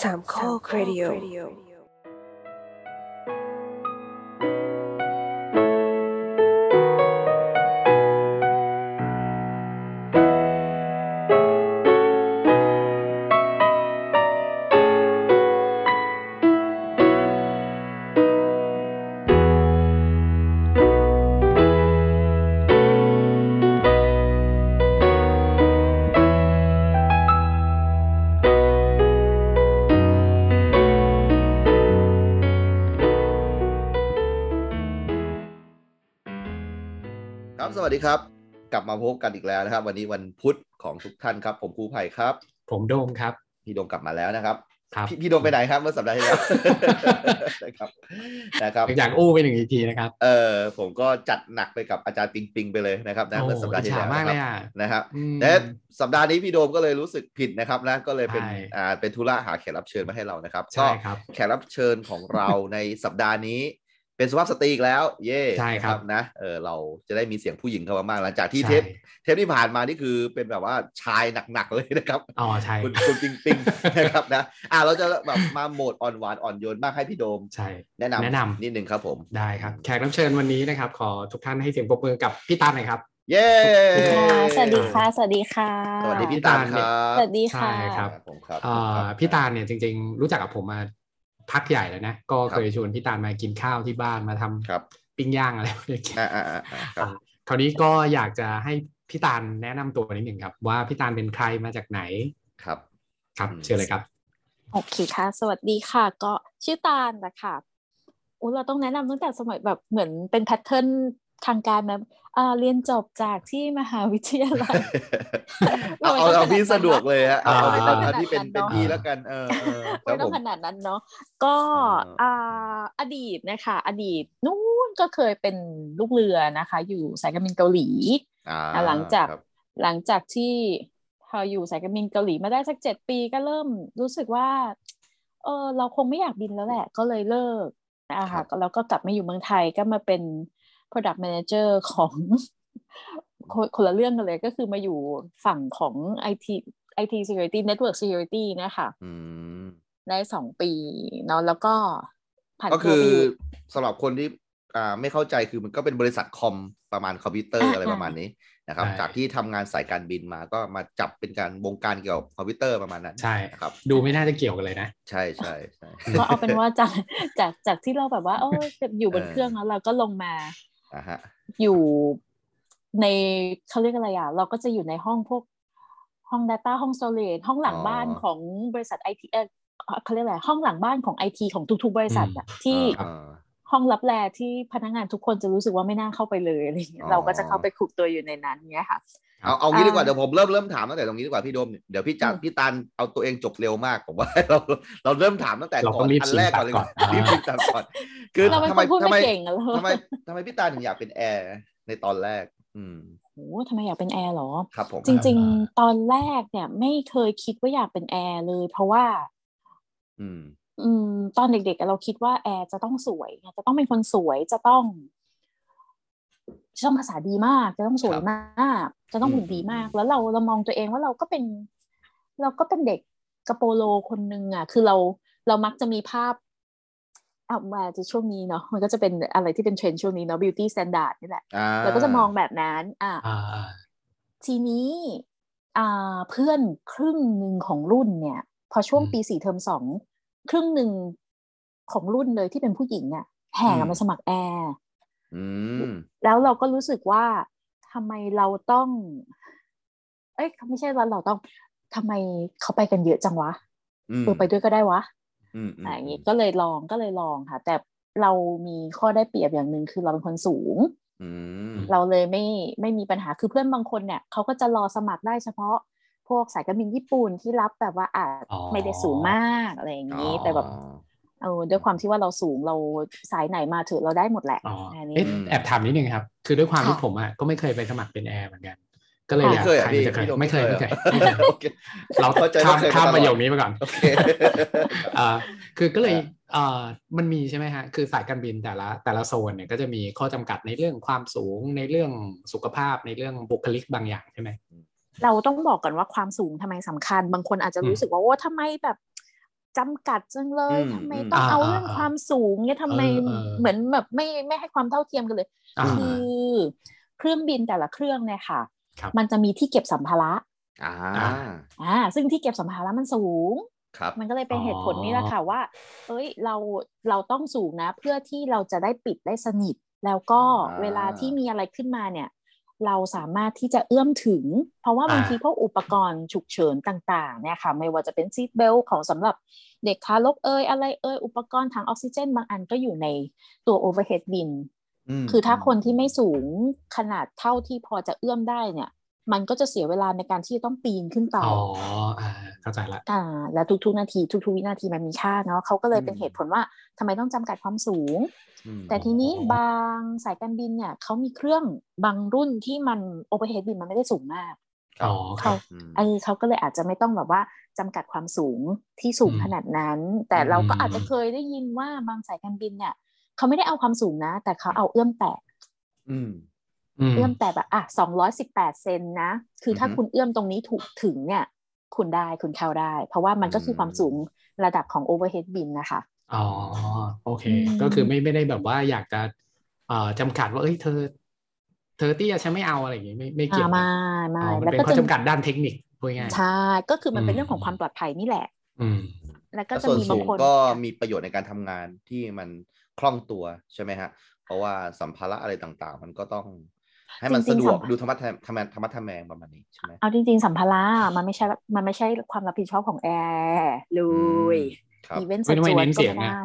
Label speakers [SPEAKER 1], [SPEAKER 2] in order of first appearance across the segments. [SPEAKER 1] สามข้อครดิโอ
[SPEAKER 2] ครับสวัสดีครับ กลับมาพบกันอีกแล้วนะครับ วันนี้วันพุธของทุกท่านครับ ผมครูไผ่ครับ
[SPEAKER 3] ผมโดมครับ
[SPEAKER 2] พี่โดมกลับมาแล้วนะครับ
[SPEAKER 3] ครับ
[SPEAKER 2] พี่พี่โดมไปไหนครับเมื่อสัปดาห์ที่ แล้ว นะครับนะครับ
[SPEAKER 3] อยากอู้ไปหนึ่งอีกทีนะครับ
[SPEAKER 2] เออผมก็จัดหนักไปกับอาจารย์ปิงปิงไปเลยนะครับนะ
[SPEAKER 3] โอ้
[SPEAKER 2] เมื่อสัปดาห์ที่
[SPEAKER 3] ฉา
[SPEAKER 2] แล้ว
[SPEAKER 3] มาก
[SPEAKER 2] นะค
[SPEAKER 3] เล
[SPEAKER 2] รับ
[SPEAKER 3] ยอ่ะ
[SPEAKER 2] นะครับ
[SPEAKER 3] อืม
[SPEAKER 2] แต่สัปดาห์นี้พี่โดมก็เลยรู้สึกผิดนะครับนะก็เลยเป็น
[SPEAKER 3] ใช่
[SPEAKER 2] อ่าเป็นธุระหาแขกรับเชิญมาให้เรานะครับก็
[SPEAKER 3] ใช่ครับ
[SPEAKER 2] แขกรับเชิญของเราในสัปดาห์นี้ เป็นสุภาพสตรีอีกแล้ว เย่
[SPEAKER 3] ใช่ครับ
[SPEAKER 2] นะเออเราจะได้มีเสียงผู้หญิงเข้ามาบ้างหลังจากที่เทป
[SPEAKER 3] ใช่
[SPEAKER 2] เทปที่ผ่านมานี่คือเป็นแบบว่าชายหนักๆเลยนะครับ
[SPEAKER 3] อ๋อใช่
[SPEAKER 2] คุณคุณปิงปิง นะครับนะอ่ะเราจะแบบมาโหมดอ่อนหวานอ่อนโยนมากให้พี่โดม
[SPEAKER 3] ใช่
[SPEAKER 2] แนะนำ
[SPEAKER 3] แนะนำ
[SPEAKER 2] นิดนึงครับผม
[SPEAKER 3] ได้ครับแขกรับเชิญวันนี้นะครับ ขอทุกท่านให้เสียงปรบมือกับพี่ตันหน่อยครับ
[SPEAKER 2] เย้
[SPEAKER 4] ค่ะสวัสดีค่ะ สวัสดีค่ะ
[SPEAKER 2] สวัสดีพี่ตาลครั
[SPEAKER 4] ส
[SPEAKER 2] บ
[SPEAKER 4] วัสดีค่ะ
[SPEAKER 3] ใช่ครับ
[SPEAKER 2] ผมครับ
[SPEAKER 3] เอ่อ
[SPEAKER 2] ครับ
[SPEAKER 3] พี่ตาลเนี่ยจริง ๆ รู้จักกับผมมาพักใหญ่แล้วนะ ก็
[SPEAKER 2] ครับ
[SPEAKER 3] เคยชวนพี่ตาลมากินข้าวที่บ้านมาทำ
[SPEAKER 2] ครับ
[SPEAKER 3] ปิ้งย่างอะไรพวกนี้กิ น
[SPEAKER 2] อ่าอ่าอ่าอ่าครับ
[SPEAKER 3] คราวนี้ก็อยากจะให้พี่ตาลแนะนำตัวนิดหนึ่งครับ ว่าพี่ตาลเป็นใครมาจากไหน
[SPEAKER 2] ครับ
[SPEAKER 3] ครับ
[SPEAKER 2] อืม
[SPEAKER 3] เชิญเลยครับ
[SPEAKER 4] โอเคค่ะ สวัสดีค่ะ ก็ชื่อตาลนะคะอุ้เราต้องแนะนำตั้งแต่สมัยแบบเหมือนเป็นแพทเทิร์นทางการแบบเอ่อเรียนจบจากที่มหาวิทยาลัย
[SPEAKER 2] เอาเอาเอาพี่สะดวกเลยฮะเอาเอา
[SPEAKER 3] ไม่
[SPEAKER 2] พี่
[SPEAKER 3] ต้
[SPEAKER 2] ตา
[SPEAKER 3] อง
[SPEAKER 2] ลที่เป็นเป็น
[SPEAKER 4] ขนาดนั้นเนอะ
[SPEAKER 2] พี่แล้วกันเออเออ ครั
[SPEAKER 4] ไม่
[SPEAKER 2] บ
[SPEAKER 4] ต้
[SPEAKER 2] ผ
[SPEAKER 4] อ
[SPEAKER 2] ม
[SPEAKER 4] งขนาดนั้นเนาะก็
[SPEAKER 2] อ่า
[SPEAKER 4] อ่าอดีตนะคะ อดีตนู้นก็เคยเป็นลูกเรือนะคะ อยู่สายการบินเกาหลี
[SPEAKER 2] อ่า
[SPEAKER 4] อ่ะหลังจาก
[SPEAKER 2] ครับ
[SPEAKER 4] หลังจากที่พออยู่สายการบินเกาหลีมาได้สักเจ็ดปีก็เริ่มรู้สึกว่า เออเราคงไม่อยากบินแล้วแหละ ก็เลยเลิกนะ
[SPEAKER 2] ครั
[SPEAKER 4] คะ
[SPEAKER 2] บ
[SPEAKER 4] แล้วก็กลับมาอยู่เมืองไทยก็มาเป็น product manager ของ คนคนละเรื่องกันเลยก็คือมาอยู่ฝั่งของ IT IT security network security เนะคะ
[SPEAKER 2] อืม
[SPEAKER 4] ได้สองปีเนาะแล้วก็ผ่าน
[SPEAKER 2] ก็
[SPEAKER 4] ตั
[SPEAKER 2] คื
[SPEAKER 4] ว
[SPEAKER 2] อ
[SPEAKER 4] ไปยู่
[SPEAKER 2] สำหรับคนที่อ่าไม่เข้าใจคือมันก็เป็นบริษัทคอมประมาณคอมพิวเตอร์
[SPEAKER 4] อ่า
[SPEAKER 2] อะไร
[SPEAKER 4] อ่า
[SPEAKER 2] ประมาณนี้นะครับ
[SPEAKER 3] ใช่
[SPEAKER 2] จากที่ทำงานสายการบินมาก็มาจับเป็นการวงการเกี่ยวกับคอมพิวเตอร์ประมาณนั้น
[SPEAKER 3] ใช่
[SPEAKER 2] นะครับ
[SPEAKER 3] ดูไม่น่าจะเกี่ยวกันเลยนะ
[SPEAKER 2] ใช่ใช่ใช่
[SPEAKER 4] ก็เอาเป็นว่าจากจากจากที่เราแบบว่าโอ้ยอยู่บนเครื่องแล้วเราก็ลงมา
[SPEAKER 2] อ่าฮะ
[SPEAKER 4] อยู่ในเขาเรียกอะไรอ่ะ เราก็จะอยู่ในห้องพวกห้อง Data ห้อง Storage ห้องหลัง
[SPEAKER 2] อ๋อ
[SPEAKER 4] บ้านของบริษัทไอทีเออเขาเรียกอะไรห้องหลังบ้านของไอทีของทุก ๆ บริษัทอ่ะที่
[SPEAKER 2] อ่า
[SPEAKER 4] ห้องรับแลที่พนักงานทุกคนจะรู้สึกว่าไม่น่าเข้าไปเลยอะไรอย่างเงี้
[SPEAKER 2] อ๋
[SPEAKER 4] ย
[SPEAKER 2] อ
[SPEAKER 4] เราก็จะเข้าไปขุกตัวอยู่ในนั้นเงี้ยค่ะ
[SPEAKER 2] เอาเอางี้ดีกว่า
[SPEAKER 4] อ่า
[SPEAKER 2] เดี๋ยวผมเริ่มเริ่มถามตั้งแต่ตรงนี้ดีกว่าพี่โดมเดี๋ยวพี่จัน
[SPEAKER 4] อืม
[SPEAKER 2] พี่ตันเอาตัวเองจบเร็วมากผมว่า เราเราเริ่มถามตั้งแต่
[SPEAKER 3] เรา
[SPEAKER 2] ก่
[SPEAKER 3] ต้
[SPEAKER 2] อ
[SPEAKER 3] อน งรีบ
[SPEAKER 2] อันแรกก่อน
[SPEAKER 3] ชิ
[SPEAKER 2] เล
[SPEAKER 3] ง
[SPEAKER 2] ย
[SPEAKER 3] ตัดก่อน
[SPEAKER 2] รีบชิงตัดก่อนคือ
[SPEAKER 4] เราเป็นค
[SPEAKER 2] ทำไม
[SPEAKER 4] นพูด
[SPEAKER 2] ทำไม
[SPEAKER 4] ไม่เก่งอะเรา
[SPEAKER 2] ทำไมทำไมพี่ตันถึงอยากเป็นแอร์ในตอนแรก อืม
[SPEAKER 4] โอ้ทำไมอยากเป็นแอร์หรอ
[SPEAKER 2] ครับผม
[SPEAKER 4] จริง ๆ ตอนแรกเนี่ยไม่เคยคิดว่าอยากเป็นแอร์เลย เพราะว่า
[SPEAKER 2] อืม
[SPEAKER 4] อืมตอนเด็กๆอะเราคิดว่าแอร์จะต้องสวยไงจะต้องเป็นคนสวยจะต้องจะต้องภาษาดีมาก จะต้องสวยมาก จะต้องหุ่นดีมาก
[SPEAKER 2] อืม
[SPEAKER 4] แล้วเราเรามองตัวเองว่าเราก็เป็น เราก็เป็นเด็กกระโปโลคนหนึ่งอ่ะ คือเราเรามักจะมีภาพเอามาจะช่วงนี้เนาะมันก็จะเป็นอะไรที่เป็นเทรนด์ช่วงนี้เนาะ beauty standard นี่แหละ
[SPEAKER 2] อ่
[SPEAKER 4] เราก็จะมองแบบนั้น อ่ะ
[SPEAKER 3] อ่า
[SPEAKER 4] ทีนี้อ่าเพื่อนครึ่งหนึ่งของรุ่นเนี่ย พอช่วง
[SPEAKER 3] อืม
[SPEAKER 4] ปีสี่เทอมสองครึ่งหนึ่งของรุ่นเลยที่เป็นผู้หญิงอะแห่กัน
[SPEAKER 2] อืม
[SPEAKER 4] มาสมัครแอร์
[SPEAKER 2] อืม
[SPEAKER 4] แล้วเราก็รู้สึกว่าทำไมเราต้อง เอ้ยไม่ใช่ว่าเราต้องทำไมเขาไปกันเยอะจังวะเออไปด้วยก็ได้วะ
[SPEAKER 2] อืมม
[SPEAKER 4] อะไรอย่างงี้ก็เลยลองก็เลยลองค่ะ แต่เรามีข้อได้เปรียบอย่างหนึ่งคือเราเป็นคนสูง
[SPEAKER 2] อืม
[SPEAKER 4] เราเลยไม่ไม่มีปัญหาคือเพื่อนบางคนเนี่ยเขาก็จะรอสมัครได้เฉพาะ พวกสายการบินญี่ปุ่นที่รับแบบว่าอาจ
[SPEAKER 3] อ๋อ
[SPEAKER 4] ไม่ได้สูงมากอะไรอย่างนี้ แต่แบบ
[SPEAKER 2] อ๋อ
[SPEAKER 4] เออด้วยความที่ว่าเราสูงเราสายไหนมาเถอะเราได้หมดแหละ
[SPEAKER 3] อ๋อ
[SPEAKER 4] อันนี้
[SPEAKER 3] เอ๊ะแอบถามนิดนึงครับ คือด้วยความ
[SPEAKER 4] ค่ะ
[SPEAKER 3] ที่ผมอ่ะก็ไม่เคยไปสมัครเป็นแอร์เหมือนกัน ก็เลย
[SPEAKER 4] ค่ะ
[SPEAKER 3] อยาก
[SPEAKER 2] ไม่เคยเหรอ
[SPEAKER 3] ใครมันจะเค
[SPEAKER 2] พี่พี่โดมไม่
[SPEAKER 3] ยไม่เคยไม่
[SPEAKER 2] เคย
[SPEAKER 3] เคย
[SPEAKER 2] โอเค
[SPEAKER 3] เรา
[SPEAKER 2] เข้าใจ
[SPEAKER 3] ข้าม
[SPEAKER 2] ว่าเคยมา
[SPEAKER 3] ข้าม
[SPEAKER 2] ตลอด
[SPEAKER 3] ประโยคนี้ไปก่อน
[SPEAKER 2] โอเค
[SPEAKER 3] เอ่อคือก็เลย
[SPEAKER 2] อ่า
[SPEAKER 3] เอ่อมันมีใช่ไหมฮะ คือสายการบินแต่ละแต่ละโซนเนี่ยก็จะมีข้อจำกัดในเรื่องความสูงในเรื่องสุขภาพในเรื่องบุคลิกบางอย่างใช่ไหม
[SPEAKER 4] เราต้องบอกก่อนว่าความสูงทำไมสำคัญ บางคนอาจจะ
[SPEAKER 3] อืม
[SPEAKER 4] รู้สึกว่าโอ้ทำไมแบบ จำกัดจังเลย
[SPEAKER 2] อืม
[SPEAKER 4] ทำไม
[SPEAKER 2] อืม
[SPEAKER 4] ต้องเอา
[SPEAKER 3] อ่า
[SPEAKER 4] เรื่องความสูงเนี่ยทำไม
[SPEAKER 3] เออเออ
[SPEAKER 4] เหมือนแบบไม่ไม่ให้ความเท่าเทียมกันเลย
[SPEAKER 3] อ่า
[SPEAKER 4] คือเครื่องบินแต่ละเครื่องเนี่ยค่ะ
[SPEAKER 3] ครับ
[SPEAKER 4] มันจะมีที่เก็บสัมภาระ
[SPEAKER 2] อ่า
[SPEAKER 3] อ่า
[SPEAKER 4] อ่าซึ่งที่เก็บสัมภาระมันสูง
[SPEAKER 2] ครับ
[SPEAKER 4] มันก็เลยเป็น
[SPEAKER 3] อ๋อ
[SPEAKER 4] เหตุผลนี้แหละค่ะว่า เอ้ย เราเราต้องสูงนะ เพื่อที่เราจะได้ปิดได้สนิท แล้วก็
[SPEAKER 2] อ่า
[SPEAKER 4] เวลาที่มีอะไรขึ้นมาเนี่ย เราสามารถที่จะเอื้อมถึง เพราะว่าบาง
[SPEAKER 3] อ่า
[SPEAKER 4] ทีพวกอุปกรณ์ฉุกเฉินต่างๆเนี่ยค่ะ ไม่ว่าจะเป็นซีทเบลของสำหรับเด็กทารกเอ่ยอะไรเอ่ยอุปกรณ์ถังออกซิเจน บางอันก็อยู่ในตัวโอเวอร์เฮดบิน
[SPEAKER 2] ม
[SPEAKER 4] คือถ้าคนที่ไม่สูงขนาดเท่าที่พอจะเอื้อมได้เนี่ย มันก็จะเสียเวลาในการที่จะต้องปีนขึ้นไป
[SPEAKER 3] อ๋ออ่าเข้าใจละ
[SPEAKER 4] อ่าและทุกๆนาทีทุกๆวินาทีมันมีค่าเนาะเขาก็เลยเป็นเหตุผลว่าทำไมต้องจำกัดความสูง
[SPEAKER 2] อืม
[SPEAKER 4] แต่
[SPEAKER 3] อ๋อ
[SPEAKER 4] ทีนี้บางสายการบินเนี่ยเขามีเครื่องบางรุ่นที่มันโอเปอเรบินมันไม่ได้สูงมาก
[SPEAKER 3] อ๋อครั
[SPEAKER 4] เขา
[SPEAKER 3] บ
[SPEAKER 2] อืม
[SPEAKER 4] เออเขาก็เลยอาจจะไม่ต้องแบบว่าจำกัดความสูงที่สูง
[SPEAKER 3] อืม
[SPEAKER 4] ขนาดนั้น แต่เราก็
[SPEAKER 3] อืม
[SPEAKER 4] อาจจะเคยได้ยินว่าบางสายการบินเนี่ยเขาไม่ได้เอาความสูงนะ แต่เขาเอาเอื้อมแตะ
[SPEAKER 2] อืม
[SPEAKER 3] อืม
[SPEAKER 4] เอื้อมแตะแบบอ่ะสองร้อยสิบแปดเซนนะ คือถ้า
[SPEAKER 2] อือฮึ
[SPEAKER 4] คุณเอื้อมตรงนี้ถูกถึงเนี่ย คุณได้คุณเข้าได้ เพราะว่ามันก็คือความสูงระดับของ overhead bin นะคะ
[SPEAKER 3] อ๋อโอเค
[SPEAKER 4] อืม
[SPEAKER 3] ก็คือไม่ไม่ได้แบบว่าอยากจะเอ่อจำกัดว่าเอ้ยเธอ เธอเตี้ยฉันไม่เอาอะไรอย่างงี้ไม่ไม่เกี่ยว
[SPEAKER 4] อ่าไม่
[SPEAKER 3] อ๋
[SPEAKER 4] ไม่
[SPEAKER 3] อมัน
[SPEAKER 4] แล้ว
[SPEAKER 3] เป็น
[SPEAKER 4] ก็
[SPEAKER 3] ข้อ
[SPEAKER 4] จะ
[SPEAKER 3] จำกัดด้านเทคนิคพูดง่ายๆ
[SPEAKER 4] ใช่ก็คือมันเป็น
[SPEAKER 3] อืม
[SPEAKER 4] เรื่องของความปลอดภัยนี่แหละ
[SPEAKER 3] อืม
[SPEAKER 4] แล้วก็จะ
[SPEAKER 2] แล้วส่วน
[SPEAKER 4] มี
[SPEAKER 2] สู
[SPEAKER 4] บาง
[SPEAKER 2] ง
[SPEAKER 4] คน
[SPEAKER 2] ก็มีประโยชน์ในการทำงานที่มันคล่องตัวใช่ไหมฮะ เพราะว่าสัมภาระอะไรต่างๆ มันก็ต้อง ให้มันสะดวกดูธรรมะธรรมะธรรมะธรรแมงประมาณนี้ใช่ไหม
[SPEAKER 4] เอาจริง ๆ สัมภาระมันไม่ใช่มันไม่ใช่ความรับผิดชอบของแอร์ลุย
[SPEAKER 2] อืมครับ
[SPEAKER 4] อีเวนต์
[SPEAKER 3] ไม่
[SPEAKER 4] สัด
[SPEAKER 3] ต้องไป
[SPEAKER 4] ส่วน
[SPEAKER 3] เน้น
[SPEAKER 4] ก็
[SPEAKER 3] เสียง
[SPEAKER 4] ไม่
[SPEAKER 3] นะ
[SPEAKER 4] ได้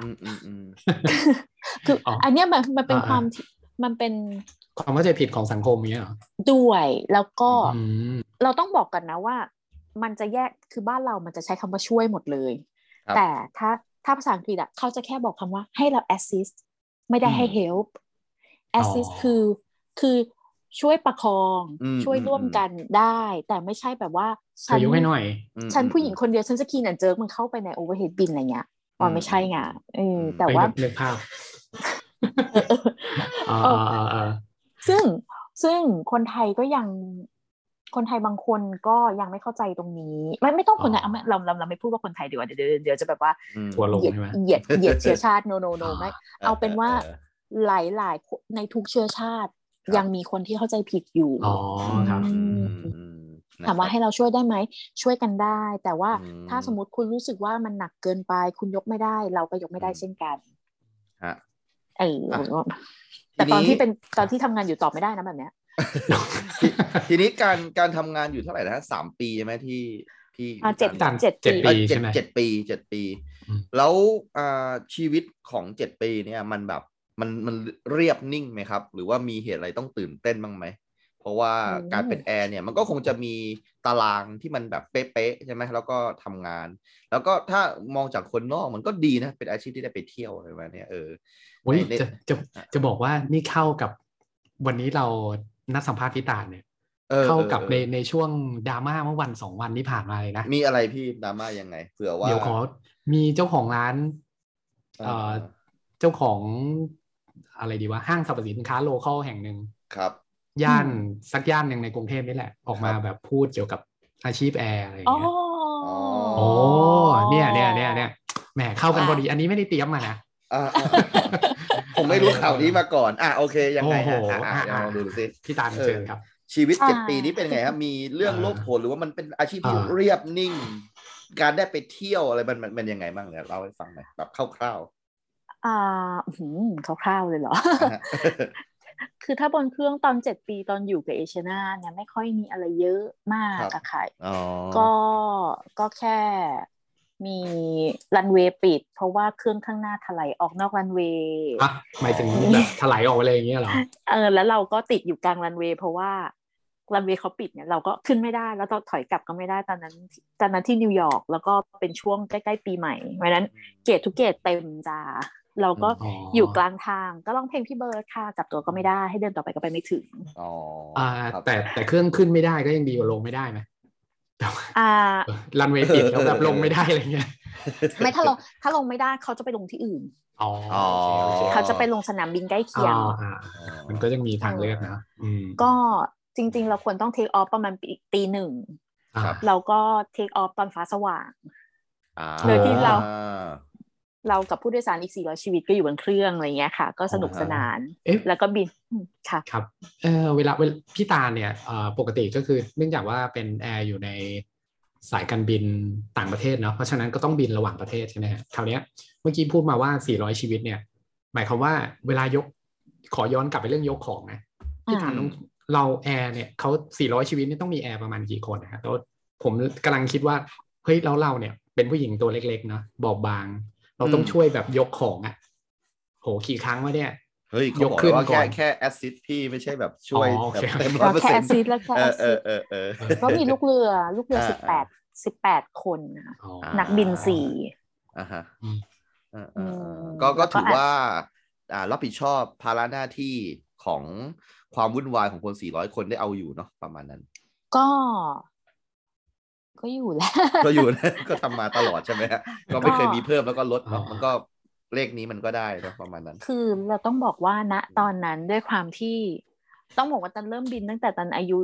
[SPEAKER 2] อืมอืมอืม
[SPEAKER 4] คืออ
[SPEAKER 3] ออั
[SPEAKER 4] อันเนี้ยมันมันเป็น
[SPEAKER 3] อ่า
[SPEAKER 4] ความที่มันเป็น
[SPEAKER 3] ความเข้าใจผิดของสังคมเนี้ยเหรอ
[SPEAKER 4] ด้วยแล้วก็
[SPEAKER 3] อืม
[SPEAKER 4] เราต้องบอกกันนะว่า มันจะแยกคือบ้านเรามันจะใช้คำว่าช่วยหมดเลย
[SPEAKER 2] ครับ
[SPEAKER 4] แต่ถ้าถ้าภาษาอังกฤษอะเขาจะแค่บอกคำว่าให้เรา assist ไม่ได้ให้ help assist
[SPEAKER 3] อ๋อ
[SPEAKER 4] คือคือช่วยประคอง
[SPEAKER 2] อืม
[SPEAKER 4] ช่วย
[SPEAKER 2] อืม
[SPEAKER 4] ร่วม
[SPEAKER 2] อืม
[SPEAKER 4] กันได้ แต่ไม่ใช่แบบว่า
[SPEAKER 3] เธ
[SPEAKER 4] ฉั
[SPEAKER 3] อยกให้หน่อย
[SPEAKER 2] อืม
[SPEAKER 4] ฉันผู้หญิงคนเดียว ฉันจะคีนอันเจิร์กมันเข้าไปใน overhead bin อะไรเงี้ยอ๋อไม่ใช่ไงเออแต่
[SPEAKER 3] ไป
[SPEAKER 4] ว่า
[SPEAKER 3] นึกนึกภาพอ่า
[SPEAKER 4] เออ
[SPEAKER 3] อ่าอ่า
[SPEAKER 4] ซึ่งซึ่งคนไทยก็ยังคนไทยบางคนก็ยังไม่เข้าใจตรงนี้ ไม่ไม่ต้องคนไทย
[SPEAKER 3] อ๋อ
[SPEAKER 4] เอาไม่เราเราเราไม่พูดว่าคนไทยดีกว่าเดี๋ยวเดี๋ยวเดี๋ยวจะแบบว่า
[SPEAKER 2] อืม
[SPEAKER 3] ทัวร์ลง
[SPEAKER 4] เหยียด
[SPEAKER 3] ใช่ไหม
[SPEAKER 4] เหยียดเหยียดเชื้อชาติ no no no ไม่ เอาเป็นว่า
[SPEAKER 2] ออ
[SPEAKER 4] หลายหลายๆคนในทุกเชื้อชาติ
[SPEAKER 2] ครับ
[SPEAKER 4] ยังมีคนที่เข้าใจผิดอยู่
[SPEAKER 3] อ๋อครับ
[SPEAKER 2] อืม
[SPEAKER 4] ถามว่าให้เราช่วยได้ไหม ช่วยกันได้ แต่ว่า
[SPEAKER 2] อื
[SPEAKER 4] ถ้าสมมติคุณรู้สึกว่ามันหนักเกินไป คุณยกไม่ได้ เราก็ยกไม่ได้เช่นกัน
[SPEAKER 2] ฮะ
[SPEAKER 4] เออ
[SPEAKER 2] อ่ะ
[SPEAKER 4] แต่ตอนที่เป็นตอนที่ทำงานอยู่ตอบไม่ได้นะแบบเนี้ย
[SPEAKER 2] ทีทีนี้การการทำงานอยู่เท่าไหร่นะฮะสามปีใช่ไหมที่ที่
[SPEAKER 4] อ่าเจ็ด
[SPEAKER 2] กร
[SPEAKER 3] จัน
[SPEAKER 4] เจ็ด
[SPEAKER 3] เจ็ด
[SPEAKER 4] ปี
[SPEAKER 2] เอ้ย
[SPEAKER 3] ใช่
[SPEAKER 2] เจ็ด
[SPEAKER 3] ไหม
[SPEAKER 2] เจ็ดปีเจ็ดปี
[SPEAKER 3] อืม
[SPEAKER 2] แล้วอ่าชีวิตของเจ็ดปีเนี่ยมันแบบมันมันเรียบนิ่งไหมครับ หรือว่ามีเหตุอะไรต้องตื่นเต้นบ้างไหม เพราะว่า
[SPEAKER 4] โอ้
[SPEAKER 2] การเป็นแอร์เนี่ยมันก็คงจะมีตารางที่มันแบบเป๊ะๆใช่ไหมแล้วก็ทำงาน แล้วก็ถ้ามองจากคนนอกมันก็ดีนะ เป็นอาชีพที่ได้ไปเที่ยวอะไรแบบเนี้ยเออ
[SPEAKER 3] โอ้ย
[SPEAKER 2] ในใน
[SPEAKER 3] จะจะจะบอกว่านี่เข้ากับวันนี้เรานัดสัมภาษณ์พิตาเนี่ย
[SPEAKER 2] เออ
[SPEAKER 3] เข้ากับ
[SPEAKER 2] เออ
[SPEAKER 3] ใน
[SPEAKER 2] เออ
[SPEAKER 3] ในช่วงดราม่าเมื่อวันสองวันที่ผ่านมาเลยนะ
[SPEAKER 2] มีอะไรพี่ดราม่ายังไงเผื่อว่า
[SPEAKER 3] เดี๋ยวขอมีเจ้าของร้าน
[SPEAKER 2] อ่า
[SPEAKER 3] เอ่อเจ้าของอะไรดีวะห้างสรรพสินค้าโลเคอลแห่งหนึ่ง
[SPEAKER 2] ครับ
[SPEAKER 3] ย่าน
[SPEAKER 4] อืม
[SPEAKER 3] สักย่านหนึ่งในกรุงเทพนี่แหละ ออกมา
[SPEAKER 2] ครับ
[SPEAKER 3] แบบพูดเกี่ยวกับอาชีพแอร์อะไรอย่าง
[SPEAKER 4] อ๋อ
[SPEAKER 3] เงี้ยโอ้เนี่ยเนี่ยเนี่ยเนี่ยแหมเข้ากัน
[SPEAKER 4] อ่ะ
[SPEAKER 3] พอดี อันนี้ไม่ได้เตรียมมานะ
[SPEAKER 2] อ่าอ่าอ่า ผมไม่รู้ข่าวนี้มาก่อน อ่ะโอเคยังไงฮะ
[SPEAKER 3] โอ้โห
[SPEAKER 2] อ่ะอ่ะยังลองดูสิ
[SPEAKER 3] พี่ตาล
[SPEAKER 2] เออ
[SPEAKER 3] เชิญครับ
[SPEAKER 2] ชีวิต
[SPEAKER 4] ใช่
[SPEAKER 2] เจ็ดปีนี้เป็นไงครับ มีเรื่อง
[SPEAKER 3] เออ
[SPEAKER 2] โลกโผนหรือว่ามันเป็นอาชีพที่
[SPEAKER 3] เออ
[SPEAKER 2] เรียบนิ่ง การได้ไปเที่ยวอะไรมันมันมันยังไงบ้างเนี่ยเล่าให้ฟังหน่อยแบบคร่าว
[SPEAKER 4] อ่าอื้อหืมคร่าวๆเลยเหรอ
[SPEAKER 2] ๆนะฮะ
[SPEAKER 4] คือถ้าบนเครื่องตอนเจ็ดปีตอนอยู่กับเอเชยนาเนี่ยไม่ค่อยมีอะไรเยอะมาก
[SPEAKER 2] ครับ
[SPEAKER 4] อะค่ะ
[SPEAKER 2] อ๋อ
[SPEAKER 4] ก็ก็แค่มีรันเวย์ปิด เพราะว่าเครื่องข้างหน้าถลายออกนอกรันเวย์
[SPEAKER 3] อ่ะหมายถึงแบบถลายออกไปเลยอย่างเงี้ยเหรอ
[SPEAKER 4] เออแล้วเราก็ติดอยู่กลางรันเวย์เพราะว่ารันเวย์เขาปิดเนี่ยเราก็ขึ้นไม่ได้ แล้วเราถอยกลับก็ไม่ได้ตอนนั้นตอนนั้นที่นิวยอร์กแล้วก็เป็นช่วงใกล้ๆปีใหม่เพราะฉะนั้นเกตทุกเกตเต็มจ้าเราก็
[SPEAKER 3] อ๋ออ
[SPEAKER 4] อยู่กลางทางก็ร้องเพลงพี่เบิร์ดค่ะกลับตัวก็ไม่ได้ให้เดินต่อไปก็ไปไม่ถึง
[SPEAKER 2] อ๋อ
[SPEAKER 3] อ่า
[SPEAKER 2] ครับ
[SPEAKER 3] แต่แต่เครื่องขึ้นไม่ได้ก็ยังดีกว่าลงไม่ได้ไหม
[SPEAKER 4] อ่า
[SPEAKER 3] รันเวย์ปิดแล้วแบบลงไม่ได้อะไรเงี้ย
[SPEAKER 4] ไม่ถ้าลงถ้าลงไม่ได้เขาจะไปลงที่อื่น
[SPEAKER 3] อ๋อโอเคโอเค
[SPEAKER 4] เขาจะไปลงสนามบินใกล้เคียง
[SPEAKER 3] อ๋ออ่า
[SPEAKER 2] อ๋อ
[SPEAKER 3] มันก็ยังมีทางเลือกนะอืม
[SPEAKER 4] ก็จริง ๆ เราควรต้องเทคออฟประมาณปีตีหนึ่ง
[SPEAKER 3] อ่า
[SPEAKER 4] เราก็เทคออฟตอนฟ้าสว่าง
[SPEAKER 2] อ่า
[SPEAKER 4] โดยที่เรา เรากับผู้โดยสารอีก 400 ชีวิตก็อยู่บนเครื่องอะไรเงี้ยค่ะ ก็สนุกสนาน
[SPEAKER 3] เอ๊ะ
[SPEAKER 4] แล้วก็บินอืมค่ะ
[SPEAKER 3] ครับเออเวลาเวลาพี่ตาเนี่ยเอ่อปกติก็คือเนื่องจากว่าเป็นแอร์อยู่ในสายการบินต่างประเทศเนาะเพราะฉะนั้นก็ต้องบินระหว่างประเทศใช่ไหมฮะคราวเนี้ยเมื่อกี้พูดมาว่า 400 ชีวิตเนี่ย หมายความว่าเวลายกขอย้อนกลับไปเรื่องยกของนะพี่ตา
[SPEAKER 4] อ่า
[SPEAKER 3] ต้องเราแอร์เนี่ยเขา400 ชีวิตนี่ต้องมีแอร์ประมาณกี่คนนะฮะแล้วผมกำลังคิดว่าเฮ้ยแล้วเราเนี่ยเป็นผู้หญิงตัวเล็กๆเนาะบอบบาง เราต้องช่วยแบบยกของอะโหกี่ครั้งวะเนี่ย
[SPEAKER 2] เฮ้ยเขา
[SPEAKER 3] ยก
[SPEAKER 2] บอก
[SPEAKER 3] ขึ้น
[SPEAKER 2] แล้วว่าแค่
[SPEAKER 3] ก่อน
[SPEAKER 2] แค่แอสซิดพี่ไม่ใช่แบบช่วย
[SPEAKER 3] อ๋อโอ
[SPEAKER 2] แบบ
[SPEAKER 3] เค
[SPEAKER 2] เต็มร้
[SPEAKER 4] แล้
[SPEAKER 2] อยว เปอร์
[SPEAKER 4] แค่
[SPEAKER 2] เซ็
[SPEAKER 4] แอน ส
[SPEAKER 2] ต์
[SPEAKER 4] ซิดแล้วแค่
[SPEAKER 2] เอ
[SPEAKER 4] แอสซิด
[SPEAKER 2] อเออเออเออ
[SPEAKER 4] ก็มีลูกเรือลูกเรือ
[SPEAKER 2] อ่า
[SPEAKER 4] 18 18 คนนะคะ
[SPEAKER 3] อ๋อ
[SPEAKER 4] นักบินสี่
[SPEAKER 2] อ่าฮะ
[SPEAKER 3] อืม
[SPEAKER 2] เออเออเออ
[SPEAKER 4] ม
[SPEAKER 2] ก็ก็
[SPEAKER 4] แล้วก็
[SPEAKER 2] ถือว่าอ่ารับผิดชอบภาระหน้าที่ของความวุ่นวายของคน 400 คนได้เอาอยู่เนาะประมาณนั้น
[SPEAKER 4] ก็ ก็อยู่แหล้ว
[SPEAKER 2] ก็อยู่นะ ก็ทำมาตลอดใช่ไหมฮะก็ไม่เคยมีเพิ่มแล้วก็ลดเนาะ
[SPEAKER 3] อ่ามั
[SPEAKER 2] มันก็เลขนี้มันก็ได้เนาะประมาณนั้น
[SPEAKER 4] คือเราต้องบอกว่าณตอนนั้นด้วยความที่ต้องบอกว่าตันเริ่มบินตั้งแต่ตันอายุ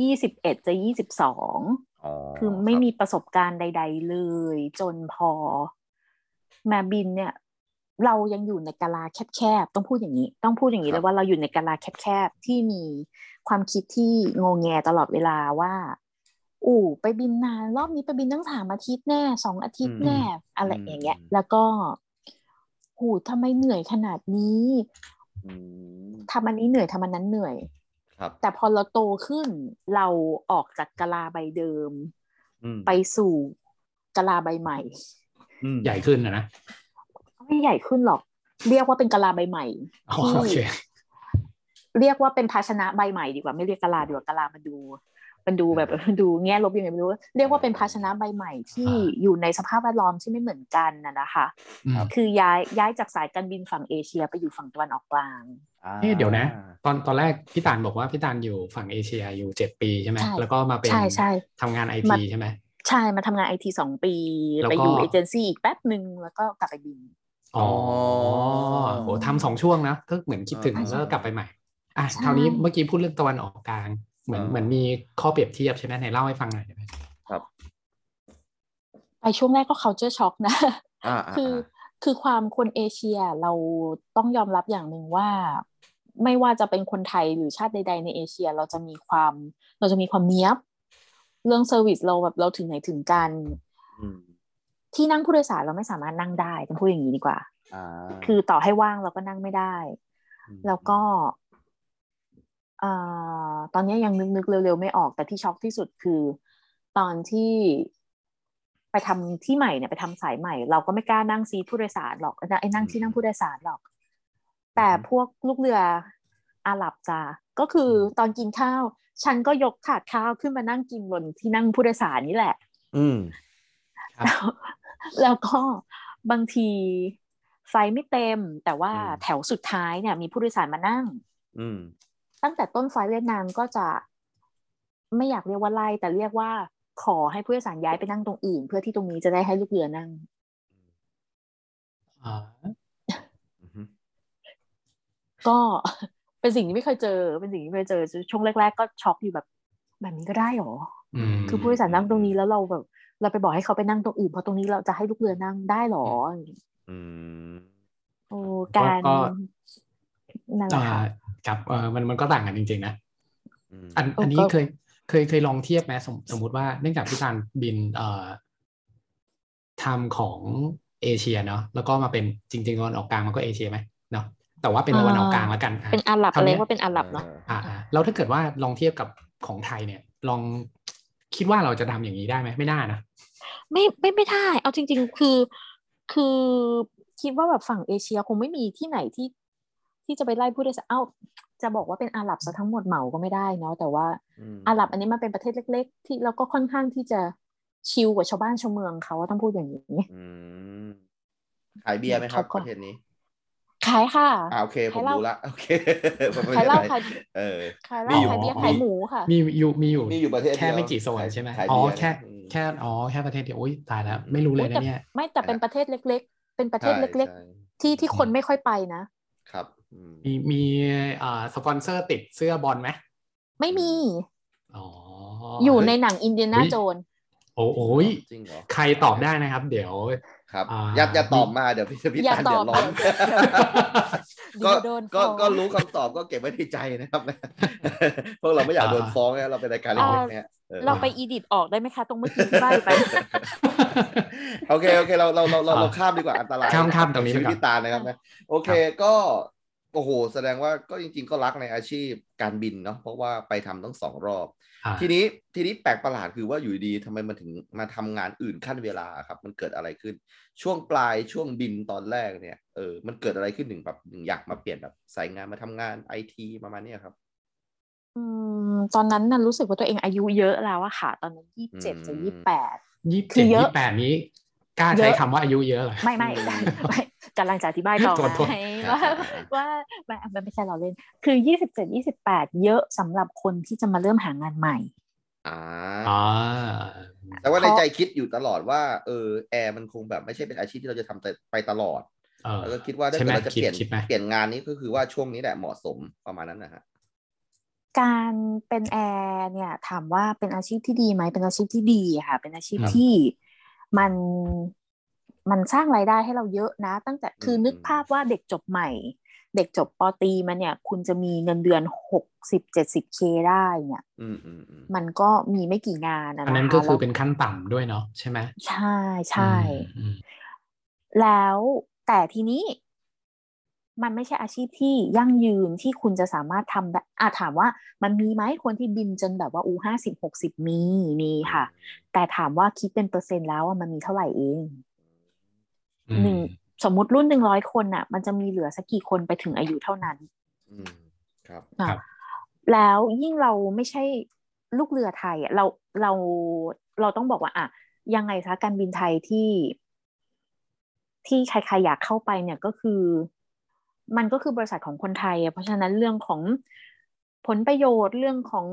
[SPEAKER 4] ยี่สิบเอ็ดจะยี่สิบสอง
[SPEAKER 2] อ๋อ
[SPEAKER 4] คือไม่
[SPEAKER 2] รับ
[SPEAKER 4] มีประสบการณ์ใด ๆ เลย จนพอ มาบินเนี่ย เรายังอยู่ในกาลาแคบๆต้องพูดอย่างนี้ ต้องพูดอย่างนี้เลยว่าเราอยู่ในกาลาแคบๆที่มีความคิดที่งงแงตลอดเวลาว่า อู่ไปบินนานรอบนี้ไปบินตั้งสามอาทิตย์แน่สองอาทิตย์แน่ อะไรอย่างเงี้ย แล้วก็หูทำไมเหนื่อยขนาดนี้
[SPEAKER 2] อืม
[SPEAKER 4] ทำอันนี้เหนื่อยทำอันนั้นเหนื่อย
[SPEAKER 2] ครับ
[SPEAKER 4] แต่พอเราโตขึ้นเราออกจากกะลาใบเดิม
[SPEAKER 2] อืม
[SPEAKER 4] ไปสู่กะลาใบใหม่
[SPEAKER 2] อืม
[SPEAKER 3] ใหญ่ขึ้นนะนะ
[SPEAKER 4] ไม่ใหญ่ขึ้นหรอก เรียกว่าเป็นกะลาใบใหม่
[SPEAKER 3] อ๋อโอเค
[SPEAKER 4] เรียกว่าเป็นภาชนะใบใหม่ดีกว่าไม่เรียกกะลาดีกว่ากะลามันดู มันดูแบบ มันดูแง่ลบยังไงไม่รู้ เรียกว่าเป็นภาชนะใบใหม่ที่
[SPEAKER 3] อ่า
[SPEAKER 4] อยู่ในสภาพแวดล้อมที่ไม่เหมือนกันนะนะคะ
[SPEAKER 3] อืม
[SPEAKER 4] คือย้ายย้ายจากสายการบินฝั่งเอเชียไปอยู่ฝั่งตะวันออกกลาง
[SPEAKER 2] อ่า
[SPEAKER 3] เอ๊ะเดี๋ยวนะ ตอนตอนแรกพี่ตานบอกว่าพี่ตานอยู่ฝั่งเอเชียอยู่เจ็ดปีใช่ไหม
[SPEAKER 4] ใช่
[SPEAKER 3] แล้วก็มาเป็น
[SPEAKER 4] ใช่ใช่
[SPEAKER 3] ทำงานไอ
[SPEAKER 4] มา
[SPEAKER 3] ทีใช่ไหม
[SPEAKER 4] ใช่มาทำงานไอทีสองปี
[SPEAKER 3] แล้ว
[SPEAKER 4] ไป
[SPEAKER 3] ก็
[SPEAKER 4] อยู่เอเจนซี่อีกแป๊บหนึ่งแล้วก็กลับไปบิน
[SPEAKER 3] อ๋อ
[SPEAKER 2] อ
[SPEAKER 3] โหทำสองช่วงนะก็เหมือนคิดถึง
[SPEAKER 2] อ่า
[SPEAKER 3] แล้วก็กลับไปใหม่อ่ะ
[SPEAKER 4] ใช่
[SPEAKER 3] คราวนี้เมื่อกี้พูดเรื่องตะวันออกกลาง เหมือน
[SPEAKER 2] อ่า
[SPEAKER 3] เหมือนมีข้อเปรียบเทียบใช่ไหมไหนเล่าให้ฟังหน่อยได้ไหม
[SPEAKER 4] ไปช่วงแรกก็ culture shock นะ
[SPEAKER 2] อ่าา
[SPEAKER 4] คืออา คือความคนเอเชียเราต้องยอมรับอย่างหนึ่งว่า ไม่ว่าจะเป็นคนไทยหรือชาติใด ๆ ในเอเชียเราจะมีความ เราจะมีความเนี้ยบ เรื่องเซอร์วิสเราแบบเราถึงไหนถึงกัน
[SPEAKER 2] อืม
[SPEAKER 4] ที่นั่งผู้โดยสารเราไม่สามารถนั่งได้ต้องพูดอย่างนี้ดีกว่า
[SPEAKER 2] อ่า
[SPEAKER 4] คือต่อให้ว่างเราก็นั่งไม่ได้
[SPEAKER 2] ม
[SPEAKER 4] แล้วก็เอ่อตอนนี้ยังนึกๆเร็วๆไม่ออก แต่ที่ช็อกที่สุดคือ ตอนที่ไปทำที่ใหม่เนี่ยไปทำสายใหม่ เราก็ไม่กล้านั่งซีทผู้โดยสารหรอกนะไอ้นั่งที่นั่งผู้โดยสารหรอก แต่พวกลูกเรืออาหรับจ้าก็คือตอนกินข้าว ฉันก็ยกถาดข้าวขึ้นมานั่งกินบนที่นั่งผู้โดยสารนี่แหละ
[SPEAKER 2] อืม
[SPEAKER 4] แล้วแล้วก็บางทีไฟล์ไม่เต็ม แต่ว่า
[SPEAKER 2] อืม
[SPEAKER 4] แถวสุดท้ายเนี่ยมีผู้โดยสารมานั่ง
[SPEAKER 2] อืม
[SPEAKER 4] ตั้งแต่ต้นไฟล์เวียดนามก็จะไม่อยากเรียกว่าไล่แต่เรียกว่าขอให้ผู้โดยสารย้ายไปนั่งตรงอื่น เพื่อที่ตรงนี้จะได้ให้ลูกเรือนั่ง
[SPEAKER 3] อ่า
[SPEAKER 4] ก็ เป็นสิ่งที่ไม่เคยเจอ เป็นสิ่งที่ไม่เคยเจอช่วงแรก ๆ ก็ช็อกอยู่แบบแบบนี้ก็ได้เหรอ
[SPEAKER 3] อืม
[SPEAKER 4] คือผู้โดยสารนั่งตรงนี้แล้วเราแบบ เราไปบอกให้เขาไปนั่งตรงอื่นเพราะตรงนี้เราจะให้ลูกเรือนั่งได้เหรอ
[SPEAKER 2] อืม
[SPEAKER 4] โอ้
[SPEAKER 3] ก็
[SPEAKER 4] การ
[SPEAKER 3] ก็
[SPEAKER 4] นั่นแหละค่ะ
[SPEAKER 3] อ่าครับเออมันมันก็ต่างกันจริงๆนะ
[SPEAKER 2] อืม
[SPEAKER 3] อัน
[SPEAKER 4] โอ้
[SPEAKER 3] อันนี้
[SPEAKER 4] ก็
[SPEAKER 3] เคยเคยเคยลองเทียบไหมสมสมมติว่าเนื่องจากพี่ตานบินเอ่อทำของเอเชียเนาะแล้วก็มาเป็นจริงๆตะวันออกกลางมันก็เอเชียไหมเนาะแต่ว่าเป็นตะวันออกกลางแล้วกันอ่ะ
[SPEAKER 4] เป็นอาหรับ
[SPEAKER 3] คราว
[SPEAKER 4] อะไร
[SPEAKER 3] เนี้ย
[SPEAKER 4] ว่าเป็นอาหรับเนาะ
[SPEAKER 3] อ่าอ่าแล้วถ้าเกิดว่าลองเทียบกับของไทยเนี่ย ลองคิดว่าเราจะทำอย่างนี้ได้ไหมไม่น่านะ
[SPEAKER 4] ไม่ไม่ไม่ได้ เอาจริง ๆ คือ คือคิดว่าแบบฝั่งเอเชียคงไม่มีที่ไหนที่ ที่จะไปไล่ผู้โดยสารเอ้าจะบอกว่าเป็นอาหรับซะทั้งหมดเหมาก็ไม่ได้เนาะแต่ว่า
[SPEAKER 2] อืม
[SPEAKER 4] อาหรับอันนี้มันเป็นประเทศเล็ก ๆ ที่เราก็ค่อนข้างที่จะชิลกว่าชาวบ้านชาวเมืองเขาต้องพูดอย่างนี้
[SPEAKER 2] อืมขายเบียร์ไหมครับ
[SPEAKER 4] เขาก็
[SPEAKER 2] ประเทศนี้
[SPEAKER 4] ขายค่ะ
[SPEAKER 2] อ่าโอเค
[SPEAKER 4] ใค
[SPEAKER 2] ผ
[SPEAKER 4] ร
[SPEAKER 2] ม
[SPEAKER 4] เล่า
[SPEAKER 2] รู้ละโอเค ผมไม่
[SPEAKER 4] ขายเหล้า
[SPEAKER 2] ป็นไร
[SPEAKER 4] ขาย
[SPEAKER 2] เออ
[SPEAKER 4] ขายเห
[SPEAKER 2] มี
[SPEAKER 4] ล้า
[SPEAKER 2] อยู่
[SPEAKER 4] ขายเบียร์ขายหมูค่ะ
[SPEAKER 3] มีอยู่มีอยู่
[SPEAKER 2] มีอยู่ประเทศเดียว
[SPEAKER 3] แค่ไม่กี่โซนใช่ไหม
[SPEAKER 2] ขาย
[SPEAKER 3] อ๋อ
[SPEAKER 2] เบียร์
[SPEAKER 3] แค่
[SPEAKER 2] อืม
[SPEAKER 3] แค่อ๋อแค่ประเทศเดียวอุ้ยตายแล้วไม่รู้เลย
[SPEAKER 4] อุ๊ย
[SPEAKER 3] นะเนี่ย
[SPEAKER 4] ไม่แต่เป็น
[SPEAKER 2] อ่ะ
[SPEAKER 4] ประเทศเล็ก ๆ เป็นประเทศ
[SPEAKER 2] ใช่
[SPEAKER 4] เล็ก
[SPEAKER 2] ใช่
[SPEAKER 4] ๆ ที่ที่คนไม่ค่อยไปนะ
[SPEAKER 2] ครับอืม
[SPEAKER 3] มีมีเอ่อสปอนเซอร์ติดเสื้อบอลไหม
[SPEAKER 4] ไม่มี
[SPEAKER 3] อ๋อ
[SPEAKER 4] อ
[SPEAKER 3] อ
[SPEAKER 4] ยู่ในหนังอินเดียนา
[SPEAKER 3] อุ๊ย
[SPEAKER 4] โจน
[SPEAKER 3] โอ้ อ้โอ้ย
[SPEAKER 2] จริงเหรอ
[SPEAKER 3] ใครตอบได้นะครับ เดี๋ยว
[SPEAKER 2] ครับ
[SPEAKER 3] อ่า
[SPEAKER 2] อย่าอย่าตอบมาเดี๋ยวพี่พี่
[SPEAKER 4] อย่า
[SPEAKER 2] ตาล
[SPEAKER 4] ตอ
[SPEAKER 2] เดือบดร้อน
[SPEAKER 4] เดี๋ยวเดี๋ยวเดี๋ยวโด
[SPEAKER 2] ก็
[SPEAKER 4] น
[SPEAKER 2] ก็
[SPEAKER 4] ฟ้อง
[SPEAKER 2] ก็รู้คำตอบก็เก็บไว้ในใจนะครับ พวกเราไม่อยากโดนฟ้องนะเราเป็นรายการเล็ก
[SPEAKER 4] อ่า
[SPEAKER 2] ๆเนี่ยเออ
[SPEAKER 4] เราไปอีดิทออกได้ไหมคะ ตรงเมื่อกี้ที่ใบไป
[SPEAKER 2] โอเคโอเคเราเราเราเรา
[SPEAKER 3] อ่า
[SPEAKER 2] เราข้ามดีกว่าอันตราย
[SPEAKER 3] ข้ามข้ามตรงนี้
[SPEAKER 2] ชีวิต
[SPEAKER 3] ดีกว่า
[SPEAKER 2] พี่ตาลนะครับนะโอเคก็โอ้โหแสดงว่าก็จริง ๆ ก็รักในอาชีพการบินเนาะเพราะว่าไปทำทั้งสองรอบ
[SPEAKER 3] อ่า
[SPEAKER 2] ทีนี้ทีนี้แปลกประหลาดคือว่าอยู่ดีๆทำไมมันถึงมาทำงานอื่นขั้นเวลาครับ มันเกิดอะไรขึ้น ช่วงปลายช่วงบินตอนแรกเนี่ยเออมันเกิดอะไรขึ้นหนึ่งแบบหนึ่งอยากมาเปลี่ยนแบบสายงานมาทำงานไอทีประมาณเนี้ยครับ
[SPEAKER 4] อืมตอนนั้นน่ะรู้สึกว่าตัวเองอายุเยอะแล้วอะค่ะ ตอนนั้นยี่สิบเจ็ดจะ
[SPEAKER 2] อืม
[SPEAKER 4] ยี่สิบแปด
[SPEAKER 3] ยี่สิบ
[SPEAKER 4] คื
[SPEAKER 3] เจ็
[SPEAKER 4] อ
[SPEAKER 3] ด
[SPEAKER 4] เยอะ
[SPEAKER 3] ยี่สิบแปดนี้กล้าใช้
[SPEAKER 4] เยอะ
[SPEAKER 3] คำว่าอายุเยอะเหรอ
[SPEAKER 4] ไม่ไม่ ไม่กำลังจะอธิบายต่อ
[SPEAKER 3] ขอโทษ
[SPEAKER 4] ไงว่าว่าว่ามันไม่ใช่เราเล่น คือยี่สิบเจ็ดยี่สิบแปดเยอะสำหรับคนที่จะมาเริ่มหางานใหม่
[SPEAKER 2] อ่า
[SPEAKER 3] อ๋อ
[SPEAKER 2] แต่ว่าใน
[SPEAKER 4] เพราะ
[SPEAKER 2] ใจคิดอยู่ตลอดว่าเออแอร์มันคงแบบไม่ใช่เป็นอาชีพที่เราจะทำแต่ไปตลอด
[SPEAKER 3] เออ
[SPEAKER 2] แล้วก็คิดว่าถ้า
[SPEAKER 3] ใช่ไหม
[SPEAKER 2] เกิดเราจะ
[SPEAKER 3] คิด
[SPEAKER 2] เปลี่ยน
[SPEAKER 3] คิดไหม
[SPEAKER 2] เปลี่ยนงานนี้ก็คือว่าช่วงนี้แหละเหมาะสมประมาณนั้นนะฮะ
[SPEAKER 4] การเป็นแอร์เนี่ยถามว่าเป็นอาชีพที่ดีไหมเป็นอาชีพที่ดีค่ะ เป็นอาชีพ
[SPEAKER 3] อืม
[SPEAKER 4] ที่มันมันสร้างรายได้ให้เราเยอะนะ ตั้งแต่คือนึกภาพว่าเด็กจบใหม่ เด็กจบปอตรีมาเนี่ย คุณจะมีเงินเดือนหกสิบเจ็ดสิบเคได้เนี่ย
[SPEAKER 2] อืมอืมอืม
[SPEAKER 4] มันก็มีไม่กี่งานนะ
[SPEAKER 3] อันนั้น
[SPEAKER 4] นะะ
[SPEAKER 3] ก็คือ
[SPEAKER 4] แล้ว
[SPEAKER 3] เป็นขั้นต่ำด้วยเนาะใช่ไหม
[SPEAKER 4] ใช่ใช่
[SPEAKER 3] อืม
[SPEAKER 4] แล้วแต่ทีนี้มันไม่ใช่อาชีพที่ยั่งยืนที่คุณจะสามารถทำแบบอ่ะถามว่ามันมีไหมคนที่บินจนแบบว่าอูห้าสิบหกสิบมีมีค่ะ แต่ถามว่าคิดเป็นเปอร์เซ็นต์แล้วอ่ะมันมีเท่าไหร่เอง
[SPEAKER 3] อื
[SPEAKER 4] หนึ่ง
[SPEAKER 3] ม
[SPEAKER 4] สมมติรุ่นหนึ่งร้อยคนน่ะ มันจะมีเหลือสักกี่คนไปถึงอายุเท่านั้น
[SPEAKER 2] อืมครับ
[SPEAKER 4] อ่ะแล้วยิ่งเราไม่ใช่ลูกเรือไทยอ่ะเราเราเราต้องบอกว่าอ่ะยังไงซะการบินไทยที่ ที่ใครๆอยากเข้าไปเนี่ยก็คือ มันก็คือบริษัทของคนไทยอ่ะเพราะฉะนั้นเรื่องของผลประโยชน์เรื่องของ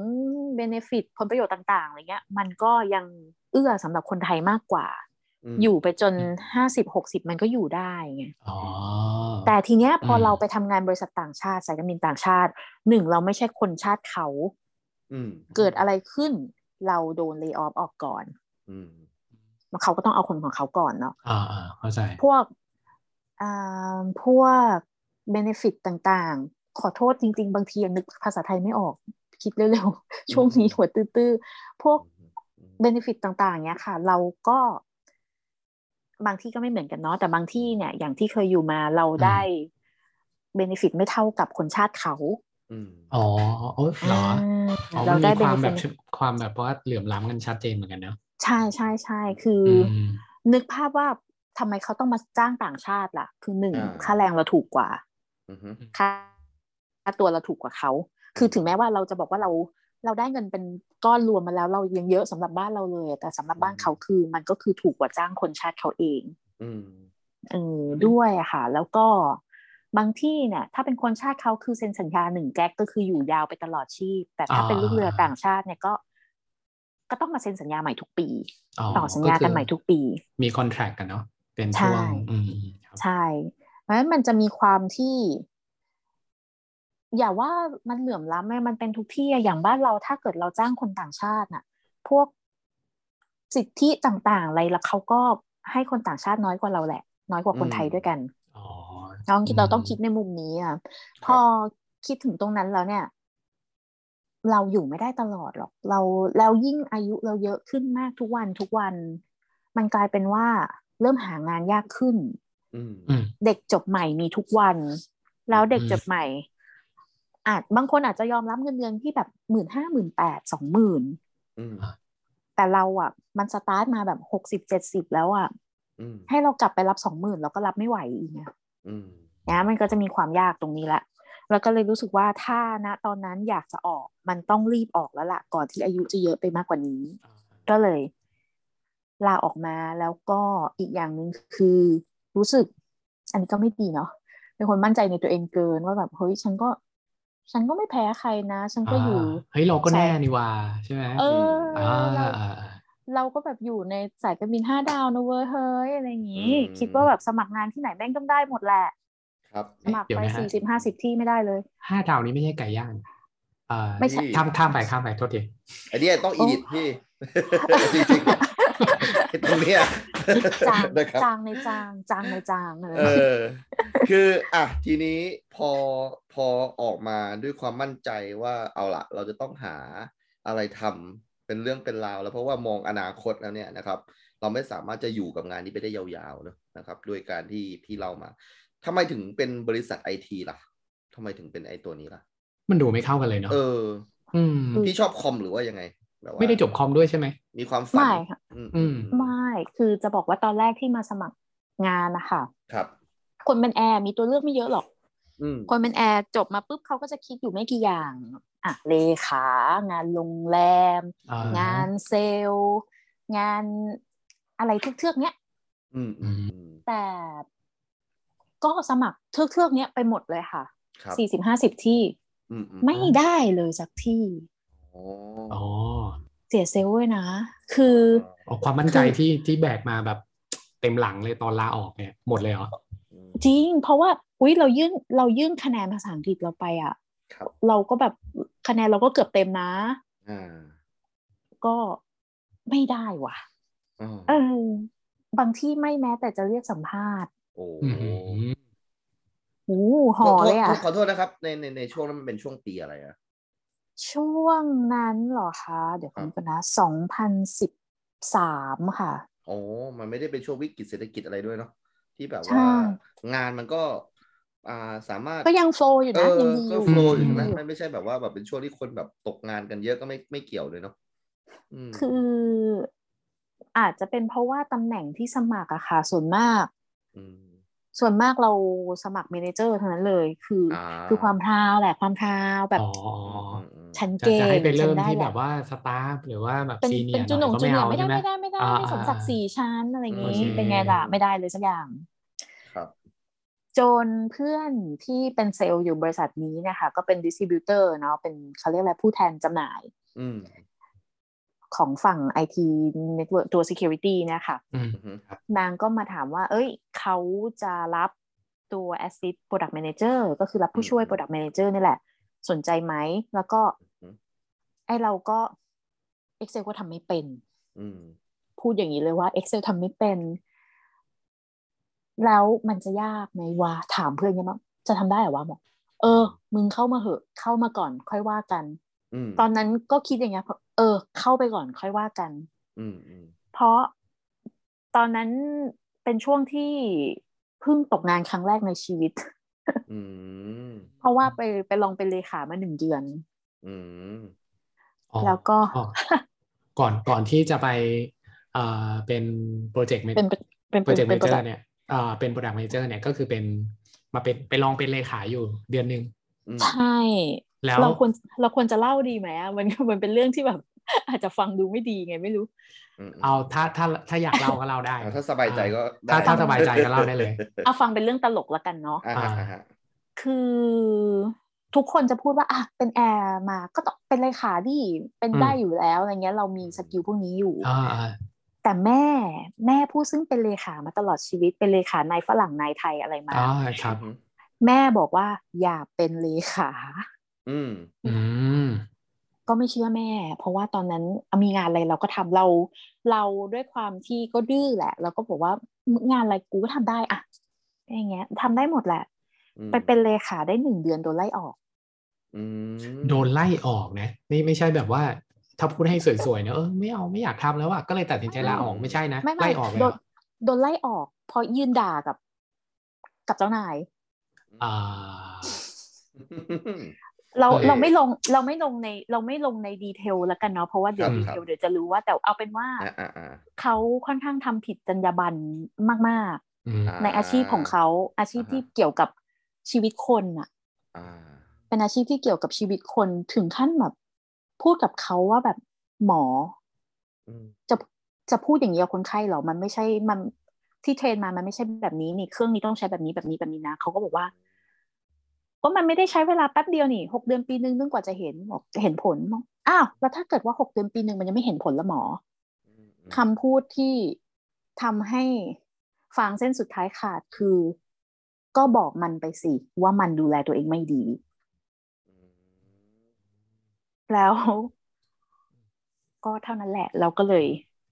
[SPEAKER 4] เบเนฟิตผลประโยชน์ต่าง ๆอะไรเงี้ย มันก็ยังเอื้อสำหรับคนไทยมากกว่า
[SPEAKER 2] ม
[SPEAKER 4] อยู่ไปจนห้าสิบหกสิบมันก็อยู่ได้ไง
[SPEAKER 3] อ๋อ
[SPEAKER 4] แต่ทีเนี้ยพออ
[SPEAKER 3] ม
[SPEAKER 4] เราไปทำงานบริษัทต่างชาติสายการบินต่างชาติหนึ่งเราไม่ใช่คนชาติเขา
[SPEAKER 2] อืม
[SPEAKER 4] เกิดอะไรขึ้น เราโดนเล y o ออฟออกก่อน
[SPEAKER 2] อืม
[SPEAKER 4] เขาก็ต้องเอาคนของเขาก่อนเนาะ
[SPEAKER 3] อ่าอ่าเข้าใจ
[SPEAKER 4] พวกอ่าพวกเบเนฟิตต่างๆ ขอโทษจริง ๆ บางทีนึกภาษาไทยไม่ออก คิดเร็วๆ ช่วงนี้หัวตื้อๆ พวกเบเนฟิตต่างๆเนี้ยค่ะ เราก็ บางที่ก็ไม่เหมือนกันเนาะแต่บางที่เนี่ย อย่างที่เคยอยู่มาเราได้เบเนฟิตไม่เท่ากับคนชาติเขา
[SPEAKER 2] อืม
[SPEAKER 3] อ๋อเออเหรออ๋อ
[SPEAKER 4] เรา
[SPEAKER 3] มัน
[SPEAKER 4] ได้
[SPEAKER 3] มี
[SPEAKER 4] เบน
[SPEAKER 3] ความแบ
[SPEAKER 4] ฟิ
[SPEAKER 3] บ
[SPEAKER 4] ต
[SPEAKER 3] ความแบบว่าเหลื่อมล้ำกันชัดเจนเหมือนกันเนาะ
[SPEAKER 4] ใช่ใช่ใช่คือ
[SPEAKER 3] ม
[SPEAKER 4] นึกภาพว่าทำไมเขาต้องมาจ้างต่างชาติล่ะ คือหนึ่ง
[SPEAKER 2] า
[SPEAKER 4] ค่าแรงเราถูกกว่า
[SPEAKER 2] อืม
[SPEAKER 4] ค่าค่าตัวเราถูกกว่าเขา คือถึงแม้ว่าเราจะบอกว่าเราเราได้เงินเป็นก้อนรวมมาแล้ว เรายังเยอะสำหรับบ้านเราเลย แต่สำหรับบ้าน
[SPEAKER 2] อืม
[SPEAKER 4] เขาคือ มันก็คือถูกกว่าจ้างคนชาติเขาเอง
[SPEAKER 2] อืม
[SPEAKER 4] เออด้วยอะค่ะ แล้วก็บางที่เนี่ย ถ้าเป็นคนชาติเขาคือเซ็นสัญญาหนึ่งแก๊กก็คืออยู่ยาวไปตลอดชีพ แต่ถ้าเป็นลูกเรือต่างชาติเนี่ยก็ ก็ต้องมาเซ็นสัญญาใหม่ทุกปี ต่อสัญญากันใหม่ทุกปี
[SPEAKER 3] มีคอนแท c t กันเนาะเป็น
[SPEAKER 4] ใช่
[SPEAKER 3] ช่วงอืมครับ
[SPEAKER 4] ใช่ เพราะฉะนั้นมันจะมีความที่ อย่าว่ามันเหลื่อมล้ำไหมมันเป็นทุกที่อะอย่างบ้านเราถ้าเกิดเราจ้างคนต่างชาติน่ะ พวกสิทธิต่างๆ อะไรแล้วเขาก็ให้คนต่างชาติน้อยกว่าเราแหละ น้อยกว่าคนไทยด้วยกัน
[SPEAKER 3] อ๋อ
[SPEAKER 4] น้องคิดเรา
[SPEAKER 3] อืม
[SPEAKER 4] ต้องคิดในมุมนี้อ่ะพอคิดถึงตรงนั้นแล้วเนี่ย เราอยู่ไม่ได้ตลอดหรอก เราแล้วยิ่งอายุเราเยอะขึ้นมากทุกวันทุกวัน มันกลายเป็นว่าเริ่มหางานยากขึ้น
[SPEAKER 2] อืม
[SPEAKER 3] อืม
[SPEAKER 4] เด็กจบใหม่มีทุกวัน แล้วเด็ก
[SPEAKER 3] อืม
[SPEAKER 4] จบใหม่ อาจบางคนอาจจะยอมรับเงินเดือนที่แบบหมื่นห้าหมื่นแปดสองหมื่น
[SPEAKER 2] อืม
[SPEAKER 4] แต่เราอ่ะ มันสตาร์ทมาแบบหกสิบเจ็ดสิบแล้วอ่ะ
[SPEAKER 2] อืม
[SPEAKER 4] ให้เรากลับไปรับสองหมื่นเราก็รับไม่ไหวอีกนะ
[SPEAKER 2] อืม
[SPEAKER 4] นะมันก็จะมีความยากตรงนี้ละแล้วก็เลยรู้สึกว่าถ้าณตอนนั้นอยากจะออก มันต้องรีบออกแล้วล่ะ ก่อนที่อายุจะเยอะไปมากกว่านี้ ก็เลยลาออกมาแล้วก็อีกอย่างหนึ่งคือรู้สึก อันนี้ก็ไม่ดีเนาะเป็นคนมั่นใจในตัวเองเกินว่าแบบเฮ้ยฉันก็ ฉันก็ไม่แพ้ใครนะ ฉันก็อยู่
[SPEAKER 3] าเฮ้ยเราก็แน่นี่ว่าใช่ไหม
[SPEAKER 4] เอออเรา
[SPEAKER 3] อ่าอ่า
[SPEAKER 4] เราก็แบบอยู่ในสายการบินห้าดาวนะเว้ยเฮ้ยอะไรอย่างงี้ คิดว่าแบบสมัครงานที่ไหนแม่งต้องได้หมดแหละ
[SPEAKER 2] ครับ
[SPEAKER 4] สมัคร
[SPEAKER 3] เดี๋ยว
[SPEAKER 4] ไป
[SPEAKER 3] นะฮะ
[SPEAKER 4] สี่สิบห้าสิบที่ไม่ได้เลย
[SPEAKER 3] ห้าดาวนี้ไม่ใช่ไก่ย่างอ่า
[SPEAKER 4] ไม่ใช่
[SPEAKER 3] ข้ามข้ามไปข้ามไปโทษที
[SPEAKER 2] ไอเดียต้องอีดิทพี่ จริง ไอ้ตรงเนี้ย
[SPEAKER 4] จาง
[SPEAKER 2] นะครับ
[SPEAKER 4] จางในจางจางในจางอะไร
[SPEAKER 2] เออ คืออ่ะทีนี้พอพอออกมาด้วยความมั่นใจว่าเอาละเราจะต้องหาอะไรทำเป็นเรื่องเป็นราวแล้วเพราะว่ามองอนาคตแล้วเนี่ยนะครับ เราไม่สามารถจะอยู่กับงานนี้ไปได้ยาวๆเนอะนะครับด้วยการที่ที่เรามาทำไมถึงเป็นบริษัทไอทีล่ะทำไมถึงเป็นไอตัวนี้ล่ะ
[SPEAKER 3] มันดูไม่เข้ากันเลยเนาะ
[SPEAKER 2] เออ
[SPEAKER 3] อืม
[SPEAKER 2] พี่ชอบคอมหรือว่ายังไงแบบว่า
[SPEAKER 3] ไม่ได้จบคอมด้วยใช่ไหม
[SPEAKER 2] มีความฝัน
[SPEAKER 4] ไม่ค่ะ
[SPEAKER 2] อืม
[SPEAKER 3] อืม
[SPEAKER 4] ไม่คือจะบอกว่าตอนแรกที่มาสมัครงานนะคะ
[SPEAKER 2] ครับ
[SPEAKER 4] คนเป็นแอร์มีตัวเลือกไม่เยอะหรอก
[SPEAKER 2] อืม
[SPEAKER 4] คนเป็นแอร์จบมาปุ๊บเขาก็จะคิดอยู่ไม่กี่อย่างอ่ะเลขางานโรงแรม
[SPEAKER 3] อ่าง
[SPEAKER 4] านเซลล์ งานอะไรทุกเทือกเนี้ย
[SPEAKER 2] อืมอืมอืม
[SPEAKER 4] แต่ก็สมัครเทือกเทือกๆเนี้ยไปหมดเลยค่ะ
[SPEAKER 2] ครับ
[SPEAKER 4] สี่สิบห้าสิบที่
[SPEAKER 2] อืมอื
[SPEAKER 4] ไม่ได้เลยสักที่
[SPEAKER 2] โอ้
[SPEAKER 3] อ๋อ
[SPEAKER 4] เสียเซลล์เลยนะ คือ
[SPEAKER 3] เอาความมั่นใจที่ที่แบกมาแบบเต็มหลังเลยตอนลาออกเนี่ยหมดเลยเหรอ
[SPEAKER 2] อืม
[SPEAKER 4] จริง เพราะว่าอุ้ยเรายื่นเรายื่นคะแนนภาษาอังกฤษเราไปอะ
[SPEAKER 2] ครับ
[SPEAKER 4] เราก็แบบคะแนนเราก็เกือบเต็มนะ
[SPEAKER 2] อ่า
[SPEAKER 4] ก็ไม่ได้ว่ะ
[SPEAKER 2] อ๋อ
[SPEAKER 4] เออบางที่ไม่แม้แต่จะเรียกสัมภาษณ์
[SPEAKER 2] โอ้
[SPEAKER 3] อืม
[SPEAKER 4] โอ้โหห่อเลยอะ
[SPEAKER 2] ขอโทษนะครับในในในช่วงนั้นมันเป็นช่วงปีอะไรอะ
[SPEAKER 4] ช่วงนั้นเหรอคะ เดี๋ยวคุณ
[SPEAKER 2] ครับ
[SPEAKER 4] กันนะสองพันสิบสามค่ะ
[SPEAKER 2] โอ้มันไม่ได้เป็นช่วงวิกฤตเศรษฐกิจอะไรด้วยเนาะที่แบบ
[SPEAKER 4] ใช่
[SPEAKER 2] ว่างานมันก็อ่าสามารถ
[SPEAKER 4] ก็ยังโฟลว์อยู่
[SPEAKER 2] เอ
[SPEAKER 4] นะ
[SPEAKER 2] อ
[SPEAKER 4] ยังดีอ
[SPEAKER 2] ก็
[SPEAKER 4] ยู่
[SPEAKER 2] โฟล์อยู่ใช่ไหม
[SPEAKER 4] ยังดี
[SPEAKER 2] มันไม่ใช่แบบว่าแบบเป็นช่วงที่คนแบบตกงานกันเยอะก็ไม่ไม่เกี่ยวเลยเนาะอืม
[SPEAKER 4] คือ อาจจะเป็นเพราะว่าตำแหน่งที่สมัครอะค่ะ ส่วนมาก
[SPEAKER 2] ม
[SPEAKER 4] ส่วนมากเราสมัครเมเนเจอร์ทั้งนั้นเลย คือ คือความพราวแหละความพราวแบบ
[SPEAKER 3] อ๋อ
[SPEAKER 2] อืม
[SPEAKER 4] ฉัน
[SPEAKER 3] จะ
[SPEAKER 4] เก่ง
[SPEAKER 3] จะให้ไปเริ่
[SPEAKER 4] ฉั
[SPEAKER 3] ม
[SPEAKER 4] นด้
[SPEAKER 3] ที่
[SPEAKER 4] ห
[SPEAKER 3] แบ
[SPEAKER 4] ละ
[SPEAKER 3] บว่าสตาฟหรือว่าแบบ
[SPEAKER 4] เป็น
[SPEAKER 3] ซีเนีย
[SPEAKER 4] เป็น
[SPEAKER 3] ร์
[SPEAKER 4] จุนหนง
[SPEAKER 3] ก็
[SPEAKER 4] จุน
[SPEAKER 3] ไม่
[SPEAKER 4] หน
[SPEAKER 3] เอา
[SPEAKER 4] งไม่ได้
[SPEAKER 3] ใช่ไหม
[SPEAKER 4] ไม่ได้ไม่ได้
[SPEAKER 3] อ่า
[SPEAKER 4] ไม่สมศักดิ์ศรีชั้นอะไรอย่าง
[SPEAKER 2] โอ
[SPEAKER 4] นี้
[SPEAKER 2] เค
[SPEAKER 4] เป็นไงล่ะไม่ได้เลยสักอย่าง
[SPEAKER 2] ครับ
[SPEAKER 4] จนเพื่อนที่เป็นเซลล์อยู่บริษัทนี้นะคะ ก็เป็นดิสติบิวเตอร์เนาะเป็นเขาเรียกอะไรผู้แทนจำหน่าย
[SPEAKER 2] อืม
[SPEAKER 4] ของฝั่ง IT Network ตัว Security เนะคะ
[SPEAKER 3] อืม
[SPEAKER 2] อือฮึ
[SPEAKER 4] นางก็มาถามว่า เอ้ยเขาจะรับตัว Assist Product Manager ก็คือรับผู้ช่วย Product Manager นี่แหละ สนใจไหม แล้วก็ไอเราก็ Excel ก็ทำไม่เป็น
[SPEAKER 2] อืม
[SPEAKER 4] พูดอย่างนี้เลยว่า Excel ทำไม่เป็น แล้วมันจะยากไหมวะถามเพื่อนยังว่าจะทำได้เหรอวะบอกเออ มึงเข้ามาเหอะ เข้ามาก่อน ค่อยว่ากัน
[SPEAKER 2] อืม
[SPEAKER 4] ตอนนั้นก็คิดอย่างเงี้ยเออ เข้าไปก่อนค่อยว่ากัน
[SPEAKER 2] อืมอืม
[SPEAKER 4] เพราะตอนนั้นเป็นช่วงที่เพิ่งตกงานครั้งแรกในชีวิต
[SPEAKER 2] อืม
[SPEAKER 4] เพราะว่าไปไปลองเป็นเลขามาหนึ่งเดือน
[SPEAKER 2] อืม
[SPEAKER 3] อ๋อ
[SPEAKER 4] แล้วก็
[SPEAKER 3] อ๋อก่อนก่อนที่จะไปเอ่อเป็นโปรเจกต์
[SPEAKER 4] เป็นเป็น
[SPEAKER 3] โปรเจกต์เม
[SPEAKER 4] เป็น
[SPEAKER 3] เจอ
[SPEAKER 4] โปรดัก
[SPEAKER 3] ร์เนี่ยเอ่อเป็นโปรดักต์เมเจอร์เนี่ยก็คือเป็นมาเป็นไปลองเป็นเลขาอยู่เดือนหนึ่ง
[SPEAKER 2] อืม
[SPEAKER 4] ใช่
[SPEAKER 3] แล้ว
[SPEAKER 4] เราควรเราควรจะเล่าดีไหมอะมัน มันเป็นเรื่องที่แบบ อาจจะฟังดูไม่ดีไงไม่รู้
[SPEAKER 2] อืม
[SPEAKER 3] เอาถ้าถ้าถ้าอยากเล่าก็เล่าได้
[SPEAKER 2] อ่ะถ้าสบายใจก็ได้
[SPEAKER 3] ถ้าถ้าสบายใจก็เล่าได้เลย
[SPEAKER 4] เอาฟังเป็นเรื่องตลกละกันเนาะ
[SPEAKER 2] อ่าฮะอ่าฮะ
[SPEAKER 4] คือทุกคนจะพูดว่าอ่ะเป็นแอร์มาก็ต้องเป็นเลขาดิเป็นได้
[SPEAKER 3] อืม
[SPEAKER 4] อยู่แล้วอะไรเงี้ยเรามีสกิลพวกนี้อยู่
[SPEAKER 3] อ่าอ่า
[SPEAKER 4] แต่แม่แม่ผู้ซึ่งเป็นเลขามาตลอดชีวิตเป็นเลขานายฝรั่งนายไทยอะไรมา
[SPEAKER 3] อ่าครับ
[SPEAKER 2] อืม
[SPEAKER 4] แม่บอกว่าอย่าเป็นเลขา
[SPEAKER 2] อืม
[SPEAKER 3] อืม
[SPEAKER 4] ก็ไม่เชื่อแม่ เพราะว่าตอนนั้นมีงานอะไรเราก็ทำเรา เราด้วยความที่ก็ดื้อแหละเราก็บอกว่างานอะไรกูก็ทำได้อะอย่างเงี้ยทำได้หมดแหละ
[SPEAKER 2] อืม
[SPEAKER 4] ไปเป็นเลขาได้หนึ่งเดือนโดนไล่ออก
[SPEAKER 2] อืม
[SPEAKER 3] โดนไล่ออกนะนี่ไม่ใช่แบบว่า ถ้าพูดให้สวยๆเนอะเออไม่เอาไม่อยากทำแล้วอ่ะก็เลยตัดสินใจลาออกไม่ใช่นะ
[SPEAKER 4] ไม่ไม่
[SPEAKER 3] ไล่ออกเลย
[SPEAKER 4] โดน
[SPEAKER 3] เหรอ
[SPEAKER 4] โดนไล่ออก เพราะยืนด่ากับ กับเจ้านาย
[SPEAKER 3] อ่า
[SPEAKER 4] เรา
[SPEAKER 3] เออ
[SPEAKER 4] เราไม่ลงเราไม่ลงในเราไม่ลงในดีเทลแล้วกันเนาะเพราะว่าเดี๋ยว
[SPEAKER 3] ครับ
[SPEAKER 4] ดีเทลเดี๋ยวจะรู้ว่าแต่เอาเป็นว่า
[SPEAKER 2] อ่าอ่าอ่า
[SPEAKER 4] เขาค่อนข้างทำผิดจรรยาบรรณมาก
[SPEAKER 3] อืม
[SPEAKER 4] ๆ ในอาชีพของเขาอาชีพ
[SPEAKER 2] อ่าฮะ
[SPEAKER 4] ที่เกี่ยวกับชีวิตคนอะ
[SPEAKER 2] อ่า
[SPEAKER 4] เป็นอาชีพที่เกี่ยวกับชีวิตคนถึงขั้นแบบ พูดกับเขาว่าแบบหมอ
[SPEAKER 2] อืม
[SPEAKER 4] จะจะพูดอย่างนี้กับคนไข้เหรอมันไม่ใช่มันที่เทรนมามันไม่ใช่แบบนี้นี่เครื่องนี้ต้องใช้แบบนี้แบบนี้แบบนี้นะเขาก็บอกว่าก็มันไม่ได้ใช้เวลาแป๊บเดียวนี่หกเดือนปีนึงนึงกว่าจะเห็นบอกเห็นผลบอกอ้าวแล้วถ้าเกิดว่าหกเดือนปีนึงมันยังไม่เห็นผลละหมอ
[SPEAKER 2] อืม
[SPEAKER 4] คำพูดที่ทำให้ฟางเส้นสุดท้ายขาดคือ ก็บอกมันไปสิว่ามันดูแลตัวเองไม่ดี
[SPEAKER 2] อืม
[SPEAKER 4] แล้ว ก็เท่านั้นแหละ เราก็เลย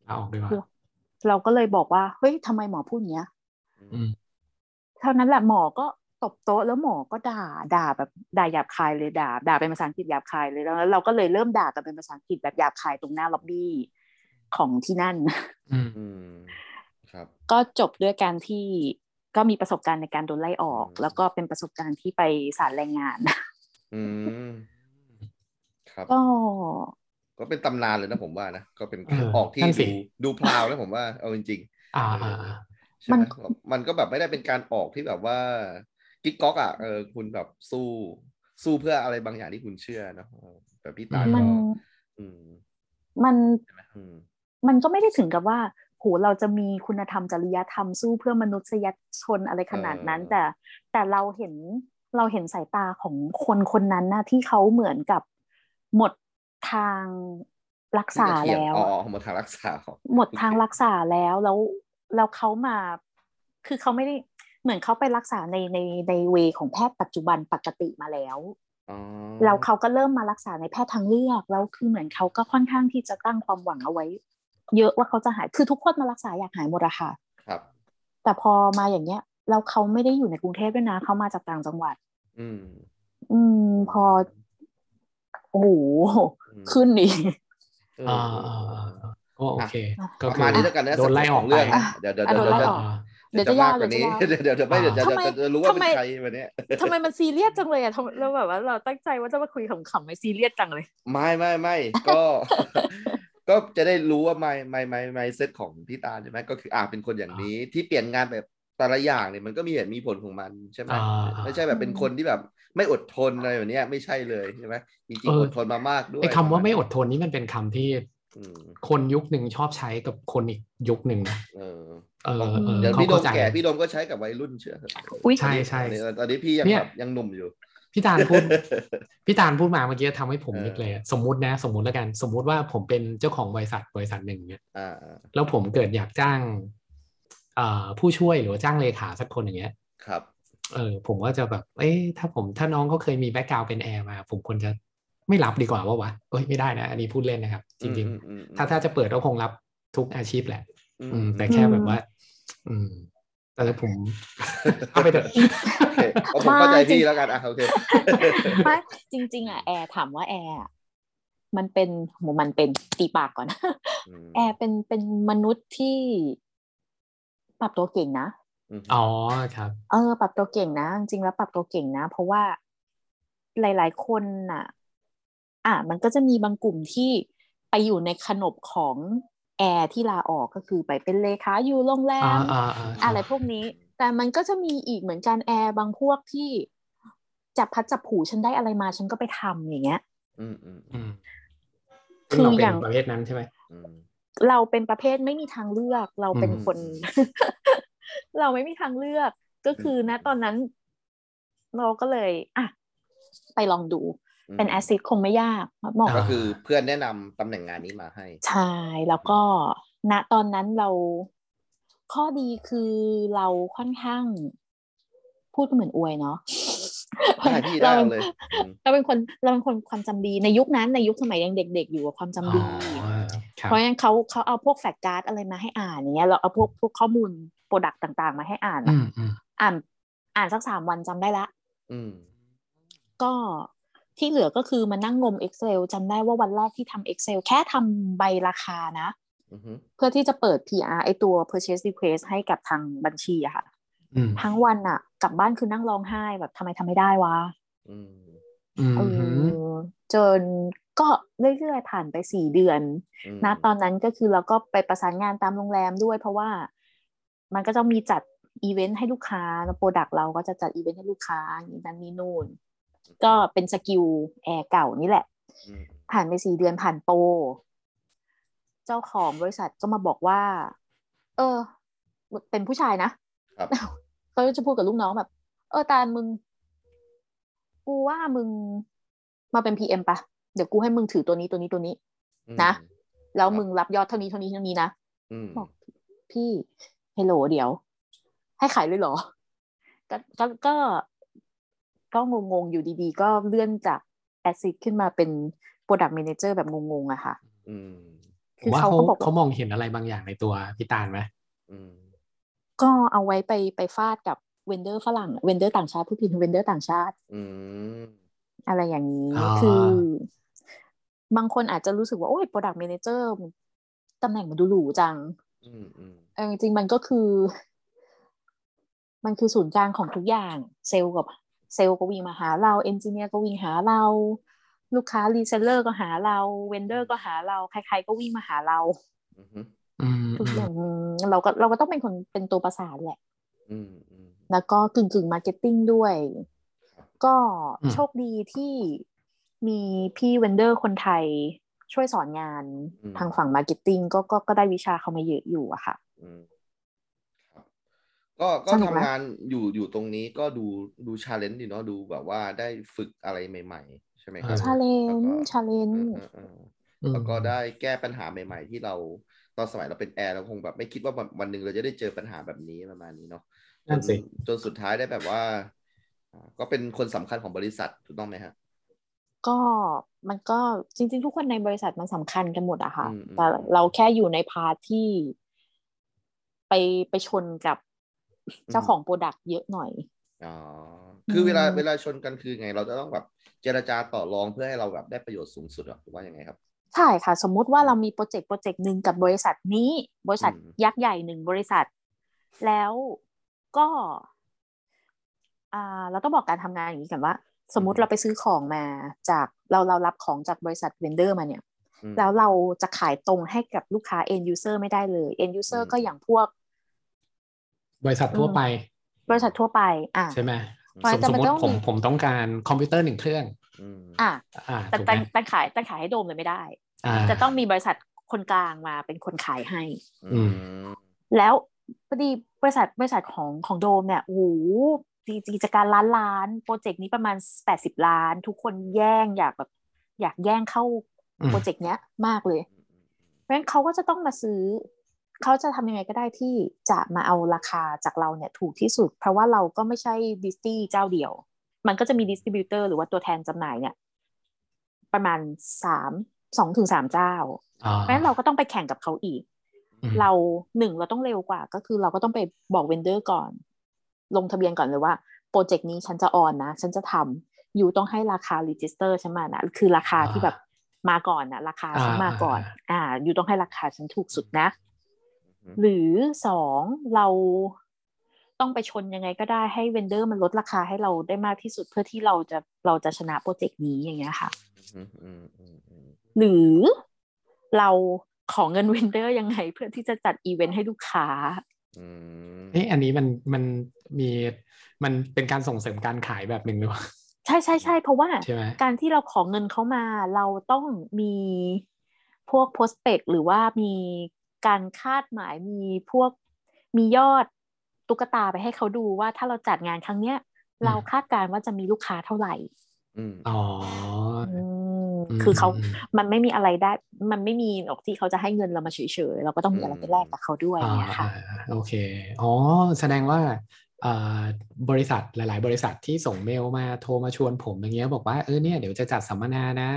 [SPEAKER 3] ลาออกดีกว่า
[SPEAKER 4] เราก็เลยบอกว่าเฮ้ยทำไมหมอพูดอย่างเงี้ย
[SPEAKER 3] อืม
[SPEAKER 4] เท่านั้นแหละหมอก็ตบโต๊ะแล้วหมอก็ด่าด่าแบบด่าหยาบคายเลยด่า ด่าเป็นภาษาอังกฤษหยาบคายเลยแล้วแล้วเราก็เลยเริ่มด่ากันเป็นภาษาอังกฤษแบบหยาบคายตรงหน้าล็อบบี้ของที่นั่น
[SPEAKER 3] อืม
[SPEAKER 2] อืมครับ
[SPEAKER 4] ก็จบด้วยการที่ก็มีประสบการณ์ในการโดนไล่ออก
[SPEAKER 2] อืม
[SPEAKER 4] แล้วก็เป็นประสบการณ์ที่ไปศาลแรงงาน
[SPEAKER 2] อืมครับ
[SPEAKER 4] ก็
[SPEAKER 2] ก็เป็นตำนานเลยนะผมว่านะ ก็เป็น
[SPEAKER 3] เออ
[SPEAKER 2] ออกที่
[SPEAKER 3] นั่นสิ
[SPEAKER 2] ดูดูพราวแล้วผมว่าเอาจริง
[SPEAKER 3] อ่าอ่าอ่า
[SPEAKER 2] ๆใช่ไห
[SPEAKER 4] มั
[SPEAKER 2] ม
[SPEAKER 4] น
[SPEAKER 2] มันก็แบบไม่ได้เป็นการออกที่แบบว่ากิ๊กก๊อกอ่ะเออคุณแบบสู้ สู้เพื่ออะไรบางอย่างที่คุณเชื่อเนอะเออแบบพี่ตาล
[SPEAKER 4] มัน
[SPEAKER 2] ก็อืม
[SPEAKER 4] มัน
[SPEAKER 2] ใช่ไหมอืม
[SPEAKER 4] มันก็ไม่ได้ถึงกับว่าโหเราจะมีคุณธรรมจริยธรรมสู้เพื่อมนุษยชนอะไรขนาดนั้น
[SPEAKER 2] เออ
[SPEAKER 4] แต่แต่เราเห็นเราเห็นสายตาของคนคนนั้นนะที่เขาเหมือนกับหมดทางรักษา
[SPEAKER 2] ที่จะเถียง
[SPEAKER 4] แล้ว
[SPEAKER 2] อ๋ออ๋อหมดทางรักษาอ๋อ
[SPEAKER 4] หมดทาง
[SPEAKER 2] โอเค
[SPEAKER 4] รักษาแล้วแล้วแล้วเขามา คือเขาไม่ได้เหมือนเขาไปรักษาในในในเวของแพทย์ปัจจุบันปกติมาแล้ว
[SPEAKER 2] อ๋อ
[SPEAKER 4] แล้วเขาก็เริ่มมารักษาในแพทย์ทางเลือกแล้วคือเหมือนเขาก็ค่อนข้างที่จะตั้งความหวังเอาไว้ เยอะว่าเขาจะหายคือทุกคนมารักษาอยากหายหมดอะค่ะ
[SPEAKER 2] ครับ
[SPEAKER 4] แต่พอมาอย่างเงี้ยแล้วเขาไม่ได้อยู่ในกรุงเทพด้วยนะเขามาจากต่างจังหวัด
[SPEAKER 2] อืม
[SPEAKER 4] อืม พอโอ้โห
[SPEAKER 2] อืม
[SPEAKER 4] ขึ้นนี่
[SPEAKER 2] เออ
[SPEAKER 3] อ่าอ่าอ่าก็โอเค
[SPEAKER 4] อ่ะ
[SPEAKER 3] ก็
[SPEAKER 2] ประ
[SPEAKER 3] คือ
[SPEAKER 2] มาณนี้แล้วกันนะ
[SPEAKER 3] โดนไล่ออก
[SPEAKER 2] สำหรับ
[SPEAKER 3] ไป
[SPEAKER 2] เรื่องนะเดี๋ยวเดี๋ยว
[SPEAKER 4] อ่ะ
[SPEAKER 2] เดี๋ยว
[SPEAKER 4] โดนไล่
[SPEAKER 2] เดี๋ย
[SPEAKER 4] อ
[SPEAKER 2] ว
[SPEAKER 4] อก
[SPEAKER 2] เดี๋ยวจะมากกว่านี้
[SPEAKER 4] เดี๋ยจะทำ
[SPEAKER 2] เดี๋ยว วเดี๋ยวเดี๋ยวไม่เดี๋ยวจะ
[SPEAKER 3] อ่า
[SPEAKER 4] ไม
[SPEAKER 2] จะจะรู้ว่า
[SPEAKER 4] ทำ
[SPEAKER 2] เป็
[SPEAKER 4] ไม
[SPEAKER 2] นใครวันเนี้ย
[SPEAKER 4] ทำไมมันซีเรียสจังเลยอะทำไมเราแบบว่าเราตั้งใจว่าจะมาคุยขำๆไม่ซีเรียสจังเลย
[SPEAKER 2] ไม่ไม่ไม่ก็ ก็จะได้รู้ว่าไม่ไม่ไม่ไม่เซตของพี่ตาลใช่ไหมก็คืออ่าเป็นคนอย่างนี้ที่เปลี่ยนงานแบบแต่ละอย่างเนี่ยมันก็มีเหตุมีผลของมันใช่ไหม
[SPEAKER 3] อ่าอ่า
[SPEAKER 2] ไม่ใช่แบบเป็นคนที่แบบไม่อดทนอะไรแบบเนี้ยไม่ใช่เลยใช่ไหมจริง
[SPEAKER 3] เอ
[SPEAKER 2] ๆ
[SPEAKER 3] อ
[SPEAKER 2] อดทนมามากด้วย
[SPEAKER 3] ไอ้คำว่าไม่อดทนนี่มันเป็นคำที่
[SPEAKER 2] อืม
[SPEAKER 3] คนยุคหนึ่งชอบใช้กับคนอีกยุคหนึ่งนะ
[SPEAKER 2] เออ
[SPEAKER 3] เออเออ
[SPEAKER 2] เดี๋ยว
[SPEAKER 3] เขา
[SPEAKER 2] พี่โด
[SPEAKER 3] เข้าม ใจ
[SPEAKER 2] แก่พี่โดมก็ใช้กับวัยรุ่นเชื่อเถอะ
[SPEAKER 4] อุ้ย
[SPEAKER 3] ใช่ใช่
[SPEAKER 2] ตอนนี้ตอนนี้พี่ยัง
[SPEAKER 3] เนี่ย
[SPEAKER 2] แบบยังหนุ่มอยู่
[SPEAKER 3] พี่ตาลพูด พี่ตาลพูดมาเมื่อกี้ทำให้ผมนึกเลยอะสมมุตินะ สมมุติแล้วกัน สมมุติว่าผมเป็นเจ้าของบริษัทบริษัทหนึ่งเนี่ย
[SPEAKER 2] อ่า
[SPEAKER 3] แล้วผมเกิดอยากจ้างเอ่อผู้ช่วยหรือว่าจ้างเลขาสักคนอย่างเงี้ย
[SPEAKER 2] ครับ
[SPEAKER 3] เออผมก็จะแบบ เอ๊ะถ้าผมถ้าน้องเขาเคยมีแบ็กกราวเป็นแอร์มา ผมควรจะไม่รับดีกว่าวะวะเอ้ยไม่ได้นะ อันนี้พูดเล่นนะครับ จริง ๆ ถ้าถ้าจะเปิดก็คงรับทุกอาชีพแหละ อืม แต่แค่แบบว่า อืม แต่ผม เอาไปเถอะ
[SPEAKER 2] โอเคเอาผมเข้าใจพี่แล้วกันอ่ะ โอเค
[SPEAKER 4] ไม่จริง ๆอ่ะแอร์ถามว่าแอร์อะมันเป็นโหมันเป็นตีปากก่อน แอร์เป็นเป็นมนุษย์ที่ปรับตัวเก่งนะ
[SPEAKER 3] อ๋อครับ
[SPEAKER 4] เออ ปรับตัวเก่งนะ จริงๆแล้วปรับตัวเก่งนะ เพราะว่าหลาย ๆ คนน่ะ อ่ะมันก็จะมีบางกลุ่มที่ไปอยู่ในขนบของแอร์ที่ลาออกก็คือไปเป็นเลขาอยู่โรงแร
[SPEAKER 3] อ่าม อ่าอ่า
[SPEAKER 4] อะไรพวกนี้ แต่มันก็จะมีอีกเหมือนกันแอร์บางพวกที่จับพัดจับผูฉันได้อะไรมาฉันก็ไปทำอย่างเงี้ย
[SPEAKER 2] อืมอืม
[SPEAKER 3] อืม
[SPEAKER 4] คือ
[SPEAKER 3] เราเป็
[SPEAKER 4] อน ย่าง
[SPEAKER 3] ประเภทนั้นใช่ไหม
[SPEAKER 2] อืม
[SPEAKER 4] เราเป็นประเภทไม่มีทางเลือก เราเป็น
[SPEAKER 2] อืม
[SPEAKER 4] คน เราไม่มีทางเลือก ก็คือนะตอนนั้น เราก็เลย อ่ะ ไปลองดู เป็นแอซิดคงไม่ยากหมอ
[SPEAKER 2] ก็
[SPEAKER 4] ก
[SPEAKER 2] คือเพื่อนแนะนำตำแหน่งงานนี้มาให้
[SPEAKER 4] ใช่แล้วก็ ณตอนนั้นเราข้อดีคือเราค่อนข้าง พูดก็เหมือนอวยเนาะ
[SPEAKER 2] ได้พี่ได้
[SPEAKER 4] เรา
[SPEAKER 2] เอาเลยอืม
[SPEAKER 4] เราเป็นคนเราเป็นคนความจำดีในยุคนั้นในยุคสมัยยังเด็ก ๆ อยู่อะความจำ
[SPEAKER 3] อ๋อ
[SPEAKER 4] ดี
[SPEAKER 3] ครับ
[SPEAKER 4] เพราะงั้นเขาเขาเอาพวกแฟกการ์ดอะไรมาให้อ่านอย่างเงี้ยเราเอาพวกพวกข้อมูลโปรดักต์ต่าง ๆ มาให้อ่านอะ
[SPEAKER 3] อืมอืม
[SPEAKER 4] อ่านอ่านสักสามวันจำได้ละ
[SPEAKER 2] อืม
[SPEAKER 4] ก็ที่เหลือก็คือมานั่งงม Excel จำได้ว่าวันแรกที่ทำ Excel แค่ทำใบราคานะ
[SPEAKER 2] อือฮึ
[SPEAKER 4] เพื่อที่จะเปิด PR ไอตัว purchase request ให้กับทางบัญชีอะค่ะ
[SPEAKER 3] อืม
[SPEAKER 4] ทั้งวันอะกลับบ้านคือนั่งร้องไห้แบบทำไมทำไม่ได้วะ
[SPEAKER 2] อืม
[SPEAKER 3] อืม
[SPEAKER 4] เอ
[SPEAKER 3] อืม
[SPEAKER 4] อจนก็เรื่อยๆผ่านไปสี่เดือน
[SPEAKER 2] อืม
[SPEAKER 4] ณตอนนั้นก็คือเราก็ไปประสานงานตามโรงแรมด้วย เพราะว่ามันก็จะมีจัดอีเวนต์ให้ลูกค้าโปรดักต์เราก็จะจัดอีเวนต์ให้ลูกค้าอย่างนี้นั่นนี่นู่น ก็เป็นสกิลแอร์เก่านี่แหละ
[SPEAKER 2] อืม
[SPEAKER 4] ผ่านไปสี่เดือนผ่านโปรเจ้าของบริษัทก็มาบอกว่า เออ เป็นผู้ชายนะครับ ก็จะพูดกับลูกน้องแบบ เออตาลมึง กูว่ามึงมาเป็นพีเอ็มปะเดี๋ยวกูให้มึงถือตัวนี้ตัวนี้ตัวนี้ นะ แล้วมึงรับยอดเท่านี้เท่านี้เท่านี้นะ
[SPEAKER 2] อืม
[SPEAKER 4] บอกพี่เฮลโหลเดี๋ยว ให้ขายเลยเหรอ ก็ก็ก็ก็งงๆ อยู่ดีๆ ก็เลื่อนจากแอซิดขึ้นมาเป็น Product Manager แบบงงๆอะค่ะ
[SPEAKER 2] อืม
[SPEAKER 4] คือ
[SPEAKER 3] ว่า
[SPEAKER 4] เขา
[SPEAKER 3] เขา
[SPEAKER 4] ก็บอก
[SPEAKER 3] เขา
[SPEAKER 4] ว่าม
[SPEAKER 3] องเห็นอะไรบางอย่างในตัวพี่ตาลไหม
[SPEAKER 2] อืม
[SPEAKER 4] ก็เอาไว้ไปไปฟาดกับเวนเดอร์ฝรั่งเวนเดอร์ต่างชาติผู้พินเวนเดอร์ต่างชาติ
[SPEAKER 2] อืม
[SPEAKER 4] อะไรอย่างนี้
[SPEAKER 3] อ่า
[SPEAKER 4] คือ บางคนอาจจะรู้สึกว่า โอ้ย Product Manager มันตำแหน่งมันดูหรูจัง
[SPEAKER 2] อืมอืม
[SPEAKER 4] เออจริงๆมันก็คือ มันคือศูนย์กลางของทุกอย่าง เซลล์กับเซลล์ก็วิ่งมาหาเราเอนจิเนียร์ก็วิ่งหาเรา ลูกค้ารีเซลเลอร์ก็หาเราเวนเดอร์ก็หาเราใคร ๆ ก็วิ่งมาหาเรา
[SPEAKER 2] อืมอืม
[SPEAKER 3] อืม
[SPEAKER 4] ทุก
[SPEAKER 3] อื
[SPEAKER 4] อย่าม งเราก็เราก็ต้องเป็นคนเป็นตัวประสานแหละ
[SPEAKER 2] อืมอืม
[SPEAKER 4] แล้วก็กึ่งกึ่งมาร์เก็ตติ้งด้วย ก็โชคดีที่มีพี่เวนเดอร์คนไทยช่วยสอนงาน
[SPEAKER 2] อืม
[SPEAKER 4] ทางฝั่งมาร์เก็ตติ้งก็ก็ก็ได้วิชาเขามาเยอะอยู่อะค่ะ
[SPEAKER 2] อืมครับก็ก็
[SPEAKER 4] สนุก
[SPEAKER 2] ทำ
[SPEAKER 4] นะ
[SPEAKER 2] งานอยู่อยู่ตรงนี้ก็ดูดูชาเลนจ์ดีเนาะดูแบบว่าได้ฝึกอะไรใหม่ๆ ใช่ไหมครับ
[SPEAKER 4] ชาเล
[SPEAKER 2] แวน
[SPEAKER 4] จ์ชาเลนจ์
[SPEAKER 2] แล้วก็ได้แก้ปัญหาใหม่ ๆ ที่เราตอนสมัยเราเป็นแอร์เราคงแบบไม่คิดว่าวันวันหนึ่งเราจะได้เจอปัญหาแบบนี้ประมาณนี้เนาะจ
[SPEAKER 3] นั่
[SPEAKER 2] น
[SPEAKER 3] นสิ
[SPEAKER 2] จนสุดท้ายได้แบบว่าอ่า ก็เป็นคนสำคัญของบริษัทถูกต้องไหมฮะ
[SPEAKER 4] ก็มันก็จริง ๆ ทุกคนในบริษัทมันสำคัญกันหมดอะค่ะ
[SPEAKER 2] อืมอืม
[SPEAKER 4] แต่เราแค่อยู่ในพาร์ทที่ ไปไปชนกับเจ้าของโปรดักต์เยอะหน่อย
[SPEAKER 2] อ๋อคือเวลา
[SPEAKER 4] อืม
[SPEAKER 2] เวลาชนกันคือไง เราจะต้องแบบเจรจาต่อรองเพื่อให้เราแบบได้ประโยชน์สูงสุดหรอหรือว่ายังไงครับ
[SPEAKER 4] ใช่ค่ะ สมมุติว่าเรามีโปรเจกต์โปรเจกต์หนึ่งกับบริษัทนี้ บริษัท
[SPEAKER 2] อืม
[SPEAKER 4] ยักษ์ใหญ่หนึ่งบริษัท แล้วก็อ่าเราต้องบอกการทำงานอย่างนี้กันว่า สมมุติเราไปซื้อของมาจากเราเรารับของจากบริษัทเวนเดอร์มาเนี่ย
[SPEAKER 2] อืม
[SPEAKER 4] แล้วเราจะขายตรงให้กับลูกค้า end user ไม่ได้เลย end user
[SPEAKER 2] อืม
[SPEAKER 4] ก็อย่างพวก
[SPEAKER 3] บริษัททั่วไป
[SPEAKER 4] บริษัททั่วไป อ่ะ
[SPEAKER 3] ใช่ไหม
[SPEAKER 4] เพราะ
[SPEAKER 3] ส
[SPEAKER 4] ฉะ
[SPEAKER 3] ม
[SPEAKER 4] นั้น
[SPEAKER 3] สมมติ
[SPEAKER 4] มันต้อง
[SPEAKER 3] ผมผมต้องการคอมพิวเตอร์หนึ่งเครื่อง
[SPEAKER 2] อืม
[SPEAKER 4] อ่ะ
[SPEAKER 3] อ่า
[SPEAKER 4] แต่
[SPEAKER 3] ถูกไห
[SPEAKER 4] แต่
[SPEAKER 3] ม
[SPEAKER 4] แต่ขายแต่ขายให้โดมเลยไม่ได้
[SPEAKER 3] อ่า
[SPEAKER 4] จะต้องมีบริษัทคนกลางมาเป็นคนขายให้
[SPEAKER 2] อื
[SPEAKER 3] อื
[SPEAKER 2] ม
[SPEAKER 3] ม
[SPEAKER 4] แล้วพอดีบริษัทบริษัทของของโดมเนี่ยโอ้โหดีกิจการล้านล้านโปรเจกต์นี้ประมาณแปดสิบล้าน ทุกคนแย่งอยากแบบอยากแย่งเข้า
[SPEAKER 3] อืม
[SPEAKER 4] โปรเจกต์เนี้ยมากเลย เพราะฉะนั้นเขาก็จะต้องมาซื้อ เขาจะทำยังไงก็ได้ที่จะมาเอาราคาจากเราเนี่ยถูกที่สุด เพราะว่าเราก็ไม่ใช่ดิสตี้เจ้าเดียว มันก็จะมีดิสติบิวเตอร์หรือว่าตัวแทนจำหน่ายเนี่ย ประมาณสามสองถึงสามเจ้า
[SPEAKER 3] อ่า
[SPEAKER 4] เพราะฉะนั้นเราก็ต้องไปแข่งกับเขาอีก
[SPEAKER 3] อืม
[SPEAKER 4] เราหนึ่งเราต้องเร็วกว่าก็คือเราก็ต้องไปบอกเวนเดอร์ก่อน ลงทะเบียนก่อนเลยว่าโปรเจกต์นี้ฉันจะออนนะ ฉันจะทำอยู่ต้องให้ราคารีจิสเตอร์ฉันมานะคือราคาที่แบบมาก่อนนะราคาฉันมาก่อน อ่า อยู่ต้องให้ราคาฉันถูกสุดนะ หรือสองเราต้องไปชนยังไงก็ได้ให้เวนเดอร์มันลดราคาให้เราได้มากที่สุดเพื่อที่เราจะเราจะชนะโปรเจกต์นี้อย่างเงี้ยค่ะ
[SPEAKER 2] อืมอืมอืมอืม
[SPEAKER 4] หรือเราขอเงินเวนเดอร์ยังไง เพื่อที่จะจัดอีเวนต์ให้ลูกค้า
[SPEAKER 2] อืม
[SPEAKER 3] เอ๊ะอันนี้มันมันมีมันเป็นการส่งเสริมการขายแบบหนึ่งหรือเปล่า
[SPEAKER 4] ใช่ใช่ใช่เพราะว่า
[SPEAKER 3] ใช่ไหม
[SPEAKER 4] การที่เราขอเงินเขามา เราต้องมีพวก prospect หรือว่ามีการคาดหมายมีพวกมียอดตุ๊กตาไปให้เขาดูว่าถ้าเราจัดงานครั้งเนี้ย เราคาดการณ์ว่าจะมีลูกค้าเท่าไหร่
[SPEAKER 2] อืม
[SPEAKER 3] อ๋อ
[SPEAKER 4] อืม
[SPEAKER 3] อืม
[SPEAKER 4] คือเขา
[SPEAKER 3] ม
[SPEAKER 4] มันไม่มีอะไรได้ มันไม่มีหรอกที่เขาจะให้เงินเรามาเฉยๆเราก็ต้องมีอะไรไปแลกกับเขาด้วยอย่างเนี่ยค่ะ
[SPEAKER 3] อ่าโอเค อ๋อ แสดงว่าเอ่อบริษัทหลาย ๆ บริษัทที่ส่งเมลมาโทรมาชวนผมอย่างเงี้ยบอกว่าเออเนี่ยเดี๋ยวจะจัดสัมมนานะ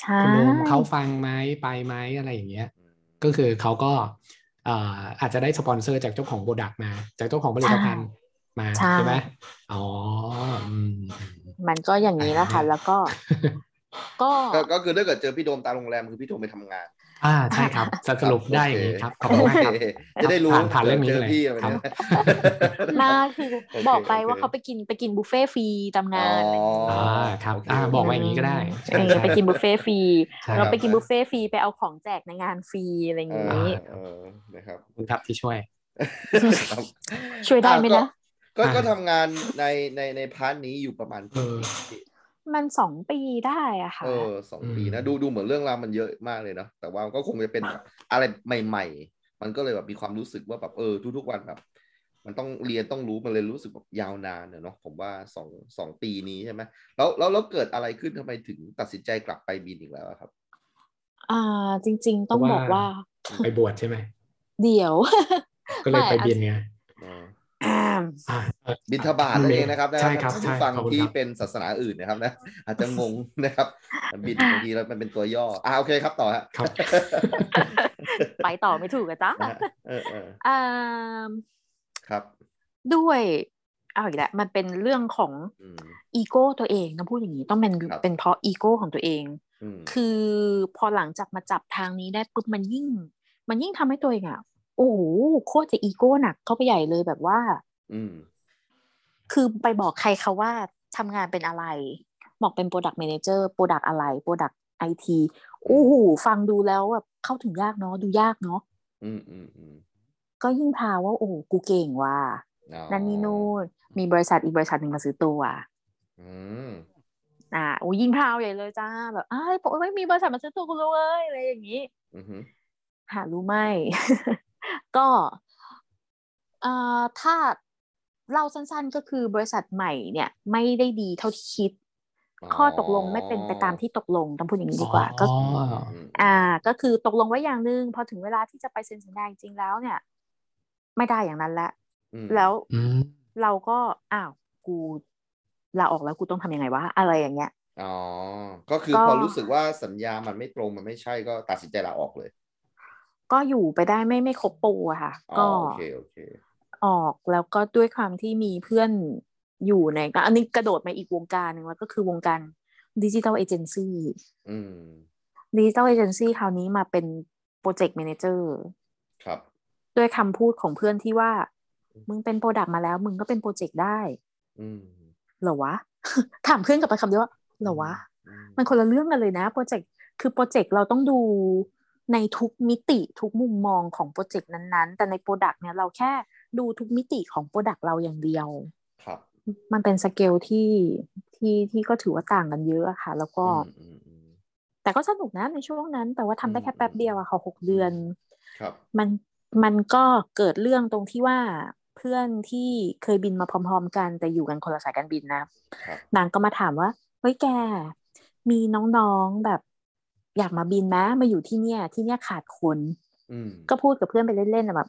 [SPEAKER 4] ใช่
[SPEAKER 3] คุณโดมเขาฟังไหมไปไหมอะไรอย่างเงี้ย ก็คือเขาก็เอ่ออาจจะได้สปอนเซอร์จากเจ้าของโปรดักต์มา จากเจ้าของผลิตภัณฑ์มา
[SPEAKER 4] ใช่
[SPEAKER 3] ใช่ไหมอ๋ออืม
[SPEAKER 4] มันก็อย่างนี้แหล้วค่ะ แล้วก็ ก็
[SPEAKER 2] ก็ก็คือถ้าเกิดเจอพี่โดมตามโรงแรมคือพี่โดมไปทำงาน
[SPEAKER 3] อ่าใช่ครับสรุปได้อย่างนี้ครับขอบคุณมากครับ
[SPEAKER 2] โเจะได้รู้
[SPEAKER 3] ผ่านผ่านเรื่องนี้
[SPEAKER 2] จ
[SPEAKER 3] เลย
[SPEAKER 2] พี่อะไรเนี่ย
[SPEAKER 4] มาคือ
[SPEAKER 2] โอเค
[SPEAKER 4] บอกไป
[SPEAKER 2] โอเค
[SPEAKER 4] ว่าเขาไปกินไปกินบุฟเฟ่ต์ฟรีตาม
[SPEAKER 2] อ๋
[SPEAKER 4] งา
[SPEAKER 2] อน
[SPEAKER 4] อะไรอย่างเงี้ย
[SPEAKER 3] อ่าครับ
[SPEAKER 2] โเ
[SPEAKER 3] อ่าบอกไว้อย่างนี้ก็ได้ใช่
[SPEAKER 4] เออไปกินบุฟเฟ่ต์ฟรี
[SPEAKER 3] ใช่ครับ
[SPEAKER 4] เราไปกินบุฟเฟ่ต์ฟรีไปเอาของแจกในงานฟรีอะไรอย่าง
[SPEAKER 2] เออ
[SPEAKER 4] นี้
[SPEAKER 2] เออนะครับ
[SPEAKER 3] ขอบคุณครับที่ช่วย
[SPEAKER 2] ครับ
[SPEAKER 4] ช่วยได้ไหมนะ
[SPEAKER 2] ก็ก็ทำงานในในในพาร์ทนี้อยู่ประมาณ
[SPEAKER 3] เออ
[SPEAKER 4] มันสองปีได้อะค่ะ
[SPEAKER 2] เออสองปีนะดูดูเหมือนเรื่องราวมันเยอะมากเลยเนาะแต่ว่าก็คงจะเป็นแบบอะไรใหม่ ๆ มันก็เลยแบบมีความรู้สึกว่าแบบเออทุกๆวันแบบ มันต้องเรียนต้องรู้มันเลยรู้สึกแบบยาวนานเนี่ยเนาะผมว่าสองสองปีนี้ใช่ไหมแล้วแล้วแล้วเกิดอะไรขึ้นทำไมถึงตัดสินใจกลับไปบินอีกแล้วอะครับ
[SPEAKER 4] อ่า จริง ๆ ต้องบอกว่า
[SPEAKER 3] ไปบวชใช่ไหม
[SPEAKER 4] เดี๋ยว
[SPEAKER 3] ก็เลยไป
[SPEAKER 4] ไม่
[SPEAKER 3] บินไง
[SPEAKER 4] อ่า
[SPEAKER 3] อ่ะ
[SPEAKER 2] บินทบาทนั่นเองนะครับนะ
[SPEAKER 3] ใช่ครับ
[SPEAKER 2] ท่านผู้ฟัง
[SPEAKER 3] ใช่ขอบคุณ
[SPEAKER 2] ที่
[SPEAKER 3] ครับ
[SPEAKER 2] เป็นศาสนาอื่นนะครับนะอาจจะ งงนะครับ บินบางทีแล้วมันเป็นตัวย่ออ่าโอเคครับต่อฮะ
[SPEAKER 3] ครับ
[SPEAKER 4] ไปต่อไม่ถูกอะจ๊ะ
[SPEAKER 2] นะฮะเออเออ
[SPEAKER 4] อ่า
[SPEAKER 2] ครับ
[SPEAKER 4] ด้วยเอาอีกแล้วมันเป็นเรื่องของ
[SPEAKER 2] อืม
[SPEAKER 4] อีโก้ตัวเองนะพูดอย่างนี้ต้องเป็น
[SPEAKER 2] ครับ
[SPEAKER 4] เป็นเพราะอีโก้ของตัวเอง
[SPEAKER 2] อืม
[SPEAKER 4] คือพอหลังจากมาจับทางนี้ได้ปุ๊บมันยิ่ง มันยิ่งทำให้ตัวเองอะโอ้โหโคตรจะอีโก้หนักเข้าไปใหญ่เลยแบบว่า
[SPEAKER 2] อืม
[SPEAKER 4] คือไปบอกใครเขาว่าทำงานเป็นอะไร บอกเป็น Product Manager Product อะไร Product IT โอ้โหฟังดูแล้วแบบเข้าถึงยากเนาะดูยากเนาะ
[SPEAKER 2] อืมอืมอืม
[SPEAKER 4] ก็ยิ่งพาว่า โอ้โหกูเก่งว่ะ
[SPEAKER 2] อ๋อ
[SPEAKER 4] นั่นนี่นู่นมีบริษัทอีกบริษัทหนึ่งมาซื้อตัว
[SPEAKER 2] อืม
[SPEAKER 4] อ่าโอ้ยิ่งพาวใหญ่เลยจ้าแบบอ้ายผมไม่มีบริษัทมาซื้อตัวกูเลยอะไรอย่างนี้
[SPEAKER 2] อือหือ
[SPEAKER 4] หารู้ไหม ก็เอ่อถ้าเล่าสั้นๆก็คือบริษัทใหม่เนี่ย ไม่ได้ดีเท่าที่คิด ข้อตกลงไม่เป็นไปตามที่ตกลงต้องพูดอย่างนี้ดีกว่าก็
[SPEAKER 3] อ๋อ
[SPEAKER 2] ม
[SPEAKER 4] อ่า ก็คือตกลงไว้อย่างหนึ่งพอถึงเวลาที่จะไปเซ็นสัญญาจริงๆแล้วเนี่ย ไม่ได้อย่างนั้นละ
[SPEAKER 2] อืม
[SPEAKER 4] แล้ว
[SPEAKER 3] อืม
[SPEAKER 4] เราก็อ้าวกูลาออกแล้วกูต้องทำยังไงวะอะไรอย่างเงี้ย
[SPEAKER 2] อ๋อก็คือ
[SPEAKER 4] ก็
[SPEAKER 2] พอรู้สึกว่าสัญญามันไม่ตรงมันไม่ใช่ก็ตัดสินใจลาออกเลย
[SPEAKER 4] ก็อยู่ไปได้ไม่ไม่ครบปูอะค่ะ
[SPEAKER 2] อ๋อ
[SPEAKER 4] ก็
[SPEAKER 2] โอเคโอเค
[SPEAKER 4] ออกแล้วก็ด้วยความที่มีเพื่อนอยู่ในก็อันนี้กระโดดมาอีกวงการหนึ่งแล้วก็คือวงการดิจิทัลเอเจนซี่
[SPEAKER 2] อืม
[SPEAKER 4] ดิจิทัลเอเจนซี่คราวนี้มาเป็นโปรเจกต์แมเนเจอร์
[SPEAKER 2] ครับ
[SPEAKER 4] ด้วยคำพูดของเพื่อนที่ว่า มึงเป็นโปรดักต์มาแล้ว มึงก็เป็นโปรเจกต์ได้
[SPEAKER 2] อืม
[SPEAKER 4] เหรอวะ ถามเพื่อนกลับไปคำเดียวว่าเหรอวะ
[SPEAKER 2] อื
[SPEAKER 4] มันคนละเรื่องกันเลยนะโปรเจกต์คือโปรเจกต์เราต้องดูในทุกมิติทุกมุมมองของโปรเจกต์นั้นๆ แต่ในโปรดักต์เนี่ยเราแค่ดูทุกมิติของโปรดักต์เราอย่างเดียว
[SPEAKER 2] ครับ
[SPEAKER 4] มันเป็นสเกลที่ที่ที่ก็ถือว่าต่างกันเยอะอะค่ะ แล้วก็
[SPEAKER 2] มอืมอืม
[SPEAKER 4] แต่ก็สนุกนะในช่วงนั้น แต่ว่าทำได้
[SPEAKER 2] อืม
[SPEAKER 4] แค่แป๊บเดียวอะค่ะหกเดือน
[SPEAKER 2] อื ครับ
[SPEAKER 4] มันมันก็เกิดเรื่องตรงที่ว่าเพื่อนที่เคยบินมาพร้อม ๆ กันแต่อยู่กันคนละสายการบินนะ
[SPEAKER 2] ครับ
[SPEAKER 4] นางก็มาถามว่า เฮ้ยแก มีน้องๆแบบ อยากมาบินนะมาอยู่ที่เนี่ย ที่เนี่ยขาดคน
[SPEAKER 2] อืม
[SPEAKER 4] ก็พูดกับเพื่อนไปเล่นๆอะแบบ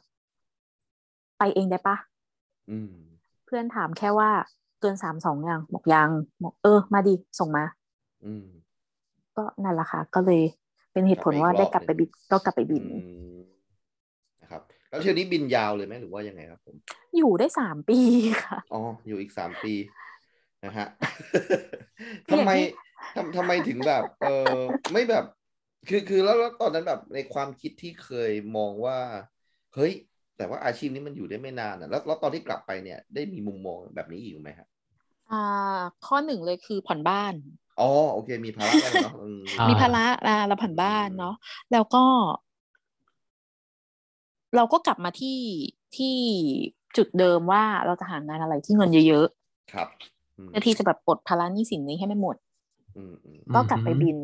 [SPEAKER 4] ไปเองได้ปะ
[SPEAKER 2] อืม
[SPEAKER 4] เพื่อนถามแค่ว่า เกินสามสองยังบอกยังบอกเออ มาดิ ส่งมา
[SPEAKER 2] อืม
[SPEAKER 4] ก็นั่นแหละค่ะ ก็เลย เป็นเหตุผล
[SPEAKER 2] กลับไป
[SPEAKER 4] ว่า
[SPEAKER 2] อีกรอบ
[SPEAKER 4] ได้กลับไป
[SPEAKER 2] หนึ่
[SPEAKER 4] บิ
[SPEAKER 2] ง
[SPEAKER 4] นก็กลับไปบิน
[SPEAKER 2] อืมนะครับ แล้วเที่ยวนี้บินยาวเลยไหมหรือว่ายังไงครับผม
[SPEAKER 4] อยู่ได้สามปีค่ะ
[SPEAKER 2] อ๋อ อยู่อีกสามปี นะ ฮะ
[SPEAKER 4] อย่า
[SPEAKER 2] ทำ
[SPEAKER 4] ง
[SPEAKER 2] ไม
[SPEAKER 4] ที่
[SPEAKER 2] ทำทำไมถึงแบบ เออไม่แบบ คือคือแล้วแล้วตอนนั้นแบบในความคิดที่เคยมองว่า เฮ้ย แต่ว่าอาชีพนี้มันอยู่ได้ไม่นานอ่ะแล้วแล้วตอนที่กลับไปเนี่ย ได้มีมุมมองแบบนี้อีกไหมฮะ
[SPEAKER 4] อ่า ข้อหนึ่งเลยคือผ่อนบ้าน
[SPEAKER 2] อ๋อโอเค มีภาระบ้างเนาะอื
[SPEAKER 3] อ่ามี
[SPEAKER 4] มีภาระอ่าเราผ่อนบ้านเนาะแล้วก็ เราก็กลับมาที่ที่จุดเดิมว่าเราจะหางานอะไรที่เงินเยอะ
[SPEAKER 2] ครับอื
[SPEAKER 4] ๆ
[SPEAKER 2] ม
[SPEAKER 4] เพื่อที่จะแบบปลดภาระหนี้สินนี้ให้ไม่หมด
[SPEAKER 2] อืมอืม
[SPEAKER 4] ก็กลับไป
[SPEAKER 3] อืม
[SPEAKER 4] บิน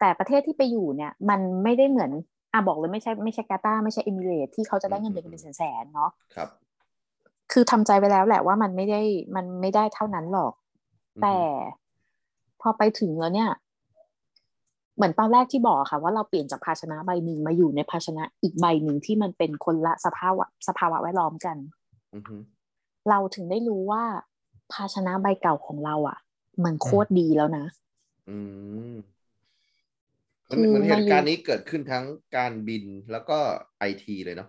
[SPEAKER 4] แต่ประเทศที่ไปอยู่เนี่ย มันไม่ได้เหมือนอ่ะบอกเลยไม่ใช่ไม่ใช่กาตาร์ไม่ใช่เอมิเรตส์ที่เขาจะได้เงินเดือนกันเป็นแสนๆเนาะ
[SPEAKER 2] ครับ
[SPEAKER 4] คือทำใจไว้แล้วแหละว่ามันไม่ได้มันไม่ได้เท่านั้นหรอก
[SPEAKER 2] อืม
[SPEAKER 4] แต่พอไปถึงแล้วเนี่ย เหมือนตอนแรกที่บอกอะค่ะ ว่าเราเปลี่ยนจากภาชนะใบหนึ่งมาอยู่ในภาชนะอีกใบหนึ่งที่มันเป็นคนละสภาวะสภาวะแวดล้อมกัน
[SPEAKER 2] อือฮึ
[SPEAKER 4] เราถึงได้รู้ว่า ภาชนะใบเก่าของเราอะมันโคตรดีแล้วนะ
[SPEAKER 2] อืม
[SPEAKER 4] คื
[SPEAKER 2] มัน
[SPEAKER 4] อ
[SPEAKER 2] เหมือนเห
[SPEAKER 4] มัน
[SPEAKER 2] ตุการณ์นี้เกิดขึ้นทั้งการบินแล้วก็ไอทีเลยเนาะ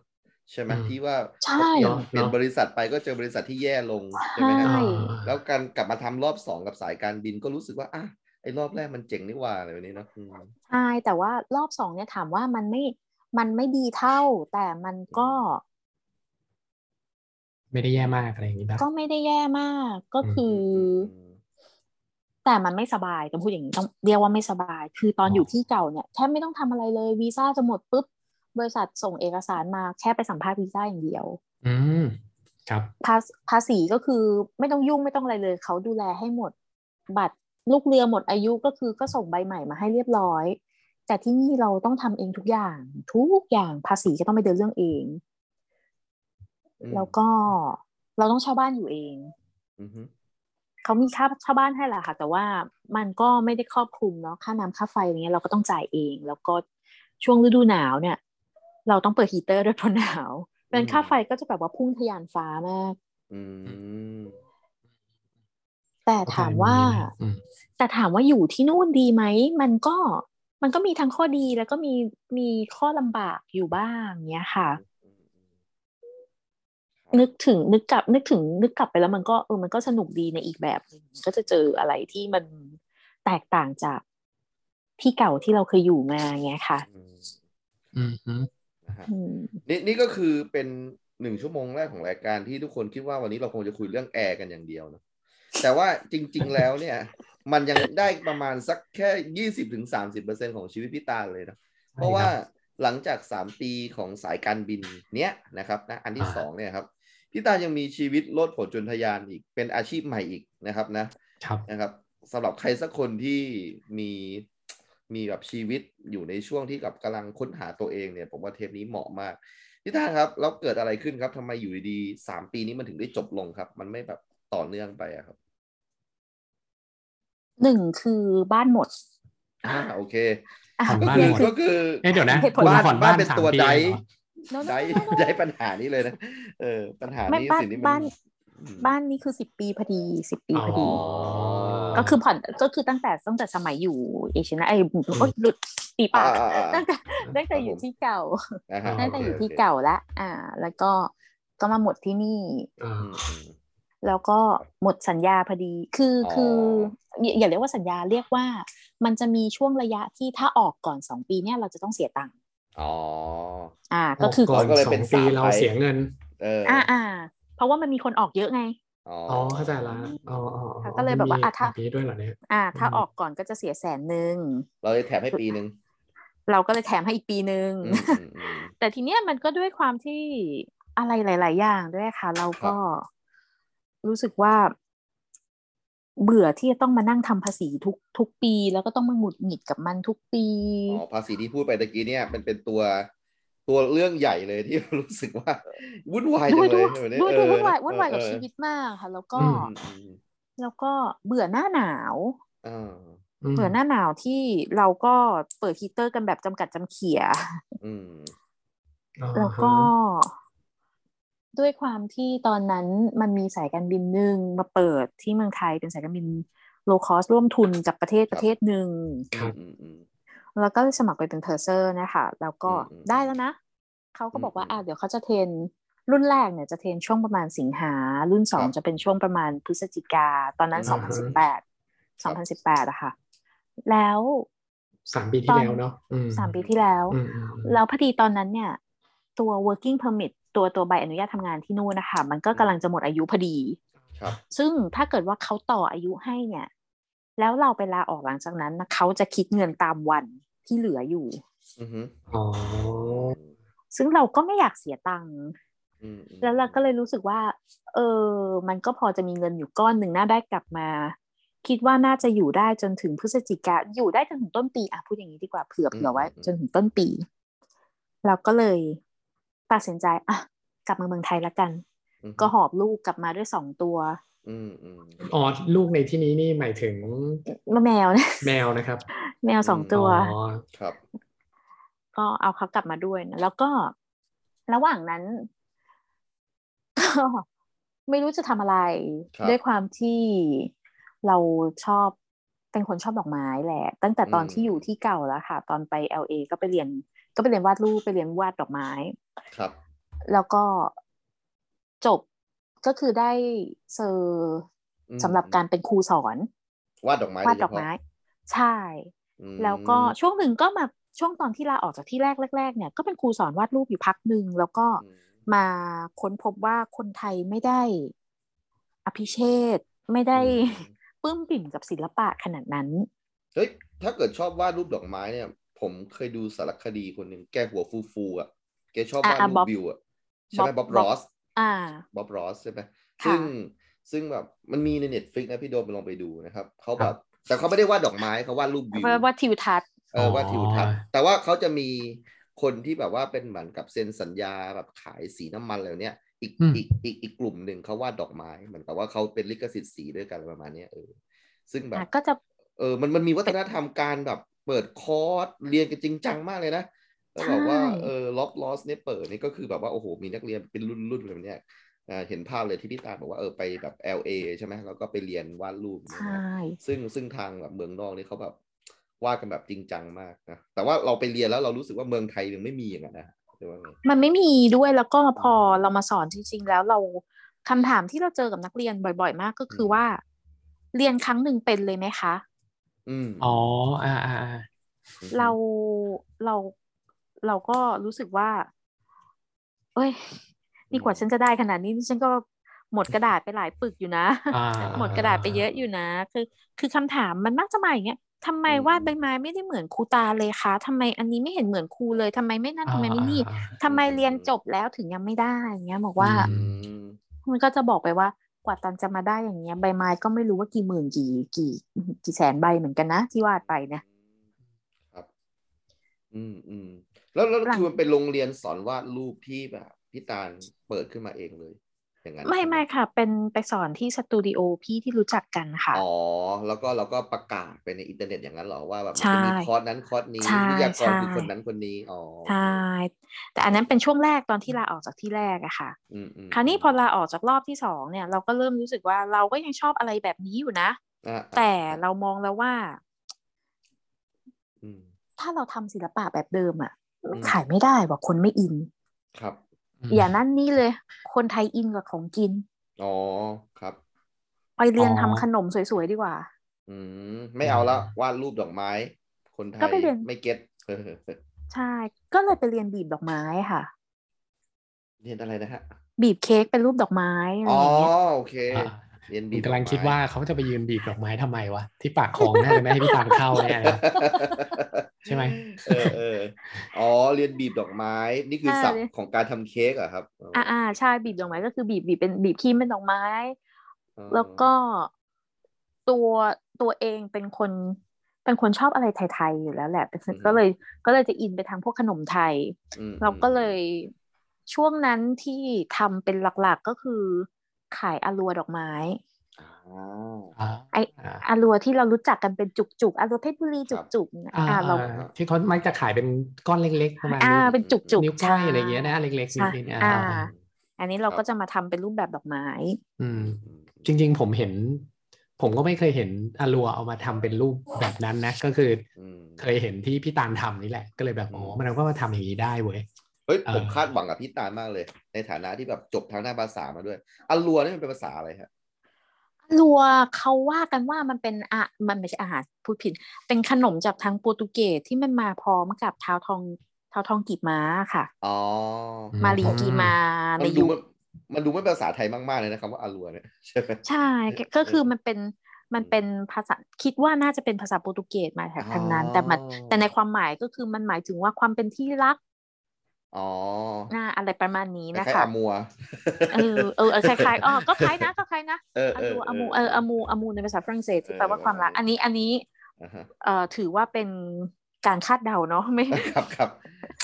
[SPEAKER 2] ใช่ไหม
[SPEAKER 3] อืม
[SPEAKER 2] ที่ว่า
[SPEAKER 4] ใช่
[SPEAKER 2] ยอมเป็นบริษัทไปก็เจอบริษัทที่แย่ลงใช่ไหมฮะ
[SPEAKER 4] ใช่
[SPEAKER 2] แล้วการกลับมาทำรอบสองกับสายการบินก็รู้สึกว่าอ่ะไอ้รอบแรกมันเจ๋งนี่หว่าอะไรแบบนี้เนาะอืม
[SPEAKER 4] ใช่แต่ว่ารอบสองเนี่ยถามว่ามันไม่มันไม่ดีเท่า แต่มันก็
[SPEAKER 3] ไม่ได้แย่มากอะไรอย่างนี้ป่ะ
[SPEAKER 4] ก็ไม่ได้แย่มากก็คืออ
[SPEAKER 2] ม
[SPEAKER 4] แต่มันไม่สบายต้องพูดอย่างนี้ต้องเรียกว่าไม่สบาย คือตอน
[SPEAKER 3] อ๋
[SPEAKER 4] อ
[SPEAKER 3] ออ
[SPEAKER 4] ยู่ที่เก่าเนี่ยแทบไม่ต้องทำอะไรเลยวีซ่าจะหมดปุ๊บบริษัทส่งเอกสารมาแค่ไปสัมภาษณ์วีซ่าอย่างเดียว
[SPEAKER 3] อืมครับ
[SPEAKER 4] ภาษภาษีก็คือไม่ต้องยุ่งไม่ต้องอะไรเลย เขาดูแลให้หมด บัตรลูกเรือหมดอายุก็คือก็ส่งใบใหม่มาให้เรียบร้อย แต่ที่นี่เราต้องทำเองทุกอย่าง ทุกอย่างภาษีก็ต้องไปเดินเรื่องเอง
[SPEAKER 2] อืม
[SPEAKER 4] แล้วก็เราต้องเช่าบ้านอยู่เอง
[SPEAKER 2] อือฮึ
[SPEAKER 4] เขามีค่าเช่าบ้านให้แหละค่ะ แต่ว่ามันก็ไม่ได้ครอบคลุมเนาะค่าน้ำค่าไฟอย่างเงี้ยเราก็ต้องจ่ายเอง แล้วก็ช่วงฤดูหนาวเนี่ย เราต้องเปิดฮีเตอร์ด้วยเพราะหนาวเป็นค่าไฟก็จะแบบว่าพุ่งทะยานฟ้ามาก
[SPEAKER 2] อืม
[SPEAKER 4] แต่ถามว่า
[SPEAKER 3] อืม
[SPEAKER 4] แต่ถามว่าอยู่ที่นู่นดีไหม มันก็ มันก็มีทั้งข้อดีแล้วก็มีมีข้อลำบากอยู่บ้างเนี้ยค่ะ นึกถึงนึกกลับ นึกถึง นึกกลับไปแล้วมันก็เออมันก็สนุกดีในอีกแบบหนึ่งก็จะเจออะไรที่มันแตกต่างจากที่เก่าที่เราเคยอยู่มาไงค่ะ
[SPEAKER 2] อืม
[SPEAKER 3] อืมฮึ
[SPEAKER 2] นะฮะ
[SPEAKER 4] อืม
[SPEAKER 2] นี่นี่ก็คือเป็นหนึ่งชั่วโมงแรกของรายการที่ทุกคนคิดว่าวันนี้เราคงจะคุยเรื่องแอร์กันอย่างเดียวนะแต่ว่าจริง ๆ แล้วเนี่ย มันยังได้ประมาณสักแค่ยี่สิบถึงสามสิบเปอร์เซ็นของชีวิตพี่ตาลเลยนะ เพราะว่าหลังจากสามปีของสายการบินเนี้ยนะครับนะอันที่สองเนี่ยครับพี่ตาลยังมีชีวิตโลดโผนจนทยานอีกเป็นอาชีพใหม่อีกนะครับนะ
[SPEAKER 3] ครับ
[SPEAKER 2] นะครับสำหรับใครสักคนที่มีมีแบบชีวิตอยู่ในช่วงที่กับกำลังค้นหาตัวเองเนี่ย ผมว่าเทปนี้เหมาะมากพี่ตาครับแล้วเกิดอะไรขึ้นครับทำไมอยู่ดีๆสามปีนี้มันถึงได้จบลงครับ มันไม่แบบต่อเนื่องไปอะครับ
[SPEAKER 4] หนึ่งคือบ้านหมด
[SPEAKER 2] อ่าโอเค
[SPEAKER 4] อ่ะ
[SPEAKER 3] ของบ้าน
[SPEAKER 2] ก็
[SPEAKER 3] หมด
[SPEAKER 2] คือก็คือ
[SPEAKER 3] เอ๊ะเดี๋ยวนะ
[SPEAKER 4] เหตุผล
[SPEAKER 3] คุณ
[SPEAKER 2] บ้าน
[SPEAKER 3] ผ่อน
[SPEAKER 2] บ้าน
[SPEAKER 3] บ้าน
[SPEAKER 2] เป็น
[SPEAKER 3] สาม
[SPEAKER 2] ตัว
[SPEAKER 3] ปี
[SPEAKER 2] ได
[SPEAKER 3] เลยเหรอ
[SPEAKER 4] โน้ตโน้
[SPEAKER 2] ได
[SPEAKER 4] ตโน้ตโน้ต
[SPEAKER 2] ไดปัญหานี้ เลยนะเออปัญหา
[SPEAKER 4] ไม่
[SPEAKER 2] นี้
[SPEAKER 4] บ้าน
[SPEAKER 2] สิ่งนี้
[SPEAKER 4] บ้าน
[SPEAKER 2] อืม
[SPEAKER 4] บ้านนี่คือสิบปีพอดีสิบปีพอดี
[SPEAKER 3] อ๋อ
[SPEAKER 4] ก็คือผ่อนก็คือตั้งแต่ตั้งแต่สมัยอยู่เอเชียนะไอ้ยโอ๊ยหลุดตีปาก
[SPEAKER 2] อ่าอ่าอ่า
[SPEAKER 4] ตั้งแต่ตั้งแต่อยู่ที่เก่า
[SPEAKER 2] นะฮะ
[SPEAKER 3] อ่า
[SPEAKER 4] ตั้งแต่อยู่
[SPEAKER 2] โค
[SPEAKER 4] ที่
[SPEAKER 2] โค
[SPEAKER 4] เก่าละอ่า แล้วก็ก็มาหมดที่นี่
[SPEAKER 3] อ่า
[SPEAKER 2] อืมอืม
[SPEAKER 4] แล้วก็หมดสัญญาพอดีคืออ
[SPEAKER 2] อ
[SPEAKER 4] คืออย่าอย่าเรียกว่าสัญญาเรียกว่า มันจะมีช่วงระยะที่ถ้าออกก่อนสองปีเนี่ยเราจะต้องเสียตังค์
[SPEAKER 2] อ๋อ
[SPEAKER 4] อ่า ก็คือ
[SPEAKER 3] ก่อน
[SPEAKER 2] ก็เลย
[SPEAKER 3] สอ
[SPEAKER 2] เป็น
[SPEAKER 3] งปี
[SPEAKER 2] สาม
[SPEAKER 3] เรา
[SPEAKER 2] ไป
[SPEAKER 3] เสียเงิน
[SPEAKER 2] เออ
[SPEAKER 4] อ่า
[SPEAKER 2] อ่า
[SPEAKER 4] อ่า เพราะว่ามันมีคนออกเยอะไง
[SPEAKER 2] อ๋อ
[SPEAKER 3] อ๋อเข้าใจละอ๋ออ๋ออ๋อ
[SPEAKER 4] ค่ะก็เลยแบบว่า
[SPEAKER 3] มันมี
[SPEAKER 4] อ่ะถ้า
[SPEAKER 3] แบบนี้ด้วยเหรอเนี่ย
[SPEAKER 4] อ่า ถ้า
[SPEAKER 3] อืม
[SPEAKER 4] ออกก่อนก็จะเสียแสนหนึ่ง
[SPEAKER 2] เราเลยแถมให้ปีหนึ่ง
[SPEAKER 4] เราก็เลยแถมให้อีกปีหนึ่ง
[SPEAKER 2] อืมอืมอืม
[SPEAKER 4] แต่ทีเนี้ยมันก็ด้วยความที่อะไรหลาย ๆ อย่างด้วยค่ะ เราก็รู้สึกว่า เบื่อที่จะต้องมานั่งทำภาษีทุกทุกปี แล้วก็ต้องมาหงุดหงิดกับมันทุกปี
[SPEAKER 2] อ๋อภาษีที่พูดไปตะกี้เนี่ยมันเป็นตัวตัวเรื่องใหญ่เลยที่ รู้สึก ว่า วุ่นวายจั
[SPEAKER 4] ด้ว
[SPEAKER 2] ง
[SPEAKER 4] ย
[SPEAKER 2] เล
[SPEAKER 4] ด้วย ยด้วย
[SPEAKER 2] เออ
[SPEAKER 4] ด้วยวุ่นวาย
[SPEAKER 2] เออ
[SPEAKER 4] วุ่นวายกับ
[SPEAKER 2] เออ
[SPEAKER 4] ชีวิตมากค่ะ แล้วก็
[SPEAKER 3] อื
[SPEAKER 2] อืมอืม
[SPEAKER 4] แล้วก็เบื่อหน้าหนาว
[SPEAKER 2] อืม
[SPEAKER 3] ม
[SPEAKER 4] เบื่อหน้าหนาวที่เราก็เปิดฮีตเตอร์กันแบบจำกัดจำเขีย
[SPEAKER 2] อืม
[SPEAKER 3] อ๋อ
[SPEAKER 4] แล้วก็ด้วยความที่ตอนนั้นมันมีสายการบินหนึ่งมาเปิดที่เมืองไทยเป็นสายการบินโลคอสร่วมทุนกับประเทศประเทศหนึ่ง
[SPEAKER 3] ครับ
[SPEAKER 2] อืมอืม
[SPEAKER 4] แล้วก็สมัครไปเป็นเทอร์เซอร์นะคะแล้วก็
[SPEAKER 2] อืมอืม
[SPEAKER 4] ได้แล้วนะ เขาก็บอกว่า
[SPEAKER 2] อืมอืม
[SPEAKER 4] อ่าเดี๋ยวเขาจะเทรนรุ่นแรกเนี่ยจะเทรนช่วงประมาณสิงหา รุ่นสอง
[SPEAKER 2] ครับ
[SPEAKER 4] จะเป็นช่วงประมาณพฤศจิกา ตอนนั้น
[SPEAKER 2] อืม
[SPEAKER 4] สองพันสิบแปดสองพันสิบแปดอะค่ะ แล้ว
[SPEAKER 3] สามปีที่แล้วเนาะอื
[SPEAKER 4] สามปีที่แล้ว
[SPEAKER 3] อืมอืมอืม
[SPEAKER 4] แล้วพอดีตอนนั้นเนี่ย ตัว working permit ตัวตัวใบอนุญาตทำงานที่นู่นนะคะ มันก็กำลังจะหมดอายุพอดี
[SPEAKER 2] ครับ
[SPEAKER 4] ซึ่งถ้าเกิดว่าเขาต่ออายุให้เนี่ย แล้วเราไปลาออกหลังจากนั้นนะเขาจะคิดเงินตามวันที่เหลืออยู่
[SPEAKER 2] อือหือ
[SPEAKER 3] อ๋อ
[SPEAKER 4] ซึ่งเราก็ไม่อยากเสียตังค์
[SPEAKER 2] อืมอืม
[SPEAKER 4] แล้วเราก็เลยรู้สึกว่า เออ มันก็พอจะมีเงินอยู่ก้อนหนึ่งน่าได้กลับมา คิดว่าน่าจะอยู่ได้จนถึงพฤศจิกาอยู่ได้จนถึงต้นปีอ่ะพูดอย่างนี้ดีกว่าเผื่อเผื่อไว้ จนถึงต้นปี เราก็เลยตัดสินใจอ่ะกลับมาเมืองไทยละกัน
[SPEAKER 2] อือหือ
[SPEAKER 4] ก็หอบลูกกลับมาด้วยสองตัว
[SPEAKER 2] อืมอืม
[SPEAKER 3] อ๋อ ลูกในที่นี้นี่หมายถึง
[SPEAKER 4] มะแมวนะ
[SPEAKER 3] แมวนะครับ
[SPEAKER 4] แมวสองตัว
[SPEAKER 3] อ๋อ
[SPEAKER 2] ครับ
[SPEAKER 4] ก็เอาเขากลับมาด้วยนะแล้วก็ระหว่างนั้น ก็ไม่รู้จะทำอะไร
[SPEAKER 2] ครับ
[SPEAKER 4] ด้วยความที่เราชอบเป็นคนชอบดอกไม้แหละ ตั้งแต่ตอน
[SPEAKER 2] อืม
[SPEAKER 4] ที่อยู่ที่เก่าแล้วค่ะ ตอนไป LA ก็ไปเรียน ก็ไปเรียนวาดรูปไปเรียนวาดดอกไม้
[SPEAKER 2] ครับ
[SPEAKER 4] แล้วก็จบก็คือได้เซอร์
[SPEAKER 2] อืม
[SPEAKER 4] สำหรับการเป็นครูสอน
[SPEAKER 2] วาดดอกไม้
[SPEAKER 4] วาดดอกไม้ ใช่
[SPEAKER 2] โดยเฉพาะอืม
[SPEAKER 4] แล้วก็ช่วงหนึ่งก็มาช่วงตอนที่ลาออกจากที่แรกแรกๆเนี่ยก็เป็นครูสอนวาดรูปอยู่พักหนึ่งแล้วก็
[SPEAKER 2] อืม
[SPEAKER 4] มาค้นพบว่าคนไทยไม่ได้อภิเชษฐ์ไม่ได้ปลื้มปิ่มกับศิลปะขนาดนั้น
[SPEAKER 2] เฮ้ยถ้าเกิดชอบวาดรูปดอกไม้เนี่ย ผมเคยดูสารคดีคนหนึ่งแกหัวฟูฟูๆอ่ะแกชอบวาด
[SPEAKER 4] อ่ะอ่ะ
[SPEAKER 2] รู
[SPEAKER 4] บ๊อ
[SPEAKER 2] ป
[SPEAKER 4] บ
[SPEAKER 2] วิวอ่ะใช่ไหม
[SPEAKER 4] บ๊อ
[SPEAKER 2] บ๊อ
[SPEAKER 4] บบ บ๊อบ
[SPEAKER 2] รอส
[SPEAKER 4] อ่า
[SPEAKER 2] บ๊อบรอสใช่ไหม
[SPEAKER 4] ค่ะ
[SPEAKER 2] ซึ่งซึ่งแบบมันมีในเน็ตฟลิกนะพี่โดมไปลองไปดูนะครับเขาแบบแต่เขาไม่ได้วาดดอกไม้เขาวาดรูปวิว
[SPEAKER 4] เพราะว่าทิวทัศน์
[SPEAKER 2] เออวาดทิวทัศน์
[SPEAKER 3] อ๋อ
[SPEAKER 2] แต่ว่าเขาจะมีคนที่แบบว่าเป็นเหมือนกับเซ็นสัญญาแบบขายสีน้ำมันอะไรเนี่ยอีกอีกอีกอีกกลุ่มหนึ่งเขาวาดดอกไม้เหมือนกับว่าเขาเป็นลิขสิทธิ์สีด้วยกันอะไรประมาณเนี้ยเออซึ่งแบบ
[SPEAKER 4] อ่ะก็จะ
[SPEAKER 2] เออ มันมันมีวัฒนธรรมการแบบเปิดคอร์สเรียนกันจริงจังมากเลยนะ แล้วแบบว่า
[SPEAKER 4] ใช่
[SPEAKER 2] เออล็อบลอสเนี่ยเปิดนี่ก็คือแบบว่า โอ้โห มีนักเรียนเป็นรุ่นรุ่นแบบเนี้ยอ่าเห็นภาพเลยที่พี่ตาบอกว่าเออไปแบบ LA ใช่ไหมแล้วก็ไปเรียนวาดรูป
[SPEAKER 4] ใช
[SPEAKER 2] เนี่ยนะ
[SPEAKER 4] ่
[SPEAKER 2] ซึ่งซึ่งทางแบบเมืองนอกนี่เขาแบบ วาดกันแบบจริงจังมากนะแต่ว่าเราไปเรียนแล้วเรารู้สึกว่าเมืองไทยยังไม่มีอย่างนั้นนะหรือว่าไง
[SPEAKER 4] มันไม่มีด้วยแล้วก็พอเรามาสอนจริงๆ แล้วเราคำถามที่เราเจอกับนักเรียนบ่อย ๆ มากก็คือว่า เรียนครั้งหนึ่งเป็นเลยไหมคะ
[SPEAKER 2] อืม
[SPEAKER 3] อ๋ออ่าอ่าอ่า
[SPEAKER 2] ม
[SPEAKER 4] เราเราเราก็รู้สึกว่า เอ้ย นี่กว่าฉันจะได้ขนาดนี้นี่ฉันก็หมดกระดาษไปหลายปึกอยู่นะ
[SPEAKER 3] อ่า
[SPEAKER 4] หมดกระดาษไปเยอะอยู่นะ คือ คือคำถามมันมักจะมาอย่างเงี้ยทำไมวาดใบไม้ไม่ได้เหมือนครูตาเลยคะทำไมอันนี้ไม่เห็นเหมือนครูเลยทำไมไม่นั่นทำไมไม่นี่ทำไมเรียนจบแล้วถึงยังไม่ได้อย่างเงี้ยบอกว่า
[SPEAKER 3] อื
[SPEAKER 2] อืม
[SPEAKER 4] มันก็จะบอกไปว่ากว่าตันจะมาได้อย่างเงี้ย ใบไม้ก็ไม่รู้ว่ากี่หมื่นกี่กี่กี่แสนใบเหมือนกันนะที่วาดไปนะ
[SPEAKER 2] ครับ อืมอืมแล้วแล้ว
[SPEAKER 4] หลัง
[SPEAKER 2] คือมันเป็นโรงเรียนสอนวาดรูปที่แบบพี่ตาลเปิดขึ้นมาเองเลย อย่างนั้น
[SPEAKER 4] ไม่
[SPEAKER 2] ใช่ห
[SPEAKER 4] ไม่ค่ะ เป็นไปสอนที่สตูดิโอพี่ที่รู้จักกันค่ะ
[SPEAKER 2] อ๋อ แล้วก็เราก็ประกาศไปในอินเทอร์เน็ตอย่างนั้นเหรอว่าแบบมัน
[SPEAKER 4] ใช่
[SPEAKER 2] จะมีคอร์สนั้นคอร์สนี้
[SPEAKER 4] ใช่
[SPEAKER 2] วิทยากรคือ
[SPEAKER 4] ใช่
[SPEAKER 2] คนนั้นคนนี้อ๋อ
[SPEAKER 4] ใช่แต่อันนั้นเป็นช่วงแรกตอนที่ลาออกจากที่แรกอะค่ะ
[SPEAKER 2] อืมอืม
[SPEAKER 4] คราวนี้พอลาออกจากรอบที่สองเนี่ย เราก็เริ่มรู้สึกว่าเราก็ยังชอบอะไรแบบนี้อยู่นะ
[SPEAKER 2] อ่ะ
[SPEAKER 4] แต่
[SPEAKER 2] อ่ะ
[SPEAKER 4] เรามองแล้วว่า
[SPEAKER 2] อืม
[SPEAKER 4] ถ้าเราทำศิลปะแบบเดิมอะ
[SPEAKER 2] อืม
[SPEAKER 4] ขายไม่ได้ว่าคนไม่อิน
[SPEAKER 2] ครับ
[SPEAKER 4] อย่านั่นนี่เลย คนไทยอินกับของกิน
[SPEAKER 2] อ๋อครับ
[SPEAKER 4] ไปเรียน
[SPEAKER 3] อ๋อ
[SPEAKER 4] ทำขนมสวยๆดีกว่า
[SPEAKER 2] อืมไม่เอาละวาดรูปดอกไม้ คนไท
[SPEAKER 4] ก็
[SPEAKER 2] ย
[SPEAKER 4] ไปเรียน
[SPEAKER 2] ไม่เก็ต เออ
[SPEAKER 4] ใช่ ก็เลยไปเรียนบีบดอกไม้ค่ะ
[SPEAKER 2] เรียนอะไรนะฮะ
[SPEAKER 4] บีบเค้กเป็นรูปดอกไม้อะไร
[SPEAKER 2] อ๋
[SPEAKER 4] อ
[SPEAKER 2] อย่าง
[SPEAKER 4] เงี้ย
[SPEAKER 2] โอเค
[SPEAKER 3] อ่า
[SPEAKER 2] เรียน
[SPEAKER 3] ผ
[SPEAKER 2] บี
[SPEAKER 3] ม
[SPEAKER 2] บ
[SPEAKER 3] กำลัง
[SPEAKER 2] ดอไม้
[SPEAKER 3] คิดว่าเขาจะไปยืนบีบดอกไม้ทำไมวะ ที่ปากคลองน่าจะไม่ให้พี่ตาลเข้าแน่เลย ใช่ไหม
[SPEAKER 2] เออเอออ๋อเรียนบีบดอกไม้ นี่คือศัพท์ของการทำเค้กเหรอะครับ
[SPEAKER 4] อ่าอ่าใช่บีบดอกไม้ก็คือบีบบีบเป็นบีบครีมเป็นดอกไม้
[SPEAKER 2] อ๋อ
[SPEAKER 4] แล้วก็ตัวตัวเองเป็นคนเป็นคนชอบอะไรไทยๆอยู่แล้วแหละเป็น
[SPEAKER 2] อือฮึ
[SPEAKER 4] ก็เลยก็เลยจะอินไปทางพวกขนมไทย
[SPEAKER 2] อืม
[SPEAKER 4] เราก็เลยช่วงนั้นที่ทำเป็นหลักๆก็คือ ขายอารัวดอกไม้
[SPEAKER 2] อ่า
[SPEAKER 3] อ่า
[SPEAKER 4] ไอ้
[SPEAKER 3] อ่า
[SPEAKER 4] อารัวที่เรารู้จักกันเป็นจุกๆอารัวเพชรบุรี
[SPEAKER 2] ครับ
[SPEAKER 4] จุกๆนะ
[SPEAKER 3] อ่า
[SPEAKER 4] อ่าเรา
[SPEAKER 3] อ่าที่เขามักจะขายเป็นก้อนเล็กๆประมาณ
[SPEAKER 4] อ่า
[SPEAKER 3] นิ้ว
[SPEAKER 4] เป็นจุก
[SPEAKER 3] นิ้ว
[SPEAKER 4] ๆ
[SPEAKER 3] ก้อย
[SPEAKER 4] ใช่
[SPEAKER 3] อะไรอย่างเงี้ยนะเล็กๆนิดนึง
[SPEAKER 4] อ่า
[SPEAKER 3] อ่าอ่า
[SPEAKER 4] อันนี้เรา
[SPEAKER 2] ครับ
[SPEAKER 4] ก็จะมาทำเป็นรูปแบบดอกไม้
[SPEAKER 3] อืม
[SPEAKER 2] อืม
[SPEAKER 3] จริงๆผมเห็น ผมก็ไม่เคยเห็นอลัวเอามาทำเป็นรูปแบบนั้นนะ ก็คืออ
[SPEAKER 2] ม
[SPEAKER 3] เคยเห็นที่พี่ตาลทำนี่แหละ ก็เลยแบบอ๋อมันก็มาทำอย่างนี้ได้เว้ย
[SPEAKER 2] เฮ้ย
[SPEAKER 3] เอ่อ
[SPEAKER 2] ผมคาดหวังกับพี่ตาลมากเลย ในฐานะที่แบบจบทางด้านภาษามาด้วยอัลลัวนี่มันเป็นภาษาอะไรครับ
[SPEAKER 4] ลัวเขาว่ากันว่ามันเป็นอะมันไม่ใช่อาหารพูดผิด เป็นขนมจากทางโปรตุเกสที่มันมาพร้อมกับเท้าทองเท้าทองกีบม้าค่ะ
[SPEAKER 2] อ๋อ
[SPEAKER 4] มารี
[SPEAKER 3] ผม
[SPEAKER 4] กีมาใน
[SPEAKER 2] มันดู
[SPEAKER 4] ยุค
[SPEAKER 2] มันมันดูไม่เป็นภาษาไทยมากๆเลยนะคำว่าอัลลัวเนี่ยใช่ไหม
[SPEAKER 4] ใช่ก็ก็คือมันเป็นมันเป็นภาษาคิดว่าน่าจะเป็นภาษาโปรตุเกสมาจากทางนั้น
[SPEAKER 2] อ๋อ
[SPEAKER 4] แต่มันแต่ในความหมายก็คือมันหมายถึงว่าความเป็นที่รัก
[SPEAKER 2] อ๋อ
[SPEAKER 4] น่าอะไรประมาณนี้นะ
[SPEAKER 2] คล้ายๆ
[SPEAKER 4] คะ
[SPEAKER 2] อามัว
[SPEAKER 4] เออเออเออคล้ายๆอ๋อก็คล้ายนะก็คล้ายนะ
[SPEAKER 2] เออ
[SPEAKER 4] อา
[SPEAKER 2] เอ
[SPEAKER 4] มู
[SPEAKER 2] อ
[SPEAKER 4] อามูเอออามูอามูในภาษาฝรั่งเศสที่แปลว่าความรัก อันนี้อันนี้
[SPEAKER 2] อ่าฮะ
[SPEAKER 4] เอ่อถือว่าเป็นการคาดเดาเนาะ ไม่
[SPEAKER 2] ครับครับ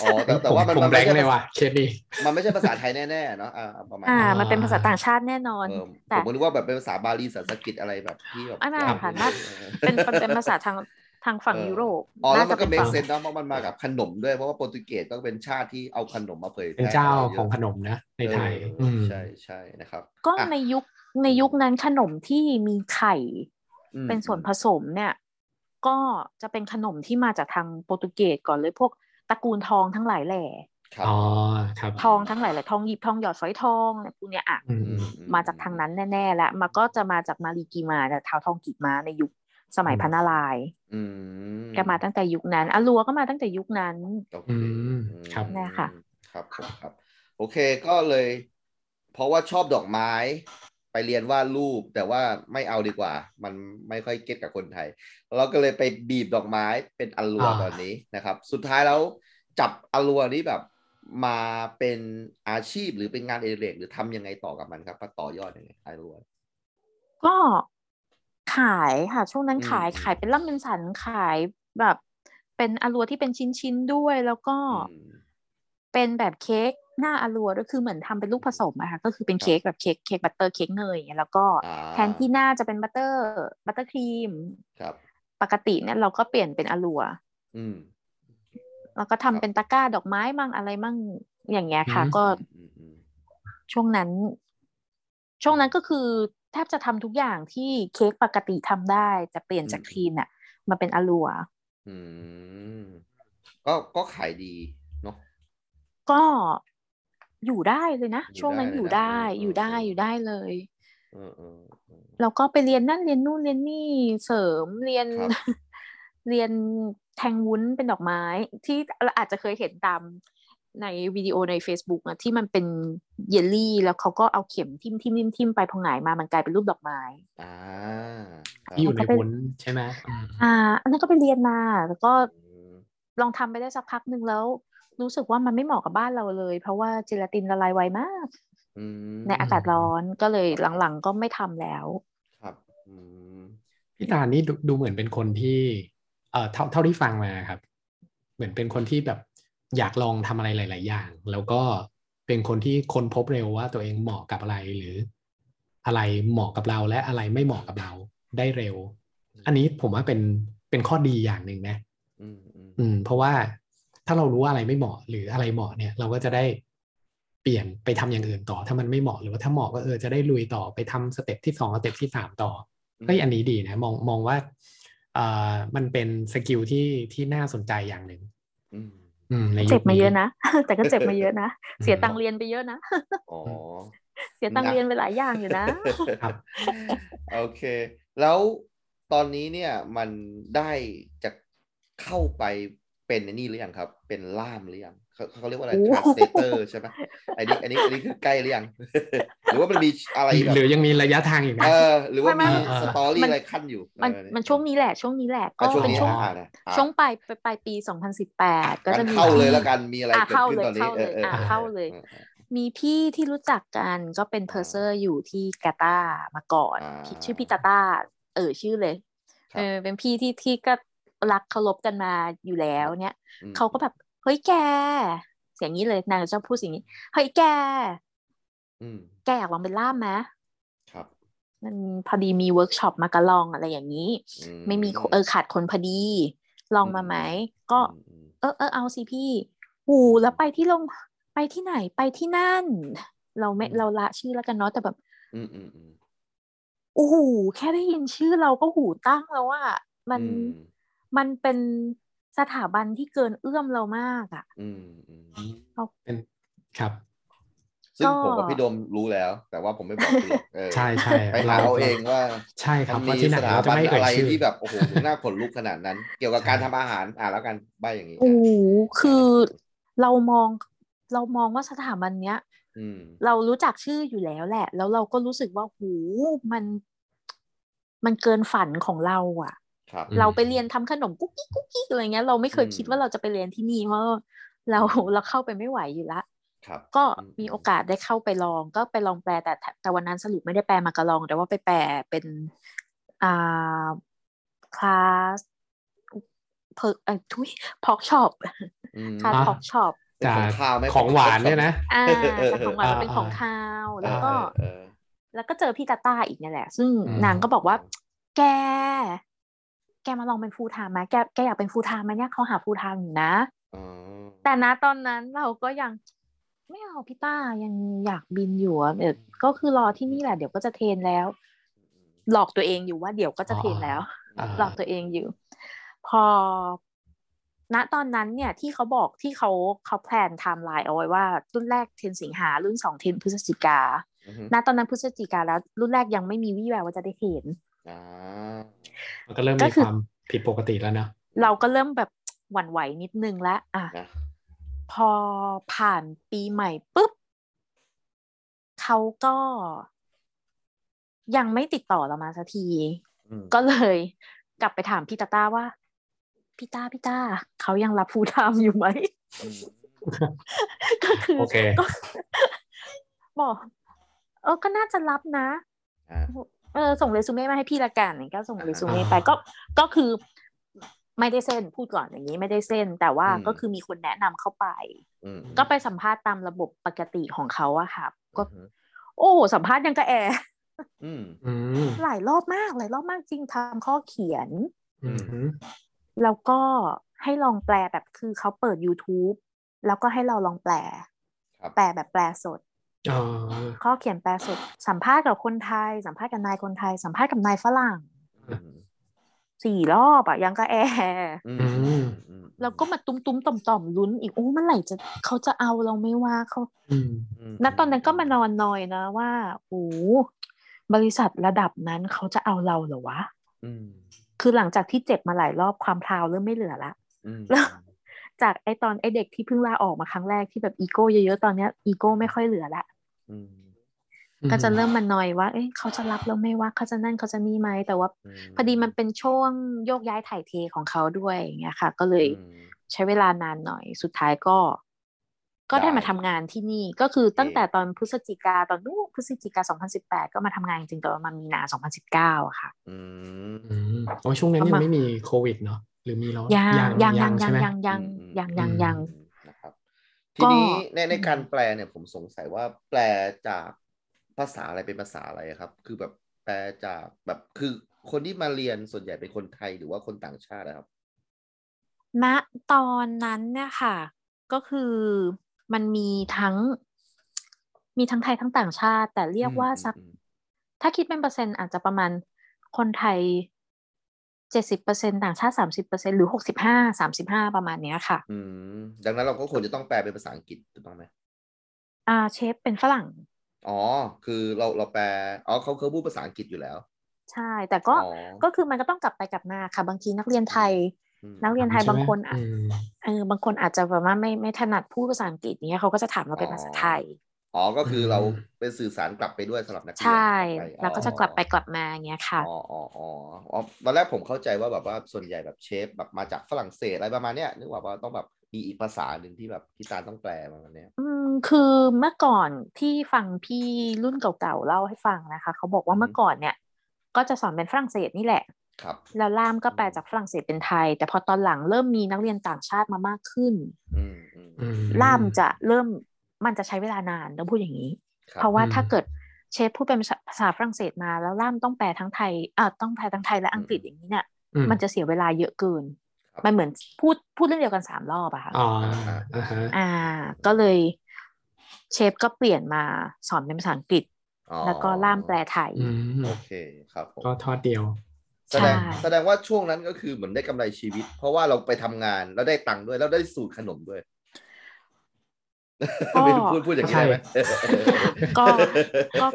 [SPEAKER 2] อ๋อ แต่แต่ว่ามัน
[SPEAKER 3] ผม
[SPEAKER 2] มัน
[SPEAKER 3] แบ
[SPEAKER 2] ไม่
[SPEAKER 3] ง
[SPEAKER 2] ใช่
[SPEAKER 3] ค์เลยว่ะเคสนี้
[SPEAKER 2] มันไม่ใช่ภาษาไทยแน่ๆเนาะอ่าประมาณ
[SPEAKER 4] อ่า
[SPEAKER 2] นั้น
[SPEAKER 4] มันเป็นภาษาต่างชาติแน่นอน
[SPEAKER 2] เออผ
[SPEAKER 4] แต่
[SPEAKER 2] มก็นึกว่าแบบเป็นภาษาบาลีสันสกฤตอะไรแบบที่แบบ
[SPEAKER 4] ไม่ไม่ค่ะน่า
[SPEAKER 2] เป็
[SPEAKER 4] เป็น นเป็นเป็นภาษาทางทางฝั่ง
[SPEAKER 2] เออ
[SPEAKER 4] ยุโรป
[SPEAKER 2] อ๋อแล้วมั
[SPEAKER 4] จะ
[SPEAKER 2] นก็เม
[SPEAKER 4] ฝั่
[SPEAKER 2] ค
[SPEAKER 4] ง
[SPEAKER 2] เซนต์นะเพราะมันมากับขนมด้วยเพราะว่าโปรตุเกสก็เป็นชาติที่เอาขนมมาเผยแพ
[SPEAKER 3] เป็น
[SPEAKER 2] ร่ะ
[SPEAKER 3] เจ้า
[SPEAKER 2] ไรยะ
[SPEAKER 3] ของขนมนะ ในไทย
[SPEAKER 2] เออ
[SPEAKER 3] ม
[SPEAKER 2] ใช่ใช่นะครับ
[SPEAKER 4] ก็
[SPEAKER 2] อ่ะ
[SPEAKER 4] ในยุคในยุคนั้นขนมที่มีไข่
[SPEAKER 2] อืม
[SPEAKER 4] เป็นส่วนผสมเนี่ย ก็จะเป็นขนมที่มาจากทางโปรตุเกสก่อนเลยพวกตระกูลทองทั้งหลายแหล่
[SPEAKER 2] ครับ
[SPEAKER 3] อ๋อครับ
[SPEAKER 4] ทองทั้งหลายแหล่ทองหยิบทองหยอดฝอยทองเนี่ยพวกเนี้ยอ่ะ
[SPEAKER 3] อืม
[SPEAKER 4] มาจากทางนั้นแน่ๆและมันก็จะมาจากมารีกีมาแต่ท้าวทองกีมาในยุคสมัย
[SPEAKER 3] อืม
[SPEAKER 4] พระนารายณ์
[SPEAKER 2] อืม
[SPEAKER 4] ก็มาตั้งแต่ยุคนั้นอารัวก็มาตั้งแต่ยุคนั้น
[SPEAKER 2] โอเค
[SPEAKER 3] อืมครับ
[SPEAKER 4] นะคะ
[SPEAKER 2] ครับผมครับ โอเคก็เลย เพราะว่าชอบดอกไม้ ไปเรียนวาดรูปแต่ว่าไม่เอาดีกว่า มันไม่ค่อยเก็ตกับคนไทย เราก็เลยไปบีบดอกไม้เป็นอัลลัว
[SPEAKER 3] อ่า
[SPEAKER 2] ตอนนี้นะครับ สุดท้ายแล้วจับอัลลัวนี้แบบมาเป็นอาชีพหรือเป็นงานเอดิเรกหรือทำยังไงต่อกับมันครับมาต่อยอดยังไงอัลลัว
[SPEAKER 4] ก็ขายค่ะช่วงนั้น
[SPEAKER 2] อืม
[SPEAKER 4] ขาย
[SPEAKER 2] อืม
[SPEAKER 4] ขายเป็นล่ำเป็นสันขายแบบ เป็นอารัวที่เป็นชิ้นๆด้วย แล้วก็
[SPEAKER 2] ม
[SPEAKER 4] เป็นแบบเค้กหน้าอารัวก็คือเหมือนทำเป็นลูกผสมอะค่ะก็คือเป็นเค้กแบบเค้กเค้กบัตเตอร์เค้กเนยอย่างเงี้ยแล้วก็
[SPEAKER 2] อ่า
[SPEAKER 4] แทนที่หน้าจะเป็นบัตเตอร์บัตเตอร์ครีม
[SPEAKER 2] ครับ
[SPEAKER 4] ปกติเนี่ยเราก็เปลี่ยนเป็นอารัว
[SPEAKER 2] อืม
[SPEAKER 4] แล้วก็
[SPEAKER 2] ครั
[SPEAKER 4] ทำ
[SPEAKER 2] บ
[SPEAKER 4] เป็นตะกร้าดอกไม้มั่งอะไรมั่งอย่างเงี้ยค่ะ
[SPEAKER 3] อืม
[SPEAKER 4] ก็
[SPEAKER 2] อืมอืม
[SPEAKER 4] ช่วงนั้น ช่วงนั้นก็คือแทบจะทำทุกอย่างที่เค้กปกติทำได้ จะเปลี่ยนจากครีมน่ะมาเป็นอลัว
[SPEAKER 2] อืมก็ก็ขายดีเนาะ
[SPEAKER 4] ก็อยู่ได้เลยนะ
[SPEAKER 2] อยู่
[SPEAKER 4] ช่วงนั้น
[SPEAKER 2] ได้เลยนะ
[SPEAKER 4] อยู่ได้
[SPEAKER 2] เออ
[SPEAKER 4] อยู่ได้อยู่ได้
[SPEAKER 2] เอออ
[SPEAKER 4] เลย
[SPEAKER 2] เออเออเออ
[SPEAKER 4] แล้วก็ไปเรียนนั่นเรียนนู่นเรียนนี่เสริมเรียน
[SPEAKER 2] ครับ
[SPEAKER 4] เรียนแทงวุ้นเป็นดอกไม้ ที่เราอาจจะเคยเห็นตามในวิดีโอใน Facebook อะที่มันเป็นเยลลี่ แล้วเขาก็เอาเข็มทิ่มทิ่มทิ่มทิ่มไปพองหงายมามันกลายเป็นรูปดอกไม้
[SPEAKER 2] อ่าครับ
[SPEAKER 3] ที่อยู่ในวุ้นใช่ไหมอืม
[SPEAKER 4] อ่า อันนั้นก็ไปเรียนมาแล้วก็
[SPEAKER 2] อืม
[SPEAKER 4] ลองทำไปได้สักพักหนึ่งแล้ว รู้สึกว่ามันไม่เหมาะกับบ้านเราเลย เพราะว่าเจลาตินละลายไวมาก
[SPEAKER 2] อืม
[SPEAKER 4] ในอากาศร้อนก็เลยหลังๆก็ไม่ทำแล้ว
[SPEAKER 2] ครับอืม
[SPEAKER 3] พี่ตาลนี่ดูดูเหมือนเป็นคนที่ เอ่อเท่าเท่าที่ฟังมาครับ เหมือนเป็นคนที่แบบอยากลองทำอะไรหลาย ๆ อย่าง แล้วก็เป็นคนที่ค้นพบเร็วว่าตัวเองเหมาะกับอะไรหรือ อะไรเหมาะกับเราและอะไรไม่เหมาะกับเราได้เร็ว อันนี้ผมว่าเป็นเป็นข้อดีอย่างหนึ่งนะ
[SPEAKER 2] อืมอืม
[SPEAKER 3] อืมเพราะว่าถ้าเรารู้ว่าอะไรไม่เหมาะหรืออะไรเหมาะเนี่ย เราก็จะได้เปลี่ยนไปทำอย่างอื่นต่อ ถ้ามันไม่เหมาะหรือว่าถ้าเหมาะก็เออจะได้ลุยต่อไปทำสเต็ปที่สองสเต็ปที่สามต่อเฮ้ยอันนี้ดีนะมองมองว่าเอ่อมันเป็นสกิลที่ที่น่าสนใจอย่างหนึ่ง
[SPEAKER 2] อืม
[SPEAKER 3] อืมในค
[SPEAKER 4] เจ็บมาเยอะนะ แต่ก็เจ็บมาเยอะ นะ
[SPEAKER 3] อืม
[SPEAKER 4] เสียตังค์เรียนไปเยอะนะ
[SPEAKER 2] อ๋อ
[SPEAKER 4] เสียตังค์
[SPEAKER 2] นะ
[SPEAKER 4] เรียนไปหลายอย่างอยู่นะ
[SPEAKER 3] ครับ
[SPEAKER 2] โอเค แล้วตอนนี้เนี่ยมันได้จะเข้าไปเป็นไอ้นี่หรือยังครับ เป็นล่ามหรือยังเขาเขาเรียกว่าอะไร
[SPEAKER 4] โอ้
[SPEAKER 2] translator ใช่ไหมอันนี้อันนี้อันนี้คือใกล้หรือยัง หรือว่ามันมีอะไรแบ
[SPEAKER 3] หรื
[SPEAKER 2] บ
[SPEAKER 3] อยังมีระยะทางอีกนะ
[SPEAKER 2] เออหรือว่า
[SPEAKER 4] ไม่ไม่
[SPEAKER 2] มี
[SPEAKER 3] ไม่
[SPEAKER 2] สตอรี่
[SPEAKER 4] มัน
[SPEAKER 2] อะไรขั้นอยู่
[SPEAKER 4] มัน
[SPEAKER 2] เออเย
[SPEAKER 4] มันช่วงนี้แหละ ช่วงนี้แหละก็
[SPEAKER 2] อ่ะช่วง
[SPEAKER 4] เป็น
[SPEAKER 2] นี้
[SPEAKER 4] ช่วง
[SPEAKER 2] อ่ะนะอ่ะ
[SPEAKER 4] ช่วงปลายปลายปี 2018 ก็จะ
[SPEAKER 2] งั้น
[SPEAKER 4] มี
[SPEAKER 2] เข้าเลยแล้วกันมีอะไร
[SPEAKER 4] อ่ะ
[SPEAKER 2] เกิดขึ้นตอนนี้
[SPEAKER 4] เข้าเลย
[SPEAKER 2] ออออ
[SPEAKER 4] เข้าเลยอ่ะ
[SPEAKER 2] ออ
[SPEAKER 4] มีพี่ที่รู้จักกันก็เป็นเพอร์เซอร์อยู่ที่กาตาร์มาก่อน
[SPEAKER 2] อ่า
[SPEAKER 4] พี่ชื่อพี่ตาตาเออชื่อเลย
[SPEAKER 2] ครับ
[SPEAKER 4] เออเป็นพี่ที่ที่ก็รักเคารพกันมาอยู่แล้วเนี่ย
[SPEAKER 2] อืม
[SPEAKER 4] เขาก็แบบ เฮ้ยแก เสียงนี้เลยนางจะชอบพูดเสิ่างนี้ เฮ้ยแก
[SPEAKER 2] อืม
[SPEAKER 4] แกอยากลองเป็นล่ามไหม
[SPEAKER 2] ครับ
[SPEAKER 4] มันพอดีมีเวิร์กช็อปมากะลองอะไรอย่างนี้
[SPEAKER 2] อื
[SPEAKER 4] ไม่มีคนเออขาดคนพอดี ลองมา
[SPEAKER 2] อืม
[SPEAKER 4] ไหม ก็
[SPEAKER 2] อืม
[SPEAKER 4] เออเออเอาสิพี่หูแล้วไปที่ลงไปที่ไหนไปที่นั่น เราไม่
[SPEAKER 2] อืม
[SPEAKER 4] เราละชื่อแล้วกันเนาะแต่แบบ
[SPEAKER 2] อืมอืมอืม
[SPEAKER 4] โอ้โหแค่ได้ยินชื่อเราก็หูตั้งแล้วว่ามัน
[SPEAKER 2] อืม
[SPEAKER 4] มันเป็นสถาบันที่เกินเอื้อมเรามากอ่ะ
[SPEAKER 2] อืมอืม
[SPEAKER 3] เป็นครับ
[SPEAKER 2] ซึ่ง
[SPEAKER 4] ก็
[SPEAKER 2] ผมกับพี่โดมรู้แล้ว แต่ว่าผมไม่บอกคุณหรอกเออ
[SPEAKER 3] ใช่ใช่
[SPEAKER 2] ไปหาเอาเองว่า
[SPEAKER 3] ใช่ครับ
[SPEAKER 2] มัน
[SPEAKER 3] ว่า
[SPEAKER 2] มี
[SPEAKER 3] ที่ไหน
[SPEAKER 2] สถา
[SPEAKER 3] เราจะ
[SPEAKER 2] บัน
[SPEAKER 3] ไม่เอ่
[SPEAKER 2] อะ
[SPEAKER 3] ย
[SPEAKER 2] ไร
[SPEAKER 3] ชื่อ
[SPEAKER 2] ที่แบบโอ้โหหน้าขนลุกขนาดนั้น เกี่ยวกับการทำอาหารอ่ะแล้วกันใบอย่างนี้
[SPEAKER 4] โอ้โหคือเรามองเรามองว่าสถาบันเนี้ย
[SPEAKER 2] อืม
[SPEAKER 4] เรารู้จักชื่ออยู่แล้วแหละ แล้วเราก็รู้สึกว่าหูมัน มันเกินฝันของเราอ่ะ
[SPEAKER 2] ครับ
[SPEAKER 3] อืม
[SPEAKER 4] เราไปเรียนทำขนมกุ๊กกิ๊กกุ๊กกิ๊กอะไรเงี้ยเราไม่เคย
[SPEAKER 2] อืม
[SPEAKER 4] คิดว่าเราจะไปเรียนที่นี่เพราะเรา
[SPEAKER 2] อืม
[SPEAKER 4] เราเข้าไปไม่ไหวอยู่ละ
[SPEAKER 2] ครับ
[SPEAKER 4] ก็
[SPEAKER 2] อืม
[SPEAKER 4] มีโอกาสได้เข้าไปลอง ก็ไปลองแปลแต่แต่แต่วันนั้นสรุปไม่ได้แปลมากะลอง แต่ว่าไปแปลเป็นอ่าคลาสเพอเอ่อทุยพอกช็อป
[SPEAKER 2] อืม
[SPEAKER 4] คลาส
[SPEAKER 3] อ่ะ
[SPEAKER 4] พอกช็อป
[SPEAKER 2] เป็นของข้าวไหม
[SPEAKER 3] ของหวานเนี่ยนะ
[SPEAKER 4] อ่า
[SPEAKER 2] เออเออ
[SPEAKER 4] จากของหวาน
[SPEAKER 3] เออ
[SPEAKER 4] มาเป็นของคาว
[SPEAKER 2] เออ
[SPEAKER 4] แล้วก็
[SPEAKER 2] เออ
[SPEAKER 4] แล้วก็เจอพี่ตาต้าอีกเนี่ยแหละ ซึ่ง
[SPEAKER 3] อืม
[SPEAKER 4] นางก็บอกว่า แก แกมาลองเป็นฟูลไทม์ไหมแกแกอยากเป็นฟูลไทม์ไหมเนี่ยเขาหาฟูลไทม์อยู่นะ
[SPEAKER 2] เอออ๋อ
[SPEAKER 4] แต่นะตอนนั้นเราก็ยังไม่เอาพี่ต้ายังอยากบินอยู่อะเดี๋ยวก็คือรอที่นี่แหละเดี๋ยวก็จะเทรนแล้ว หลอกตัวเองอยู่ว่าเดี๋ยวก็จะเทรนแล้ว
[SPEAKER 3] อ่า
[SPEAKER 4] หลอกตัวเองอยู่ พอ ณตอนนั้นเนี่ย ที่เขาบอกที่เขาเขาแพลนไทม์ไลน์เอาไว้ว่า รุ่นแรกเทรนสิงหารุ่นสองเทรนพฤศจิกา
[SPEAKER 2] อือฮึ
[SPEAKER 4] ณตอนนั้นพฤศจิกาแล้ว รุ่นแรกยังไม่มีวี่แววว่าจะได้เทรน
[SPEAKER 2] อ่า
[SPEAKER 3] มันก็เริ่ม
[SPEAKER 4] ก็
[SPEAKER 3] มี
[SPEAKER 4] คือ
[SPEAKER 3] ความผิดปกติแล้วเนาะ
[SPEAKER 4] เราก็เริ่มแบบหวั่นไหวนิดนึงแล้วอ่ะ
[SPEAKER 2] นะ
[SPEAKER 4] พอผ่านปีใหม่ปุ๊บเขาก็ยังไม่ติดต่อเรามาสักที
[SPEAKER 2] อืม
[SPEAKER 4] ก็เลย กลับไปถามพี่ตาต้าว่าพี่ต้าพี่ต้าเขายังรับฟูลไทม์อยู่ไหม
[SPEAKER 2] อืม
[SPEAKER 4] ก็คือ
[SPEAKER 3] โอเค
[SPEAKER 4] ก็บอกเออก็น่าจะรับนะ
[SPEAKER 2] อ่ะ
[SPEAKER 4] เออส่งเรซูเม่มาให้พี่ละกันก็ส่ง
[SPEAKER 2] อ่า
[SPEAKER 4] เรซูเม่ไป
[SPEAKER 3] อ่า
[SPEAKER 4] ก็ก็คือไม่ได้เส้นพูดก่อนอย่างนี้ไม่ได้เส้น แต่ว่า
[SPEAKER 2] อืม
[SPEAKER 4] ก็คือมีคนแนะนำเข้าไป
[SPEAKER 2] อืม
[SPEAKER 4] ก็ไปสัมภาษณ์ตามระบบปกติของเขาอะค่ะ ก็
[SPEAKER 2] อืม
[SPEAKER 4] โอ้โหสัมภาษณ์ยังกระแอ
[SPEAKER 2] อืม
[SPEAKER 3] อืม
[SPEAKER 4] หลายรอบมาก หลายรอบมากจริงทำข้อเขียน
[SPEAKER 3] อืม
[SPEAKER 4] แล้วก็ให้ลองแปลแบบคือเขาเปิด YouTube แล้วก็ให้เราลองแปล
[SPEAKER 2] ครับ
[SPEAKER 4] แปลแบบแปลสด
[SPEAKER 3] อ๋อ
[SPEAKER 4] ข้อเขียนแปลสด สัมภาษณ์กับคนไทย สัมภาษณ์กับนายคนไทย สัมภาษณ์กับนายฝรั่ง
[SPEAKER 2] อืม
[SPEAKER 4] สี่รอบอะยังก็แอร์
[SPEAKER 2] อืม
[SPEAKER 3] อืม
[SPEAKER 2] อืม
[SPEAKER 4] แล้วก็มาตุ้มตุ้มต่อมต่อมๆลุ้นอีกโอ้เมื่อไหร่จะเขาจะเอาเราไม่ว่าเขา
[SPEAKER 3] อืม
[SPEAKER 2] อืม
[SPEAKER 4] ณตอนนั้นก็มานอนนอยนะว่าโอ้บริษัทระดับนั้นเขาจะเอาเราเหรอวะ
[SPEAKER 2] อืม
[SPEAKER 4] คือหลังจากที่เจ็บมาหลายรอบความพราวเริ่มไม่เหลือละ
[SPEAKER 2] อืม
[SPEAKER 4] แล้ว จากไอตอนไอเด็กที่เพิ่งลาออกมาครั้งแรกที่แบบอีโก้เยอะๆตอนเนี้ยอีโก้ไม่ค่อยเหลือละ
[SPEAKER 2] อืม
[SPEAKER 4] ก็จะเริ่มมันนอยว่า เอ้ยเขาจะรับเราไหม่ว่าเขาจะนั่นเขาจะนี่ไหมแต่ว่า
[SPEAKER 2] ม
[SPEAKER 4] พอดีมันเป็นช่วงโยกย้ายถ่ายเทของเขาด้วยอย่างเงี้ยค่ะ ก็เลย
[SPEAKER 2] อืม
[SPEAKER 4] ใช้เวลานานหน่อย สุดท้ายก็ ก็
[SPEAKER 2] ได้
[SPEAKER 4] ได้มาทำงานที่นี่ ก็คือตั้ง
[SPEAKER 2] โอเค
[SPEAKER 4] แต่ตอนพฤศจิกาตอนนู้นพฤศจิกา 2018 ก็มาทำงานจริงๆตอนประมาณมีนา 2019อะค่ะ
[SPEAKER 2] อืม
[SPEAKER 3] อืมอ๋อช่วงนั้น
[SPEAKER 4] ป
[SPEAKER 3] ยั
[SPEAKER 4] ระ
[SPEAKER 3] ง
[SPEAKER 4] มาณ
[SPEAKER 3] ไม่มีโควิดเนาะหรือมีแล้ว
[SPEAKER 4] ยังยังยังยั
[SPEAKER 3] ใช่
[SPEAKER 4] ง
[SPEAKER 3] ไหม
[SPEAKER 4] ยังยังยังยังยัง
[SPEAKER 2] นะครับ
[SPEAKER 4] ก็
[SPEAKER 2] ทีนี้ในใน
[SPEAKER 4] อืม
[SPEAKER 2] การแปลเนี่ยผมสงสัยว่าแปลจากภาษาอะไรเป็นภาษาอะไรครับ คือแบบแปลจากแบบคือคนที่มาเรียนส่วนใหญ่เป็นคนไทยหรือว่าคนต่างชาตินะครับ
[SPEAKER 4] ณตอนนั้นเนี่ยค่ะ ก็คือมันมีทั้ง มีทั้งไทยทั้งต่างชาติ แต่เรียกว่า
[SPEAKER 2] อืม
[SPEAKER 4] สัก
[SPEAKER 2] อืม
[SPEAKER 4] ถ้าคิดเป็นเปอร์เซ็นต์อาจจะประมาณคนไทยเจ็ดสิบเปอร์เซ็นต่างชาติสามสิบเปอร์เซ็นหรือหกสิบห้าสามสิบห้าประมาณเนี้ยค่ะ
[SPEAKER 2] อืมดังนั้นเราก็ควรจะต้องแปลเป็นภาษาอังกฤษถูกต้องไหม
[SPEAKER 4] อ่าเชฟเป็นฝรั่ง
[SPEAKER 2] อ๋อ คือเราเราแปลอ๋อเขาเขาพูดภาษาอังกฤษอยู่แล้ว
[SPEAKER 4] ใช่ แต่ก็
[SPEAKER 2] อ๋อ
[SPEAKER 4] ก็คือมันก็ต้องกลับไปกลับมาค่ะ บางทีนักเรียนไทย
[SPEAKER 2] อืม
[SPEAKER 4] นักเรียนไทย
[SPEAKER 3] ใช่ไหม
[SPEAKER 4] บางคนอ่ะ
[SPEAKER 3] อืม
[SPEAKER 4] เออบางคนอาจจะแบบว่าไม่ไม่ถนัดพูดภาษาอังกฤษเนี้ยเขาก็จะถามเราเป็นภาษาไทย
[SPEAKER 2] อ๋อ ก็คืออ
[SPEAKER 3] ม
[SPEAKER 2] เราเป็นสื่อสารกลับไปด้วยสำหรับนักเรีน
[SPEAKER 4] ใช่
[SPEAKER 2] ไป
[SPEAKER 4] แล้วก็จะกลับไปกลับมาเงี้ยค่ะ
[SPEAKER 2] อ๋ออ๋ออ๋ออ๋อตอนแรกผมเข้าใจว่าแบบว่าส่วนใหญ่แบบเชฟแบบมาจากฝรั่งเศสอะไรประมาณเนี้ยนึกว่าว่าต้องแบบมีอีกภาษาหนึ่งที่แบบพี่ตาลต้องแปลประมาณเนี้ย
[SPEAKER 4] อืมคือเมื่อก่อนที่ฟังพี่รุ่นเก่าๆเล่าให้ฟังนะคะ เขาบอกว่า
[SPEAKER 2] อือฮึ
[SPEAKER 4] เมื่อก่อนเนี่ย ก็จะสอนเป็นฝรั่งเศสนี่แหละ
[SPEAKER 2] ครับ
[SPEAKER 4] แล้วล่ามก็แปล
[SPEAKER 2] อืม
[SPEAKER 4] จากฝรั่งเศสเป็นไทย แต่พอตอนหลังเริ่มมีนักเรียนต่างชาติมามากขึ้น
[SPEAKER 2] อืมอืม
[SPEAKER 3] อืม
[SPEAKER 4] ล่ามจะเริ่มมันจะใช้เวลานานต้องพูดอย่างนี้
[SPEAKER 2] คบ
[SPEAKER 4] เพราะว่า
[SPEAKER 3] อืม
[SPEAKER 4] ถ้าเกิดเชฟพูดเป็นภาษาภาษาฝรั่งเศสมาแล้วล่ามต้องแปลทั้งไทยอ่าต้องแปลทั้งไทยและอังกฤษอย่างนี้เนี่ย
[SPEAKER 3] อืม
[SPEAKER 4] มันจะเสียเวลาเยอะเกิน
[SPEAKER 2] ครับ
[SPEAKER 4] มันเหมือนพูดพูดเรื่องเดียวกันสามรอบอะค่ะ
[SPEAKER 3] อ๋ออ่าฮะ
[SPEAKER 4] อ่าก็เลยเชฟก็เปลี่ยนมาสอนเป็นภาษาอังกฤษ
[SPEAKER 2] อ๋อ
[SPEAKER 4] แล้วก็ล่ามแปลไทย
[SPEAKER 3] อืม
[SPEAKER 2] โอเคครับผม
[SPEAKER 3] ก็ทอดเดียว
[SPEAKER 2] แสดง
[SPEAKER 4] ใช่
[SPEAKER 2] แสดงว่าช่วงนั้นก็คือเหมือนได้กำไรชีวิต เพราะว่าเราไปทำงานแล้วได้ตังค์ด้วยแล้วได้สูตรขนมด้วย
[SPEAKER 4] ก็
[SPEAKER 2] ไม่รู้พูดพูดอย่างนี้ได้ไหม
[SPEAKER 4] ก็ ก็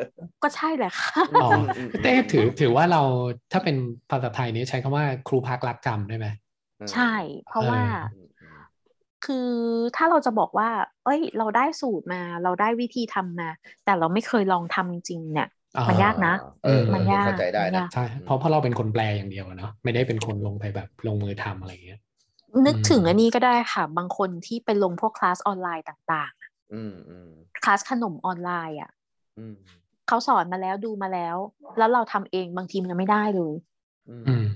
[SPEAKER 4] ก็ใช่แหละค่ะ
[SPEAKER 3] อ๋อ เต้ถือถือว่าเราถ้าเป็นภาษาไทยนี้ใช้คำว่าครูพักรักจำได้ไหม
[SPEAKER 4] ใช่เพราะว่า
[SPEAKER 3] เอ
[SPEAKER 4] คือถ้าเราจะบอกว่า เอ้ย เราได้สูตรมาเราได้วิธีทำมา แต่เราไม่เคยลองทำจริงๆเนี่ย
[SPEAKER 3] อ่
[SPEAKER 4] มันยากนะ
[SPEAKER 2] เออ
[SPEAKER 4] มันยาก
[SPEAKER 2] เข้าใจได้
[SPEAKER 4] มัน
[SPEAKER 2] นะ
[SPEAKER 4] ยาก
[SPEAKER 3] ใช่เพราะเพราะเราเป็นคนแปลอย่างเดียวอะเนาะไม่ได้เป็นคนลงไปแบบลงมือทำอะไรอย่างเงี้ย
[SPEAKER 4] นึกถึง
[SPEAKER 3] อืม
[SPEAKER 4] อันนี้ก็ได้ค่ะ บางคนที่ไปลงพวกคลาสออนไลน์ต่าง
[SPEAKER 2] อืมอืม
[SPEAKER 4] ๆคลาสขนมออนไลน์อ่ะ
[SPEAKER 2] อืม
[SPEAKER 4] เขาสอนมาแล้วดูมาแล้ว แล้วเราทำเองบางทีมันยังไม่ได้เลย
[SPEAKER 2] อืม
[SPEAKER 3] อืม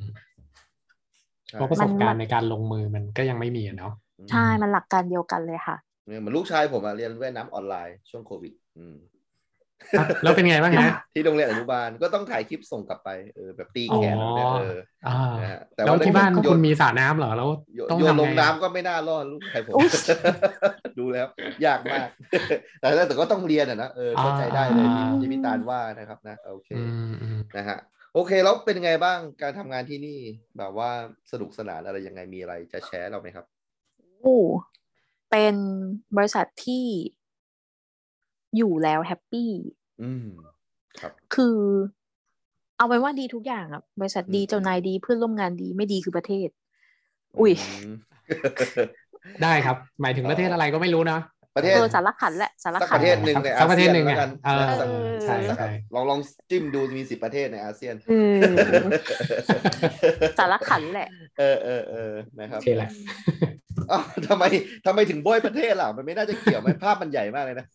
[SPEAKER 2] ใช่
[SPEAKER 3] เพราะประสบการณ์ในการลงมือมันก็ยังไม่มีอะเนาะ
[SPEAKER 4] ใช่มันหลักการเดียวกันเลยค่ะ
[SPEAKER 2] เนี่ยเหมือนลูกชายผมอะเรียนว่ายน้ำออนไลน์ช่วงโควิด อืม
[SPEAKER 3] อ่ะ แล้วเป็นไงบ้างฮะ
[SPEAKER 2] ที่โรงเรียนอนุบาลก็ต้องถ่ายคลิปส่งกลับไปเออแบบตีแขน
[SPEAKER 3] อ๋อ
[SPEAKER 2] เนี่ยเออ
[SPEAKER 3] อ่า
[SPEAKER 2] นะฮะ
[SPEAKER 3] แล้วที่บ้าน
[SPEAKER 2] โย
[SPEAKER 3] คุณมีสระน้ำเหรอแล้ว
[SPEAKER 2] โยน
[SPEAKER 3] ต้อง
[SPEAKER 2] โยน
[SPEAKER 3] ทำ
[SPEAKER 2] ล
[SPEAKER 3] ไง
[SPEAKER 2] งน้ำก็ไม่น่ารอดลูกชายผม
[SPEAKER 4] อุ๊ย
[SPEAKER 2] ดูแล้ว ยากมาก แต่แต่ก็ต้องเรียนอะนะเออเข้าใจได้เลยที่ที่พี่ตาลว่านะครับนะโอเค
[SPEAKER 3] อืมอืม
[SPEAKER 2] นะฮะโอเคแล้วเป็นไงบ้างการทำงานที่นี่แบบว่าสนุกสนานอะไรยังไงมีอะไรจะแชร์เราไหมครับ
[SPEAKER 4] โอ้เป็นบริษัทที่อยู่แล้วแฮปปี้
[SPEAKER 2] อืมครับ
[SPEAKER 4] คือ เอาไว้ว่าดีทุกอย่างอะบริษัทดี
[SPEAKER 2] อืม
[SPEAKER 4] เจ้านายดีเพื่อนร่วมงานดีไม่ดีคือประเทศ อุ้ย
[SPEAKER 2] ม
[SPEAKER 3] ได้ครับ หมายถึงประเทศอะไรก็ไม่รู้นะ
[SPEAKER 2] ประเทศ
[SPEAKER 4] เออสารขันแหละสาร
[SPEAKER 2] สัก
[SPEAKER 4] ขั
[SPEAKER 2] ป
[SPEAKER 4] น
[SPEAKER 2] ระเทศหนึ่งใน
[SPEAKER 3] สั
[SPEAKER 2] อาก
[SPEAKER 3] ประเท
[SPEAKER 2] เซี
[SPEAKER 3] ศ
[SPEAKER 2] ยน
[SPEAKER 3] หนึ่ง
[SPEAKER 2] แล้วกัน
[SPEAKER 3] อ่ะเออ
[SPEAKER 2] สัก
[SPEAKER 4] ใช่
[SPEAKER 2] สัก
[SPEAKER 3] ใช่
[SPEAKER 2] ลองลองจิ้มดูมีสิบประเทศในอาเซียน
[SPEAKER 4] เออสารขันแหละ
[SPEAKER 2] เออเออเออนะค
[SPEAKER 3] โอ
[SPEAKER 2] รับ
[SPEAKER 3] เคแหละ
[SPEAKER 2] อ้าวทำไมทำไมถึงโบยประเทศล่ะมันไม่น่าจะเกี่ยวไหมภาพมันใหญ่มากเลยนะ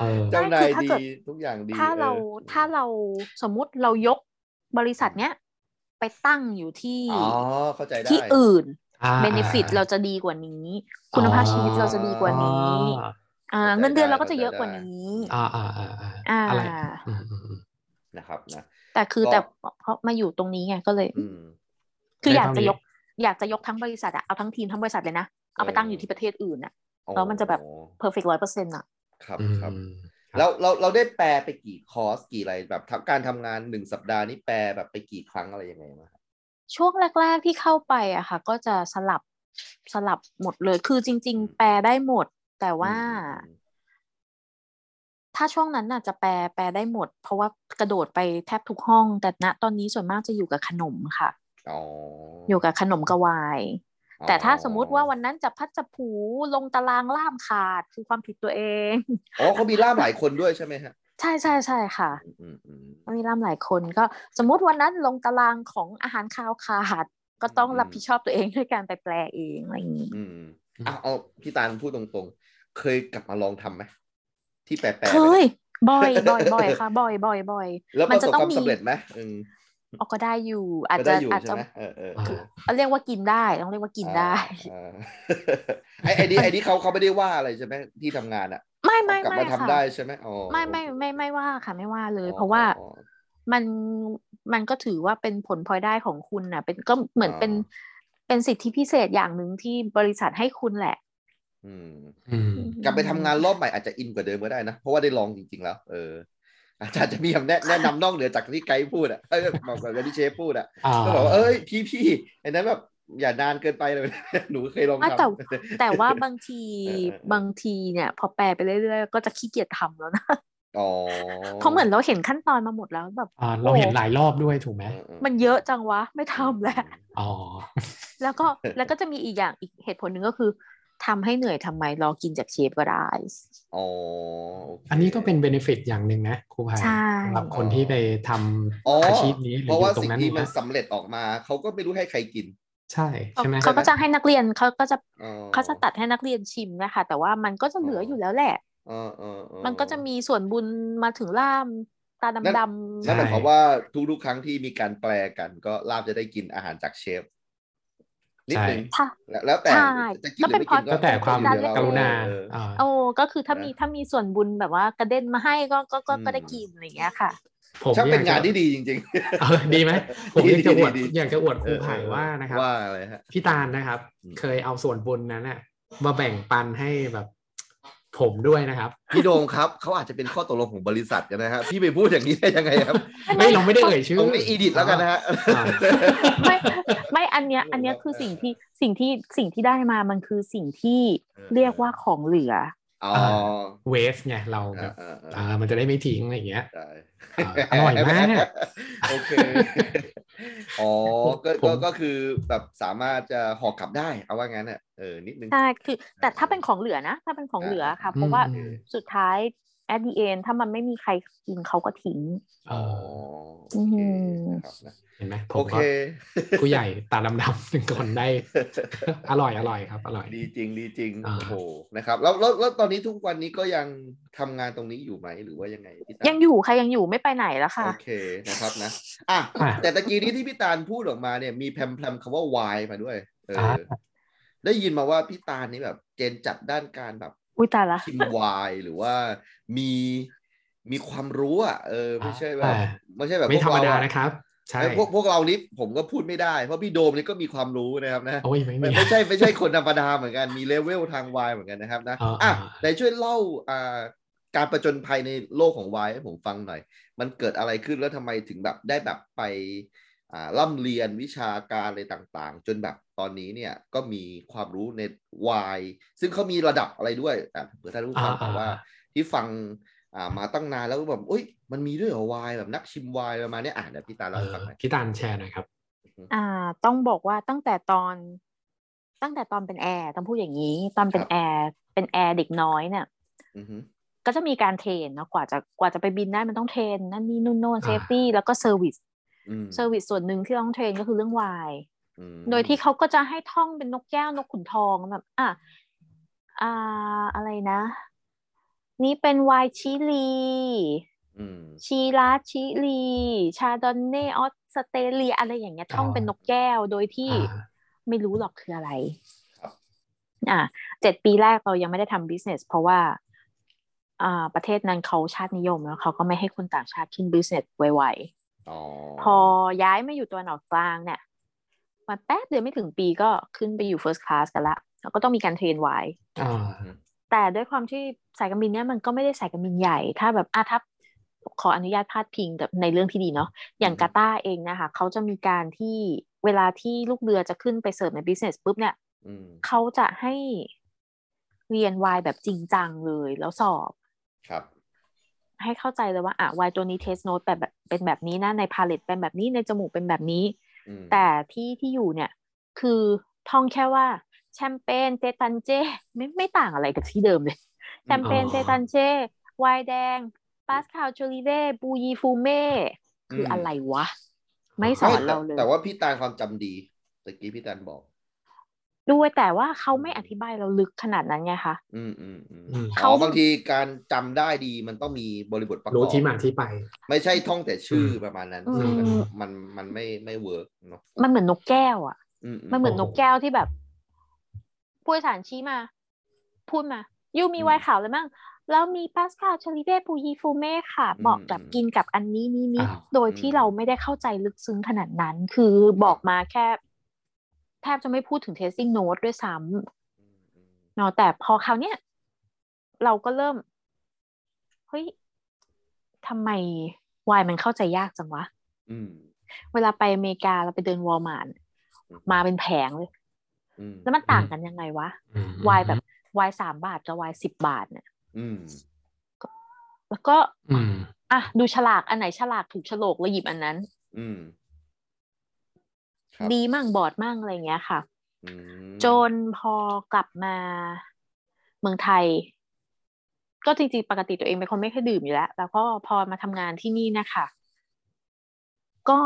[SPEAKER 3] เออ
[SPEAKER 2] เจ้านาย
[SPEAKER 4] ไม่คือถ้า
[SPEAKER 2] ดี
[SPEAKER 4] เกิด
[SPEAKER 2] ทุกอย่างดี
[SPEAKER 4] ถ้าเรา
[SPEAKER 2] ออ
[SPEAKER 4] ถ้าเราสมมุติเรายกบริษัทเนี้ย ไปตั้งอยู่ที่
[SPEAKER 2] อ๋อเข้าใจได้
[SPEAKER 4] ที่อื่น
[SPEAKER 3] อ่า
[SPEAKER 4] เบนฟิตเราจะดีกว่านี้ คุณภาพชีวิตเราจะดีกว่านี้ อ่าเงินเดือนเราก็จะเยอะกว่านี้
[SPEAKER 3] อ่าอ่าอ่าอ่า
[SPEAKER 4] อ่า
[SPEAKER 3] อะไรอืมอืมอืม
[SPEAKER 2] นะครับนะ
[SPEAKER 4] แต่คือ
[SPEAKER 2] ก็
[SPEAKER 4] แต่เพราะมาอยู่ตรงนี้ไงก็เลย
[SPEAKER 2] อืม
[SPEAKER 4] คืออยาก
[SPEAKER 3] ได้
[SPEAKER 4] จะ
[SPEAKER 3] เท่า
[SPEAKER 4] ย
[SPEAKER 3] นี้
[SPEAKER 4] ก อยากจะยกทั้งบริษัทอะเอาทั้งทีมทั้งบริษัทเลยนะ เอาไปตั้งอยู่ที่ประเทศอื่นอะ แล้วมันจะแบบ เพอร์เฟกร้อยเปอร์เซ็นต์อะ
[SPEAKER 2] ครับ
[SPEAKER 3] อืม
[SPEAKER 2] ครับ
[SPEAKER 3] ครับ
[SPEAKER 2] แล้วเราเราได้แปลไปกี่คอร์สกี่อะไรแบบทำการทำงานหนึ่งสัปดาห์นี้แปลแบบไปกี่ครั้งอะไรยังไงมา
[SPEAKER 4] ช่วงแรก ๆที่เข้าไปอะค่ะ ก็จะสลับสลับหมดเลย คือจริง ๆ แปลได้หมด แต่ว่า
[SPEAKER 2] อืม
[SPEAKER 4] ถ้าช่วงนั้นน่ะจะแปลแปลได้หมด เพราะว่ากระโดดไปแทบทุกห้อง แต่ณตอนนี้ส่วนมากจะอยู่กับขนมค่ะ
[SPEAKER 2] อ๋อ
[SPEAKER 4] อยู่กับขนมกับไวน์
[SPEAKER 2] อ๋อ
[SPEAKER 4] แต่ถ้าสมมุติว่าวันนั้นจะพัดจะผูลงตารางล่ามขาดคือความผิดตัวเอง
[SPEAKER 2] อ๋อเขามีล่ามหลายคนด้วยใช่ไหมฮะ
[SPEAKER 4] ใช่ใช่ใช่ค่ะ
[SPEAKER 2] อืมอืมอืม
[SPEAKER 4] ก็มีล่ามหลายคนก็สมมุติวันนั้นลงตารางของอาหารคาวขาด ก็ต้อง
[SPEAKER 2] อืม
[SPEAKER 4] รับผิดชอบตัวเองด้วยการไปแปลเองอะไรอย่างนี้
[SPEAKER 2] อืมเอาเอาพี่ตาลพูดตรงๆ เคยกลับมาลองทำไหมที่แปลๆไป
[SPEAKER 4] เคยบ่อย บ่อยบ่อยค่ะบ่อยบ่อยบ่อย
[SPEAKER 2] แล้ว
[SPEAKER 4] มั
[SPEAKER 2] ป
[SPEAKER 4] น
[SPEAKER 2] ระ
[SPEAKER 4] จะ
[SPEAKER 2] สบ
[SPEAKER 4] ต้อง
[SPEAKER 2] ความ
[SPEAKER 4] มี
[SPEAKER 2] สำเร็จไหมอืม
[SPEAKER 4] เอาก็ได้อยู่ อาจ
[SPEAKER 2] ก็
[SPEAKER 4] จะ
[SPEAKER 2] ได้อยู่
[SPEAKER 4] อาจ
[SPEAKER 2] ใช่
[SPEAKER 4] จะ
[SPEAKER 2] ไหมเออเออเออ
[SPEAKER 4] เอาเรียกว่ากินได้ต้องเรียกว่ากินได้
[SPEAKER 2] อ่า อ่าไอ้ไอ้นี่ไอ้นี่เขาเขาไม่ได้ว่าอะไรใช่ไหมที่ทำงานอ่ะ
[SPEAKER 4] ไม่ไม่
[SPEAKER 2] กลับ
[SPEAKER 4] ไม่
[SPEAKER 2] มาทำ
[SPEAKER 4] ค่ะ
[SPEAKER 2] ได้ใช่ไหมอ๋อ
[SPEAKER 4] ไม่ไม่ไม่ไม่ว่าค่ะไม่ว่าเลย
[SPEAKER 2] อ๋อ
[SPEAKER 4] เพราะว่า
[SPEAKER 2] อ๋อ
[SPEAKER 4] มันมันก็ถือว่าเป็นผลพลอยได้ของคุณนะเป็นก็เหมือน
[SPEAKER 2] อ่า
[SPEAKER 4] เป็นเป็นสิทธิพิเศษอย่างหนึ่งที่บริษัทให้คุณแหละ
[SPEAKER 2] อืม
[SPEAKER 3] อืม
[SPEAKER 2] กลับไปทำงานรอบใหม่อาจจะอินกว่าเดิมก็ได้นะ เพราะว่าได้ลองจริงๆแล้ว เออ อาจารย์จะมีคำแนะแนะนำนอกเหนือจากที่ไกด์พูดอ่ะเอ้ยบอกกับที่เชฟพูดอ่ะ
[SPEAKER 3] อ่า
[SPEAKER 2] ก็บอกว่าเอ้ยพี่พี่ไอ้นั้นแบบอย่านานเกินไปเลย หนูเคยลอง
[SPEAKER 4] อ่ะ
[SPEAKER 2] ทำ
[SPEAKER 4] แต่แต่ ว่าบางที
[SPEAKER 2] เออเออเออ
[SPEAKER 4] บางทีเนี่ย พอแปลไปเรื่อยๆก็จะขี้เกียจทำแล้วนะ
[SPEAKER 2] อ๋อ
[SPEAKER 4] เพราะเหมือนเราเห็นขั้นตอนมาหมดแล้วแบบ
[SPEAKER 3] อ่าเราเห็นหลายรอบด้วยถูกไหม
[SPEAKER 4] มันเยอะจังวะไม่ทำ แล้ว
[SPEAKER 3] อ๋อ
[SPEAKER 4] แล้วก็แล้วก็จะมีอีกอย่างอีกเหตุผลหนึ่งก็คือทำให้เหนื่อยทำไมรอกินจากเชฟก็ได้
[SPEAKER 2] อ๋อโเค
[SPEAKER 3] อันนี้ก็เป็นเบนฟิตอย่างหนึ่งนะครูภัย
[SPEAKER 4] ใช่
[SPEAKER 3] สำหรับคนที่ไปท
[SPEAKER 2] อ๋อ
[SPEAKER 3] ำ
[SPEAKER 2] อ
[SPEAKER 3] อาชีพนี้หรื
[SPEAKER 2] เพ
[SPEAKER 3] อ
[SPEAKER 2] ราะ
[SPEAKER 3] อ
[SPEAKER 2] ว่า
[SPEAKER 3] ยู่ตร
[SPEAKER 2] สิ่
[SPEAKER 3] ง
[SPEAKER 2] ง
[SPEAKER 3] นั้น
[SPEAKER 2] ที่
[SPEAKER 3] เย
[SPEAKER 2] มัน
[SPEAKER 3] นะ
[SPEAKER 2] สำเร็จออกมาเขาก็ไม่รู้ให้ใครกิน
[SPEAKER 3] ใช่ใช่ไหม
[SPEAKER 4] เขาก็จะให้นักเรียนเขาก็จะ
[SPEAKER 2] อ๋อ
[SPEAKER 4] เขาจะตัดให้นักเรียนชิมนะคะ แต่ว่ามันก็จะเหลืออยู่แล้วแหละ
[SPEAKER 2] เออเออเออ
[SPEAKER 4] มันก็จะมีส่วนบุญมาถึงล่ามตา
[SPEAKER 2] นั่น
[SPEAKER 4] ดำ
[SPEAKER 2] นั่นหมาย
[SPEAKER 3] ใช่
[SPEAKER 2] ความว่าทุกๆครั้งที่มีการแปลกัน ก็ลาบจะได้กินอาหารจากเชฟนิดนึง
[SPEAKER 4] ๆค่ะ
[SPEAKER 2] แล้วแล้วแต่
[SPEAKER 4] ใช่
[SPEAKER 2] จะกินหรือไม่
[SPEAKER 4] ก็เป็นน
[SPEAKER 2] กิก็
[SPEAKER 3] ก็แต่ความ
[SPEAKER 2] อยู่ที่เ
[SPEAKER 3] กรุณา
[SPEAKER 2] เออ
[SPEAKER 3] อ่า
[SPEAKER 4] โอ้ก็คือถ้ามี
[SPEAKER 2] นะ
[SPEAKER 4] ถ้ามีส่วนบุญแบบว่ากระเด็นมาให้ก็ก็ก็
[SPEAKER 2] อืม
[SPEAKER 4] ก็ได้กินอะไรอย่างเงี้ยค่ะ
[SPEAKER 3] ผม
[SPEAKER 2] ช่างเป็น
[SPEAKER 3] อย
[SPEAKER 2] งากน
[SPEAKER 3] จะ
[SPEAKER 2] ที่ดีจริง
[SPEAKER 3] เออดีไหมผมอยากจะอวด
[SPEAKER 2] ดีๆๆ
[SPEAKER 3] อยากจะอวด
[SPEAKER 2] ๆ
[SPEAKER 3] ครูภัยว่านะครับ
[SPEAKER 2] ว่าอะไรฮะ
[SPEAKER 3] พี่ตาลนะครับ
[SPEAKER 2] อืม
[SPEAKER 3] เคยเอาส่วนบุญนั้นน่ะมาแบ่งปันให้แบบ ผมด้วยนะครับ
[SPEAKER 2] พี่โดมครับเขาอาจจะเป็นข้อตกลงของบริษัทกันนะฮะพี่ไปพูดอย่างนี้ได้ยังไงครับ
[SPEAKER 3] เฮ้ยเราไม่ได้เอ่ยชื่อ
[SPEAKER 2] ตรงนี้อีดิทแล้วกันนะฮะ
[SPEAKER 3] อ่า
[SPEAKER 4] ไม่ ไม่อันเนี้ยอันเนี้ย
[SPEAKER 2] เออ
[SPEAKER 4] คือสิ่งที่สิ่งที่สิ่งที่ได้มามันคือสิ่งที่
[SPEAKER 2] เออ
[SPEAKER 4] เรียกว่าของเหลือ
[SPEAKER 2] อ๋อ
[SPEAKER 3] เวฟไงเราแบบ
[SPEAKER 2] อ่าๆๆ
[SPEAKER 3] อ่ามันจะได้ไม่ทิ้งอะไรอย่างเงี้ย
[SPEAKER 2] ได้
[SPEAKER 3] อ่าอร่อยมาก
[SPEAKER 2] โอเคอ๋อก็
[SPEAKER 3] ผม
[SPEAKER 2] ก็ก็คือแบบสามารถจะห่อกลับได้เอาว่างั้นอ่ะเออนิดนึง
[SPEAKER 4] ใช่คือ แต่ถ้าเป็นของเหลือนะ ถ้าเป็นของเหลือค่ะ เพราะว่า
[SPEAKER 3] อืม
[SPEAKER 4] สุดท้าย at the end ถ้ามันไม่มีใครกินเขาก็ทิ้ง
[SPEAKER 3] เอ
[SPEAKER 2] อ๋อ
[SPEAKER 3] อ
[SPEAKER 2] โอเคครับนะ
[SPEAKER 3] เห็นไหมผ
[SPEAKER 2] โอ
[SPEAKER 3] ม
[SPEAKER 2] เค
[SPEAKER 3] ก็ ผู้ใหญ่ตาดำๆหนึ่งคนได้ อร่อยอร่อยครับ อร่อย
[SPEAKER 2] ดีจริงดีจริง
[SPEAKER 3] อ่า
[SPEAKER 2] โอ้โหนะครับแล้วแล้วแล้วตอนนี้ทุกวันนี้ก็ยังทำงานตรงนี้อยู่ไหมหรือว่ายังไงพี่ตา
[SPEAKER 4] ยังอยู่ค่ะยังอยู่ไม่ไปไหนแล้วค่ะ
[SPEAKER 2] โอเคนะครับนะอ่ะ
[SPEAKER 3] อ่ะ
[SPEAKER 2] แต่ตะกี้นี้ที่พี่ตาลพูดออกมาเนี่ยมีแพรมแพรมคำว่าวายมาด้วย เออ
[SPEAKER 3] อ่า
[SPEAKER 2] ได้ยินมาว่าพี่ตาลนี่แบบ เจนจัดด้านการแบบ
[SPEAKER 4] อุ้ยตายละ
[SPEAKER 2] ชิมวายหรือว่ามีมีความรู้อ่ะเออไม่ใช่แบบ
[SPEAKER 3] อ่า
[SPEAKER 2] ไม่ใช่แบบ
[SPEAKER 3] ไม่ธรรมดา
[SPEAKER 2] พวกเอ
[SPEAKER 3] นะครับ ใช่
[SPEAKER 2] ไอ้พวกพวกเรานี้ผมก็พูดไม่ได้เพราะพี่โดมนี่ก็มีความรู้นะครับนะ
[SPEAKER 3] โอ้ยไม่
[SPEAKER 2] ไม่
[SPEAKER 3] มี
[SPEAKER 2] ไม่ใช่ไม่ใช่คนธรรมดาเหมือนกันมีเลเวลทางวายเหมือนกันนะครับนะ
[SPEAKER 3] อ่า
[SPEAKER 2] อ่ะ
[SPEAKER 3] อ่า
[SPEAKER 2] ไหนช่วยเล่าอ่าการประจนภัยในโลกของวายให้ผมฟังหน่อย มันเกิดอะไรขึ้นแล้วทำไมถึงแบบได้แบบไปอ่าร่ำเรียนวิชาการอะไรต่างๆ จนแบบตอนนี้เนี่ยก็มีความรู้ในวายซึ่งเขามีระดับอะไรด้วยอ่ะเผื่อท่านผู้ฟังแบบว่า ที่ฟังอ่ามาตั้งนานแล้วแบบเอ้ยมันมีด้วยเหรอวายแบบนักชิมวายประมาณเนี้ยอ่านเดี๋ยวพี่ตา
[SPEAKER 3] เอ
[SPEAKER 2] เล่าให้
[SPEAKER 3] อ
[SPEAKER 2] ฟังหน่อย
[SPEAKER 3] พี่ตาลแชร์หน่อยครับ
[SPEAKER 4] อ่าต้องบอกว่าตั้งแต่ตอนตั้งแต่ตอนเป็นแอร์ต้องพูดอย่างนี้ ตอนเป็นแอร์เป็นแอร์เด็กน้อยเนี่ย
[SPEAKER 2] อือฮึ
[SPEAKER 4] ก็จะมีการเทรนเนาะกว่าจะกว่าจะไปบินได้มันต้องเทรนนั่นนี่นู่นโน่น
[SPEAKER 3] อ่า
[SPEAKER 4] เซฟตี้แล้วก็เซอร์วิส
[SPEAKER 2] อืม
[SPEAKER 4] เซอร์วิสส่วนหนึ่งที่ต้องเทรนก็คือเรื่องวาย
[SPEAKER 2] อืม
[SPEAKER 4] โดยที่เขาก็จะให้ท่องเป็นนกแก้วนกขุนทองแบบอ่ะอ่าอะไรนะ นี่เป็นวายชิลี
[SPEAKER 2] อืม
[SPEAKER 4] ชีราชิลี ชาดอนเนออสสเตเลียอะไรอย่างเงี้ยท่องเป็นนกแก้วโดยที่
[SPEAKER 3] อ่า
[SPEAKER 4] ไม่รู้หรอกคืออะไร
[SPEAKER 2] ครับ
[SPEAKER 4] อ่าเจ็ดปีแรกเรายังไม่ได้ทำ business เพราะว่า อ่า ประเทศนั้นเขาชาตินิยมแล้วเขาก็ไม่ให้คนต่างชาติขึ้น business ไว
[SPEAKER 2] อ๋อ
[SPEAKER 4] ๆ พอย้ายมาอยู่ตัวนออกกลางเนี่ยมาแป๊บเดียวไม่ถึงปีก็ขึ้นไปอยู่ first class กันละแล้วก็ต้องมีการเทรนไว้
[SPEAKER 3] อ่า
[SPEAKER 4] แต่ด้วยความที่สายการบินเนี่ยมันก็ไม่ได้สายการบินใหญ่ ถ้าแบบอ่ะถ้า ขออนุญาตพาดพิงแต่ในเรื่องที่ดีเนาะอย่างกาตาร์เองนะคะเขาจะมีการที่เวลาที่ลูกเรือจะขึ้นไปเสิร์ฟในบิสเนสปุ๊บเนี่ย
[SPEAKER 2] อืม
[SPEAKER 4] เขาจะให้เรียนวายแบบจริงจังเลย แล้วสอบ
[SPEAKER 2] ครับ
[SPEAKER 4] ให้เข้าใจเลยว่าอ่ะวายตัวนี้เทสโนตแบบเป็นแบบนี้นะในพาเลตเป็นแบบนี้ในจมูกเป็นแบบนี้
[SPEAKER 2] อืม
[SPEAKER 4] แต่ที่ที่อยู่เนี่ย คือท่องแค่ว่า แชมเปญเจตันเจ ไม่ไม่ต่างอะไรกับที่เดิมเลย แชมเปญเจตันเจไวน์แดงปาสคาลโชลิเว่บูยีฟูเม่คืออะไรวะ ไม่สอน
[SPEAKER 2] ไม่แต่
[SPEAKER 4] เราเลย
[SPEAKER 2] แต่ว่าพี่ตาลความจำดีตะกี้พี่ตาลบอก
[SPEAKER 4] ด้วยแต่ว่าเขาไม่อธิบายเราลึกขนาดนั้นไงคะ
[SPEAKER 2] อืมอืมอืม
[SPEAKER 3] อืม
[SPEAKER 4] เขา
[SPEAKER 2] อ๋อบางทีการจำได้ดีมันต้องมีบริบทประกอบ
[SPEAKER 3] รู้ที่มาที่ไป
[SPEAKER 2] ไม่ใช่ท่องแต่ชื่อประมาณนั้น
[SPEAKER 4] อืม
[SPEAKER 2] ซึ่งมันมันมันไม่ไม่เวิร์กเนาะ
[SPEAKER 4] มันเหมือนนกแก้วอะ
[SPEAKER 2] อืม
[SPEAKER 4] มันเหมือนนกแก้วที่แบบผู้โดยสารชี้มา พูดมายูมี
[SPEAKER 2] อืม
[SPEAKER 4] ไวน์ขาวเลยมั้งแล้วมีปาสคาลชลิเว่ปูยีฟูเม่ค่ะ
[SPEAKER 2] อืม
[SPEAKER 4] เหมาะกับกินกับอันนี้นี้นี้
[SPEAKER 3] อ้าว
[SPEAKER 4] โดยที่
[SPEAKER 2] อืม
[SPEAKER 4] เราไม่ได้เข้าใจลึกซึ้งขนาดนั้น คือบอกมาแค่ แทบจะไม่พูดถึงเทสติ้งโน้ตด้วยซ้
[SPEAKER 2] อืมอืม
[SPEAKER 4] ำเนาะแต่พอคราวเนี้ยเราก็เริ่ม เฮ้ยทำไมไวน์มันเข้าใจยากจังวะ
[SPEAKER 2] อืม
[SPEAKER 4] เวลาไปอเมริกาเราไปเดินวอลมาร์
[SPEAKER 2] อืม
[SPEAKER 4] มาเป็นแผงเลย
[SPEAKER 2] อืม
[SPEAKER 4] แล้วมันต่างกันยังไงวะ
[SPEAKER 3] อืม
[SPEAKER 4] วายแบบวายสามบาทกับวายสิบบาทเนี่ย
[SPEAKER 2] อืม
[SPEAKER 4] แล้วก็
[SPEAKER 3] อืม
[SPEAKER 4] อ่ะดูฉลากอันไหนฉลากถูกฉลกแล้วหยิบอันนั้น
[SPEAKER 2] อืมครับ
[SPEAKER 4] ดีมั่งบอดมั่งอะไรอย่างเงี้ยค่ะ
[SPEAKER 2] อืม
[SPEAKER 4] จนพอกลับมาเมืองไทย ก็จริงๆปกติตัวเองเป็นคนไม่ค่อยดื่มอยู่แล้ว แล้วก็พอมาทำงานที่นี่นะคะ ก็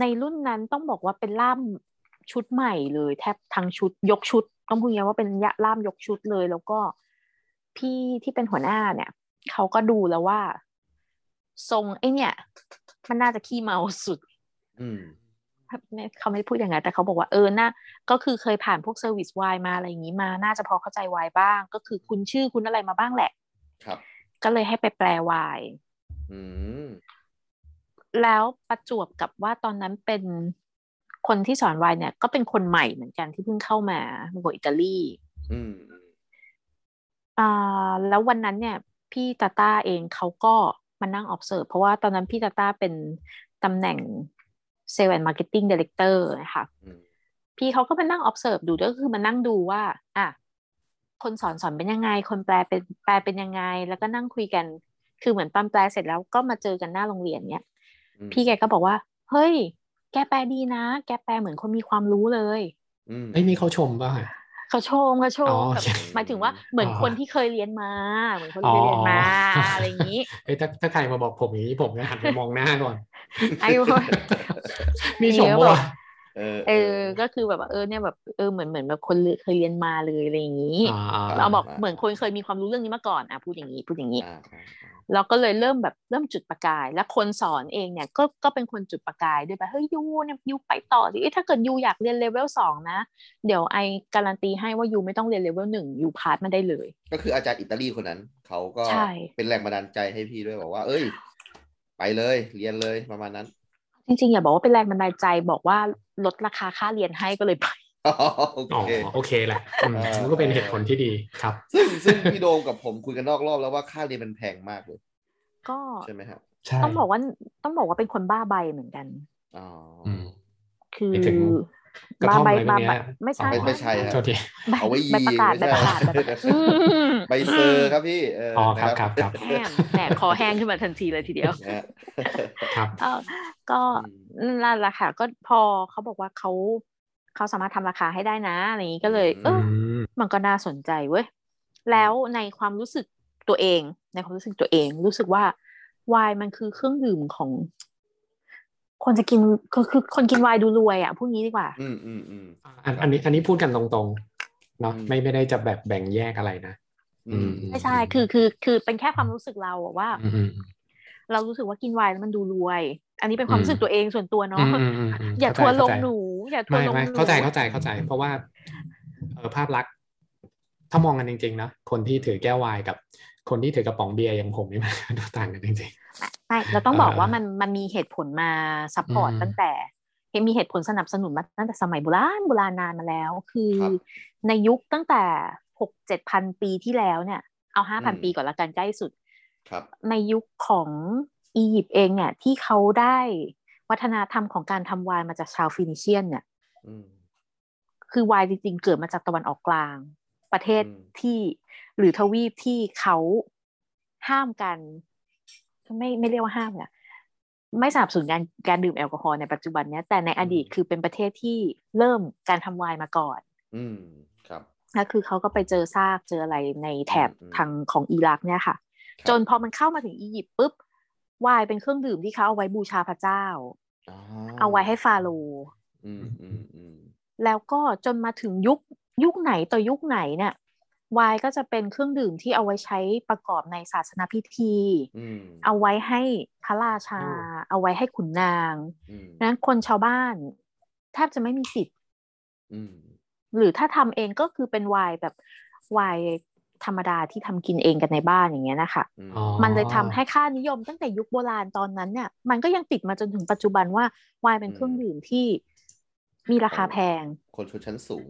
[SPEAKER 4] ในรุ่นนั้นต้องบอกว่าเป็นล่ามชุดใหม่เลย แทบทั้งชุดยกชุด ต้องพูดอย่างนี้ว่าเป็นยะล่ามยกชุดเลย แล้วก็พี่ที่เป็นหัวหน้าเนี่ยเขาก็ดูแล้วว่า ทรงไอเนี่ย มันน่าจะขี้เมาสุด
[SPEAKER 2] อืม
[SPEAKER 4] ไม่เขาไม่ได้พูดอย่างนั้นแต่เขาบอกว่าเออน่าก็คือเคยผ่านพวกเซอร์วิสวายมาอะไรอย่างนี้มา น่าจะพอเข้าใจวายบ้าง ก็คือคุณชื่อคุณอะไรมาบ้างแหละ
[SPEAKER 2] ครับ
[SPEAKER 4] ก็เลยให้ไปแปลวาย
[SPEAKER 2] อืม
[SPEAKER 4] แล้วประจวบกับว่าตอนนั้นเป็นคนที่สอนวายเนี่ย ก็เป็นคนใหม่เหมือนกันที่เพิ่งเข้ามาเป็นคนอิตาลี
[SPEAKER 2] อืม
[SPEAKER 4] อ่าแล้ววันนั้นเนี่ย พี่ตาต้าเองเขาก็มานั่ง observe เพราะว่าตอนนั้นพี่ตาต้าเป็นตำแหน่ง Sales and Marketing Director นะคะ
[SPEAKER 2] อืม
[SPEAKER 4] พี่เขาก็มานั่ง observe ดูด้วยก็คือมานั่งดูว่า อ่ะ คนสอนสอนเป็นยังไง คนแปลเป็นแปลเป็นยังไง แล้วก็นั่งคุยกัน คือเหมือนตอนแปลเสร็จแล้วก็มาเจอกันหน้าโรงเรียนเนี้ย
[SPEAKER 2] อืม
[SPEAKER 4] พี่แกก็บอกว่า เฮ้ย แกแปลดีนะ แกแปลเหมือนคนมีความรู้เลย
[SPEAKER 2] อืม
[SPEAKER 3] ไอ้ยนี่เขาชมป่ะฮะ
[SPEAKER 4] เขาชมเขาชม
[SPEAKER 3] อ๋อ
[SPEAKER 4] แบบ
[SPEAKER 3] ใช่
[SPEAKER 4] หมายถึง ว่าเหมือน
[SPEAKER 3] อ๋อ
[SPEAKER 4] คนที่เคยเรียนมา เหมือนคนเคยเรียนมา
[SPEAKER 3] อ๋ออ
[SPEAKER 4] อะไรอย่างนี้
[SPEAKER 3] เอ้ยถ้าถ้าใครมาบอกผมอย่างนี้ผมก็หันไปมองหน้าก่อน
[SPEAKER 4] ไอ้พวก
[SPEAKER 3] นี่ชมปะวะ
[SPEAKER 2] เออ
[SPEAKER 4] เอ อ ก็คือแบบว่าเออเนี่ยแบบเออเหมือนเหมือนแบบคนเคยเรียนมาเลยอะไรอย่างนี้
[SPEAKER 3] อ่า
[SPEAKER 4] เราบอกเหมือนคนเคยมีความรู้เรื่องนี้มาก่อนอ่ะพูดอย่างนี้พูดอย่างนี้
[SPEAKER 2] อ่าอ่าอ่า
[SPEAKER 4] เราก็เลยเริ่มแบบเริ่มจุดประกาย และคนสอนเองเนี่ยก็ก็เป็นคนจุดประกายด้วยแบบเฮ้ยยูเนี่ยยูไปต่อสิเอ้ยถ้าเกิดยูอยากเรียนเลเวลสองนะ เดี๋ยวไอการันตีให้ว่ายูไม่ต้องเรียนเลเวลหนึ่งยูพาสมาได้เลย
[SPEAKER 2] ก็คืออาจารย์อิตาลีคนนั้น เขาก็
[SPEAKER 4] ใช่
[SPEAKER 2] เป็นแรงบันดาลใจให้พี่ด้วยบอกว่า เอ้ย ไปเลย เรียนเลยประมาณนั้น
[SPEAKER 4] จริงๆ อย่าบอกว่าเป็นแรงบันดาลใจบอกว่าลดราคาค่าเรียนให้ก็เลยไป
[SPEAKER 2] โอ
[SPEAKER 3] อ๋อ
[SPEAKER 2] เค
[SPEAKER 3] โอเคแหละอืม
[SPEAKER 2] เออ
[SPEAKER 3] มันก็เป็นเหตุผลที่ดีครับ
[SPEAKER 2] ซึ่งซึ่งพี่โดมกับผมคุยกันนอกรอบแล้วว่าค่าเรียนมันแพงมากเลย
[SPEAKER 4] ก็
[SPEAKER 2] ใช่ไหมครับ
[SPEAKER 3] ใช่
[SPEAKER 4] ต้องบอกว่าต้องบอกว่าเป็นคนบ้าใบเหมือนกัน
[SPEAKER 2] อ๋ออ
[SPEAKER 3] อืม
[SPEAKER 4] คือ
[SPEAKER 3] ไปถึงกระ
[SPEAKER 4] บ้า
[SPEAKER 3] ท่อม
[SPEAKER 4] ใบ
[SPEAKER 3] อะไรพว
[SPEAKER 4] บ้าก
[SPEAKER 3] เนี้ย
[SPEAKER 4] ใบไม่ใช่
[SPEAKER 3] อ๋อ
[SPEAKER 2] ไม่ใช่ฮะ
[SPEAKER 3] โทษที
[SPEAKER 4] ใบ
[SPEAKER 2] เอาไว้ยี
[SPEAKER 4] ใบประกาศใบ
[SPEAKER 2] ไม่
[SPEAKER 4] ประ
[SPEAKER 2] ใช่
[SPEAKER 4] กาศใบประกาศอืม
[SPEAKER 2] ใบเซอร์ครับพี่เออ
[SPEAKER 3] อ๋อ
[SPEAKER 2] นะครับ
[SPEAKER 3] ครับครับ
[SPEAKER 4] แห้งแหมคอแห้งขึ้นมาทันทีเลยทีเดียว
[SPEAKER 2] นะฮะ
[SPEAKER 3] ครับ
[SPEAKER 4] เออก็นั่นแหละค่ะ ก็พอเขาบอกว่าเขาเขาสามารถทำราคาให้ได้นะอะไรอย่างนี้ก็เลย เอ
[SPEAKER 3] อื
[SPEAKER 4] อ
[SPEAKER 3] ม
[SPEAKER 4] มันก็น่าสนใจเว้ย แล้วในความรู้สึกตัวเอง ในความรู้สึกตัวเอง รู้สึกว่าวายมันคือเครื่องดื่มของ คนจะกินคือคือคนกินวายดูรวยอ่ะพวกนี้ดีกว่า
[SPEAKER 2] อืมอืมอืม
[SPEAKER 3] อันอันนี้อันนี้พูดกันตรงๆเนาะ
[SPEAKER 2] อืม
[SPEAKER 3] ไม่ไม่ได้จะแบบแบ่งแยกอะไรนะ
[SPEAKER 2] อืม
[SPEAKER 4] ไม่ใช่คือคือ คือเป็นแค่ความรู้สึกเราอะว่า
[SPEAKER 3] อืมอืม
[SPEAKER 4] เรารู้สึกว่ากินไวน์แล้วมันดูรวย อันนี้เป็นความ
[SPEAKER 3] อืม
[SPEAKER 4] รู้สึกตัวเองส่วนตัว
[SPEAKER 3] อื
[SPEAKER 4] เนาะ
[SPEAKER 3] มอืมอืมม
[SPEAKER 4] อย่าทั
[SPEAKER 3] เข้
[SPEAKER 4] วร์
[SPEAKER 3] ใจ
[SPEAKER 4] ลง
[SPEAKER 3] เข้ใจ
[SPEAKER 4] หนู อย่าทัว
[SPEAKER 3] ไม่
[SPEAKER 4] ร์ลง
[SPEAKER 3] ไม่
[SPEAKER 4] หนู
[SPEAKER 3] เข้าใจเข้าใจเข้าใจ เพราะว่าเออภาพลักษณ์ถ้ามองกันจริงๆนะคนที่ถือแก้วไวน์กับ คนที่ถือกระป๋องเบียร์อย่างผมนี่มัน ดูต่างกันจริง
[SPEAKER 4] ไม่เราต้องบอก
[SPEAKER 3] เออ
[SPEAKER 4] ว่ามันมันมีเหตุผลมาซัพพอร์ต
[SPEAKER 3] อืม
[SPEAKER 4] ตั้งแต่เห็นมีเหตุผลสนับสนุนมาตั้งแต่สมัยโบราณโบราณนานมาแล้ว คือ
[SPEAKER 2] ครับ
[SPEAKER 4] ในยุคตั้งแต่หกเจ็ดพันปีที่แล้วเนี่ย เอาห้าพัน
[SPEAKER 2] อืม
[SPEAKER 4] ปีก่อนละกันใกล้สุด
[SPEAKER 2] ครับ
[SPEAKER 4] ในยุคของอียิปต์เองเนี่ยที่เขาได้วัฒนธรรมของการทำไวน์มาจากชาวฟินิเชียนเนี่ย
[SPEAKER 2] อืม
[SPEAKER 4] คือไวน์จริงๆ เกิดมาจากตะวันออกกลาง ประเทศ
[SPEAKER 2] อืม
[SPEAKER 4] ที่หรือทวีปที่เขาห้ามกัน ไม่ไม่เรียกว่าห้ามเนี่ยไม่สนับสนุนการการดื่มแอลกอฮอล์ในปัจจุบันเนี้ยแต่ในอดีตคือเป็นประเทศที่เริ่มการทำไวน์มาก่อน
[SPEAKER 2] อืมครับ
[SPEAKER 4] ก็คือเขาก็ไปเจอซากเจออะไรในแถบ
[SPEAKER 2] อืมอืม
[SPEAKER 4] ทางของอิรักเนี่ยค่ะ
[SPEAKER 2] ครับ
[SPEAKER 4] จนพอมันเข้ามาถึงอียิปต์ปุ๊บไวายเป็นเครื่องดื่มที่เขาเอาไว้บูชาพระเจ้า เอาไว้ให้ฟาโรห์
[SPEAKER 2] อืมอืมอืม
[SPEAKER 4] แล้วก็จนมาถึงยุคยุคไหนต่อยุคไหนเนี่ยวายก็จะเป็นเครื่องดื่มที่เอาไว้ใช้ประกอบในศาสนาพิธี
[SPEAKER 2] อืม
[SPEAKER 4] เอาไว้ให้พระราชา
[SPEAKER 3] อื
[SPEAKER 4] เอาไว้ให้ขุนนาง
[SPEAKER 2] อืม
[SPEAKER 4] ดังนั้นคนชาวบ้านแทบจะไม่มีสิทธิ์
[SPEAKER 2] อืม
[SPEAKER 4] หรือถ้าทำเองก็คือเป็นไวน์แบบไวน์ธรรมดาที่ทำกินเองกันในบ้านอย่างเงี้ยนะคะ
[SPEAKER 2] อืม
[SPEAKER 3] อ๋อ
[SPEAKER 4] มันเลยทำให้ค่านิยมตั้งแต่ยุคโบราณตอนนั้นเนี่ย มันก็ยังติดมาจนถึงปัจจุบันว่าไวน์เป็นเครื่องดื่มที่มีราคาแพง
[SPEAKER 2] คนชนชั้นสูง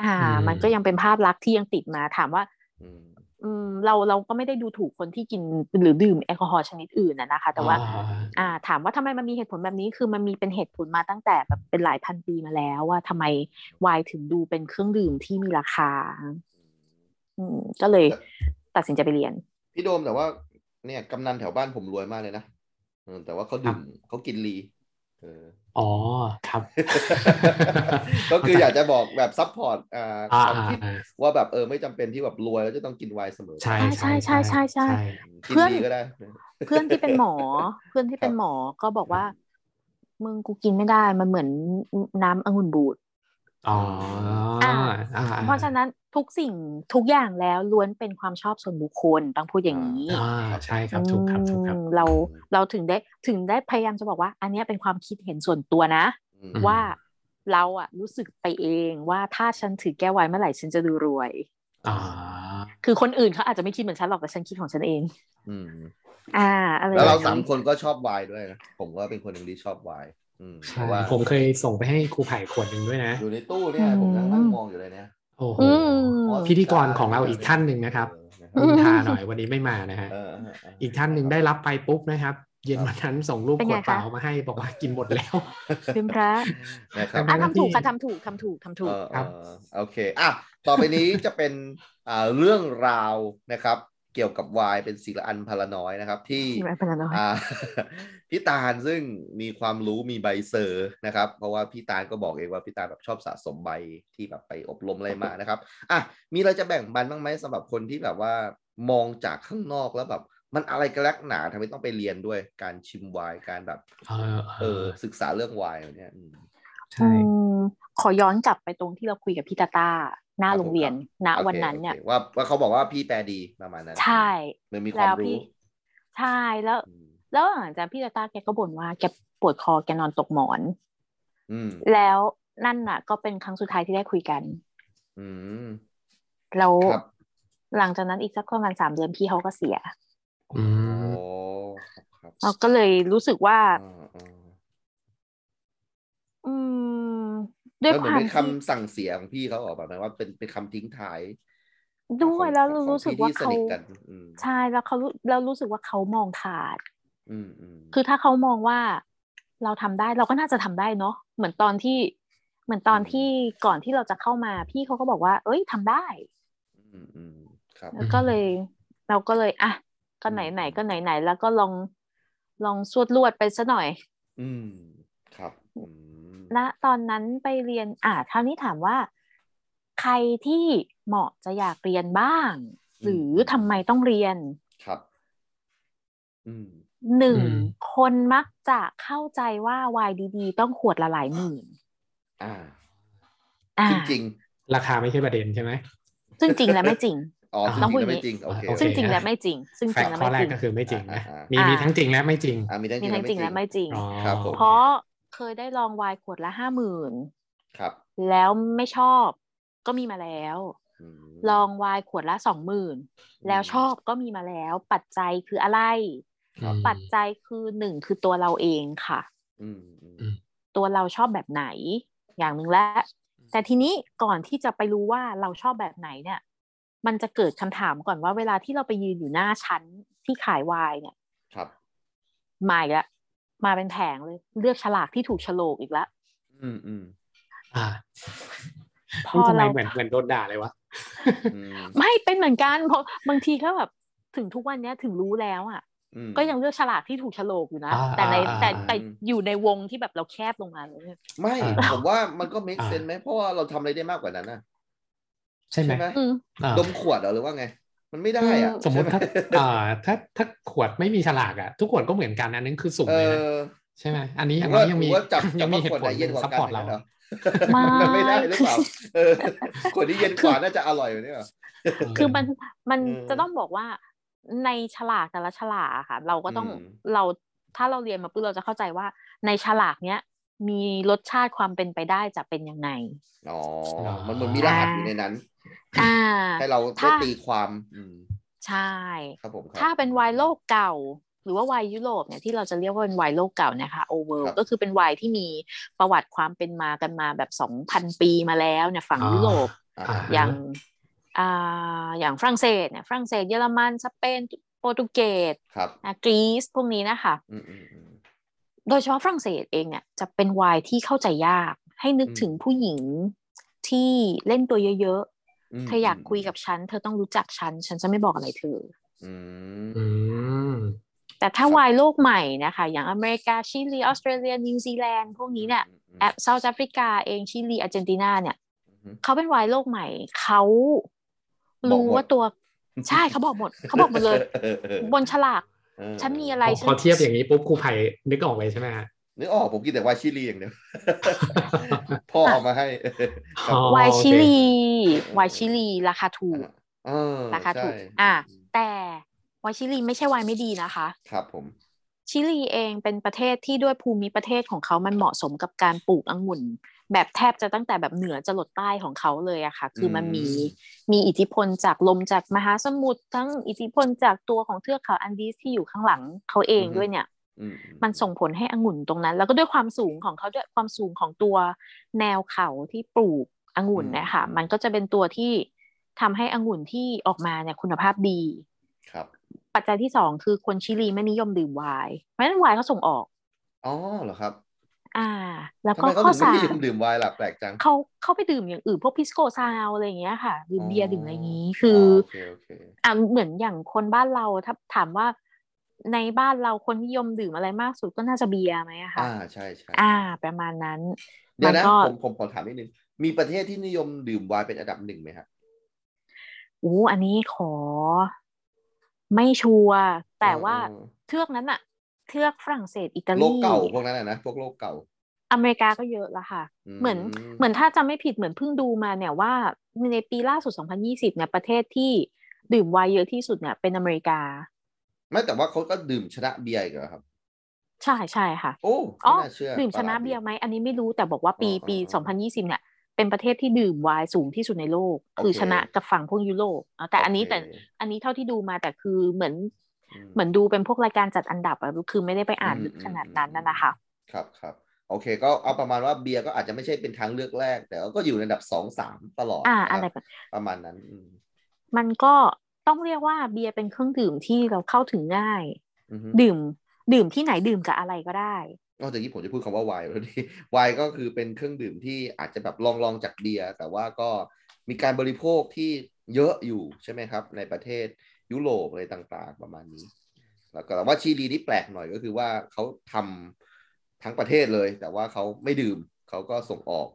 [SPEAKER 4] อ่า
[SPEAKER 3] อืม
[SPEAKER 4] มันก็ยังเป็นภาพลักษณ์ที่ยังติดมาถามว่า
[SPEAKER 2] อืม
[SPEAKER 4] อืมเราเราก็ไม่ได้ดูถูกคนที่กินหรือดื่มแอลกอฮอล์ชนิดอื่นนะนะคะ แต่ว่า
[SPEAKER 3] อ่า
[SPEAKER 4] อ่า ถามว่าทำไมมันมีเหตุผลแบบนี้ คือมันมีเป็นเหตุผลมาตั้งแต่แบบเป็นหลายพันปีมาแล้วว่าทำไมไวน์ถึงดูเป็นเครื่องดื่มที่มีราคา อืมก็เลยตัดสินใจไปเรียน
[SPEAKER 2] พี่โดมแต่ว่า เนี่ยกำนันแถวบ้านผมรวยมากเลยนะเออแต่ว่าเขาดื่มเขากินลีเอ อ
[SPEAKER 3] อ๋อครับ
[SPEAKER 2] ก็คืออยากจะบอกแบบซัพพอร์ตอ่า
[SPEAKER 3] อ่า
[SPEAKER 2] ความคิด
[SPEAKER 3] อ่า
[SPEAKER 2] ว่าแบบเออไม่จำเป็นที่แบบรวยแล้วจะต้องกินไวน์เสมอ
[SPEAKER 3] ใช่
[SPEAKER 4] ใช่
[SPEAKER 3] ใช่
[SPEAKER 4] ใช่ใช่ใช่
[SPEAKER 2] กิน
[SPEAKER 4] เพื่อน
[SPEAKER 2] ดีก็ได้
[SPEAKER 4] เพื่อนที่เป็นหมอ เพื่อนที่เป็นหมอก็บอกว่า มึงกูกินไม่ได้มันเหมือนน้ำองุ่นบูด
[SPEAKER 3] อ๋ออ่า
[SPEAKER 4] อ่า
[SPEAKER 3] อ่า
[SPEAKER 4] เพราะฉะนั้นทุกสิ่งทุกอย่างแล้วล้วนเป็นความชอบส่วนบุคคลต้องพูดอย่างนี้
[SPEAKER 3] อ่าใช่ครับถูกครับถูกครับ
[SPEAKER 4] อืมเราเราถึงได้ถึงได้พยายามจะบอกว่า อันเนี้ยเป็นความคิดเห็นส่วนตัวนะ
[SPEAKER 2] อืม
[SPEAKER 4] ว่าเราอะรู้สึกไปเองว่าถ้าฉันถือแก้วไว้เมื่อไหร่ฉันจะดูรวย
[SPEAKER 3] อ่า
[SPEAKER 4] คือคนอื่นเขาอาจจะไม่คิดเหมือนฉันหรอกแต่ฉันคิดของฉันเอง
[SPEAKER 2] อืม
[SPEAKER 4] อ่าอะไร
[SPEAKER 2] แล้วเรา
[SPEAKER 4] แบบนี้
[SPEAKER 2] สามคนก็ชอบไวน์ด้วยนะผมก็เป็นคนหนึ่งที่ชอบไวน์อืมเพ
[SPEAKER 3] ใช่
[SPEAKER 2] ราะว่า
[SPEAKER 3] ผมเคยส่งไปให้ครูไผ่ขวดหนึ่งด้วยนะ
[SPEAKER 2] อยู่ในตู้เนี่ยผมนั่งนั่งมองอยู่เลยเนี่ย
[SPEAKER 3] โอ้โห
[SPEAKER 4] อืม
[SPEAKER 2] อ๋อ
[SPEAKER 3] พิธีกรของเราอีกท่านหนึ่งนะครับ
[SPEAKER 2] เอ
[SPEAKER 3] นิ
[SPEAKER 2] อน
[SPEAKER 3] ทาหน่อยวันนี้ไม่มานะฮะ
[SPEAKER 2] เออเ
[SPEAKER 3] อีกท่านหนึ่งได้รับไปปุ๊บนะครับ เย็นวันนั้นส่งรูป
[SPEAKER 4] เป็น
[SPEAKER 3] ข
[SPEAKER 4] ไง
[SPEAKER 3] วดเปล่า
[SPEAKER 4] คะ
[SPEAKER 3] มาให้บอกว่ากินหมดแล้ว
[SPEAKER 4] เป็นพระ
[SPEAKER 2] นะครับ
[SPEAKER 4] อ่ะ
[SPEAKER 3] ทำหน้า
[SPEAKER 4] ทำถูก
[SPEAKER 3] ที่
[SPEAKER 4] ค่ะทำถูกทำถูกทำถูก
[SPEAKER 2] เออ
[SPEAKER 3] ครับ
[SPEAKER 2] เออโอเคอ่ะต่อไปนี้ จะเป็น อ่าเรื่องราวนะครับ เกี่ยวกับวายเป็นศิลอันพลน้อยนะครับ ที่
[SPEAKER 4] ศิลอันพลน้อย
[SPEAKER 2] า พี่ตาลซึ่งมีความรู้มีใบเซอร์นะครับ เพราะว่าพี่ตาลก็บอกเองว่าพี่ตาลแบบชอบสะสมใบที่แบบไปอบรมอะไรมานะครับอ่ะมีอะไรจะแบ่งปันบ้างไหมสำหรับคนที่แบบว่ามองจากข้างนอกแล้วแบบมันอะไรกันแลกหนาทำไมต้องไปเรียนด้วยการชิมไวน์การแบบ
[SPEAKER 3] เออเอ
[SPEAKER 2] เออ
[SPEAKER 3] อ
[SPEAKER 2] ศึกษาเรื่องไวน์เนี่ยอืม
[SPEAKER 3] ใช่
[SPEAKER 4] อืมขอย้อนกลับไปตรงที่เราคุยกับพี่ตาตา หน้าโรงเรียน ณ
[SPEAKER 2] โอค
[SPEAKER 4] วันนั้นเนี่ย
[SPEAKER 2] โอคว่าว่าเขาบอกว่าพี่แปลดีประมาณนั้น
[SPEAKER 4] ใช่
[SPEAKER 2] มันมีความ
[SPEAKER 4] แล้ว
[SPEAKER 2] รู้
[SPEAKER 4] พี่ ใช่แล้ว
[SPEAKER 2] อืม
[SPEAKER 4] แล้วหลังจากพี่ตาตาแกก็บ่นว่าแกปวดคอแกนอนตกหมอน
[SPEAKER 2] อืม
[SPEAKER 4] แล้วนั่นน่ะ ก็เป็นครั้งสุดท้ายที่ได้คุยกัน
[SPEAKER 2] อืม
[SPEAKER 4] แล้ว
[SPEAKER 2] ครับ
[SPEAKER 4] หลังจากนั้นอีกสักประมาณสามเดือนพี่เขาก็เสีย
[SPEAKER 3] อื
[SPEAKER 2] โอ้
[SPEAKER 3] ม
[SPEAKER 2] ครับครับ
[SPEAKER 4] เราก็เลยรู้สึกว่า
[SPEAKER 2] อ่าอ่า
[SPEAKER 4] อืม ด้
[SPEAKER 2] แล้ว
[SPEAKER 4] ยว
[SPEAKER 2] เห
[SPEAKER 4] ค
[SPEAKER 2] มื
[SPEAKER 4] วาม
[SPEAKER 2] อนเป็น
[SPEAKER 4] ที่
[SPEAKER 2] คำสั่งเสียของพี่เขาออกแบบว่าเป็นเป็นคำทิ้งท้าย
[SPEAKER 4] ด้วย
[SPEAKER 2] ของ
[SPEAKER 4] แล้ว
[SPEAKER 2] ของ
[SPEAKER 4] รู้สึก
[SPEAKER 2] พี่
[SPEAKER 4] ว่า
[SPEAKER 2] ที่ส
[SPEAKER 4] เขา
[SPEAKER 2] นิทกันอืม
[SPEAKER 4] ใช่แล้วเขารู้แล้วรู้สึกว่าเขามองขาด
[SPEAKER 2] อืมอืม
[SPEAKER 4] คือถ้าเขามองว่าเราทำได้เราก็น่าจะทำได้เนาะเหมือนตอนที่ เหมือนตอนที่ก่อนที่เราจะเข้ามา พี่เขาก็บอกว่า เอ้ยทำได้
[SPEAKER 2] อืมอืมครับ
[SPEAKER 4] แล้วก็เลย เราก็เลยอ่ะก็ไหนไหนๆก็ไหนไหนๆแล้วก็ลองลองสวดลวดไปซะหน่อย
[SPEAKER 2] อืมครับอืม
[SPEAKER 4] ณตอนนั้นไปเรียนอ่ะคราวนี้ถามว่า ใครที่เหมาะจะอยากเรียนบ้าง หรือทำไมต้องเรียน
[SPEAKER 2] ครับ อืม
[SPEAKER 4] หนึ่งคนมักจะเข้าใจว่าวายดีๆ ต้องขวดละหลายหมื่น
[SPEAKER 2] อ่า
[SPEAKER 4] อ่า
[SPEAKER 2] ซึ่งจริง
[SPEAKER 3] ราคาไม่ใช่ประเด็นใช่ไหม
[SPEAKER 4] ซึ่งจริงและไม่จริง
[SPEAKER 2] อ๋อซึ่ง
[SPEAKER 4] ต้อง
[SPEAKER 2] จ
[SPEAKER 4] พู
[SPEAKER 2] ริ
[SPEAKER 4] ดอ
[SPEAKER 2] ง
[SPEAKER 4] ย่าง
[SPEAKER 2] และ
[SPEAKER 4] นี้
[SPEAKER 2] ไม่จริงโอเค
[SPEAKER 3] โอเค
[SPEAKER 4] ซึ่งจริง
[SPEAKER 3] นะ
[SPEAKER 4] และไม่จริง ซึ่ง
[SPEAKER 3] แฟ
[SPEAKER 4] จริ
[SPEAKER 3] ก
[SPEAKER 4] ง
[SPEAKER 3] ต์
[SPEAKER 4] และ
[SPEAKER 3] ข้อ
[SPEAKER 4] ไม่
[SPEAKER 3] แร
[SPEAKER 4] จ
[SPEAKER 3] ก
[SPEAKER 4] ริง
[SPEAKER 3] ก็คือไม่จริงนะ
[SPEAKER 2] อ่า
[SPEAKER 3] มี
[SPEAKER 4] อ่ามี
[SPEAKER 3] มีทั้งจริงและไม่จริง
[SPEAKER 2] อ่ามีทั้งจ
[SPEAKER 4] มี
[SPEAKER 2] ริง
[SPEAKER 4] ทั้
[SPEAKER 2] และ
[SPEAKER 4] งจริง
[SPEAKER 2] ไม่จริ
[SPEAKER 4] และ
[SPEAKER 2] ง
[SPEAKER 4] ไม่จริง
[SPEAKER 3] อ๋อ
[SPEAKER 2] ครับผม
[SPEAKER 4] เพราะเคยได้ลองไวน์ขวดละห้าหมื่น
[SPEAKER 2] ครับ
[SPEAKER 4] แล้วไม่ชอบก็มีมาแล้ว
[SPEAKER 2] ม
[SPEAKER 4] ลองไวน์ขวดละสองหมื่นแล้วชอบก็มีมาแล้ว ปัจจัยคืออะไร
[SPEAKER 2] ครับ
[SPEAKER 4] ปัจจัยคือหนึ่งคือตัวเราเองค่ะ
[SPEAKER 2] อืมอืม
[SPEAKER 4] ตัวเราชอบแบบไหน อย่างหนึ่งแล้วแต่ทีนี้ก่อนที่จะไปรู้ว่าเราชอบแบบไหนเนี่ย มันจะเกิดคำถามก่อนว่าเวลาที่เราไปยืนอยู่หน้าชั้นที่ขายวายเนี่ย
[SPEAKER 2] ครับ
[SPEAKER 4] มาอีกแล้วมาเป็นแผงเลย เลือกฉลากที่ถูกฉลกอีกแล้ว
[SPEAKER 2] อืมอืม
[SPEAKER 3] อ่า
[SPEAKER 4] พ
[SPEAKER 3] ทำไม
[SPEAKER 4] เรา
[SPEAKER 3] เหมือนเหมือนโดนด่าเลยวะ
[SPEAKER 2] อืม
[SPEAKER 4] ไม่เป็นเหมือนกันเพราะบางทีก็แบบถึงทุกวันเนี้ยถึงรู้แล้วอ่ะ
[SPEAKER 2] อืม
[SPEAKER 4] ก็ยังเลือกฉลากที่ถูกฉลกอยู่นะ
[SPEAKER 3] อ่า
[SPEAKER 4] แต่ใน
[SPEAKER 3] อ่า
[SPEAKER 4] แต่
[SPEAKER 3] อ่า
[SPEAKER 4] แต่อยู่ในวงที่แบบเราแคบลงมาเลย
[SPEAKER 2] ไม่
[SPEAKER 3] อ่า
[SPEAKER 2] ผมว่ามันก็ make
[SPEAKER 3] อ่า
[SPEAKER 2] sense ไหมเพราะว่าเราทำอะไรได้มากกว่านั้นนะ
[SPEAKER 3] ใช่ไหม
[SPEAKER 2] ใช่ไหม
[SPEAKER 4] อืม
[SPEAKER 3] อ่า
[SPEAKER 2] ดมขวดเหรอหรือว่าไง มันไม่ได้อะ
[SPEAKER 4] อืม
[SPEAKER 3] สมมติ
[SPEAKER 2] ใช่ไห
[SPEAKER 3] ถ้าอ่าถ้าถ้าขวดไม่มีฉลากอะทุกขวดก็เหมือนกันอันนั้นคือสุ่ม
[SPEAKER 2] เอ
[SPEAKER 3] เลยนะ
[SPEAKER 2] อ
[SPEAKER 3] ใช่ไหมอันนี้
[SPEAKER 2] ห
[SPEAKER 3] อ
[SPEAKER 2] รื
[SPEAKER 3] ย่า
[SPEAKER 2] อง ว่าหรือ
[SPEAKER 3] น้อยยังมี
[SPEAKER 2] ว่าจับ
[SPEAKER 3] ยั
[SPEAKER 2] จับ
[SPEAKER 3] งมี
[SPEAKER 2] ว่า
[SPEAKER 3] เห
[SPEAKER 2] ขว
[SPEAKER 3] ตุ
[SPEAKER 2] ดไหน
[SPEAKER 3] ผล
[SPEAKER 2] เย็นกว่า
[SPEAKER 3] ซัพ
[SPEAKER 2] กัน
[SPEAKER 3] พอร์ต
[SPEAKER 2] อย่า
[SPEAKER 3] เรา
[SPEAKER 2] งนั้นเหรอ
[SPEAKER 4] ไม่
[SPEAKER 2] มันไม่ ได้หรือเปล่าเออขวดที่เย็นกว่าน่าจะอร่อยกว่านี่เหรอ
[SPEAKER 4] คือมันมัน
[SPEAKER 2] อืม
[SPEAKER 4] จะต้องบอกว่าในฉลากแต่ละฉลากอะค่ะ เราก็ต้อง
[SPEAKER 2] อืม
[SPEAKER 4] เราถ้าเราเรียนมาปุ๊บเราจะเข้าใจว่า ในฉลากเนี้ยมีรสชาติความเป็นไปได้จะเป็นยังไง
[SPEAKER 2] อ๋อ มันเหมือนมีรหัสอยู่ในนั้น
[SPEAKER 4] อ่า
[SPEAKER 2] ให้เราได้
[SPEAKER 4] ถ้า
[SPEAKER 2] ตีความอืม
[SPEAKER 4] ใช่
[SPEAKER 2] ครับผมครับ
[SPEAKER 4] ถ้าเป็นไวน์โลกเก่า หรือว่าไวน์ยุโรปเนี่ยที่เราจะเรียกว่าเป็นไวน์โลกเก่าเนะคะโอเวอ
[SPEAKER 2] ครั
[SPEAKER 4] ร์
[SPEAKER 2] บ
[SPEAKER 4] ก็คือเป็นไวน์ที่มีประวัติความเป็นมากันมาแบบสองพันปีมาแล้วเนี่ยฝั่งยุโรป
[SPEAKER 2] อ่า
[SPEAKER 3] อ่า
[SPEAKER 4] อย่างอ่าอย่างฝรั่งเศสเนี่ยฝรั่งเศสเยอรมันสเปนโปรตุเกส
[SPEAKER 2] ครับ
[SPEAKER 4] อ่ะกรีซพวกนี้นะคะ
[SPEAKER 2] อืมอืมอืม
[SPEAKER 4] โดยเฉพาะฝรั่งเศสเองเนี่ยจะเป็นไวน์ที่เข้าใจยาก ให้นึก
[SPEAKER 2] อืม
[SPEAKER 4] ถึงผู้หญิงที่เล่นตัวเยอะ
[SPEAKER 2] ม
[SPEAKER 4] ๆเธออยากคุยกับฉัน เธอต้องรู้จักฉัน ฉันจะไม่บอกอะไรเธอ
[SPEAKER 2] อืม
[SPEAKER 3] อืม
[SPEAKER 4] แต่ถ้า
[SPEAKER 2] ครับ
[SPEAKER 4] วายโลกใหม่นะคะ อย่างอเมริกา ชิลี ออสเตรเลีย นิวซีแลนด์ พวกนี้เนี่ย
[SPEAKER 2] ม
[SPEAKER 4] แอปเซาท์แอฟริกาเอง ชิลี อาร์เจนตินาเนี่ย
[SPEAKER 2] อืม
[SPEAKER 4] เขาเป็นวายโลกใหม่ เขา
[SPEAKER 2] บอก
[SPEAKER 4] รู้
[SPEAKER 2] หมด
[SPEAKER 4] ว่าตัว ใช่เขาบอกหมด เขาบอกหมดเลย
[SPEAKER 2] ออเออเออบ
[SPEAKER 4] นฉลาก
[SPEAKER 2] เออ
[SPEAKER 4] ฉันมีอะ
[SPEAKER 3] พ
[SPEAKER 4] ไร
[SPEAKER 3] อ
[SPEAKER 4] ฉั
[SPEAKER 3] พอเทียบอย่างนี้ปุ๊บครูไผ่นึกออกเลยใช่ไหมฮะ
[SPEAKER 2] นึกออกผมกินแต่วายชิลีอย่างเดียว พ่อเอามาให้
[SPEAKER 3] อ๋อ
[SPEAKER 4] วาย
[SPEAKER 3] โอเค
[SPEAKER 4] ชิลีวายชิลีราคาถูก
[SPEAKER 2] เออ
[SPEAKER 4] ราคาถูก
[SPEAKER 2] ใช่
[SPEAKER 4] อ่ะ แต่วายชิลีไม่ใช่วายไม่ดีนะคะ
[SPEAKER 2] ครับผม
[SPEAKER 4] ชิลีเองเป็นประเทศที่ด้วยภูมิประเทศของเขามันเหมาะสมกับการปลูกองุ่น แบบแทบจะตั้งแต่แบบเหนือจรดใต้ของเขาเลยอะค่ะ คือมันมีมีอิทธิพลจากลมจากมหาสมุทรทั้งอิทธิพลจากตัวของเทือกเขาอันดีสที่อยู่ข้างหลังเขาเองด้วยเนี่ย
[SPEAKER 2] อืม
[SPEAKER 4] มันส่งผลให้องุ่นตรงนั้น แล้วก็ด้วยความสูงของเขาด้วยความสูงของตัวแนวเขาที่ปลูกองุ่นเนะคะมันก็จะเป็นตัวที่ทำให้องุ่นที่ออกมาเนี่ยคุณภาพดี
[SPEAKER 2] ครับ
[SPEAKER 4] ปัจจัยที่สองคือคนชิลีไม่นิยมดื่มไวน์เพราะฉะนั้นไวน์เขาส่งออก
[SPEAKER 2] อ๋อเหรอครับ
[SPEAKER 4] อ่า แล้ว
[SPEAKER 2] ทำ
[SPEAKER 4] ก็
[SPEAKER 2] ไมเขา
[SPEAKER 4] ข้อ
[SPEAKER 2] ถึง
[SPEAKER 4] สา
[SPEAKER 2] ไม่นิย
[SPEAKER 4] ม
[SPEAKER 2] มดื่มไวน์ล่ะแปลกจัง
[SPEAKER 4] เขาเขาไปดื่มอย่างอื่นพวกพิสโกซาวอะไรอย่างเงี้ยค่ะดื่มเบียร์ดื่มอะไรอย่างงี้ คือ อ
[SPEAKER 2] โอเคโอเค
[SPEAKER 4] อ่าเหมือนอย่างคนบ้านเราถ้าถามว่าในบ้านเราคนนิยมดื่มอะไรมากสุดก็น่าจะเบียร์ไหมอะคะ
[SPEAKER 2] อ่าใช่ใช่
[SPEAKER 4] อ่า ประมาณนั้น
[SPEAKER 2] เดี๋ยวนะ
[SPEAKER 4] มันก็
[SPEAKER 2] ผมผมขอถามนิดนึงมีประเทศที่นิยมดื่มไวน์เป็นอันดับหนึ่งไหมฮะ
[SPEAKER 4] อู้อันนี้ขอ ไม่ชัวร์แต่ว่า
[SPEAKER 2] อ๋อ
[SPEAKER 4] เทือกนั้นอะเทือกฝรั่งเศสอิตา
[SPEAKER 2] โล
[SPEAKER 4] ลี
[SPEAKER 2] กเก่าพวกนั้นน่ะนะพวกโลกเก่า
[SPEAKER 4] อเมริกาก็เยอะละค่ะ เหมือน เหมือนถ้าจำไม่ผิดเหมือนเพิ่งดูมาเนี่ยว่าในปีล่าสุด 2020 เนี่ยประเทศที่ดื่มไวน์เยอะที่สุดเนี่ยเป็นอเมริกา
[SPEAKER 2] ไม่แต่ว่าเขาก็ดื่มชนะเบียร์อีกเหรอครับ
[SPEAKER 4] ใช่ใช่ค่ะ
[SPEAKER 2] โอ้
[SPEAKER 4] อ๋อ
[SPEAKER 2] ไม่น่าเชื่อ
[SPEAKER 4] ดื่มชนะ
[SPEAKER 2] ปลาด
[SPEAKER 4] เบียร์ไหมอันนี้ไม่รู้แต่บอกว่าปี
[SPEAKER 2] อ๋อ
[SPEAKER 4] ปี
[SPEAKER 2] อ๋อ
[SPEAKER 4] 2020 เนี่ย เป็นประเทศที่ดื่มไวน์สูงที่สุดในโลก
[SPEAKER 2] โอเค
[SPEAKER 4] คือชนะกับฝั่งพวกยุโรปอ่ะแต่อันนี้
[SPEAKER 2] โเค
[SPEAKER 4] แต่อันนี้เท่าที่ดูมาแต่คือเหมือน
[SPEAKER 2] อืม
[SPEAKER 4] เหมือนดูเป็นพวกรายการจัดอันดับอะคือไม่ได้ไปอ่าน
[SPEAKER 2] อืม
[SPEAKER 4] ลึก
[SPEAKER 2] อืม
[SPEAKER 4] ขนาด
[SPEAKER 2] อืม
[SPEAKER 4] นั้นนะนะคะ
[SPEAKER 2] ครับครับโอเค ก็เอาประมาณว่าเบียร์ก็อาจจะไม่ใช่เป็นทางเลือกแรก แต่ก็อยู่ในอันดับสองสามตลอด
[SPEAKER 4] อ่า
[SPEAKER 2] ค
[SPEAKER 4] อะไร
[SPEAKER 2] บ
[SPEAKER 4] แบบ
[SPEAKER 2] ประมาณนั้นอืม
[SPEAKER 4] มันก็ต้องเรียกว่าเบียร์เป็นเครื่องดื่มที่เราเข้าถึงง่าย
[SPEAKER 2] อือฮึ
[SPEAKER 4] ดื่ม ดื่มที่ไหนดื่มกับอะไรก็ได้
[SPEAKER 2] นอกจากนี้ผมจะพูดคำว่าไวน์แล้วนี่ ไวน์ก็คือเป็นเครื่องดื่มที่อาจจะแบบลองลองจากเบียร์แต่ว่าก็มีการบริโภคที่เยอะอยู่ใช่ไหมครับ ในประเทศยุโรปอะไรต่างๆ ประมาณนี้ แล้วก็แต่ว่าชิลีนี่แปลกหน่อยก็คือว่าเขาทำทั้งประเทศเลย แต่ว่าเขาไม่ดื่มเขาก็ส่งออก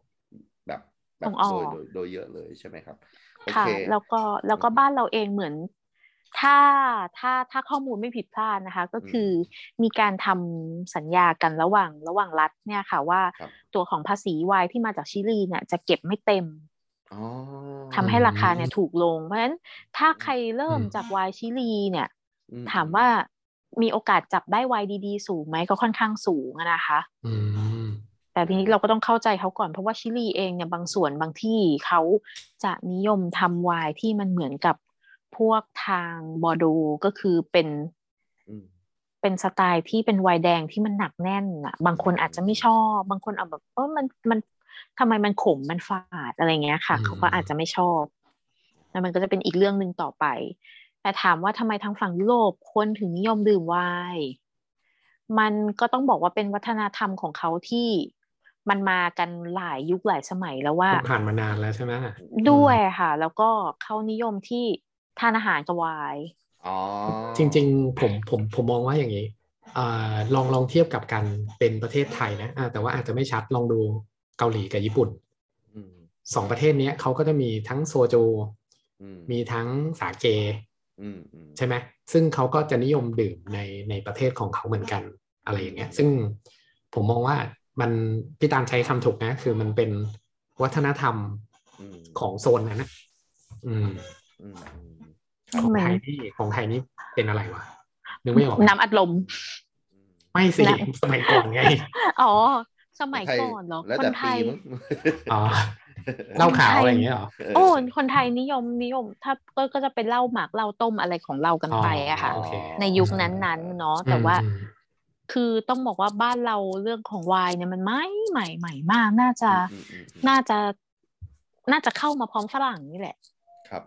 [SPEAKER 2] แบบแบ
[SPEAKER 4] ส่
[SPEAKER 2] บ
[SPEAKER 4] งออก
[SPEAKER 2] โดยโดยโดยเยอะเลยใช่ไหมครับโอ
[SPEAKER 4] ค่ะ
[SPEAKER 2] เค
[SPEAKER 4] แล้วก็แล้วก็
[SPEAKER 2] อืม
[SPEAKER 4] บ้านเราเองเหมือน ถ้าถ้าถ้าข้อมูลไม่ผิดพลาดนะคะ ก็คืออมีการทำสัญญากันระหว่างระหว่างรัฐเนี่ยค่ะว่า
[SPEAKER 2] ครับ
[SPEAKER 4] ตัวของภาษีไวน์ที่มาจากชิลีเนี่ยจะเก็บไม่เต็ม
[SPEAKER 2] อ๋อ
[SPEAKER 4] ทำให้ราคาเนี่ยถูกลง เพราะฉะนั้นถ้าใครเริ่ม
[SPEAKER 3] อืม
[SPEAKER 4] จากไวน์ชิลีเนี่ย
[SPEAKER 2] อื
[SPEAKER 4] ถามว่ามีโอกาสจับได้ไวน์ดีๆ สูงไหมก็ค่อนข้างสูงอะนะคะ
[SPEAKER 3] อืม
[SPEAKER 4] แต่ทีนี้เราก็ต้องเข้าใจเขาก่อนเพราะว่าชิลีเองเนี่ยบางส่วนบางที่เขาจะนิยมทำไวน์ที่มันเหมือนกับพวกทางบอร์โดก็คือเป็น
[SPEAKER 2] อืม
[SPEAKER 4] เป็นสไตล์ที่เป็นไวน์แดงที่มันหนักแน่นอ่ะ บางคนอาจจะไม่ชอบ บางคนเอาแบบเออมันมันทำไมมันขมมันฝาดอะไรเงี้ยค่ะ
[SPEAKER 3] อืม
[SPEAKER 4] เขาก็อาจจะไม่ชอบ แล้วมันก็จะเป็นอีกเรื่องหนึ่งต่อไป แต่ถามว่าทำไมทางฝั่งยุโรปคนถึงนิยมดื่มไวน์มันก็ต้องบอกว่าเป็นวัฒนธรรมของเขาที่มันมากันหลายยุคหลายสมัยแล้วว่า
[SPEAKER 3] มันผ่านมานานแล้วใช่ไหม
[SPEAKER 4] ด้วยค่ะ แล้วก็เขานิยมที่ทานอาหารกับไวน์
[SPEAKER 2] อ๋อ
[SPEAKER 3] จริง ๆ ผมผมผมมองว่าอย่างนี้เอ่อลองลองเทียบกับการเป็นประเทศไทยนะอ่าแต่ว่าอาจจะไม่ชัดลองดูเกาหลีกับญี่ปุ่น
[SPEAKER 2] อืม
[SPEAKER 3] สองประเทศเนี้ยเขาก็จะมีทั้งโซจู
[SPEAKER 2] อืม
[SPEAKER 3] มีทั้งสาเก
[SPEAKER 2] อืมอืม
[SPEAKER 3] ใช่ไหมซึ่งเขาก็จะนิยมดื่มในในประเทศของเขาเหมือนกันอะไรอย่างเงี้ย ซึ่งผมมองว่ามันพี่ตามใช้คำถูกนะ คือมันเป็นวัฒนธรรม
[SPEAKER 2] อืม
[SPEAKER 3] ของโซนนั้นนะอืม
[SPEAKER 2] อืมอืม
[SPEAKER 3] ของไทย
[SPEAKER 4] มัน
[SPEAKER 3] นี่ของไทยนี่เป็นอะไรวะนึกไม่ออกเลย
[SPEAKER 4] น้ำอัดลม
[SPEAKER 2] อืม
[SPEAKER 3] ไม่สิ
[SPEAKER 4] น้ำ
[SPEAKER 3] สมัยก่อนไง
[SPEAKER 4] อ๋อ สมัยก่อนเหรอ
[SPEAKER 2] แล้ว
[SPEAKER 4] ค
[SPEAKER 2] แต่
[SPEAKER 4] นไท
[SPEAKER 2] ปี
[SPEAKER 4] ย
[SPEAKER 2] มั้ง
[SPEAKER 3] อ๋อเหล้าขาวอะไรอย่างเงี้ยเหรอ
[SPEAKER 2] เ
[SPEAKER 4] โอ้คนไทยนิยมนิยม ถ้าก็ก็จะเป็นเหล้าหมากเหล้าต้มอะไรของเรากันไปอะค่ะ
[SPEAKER 3] อ๋อ
[SPEAKER 4] ในยุคนั้นๆเนาะแต่ว่า คือต้องบอกว่าบ้านเราเรื่องของวายเนี่ยมันใหม่ใหม่ใหม่มาก น่าจะ
[SPEAKER 2] อืมอืมอืม
[SPEAKER 4] น่าจะน่าจะเข้ามาพร้อมฝรั่งนี่แหละ
[SPEAKER 2] ครับ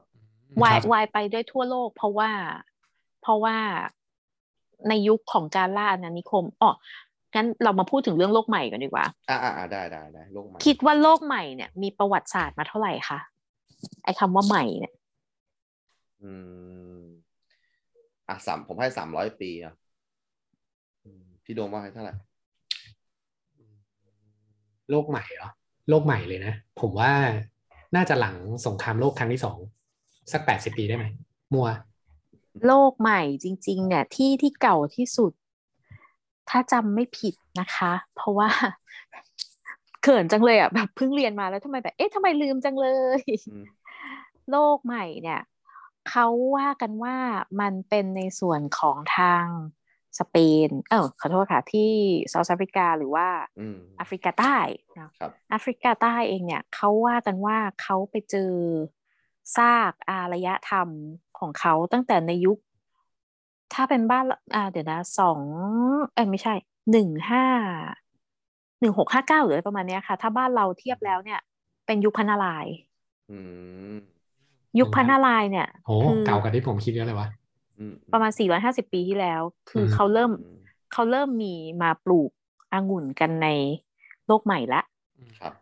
[SPEAKER 4] วาย
[SPEAKER 3] ครับ
[SPEAKER 4] วายไปได้ทั่วโลก เพราะว่า เพราะว่าในยุคของการล่าอาณานิคมอ๋องั้นเรามาพูดถึงเรื่องโลกใหม่กันดีกว่า
[SPEAKER 2] อ่าอ่าอ่าได้ได้ได้โลกใหม่
[SPEAKER 4] คิดว่าโลกใหม่เนี่ย มีประวัติศาสตร์มาเท่าไหร่คะไอ้คำว่าใหม่เนี่ย
[SPEAKER 2] อืมอ่ะสามผมให้สามร้อยปีอ่ะอืมพี่โดมว่าให้เท่าไหร่
[SPEAKER 3] โลกใหม่เหรอโลกใหม่เลยนะ ผมว่าน่าจะหลังสงครามโลกครั้งที่สองสักแปดสิบปีได้ไหมมัว
[SPEAKER 4] โลกใหม่จริง ๆ เนี่ยที่ที่เก่าที่สุด ถ้าจำไม่ผิดนะคะ เพราะว่า เขินจังเลยอ่ะแบบเพิ่งเรียนมาแล้วทำไมแบบเอ๊ะทำไมลืมจังเลย
[SPEAKER 2] อืม
[SPEAKER 4] โลกใหม่เนี่ยเขาว่ากันว่ามันเป็นในส่วนของทางสเปน เออขอโทษค่ะที่เซาท์แอฟริกาหรือว่า
[SPEAKER 2] อืม
[SPEAKER 4] แอฟริกาใต้นะ
[SPEAKER 2] ครับ
[SPEAKER 4] แอฟริกาใต้เองเนี่ยเขาว่ากันว่าเขาไปเจอซากอารยธรรมของเขาตั้งแต่ในยุค ถ้าเป็นบ้านเราอ่าเดี๋ยวนะสองเอ้ยไม่ใช่หนึ่งห้าหนึ่งหกห้าเก้าหรืออะไรประมาณเนี้ยค่ะ ถ้าบ้านเราเทียบแล้วเนี่ย เป็นยุคพนนารายณ์
[SPEAKER 2] อืม
[SPEAKER 4] ยุคพนนารายณ์เนี่ย
[SPEAKER 3] โอ้
[SPEAKER 4] คือ
[SPEAKER 3] เก่ากว่าที่ผมคิดเยอะเลยวะ
[SPEAKER 2] อืม
[SPEAKER 4] ประมาณ 450 ปีที่แล้ว คืออ
[SPEAKER 3] ม
[SPEAKER 4] เขาเริ่ม
[SPEAKER 2] อืม
[SPEAKER 4] เขาเริ่มมีมาปลูกองุ่นกันในโลกใหม่ละ
[SPEAKER 2] ครับ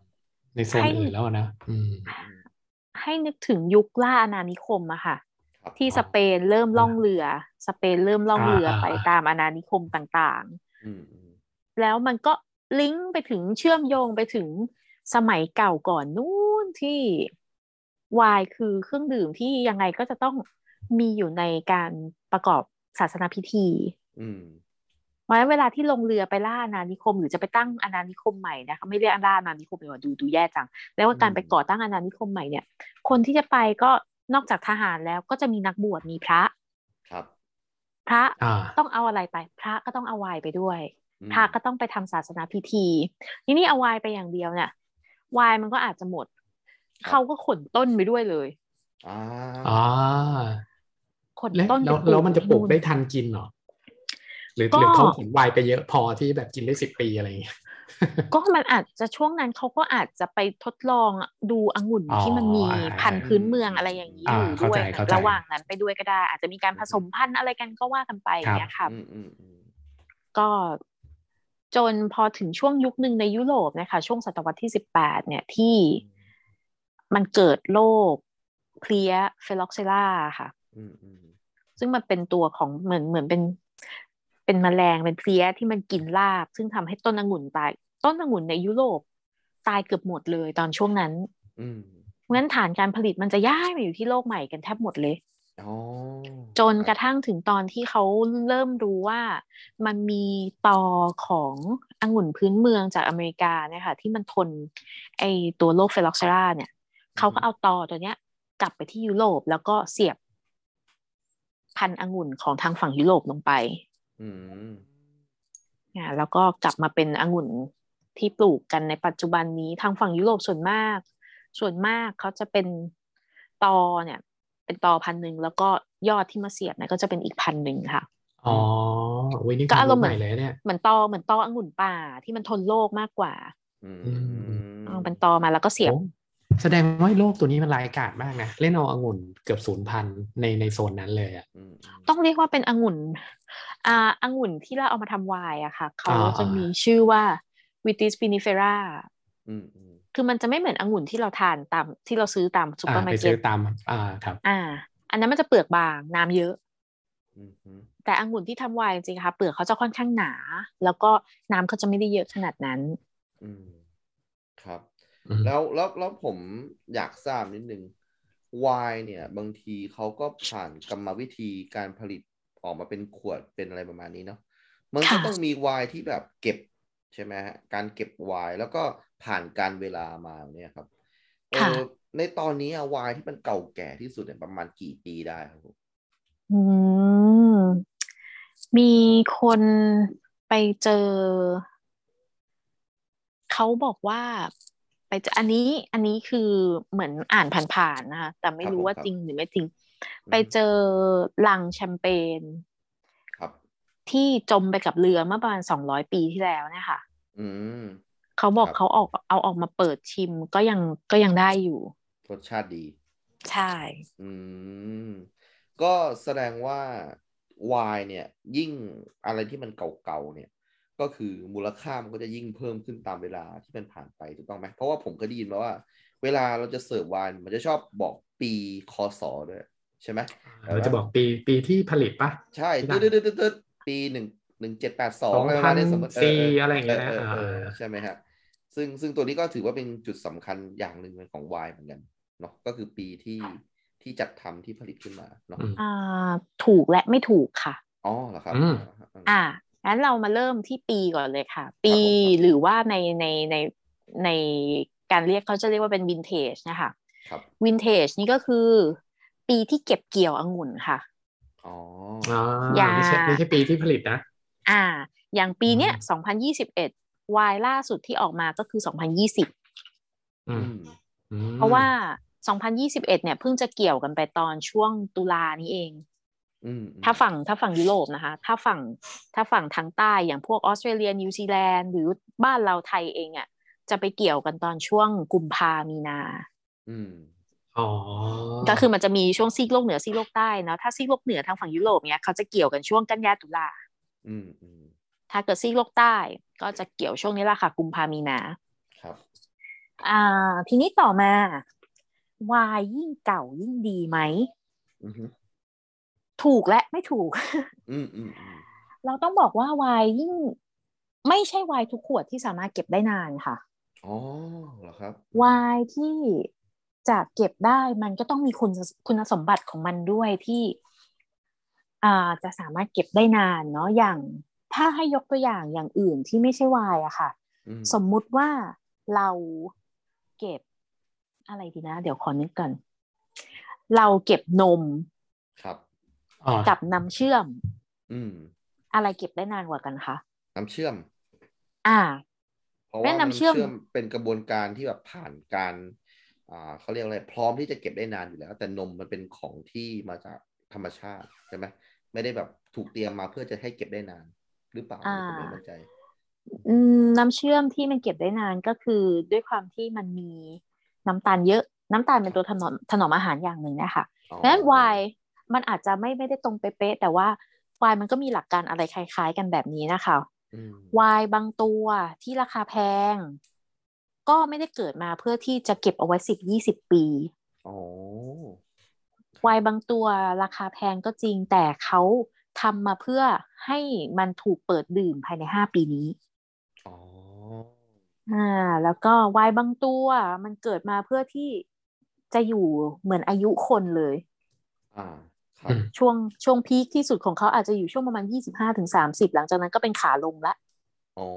[SPEAKER 3] ในโซนอื่นแล้วนะอืม
[SPEAKER 4] ให้นึกถึงยุคล่าอาณานิคมอะค่ะ
[SPEAKER 2] ครับ
[SPEAKER 4] ที่สเปนเริ่มล่องเรือ สเปนเริ่มล่องเรืออา ไปตามอาณานิคมต่าง
[SPEAKER 2] อืมอืม
[SPEAKER 4] ๆ แล้วมันก็ลิงก์ไปถึงเชื่อมโยงไปถึงสมัยเก่าก่อนนู้นที่วายคือเครื่องดื่มที่ยังไงก็จะต้องมีอยู่ในการประกอบศาสนาพิธี
[SPEAKER 2] อืม
[SPEAKER 4] เพราะฉะนั้นเวลาที่ลงเรือไปล่าอาณานิคม หรือจะไปตั้งอาณานิคมใหม่นะคะไม่เรียกล่าอาณานิคมเลยว่าดูดูแย่จัง แล้วว่าการไปก่อตั้งอาณานิคมใหม่เนี่ย คนที่จะไปก็นอกจากทหารแล้วก็จะมีนักบวชมีพระ
[SPEAKER 2] ครับ
[SPEAKER 4] พระ
[SPEAKER 3] อ่า
[SPEAKER 4] ต้องเอาอะไรไป พระก็ต้องเอาวายไปด้วย
[SPEAKER 2] อืม
[SPEAKER 4] พระก็ต้องไปทำศาสนาพิธี นี่นี่เอาวายไปอย่างเดียวเนี่ยวายมันก็อาจจะหมด เขาก็ขนต้นไปด้วยเลย
[SPEAKER 2] อ่า
[SPEAKER 3] อ๋อ
[SPEAKER 4] ขน
[SPEAKER 3] แล้ว
[SPEAKER 4] ต้น
[SPEAKER 3] แล้ว
[SPEAKER 4] ไป
[SPEAKER 3] แล้วมันจะปลูกได้
[SPEAKER 4] นู่น
[SPEAKER 3] ทันกินเหรอ หรือ
[SPEAKER 4] ก็
[SPEAKER 3] หรือเขาผลวายไปเยอะพอที่แบบกินได้สิบปีอะไรอย่างเงี้ย
[SPEAKER 4] ก็มันอาจจะช่วงนั้นเขาก็อาจจะไปทดลองดูองุ่น
[SPEAKER 3] อ๋อ
[SPEAKER 4] ที่มันมี
[SPEAKER 3] อ่า
[SPEAKER 4] พันธุ์พื้นเมืองอะไรอย่างนี้
[SPEAKER 3] อ่า
[SPEAKER 4] อยู่
[SPEAKER 3] เข้า
[SPEAKER 4] ด้ว
[SPEAKER 3] ใจ
[SPEAKER 4] ย
[SPEAKER 3] เข้าใจ
[SPEAKER 4] ระหว่างนั้นไปด้วยก็ได้ อาจจะมีการผสมพันธุ์อะไรกันก็ว่ากันไปอย่างเงี้ยค่ะ
[SPEAKER 2] อืมอืมอืม
[SPEAKER 4] ก็จนพอถึงช่วงยุคหนึ่งในยุโรปนะคะ ช่วงศตวรรษที่สิบแปดเนี่ยที่มันเกิดโรคเพลียเฟล็อกเซล่าค่ะ
[SPEAKER 2] อืมอืม
[SPEAKER 4] ซึ่งมันเป็นตัวของเหมือนเหมือนเป็นเป็นแมลงเป็นเพลี้ยที่มันกินราก ซึ่งทำให้ต้นองุ่นตาย ต้นองุ่นในยุโรปตายเกือบหมดเลยตอนช่วงนั้น
[SPEAKER 2] อืม
[SPEAKER 4] งั้นฐานการผลิตมันจะย้ายมาอยู่ที่โลกใหม่กันแทบหมดเลย
[SPEAKER 2] อ๋อ
[SPEAKER 4] จนกระทั่งถึงตอนที่เขาเริ่มรู้ว่ามันมีตอขององุ่นพื้นเมืองจากอเมริกาเนี่ยค่ะที่มันทนไอตัวโรคเฟล็อกเซราเนี่ยเขาก็เอาตอตัวเนี้ย กลับไปที่ยุโรปแล้วก็เสียบ พันธุ์องุ่นของทางฝั่งยุโรปลงไป
[SPEAKER 2] อืม
[SPEAKER 4] อ่าแล้วก็กลับมาเป็นองุ่นที่ปลูกกันในปัจจุบันนี้ทางฝั่งยุโรปส่วนมาก ส่วนมากเขาจะเป็นตอเนี่ย เป็นตอพันธุ์หนึ่งแล้วก็ยอดที่มาเสียบเนี่ยก็จะเป็นอีกพันธุ์หนึ่งค่ะ
[SPEAKER 3] อ๋ออุ้ยนี่
[SPEAKER 4] ก็อารมณ์เหมือน
[SPEAKER 3] ควใหเลยเนี่ย
[SPEAKER 4] เหมือนตอเหมือนตอองุ่นป่าที่มันทนโรคมากกว่า
[SPEAKER 2] อืม
[SPEAKER 3] อื
[SPEAKER 4] เอาเป็นตอมาแล้วก็เสียบ
[SPEAKER 3] โอ้ แสดงว่าโลกตัวนี้มันร้ายกาจมากนะ เล่นเอาองุ่นเกือบศูนย์พันในในโซนนั้นเลยอะ
[SPEAKER 2] อืม
[SPEAKER 4] ต้องเรียกว่าเป็นองุ่นอ่าองุ่นที่เราเอามาทำไวน์อะค่ะ เขา
[SPEAKER 3] อ่า
[SPEAKER 4] จะมีชื่อว่า vitis vinifera
[SPEAKER 2] อืมอืม
[SPEAKER 4] คือมันจะไม่เหมือนองุ่นที่เราทานตามที่เราซื้อตามซูเปอ
[SPEAKER 3] อ่า
[SPEAKER 4] ร์มา
[SPEAKER 3] ไป
[SPEAKER 4] ร์เก็
[SPEAKER 3] ซื้
[SPEAKER 4] ต
[SPEAKER 3] อตามอ่าครับ
[SPEAKER 4] อ่า อันนั้นมันจะเปลือกบางน้ำเยอะ
[SPEAKER 2] อืมอืม
[SPEAKER 4] แต่องุ่นที่ทำไวน์จริงๆค่ะ เปลือกเขาจะค่อนข้างหนา แล้วก็น้ำเขาจะไม่ได้เยอะขนาดนั้น
[SPEAKER 2] อืมครับ แล้วแล้วแล้วผมอยากทราบนิดนึงวายเนี่ย บางทีเขาก็ผ่านกรรมวิธีการผลิตออกมาเป็นขวดเป็นอะไรประมาณนี้เนาะมันก็
[SPEAKER 4] ค่ะ
[SPEAKER 2] ต้องมีวายที่แบบเก็บใช่ไหมฮะการเก็บวายแล้วก็ผ่านการเวลามาเนี่ยครับเอ
[SPEAKER 4] ค่ะ
[SPEAKER 2] อในตอนนี้อะวายที่มันเก่าแก่ที่สุดเนี่ยประมาณกี่ปีได้ครับผม
[SPEAKER 4] อืมมีคนไปเจอ เขาบอกว่าไปเจออันนี้ อันนี้คือเหมือนอ่านผ่านๆนะคะแต่ไม่รู้ว่าจริงหรือไม่จริง ไปเจอลังแชมเปญ
[SPEAKER 2] ครับ
[SPEAKER 4] ที่จมไปกับเรือเมื่อประมาณสองร้อยปีที่แล้วเนี่ยค่ะ
[SPEAKER 2] อืม
[SPEAKER 4] เขาบอก
[SPEAKER 2] ครับ
[SPEAKER 4] เขาออกเอาออกมาเปิดชิมก็ยังก็ยังได้อยู่
[SPEAKER 2] รสชาติดี
[SPEAKER 4] ใช่
[SPEAKER 2] อืม ก็แสดงว่าวายเนี่ย ยิ่งอะไรที่มันเก่าๆเนี่ย ก็คือมูลค่ามันก็จะยิ่งเพิ่มขึ้นตามเวลาที่มันผ่านไปถูกต้องไหมเพราะว่าผมเคยได้ยินมาว่า เวลาเราจะเสิร์ฟวายมันจะชอบบอกปีคศด้วยใช่ไหม
[SPEAKER 3] เราจะบอกปีปีที่ผลิตปะ
[SPEAKER 2] ใช่
[SPEAKER 3] ที่
[SPEAKER 2] ตื
[SPEAKER 3] หลั
[SPEAKER 2] ด
[SPEAKER 3] ง
[SPEAKER 2] ตืดตืดตืดปีหนึ่งหนึ่งเจ็ดแปดสองอะไรประมาณนี้สมมติเ
[SPEAKER 3] 2004อะไรอย่างเงี้ยนะ
[SPEAKER 2] ออเออ
[SPEAKER 3] เออ
[SPEAKER 2] ใช่ไหมครับซึ่งซึ่งตัวนี้ก็ถือว่าเป็นจุดสำคัญอย่างหนึ่งของวายเหมือนกันเนาะก็คือปีที่ที่จัดทำที่ผลิตขึ้นมาเนาะ
[SPEAKER 3] อืม
[SPEAKER 4] อ่าถูกและไม่ถูกค่ะ
[SPEAKER 2] อ๋อเหรอครับ
[SPEAKER 3] อืม
[SPEAKER 4] อ่ะงั้นเรามาเริ่มที่ปีก่อนเลยค่ะ
[SPEAKER 2] ครับ
[SPEAKER 4] ปี
[SPEAKER 2] ผม
[SPEAKER 4] หรือว่าในในในในการเรียกเขาจะเรียกว่าเป็นวินเทจนะคะ
[SPEAKER 2] ครับ
[SPEAKER 4] วินเทจนี่ก็คือ ปีที่เก็บเกี่ยวองุ่นค่ะ
[SPEAKER 2] อ๋อ
[SPEAKER 3] อ๋อ
[SPEAKER 4] อย่า
[SPEAKER 3] ไม่ใช่ไม่ใช่ปีที่ผลิตนะ
[SPEAKER 4] อ่า อย่างปีเนี้ย
[SPEAKER 3] อื
[SPEAKER 4] 2021 วายล่าสุดที่ออกมาก็คือ 2020
[SPEAKER 3] อื
[SPEAKER 2] อื
[SPEAKER 3] ม
[SPEAKER 2] ม
[SPEAKER 3] อืม
[SPEAKER 4] เพราะว่า 2021 เนี่ยเพิ่งจะเกี่ยวกันไปตอนช่วงตุลานี้เอง
[SPEAKER 2] อืม
[SPEAKER 4] ถ้าฝั่งถ้าฝั่งยุโรปนะคะ ถ้าฝั่งถ้าฝั่งทางใต้อย่างพวกออสเตรเลียนิวซีแลนด์หรือบ้านเราไทยเองอะ่ะจะไปเกี่ยวกันตอนช่วงกุมภามีนา
[SPEAKER 2] อืม
[SPEAKER 3] อ๋อ
[SPEAKER 4] ก็คือมันจะมีช่วงซีกโลกเหนือซีกโลกใต้เนาะถ้าซีกโลกเหนือทางฝั่งยุโรปเนี้ยเขาจะเกี่ยวกันช่วงกันยาตุลา
[SPEAKER 2] อืมอืม
[SPEAKER 4] ถ้าเกิดซีกโลกใต้ก็จะเกี่ยวช่วงนี้ละค่ะกุมภามีนา
[SPEAKER 2] ครับ
[SPEAKER 4] อ่าทีนี้ต่อมาวายยิ่งเก่ายิ่งดีไหม
[SPEAKER 2] อืมฮึ
[SPEAKER 4] ถูกและไม่ถูก
[SPEAKER 2] อืมอืมอืม
[SPEAKER 4] เราต้องบอกว่าวายยิ่งไม่ใช่วายทุกขวดที่สามารถเก็บได้นานค่ะ
[SPEAKER 2] อ๋อเหรอครับ
[SPEAKER 4] วายที่จะเก็บได้มันก็ต้องมีคุณคุณสมบัติของมันด้วยที่อ่าจะสามารถเก็บได้นานเนาะอย่างถ้าให้ยกตัวอย่างอย่างอื่นที่ไม่ใช่วายอะค่ะ
[SPEAKER 2] อืม
[SPEAKER 4] สมมุติว่าเราเก็บอะไรดีนะ เดี๋ยวขอนึกก่อนเราเก็บนม
[SPEAKER 2] ครับ
[SPEAKER 3] อ๋อ
[SPEAKER 4] กับน้ำเชื่อม
[SPEAKER 2] อืม
[SPEAKER 4] อะไรเก็บได้นานกว่ากันคะ
[SPEAKER 2] น้ำเชื่อม
[SPEAKER 4] อ่า
[SPEAKER 2] เพราะ
[SPEAKER 4] แม่
[SPEAKER 2] ว่า
[SPEAKER 4] น้ำ
[SPEAKER 2] น้ำ
[SPEAKER 4] เชื่
[SPEAKER 2] เชื่
[SPEAKER 4] อ
[SPEAKER 2] อ
[SPEAKER 4] ม
[SPEAKER 2] มเป็นกระบวนการที่แบบผ่านการอ่าเขาเรียกอะไรพร้อมที่จะเก็บได้นานอยู่แล้ว แต่นมมันเป็นของที่มาจากธรรมชาติใช่ไหมไม่ได้แบบถูกเตรียมมาเพื่อจะให้เก็บได้นาน หรือเปล่า
[SPEAKER 4] อ่า
[SPEAKER 2] ผมไม่มั่นใจ
[SPEAKER 4] อืมน้ำเชื่อมที่มันเก็บได้นานก็คือด้วยความที่มันมีน้ำตาลเยอะน้ำตาลเป็นตัวถนอมถนอมอาหารอย่างหนึ่งนะคะ
[SPEAKER 2] อ๋อ
[SPEAKER 4] เพราะฉะนั้นไวน์มันอาจจะไม่ไม่ได้ตรงเป๊ะๆแต่ว่าไวน์มันก็มีหลักการอะไรคล้ายๆ กันแบบนี้นะคะ
[SPEAKER 2] อืม
[SPEAKER 4] ไวน์บางตัวที่ราคาแพง ก็ไม่ได้เกิดมาเพื่อที่จะเก็บเอาไว้สิบยี่สิบปี
[SPEAKER 2] อ๋อ
[SPEAKER 4] ไวน์บางตัวราคาแพงก็จริงแต่เขาทำมาเพื่อให้มันถูกเปิดดื่มภายในห้าปีนี้
[SPEAKER 2] อ๋อ
[SPEAKER 4] อ่าแล้วก็วายบางตัวมันเกิดมาเพื่อที่จะอยู่เหมือนอายุคนเลย
[SPEAKER 2] อ่าครับ
[SPEAKER 3] อืม
[SPEAKER 4] ช่วงช่วงพีคที่สุดของเขาอาจจะอยู่ช่วงประมาณยี่สิบห้าถึงสามสิบหลังจากนั้นก็เป็นขาลงละ
[SPEAKER 2] อ๋อ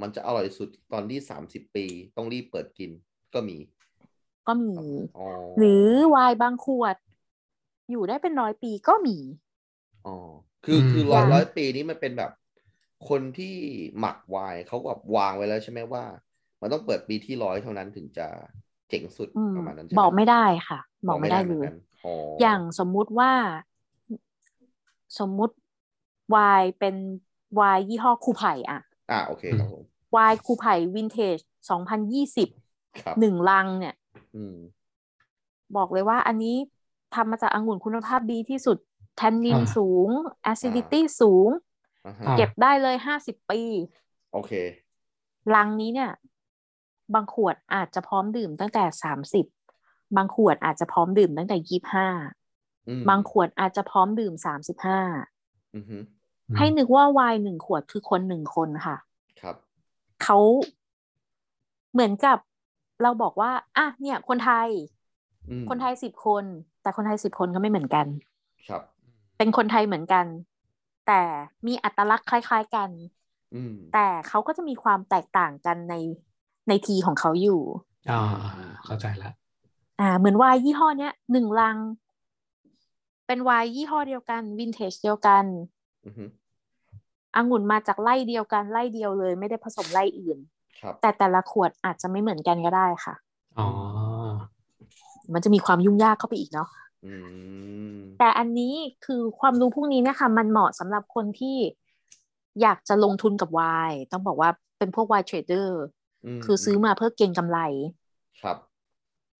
[SPEAKER 2] มันจะอร่อยสุดตอนที่สามสิบปี ต้องรีบเปิดกินก็มี
[SPEAKER 4] ก็มี
[SPEAKER 2] อ๋อ
[SPEAKER 4] หรือวายบางขวด อยู่ได้เป็นร้อยปีก็มี
[SPEAKER 2] อ๋อคือคือร้อย
[SPEAKER 4] อย่าง
[SPEAKER 2] ร้อยปีนี้มันเป็นแบบ คนที่หมักไวน์เขาแบบวางไว้แล้วใช่ไหมว่า มันต้องเปิดปีที่ร้อยเท่านั้นถึงจะเจ๋งสุด
[SPEAKER 4] อืม
[SPEAKER 2] ประมาณนั้นใช่ห
[SPEAKER 4] บอกไม่ได้ค่ะ บอกไม่ได้
[SPEAKER 2] เห
[SPEAKER 4] เล
[SPEAKER 2] น
[SPEAKER 4] ย
[SPEAKER 2] กันอ๋อ
[SPEAKER 4] อ
[SPEAKER 2] อย่าง
[SPEAKER 4] สมมุติว่า สมมุติวายเป็นวายยี่ห้อคูไผ่อะ
[SPEAKER 2] อ่าโอเคครับผม
[SPEAKER 4] วายคูไผ่วินเทจสองพันยี่สิบ
[SPEAKER 2] ครับ
[SPEAKER 4] หนึ่งลังเนี่ย
[SPEAKER 2] อืม
[SPEAKER 4] บอกเลยว่าอันนี้ทำมาจากองุ่นคุณภาพดีที่สุด แทนนิน
[SPEAKER 3] อ่า
[SPEAKER 4] สูง แอซิดิตี้สูง
[SPEAKER 2] อ่าฮะ
[SPEAKER 3] อ่า
[SPEAKER 4] เก็บได้เลยห้าสิบปี
[SPEAKER 2] โอเค
[SPEAKER 4] ลังนี้เนี่ย บางขวดอาจจะพร้อมดื่มตั้งแต่สามสิบบางขวดอาจจะพร้อมดื่มตั้งแต่ยี่ห้า
[SPEAKER 2] อืม
[SPEAKER 4] บางขวดอาจจะพร้อมดื่มสามสิบห้า
[SPEAKER 2] อือฮึ
[SPEAKER 4] ให้นึกว่าไวน์หนึ่งขวดคือคนหนึ่งคนค่ะ
[SPEAKER 2] ครับ
[SPEAKER 4] เขาเหมือนกับเราบอกว่าอ่ะเนี่ย คนไทย
[SPEAKER 2] อืม
[SPEAKER 4] คนไทยสิบคน แต่คนไทยสิบคนก็ไม่เหมือนกัน
[SPEAKER 2] ครับ
[SPEAKER 4] เป็นคนไทยเหมือนกัน แต่มีอัตลักษณ์คล้าย ๆกัน
[SPEAKER 2] อืม
[SPEAKER 4] แต่เขาก็จะมีความแตกต่างกันในในทีของเขาอยู่
[SPEAKER 3] อ่าเข้าใจละ
[SPEAKER 4] อ่าเหมือนไวน์ยี่ห้อเนี้ยหนึ่งลัง เป็นไวน์ยี่ห้อเดียวกันวินเทจเดียวกัน
[SPEAKER 2] อือฮึ
[SPEAKER 4] องุ่นมาจากไร่เดียวกันไร่เดียวเลย ไม่ได้ผสมไร่อื่น
[SPEAKER 2] ครับ
[SPEAKER 4] แต่แต่ละขวดอาจจะไม่เหมือนกันก็ได้ค่ะ
[SPEAKER 3] อ๋อ
[SPEAKER 4] มันจะมีความยุ่งยากเข้าไปอีกเนาะ
[SPEAKER 2] อืม
[SPEAKER 4] แต่อันนี้คือความรู้พวกนี้เนะคะมันเหมาะสำหรับคนที่อยากจะลงทุนกับไวน์ต้องบอกว่าเป็นพวกไวน์เทรดเดอร์
[SPEAKER 2] ม
[SPEAKER 4] คือซื้อมาเพื่อเก็งกำไร
[SPEAKER 2] ครับ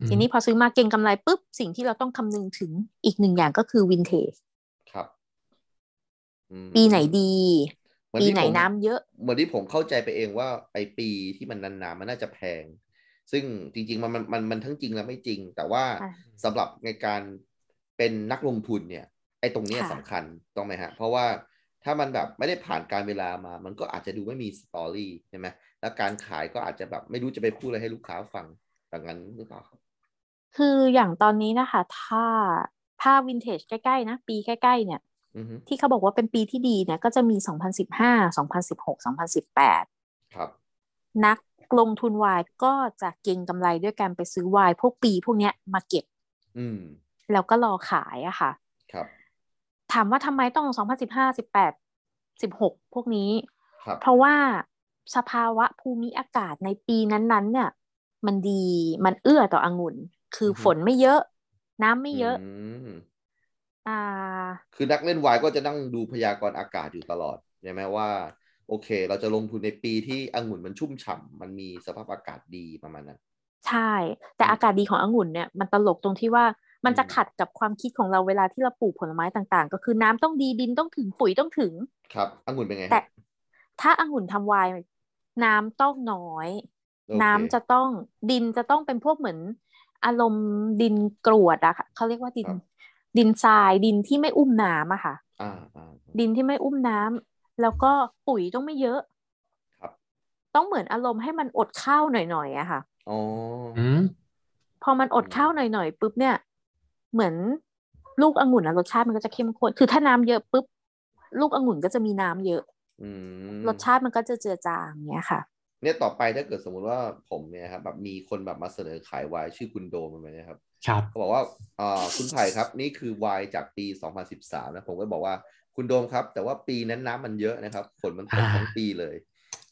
[SPEAKER 3] อืม
[SPEAKER 4] ทีนี้พอซื้อมาเก็งกำไรปุ๊บสิ่งที่เราต้องคำนึงถึงอีกหนึ่งอย่างก็คือวินเทจ
[SPEAKER 2] ครับอืม
[SPEAKER 4] ปีไหนดี
[SPEAKER 2] เมือ
[SPEAKER 4] ปี
[SPEAKER 2] ที่
[SPEAKER 4] ไหน
[SPEAKER 2] ผม
[SPEAKER 4] น้ำเยอะ
[SPEAKER 2] เหมือนที่ผมเข้าใจไปเองว่าไอปีที่มันนานๆมันน่าจะแพง ซึ่งจริง ๆ มันมันมันมันทั้งจริงและไม่จริง แต่ว่า
[SPEAKER 4] อ่ะ
[SPEAKER 2] สำหรับในการเป็นนักลงทุนเนี่ย ไอ้ตรงเนี้ย
[SPEAKER 4] ค่ะ
[SPEAKER 2] สำคัญต้องไหมฮะ เพราะว่าถ้ามันแบบไม่ได้ผ่านการเวลามา มันก็อาจจะดูไม่มีสตอรี่ใช่ไหมแล้วการขายก็อาจจะแบบไม่รู้จะไปพูดอะไรให้ลูกค้าฟังแบบนั้นหรือเปล่าครับ
[SPEAKER 4] คืออย่างตอนนี้นะคะ ถ้าถ้าวินเทจใกล้ๆนะ ปีใกล้ๆเนี่ย
[SPEAKER 2] อือฮึ
[SPEAKER 4] ที่เขาบอกว่าเป็นปีที่ดีเนี่ยก็จะมี 2015 2016 2018
[SPEAKER 2] ครับ
[SPEAKER 4] นักลงทุนวายก็จะเก็งกำไรด้วยการไปซื้อวายพวกปีพวกเนี้ยมาเก็บ
[SPEAKER 2] อืม
[SPEAKER 4] แล้วก็รอขายอะค่ะ
[SPEAKER 2] ครับ
[SPEAKER 4] ถามว่าทำไมต้อง 2015 18 16 พวกนี้
[SPEAKER 2] ครับ
[SPEAKER 4] เพราะว่าสภาวะภูมิอากาศในปีนั้นๆ เนี่ย มันดีมันเอื้อต่อองุ่น คืออ
[SPEAKER 2] อฮึ
[SPEAKER 4] ฝนไม่เยอะ น้ำไม่เยอะ
[SPEAKER 2] ม
[SPEAKER 4] อ่า
[SPEAKER 2] คือนักเล่นวายก็จะนั่งดูพยากรณ์อากาศอยู่ตลอดใช่ไหมว่า โอเค เราจะลงทุนในปีที่องุ่นมันชุ่มฉ่ำมันมีสภาพอากาศดีประมาณนั้น
[SPEAKER 4] ใช่ แต่อากาศดีขององุ่นเนี่ยมันตลกตรงที่ว่ามันจะ
[SPEAKER 2] อืม
[SPEAKER 4] ขัดกับความคิดของเราเวลาที่เราปลูกผลไม้ต่างๆ ก็คือน้ำต้องดีดินต้องถึงปุ๋ยต้องถึง
[SPEAKER 2] ครับองุ่นเป็นไง
[SPEAKER 4] แต่
[SPEAKER 2] ฮะ
[SPEAKER 4] ถ้าองุ่นทำไวน์น้ำต้องน้อย
[SPEAKER 2] โอเค
[SPEAKER 4] น้ำจะต้องดินจะต้องเป็นพวกเหมือน อารมณ์ดินกรวดอะค่ะเขาเรียกว่าดิน ดินทรายดินที่ไม่อุ้มน้ำอะค่ะ
[SPEAKER 2] อ่าอ่า
[SPEAKER 4] ดินที่ไม่อุ้มน้ำแล้วก็ปุ๋ยต้องไม่เยอะ
[SPEAKER 2] ครับ
[SPEAKER 4] ต้องเหมือนอารมณ์ให้มันอดข้าวหน่อยๆอะค่ะ
[SPEAKER 2] อ๋อ
[SPEAKER 3] อืม
[SPEAKER 4] พอมันอดข้าวหน่อยๆปุ๊บเนี่ย เหมือนลูกองุ่นอะรสชาติมันก็จะเข้มข้นคือถ้าน้ำเยอะปุ๊บลูกองุ่นก็จะมีน้ำเยอะ
[SPEAKER 2] อืม
[SPEAKER 4] รสชาติมันก็จะเจือจางเนี้ยค่ะ
[SPEAKER 2] เนี่ยต่อไปถ้าเกิดสมมุติว่าผมเนี่ยครับแบบมีคนแบบมาเสนอขายวายชื่อคุณโดมอะไรเนี่ยครับ
[SPEAKER 3] ครับ
[SPEAKER 2] เขาบอกว่าอ่าคุณไผ่ครับนี่คือวายจากปี 2013 นะ ผมก็บอกว่าคุณโดมครับ แต่ว่าปีนั้นน้ำมันเยอะนะครับฝนมันตก
[SPEAKER 3] อ่า
[SPEAKER 2] ทั้งปีเลย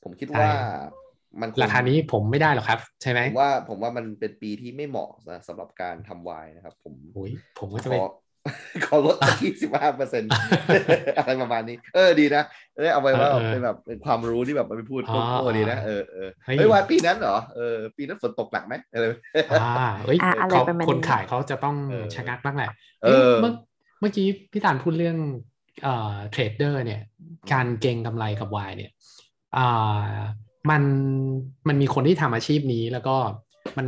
[SPEAKER 2] ผมคิด
[SPEAKER 3] ใช่
[SPEAKER 2] ว่ามันง
[SPEAKER 3] ราคานี้ผมไม่ได้หรอกครับ ใช่ไหม
[SPEAKER 2] ผมว่าผมว่ามันเป็นปีที่ไม่เหมาะนะสำหรับการทำวายนะครับ ผม
[SPEAKER 3] โอ้ยผมก็จะ
[SPEAKER 2] ข
[SPEAKER 3] ไป
[SPEAKER 2] อ ขอลดสักสิบห้าเปอร์เซ็นต์ อะไรประมาณนี้ เออดีนะเออเอาไว้ว่า
[SPEAKER 3] เออเออ
[SPEAKER 2] เป็นแบบเป็นความรู้ที่แบบเอาไปพูด
[SPEAKER 3] อ๋อ
[SPEAKER 2] โง่ๆดีนะเออเออ
[SPEAKER 3] เฮ้ย
[SPEAKER 2] เฮ้ยวายปีนั้นเหรอเออปีนั้นฝนตกหนักไหมอะไร
[SPEAKER 3] อ่าเอ้ย
[SPEAKER 4] อ่ะอะไร
[SPEAKER 3] เขา
[SPEAKER 4] ประมาณนี้
[SPEAKER 3] คนขายเขาจะต้อง
[SPEAKER 2] เออ
[SPEAKER 3] ชะงักบ้างแหละ
[SPEAKER 2] เออ
[SPEAKER 3] เมื่อเมื่อกี้พี่ตานพูดเรื่องเอ่อเทรดเดอร์เนี่ย การเก็งกำไรกับวายเนี่ยอ่ามันมันมีคนที่ทำอาชีพนี้แล้วก็มัน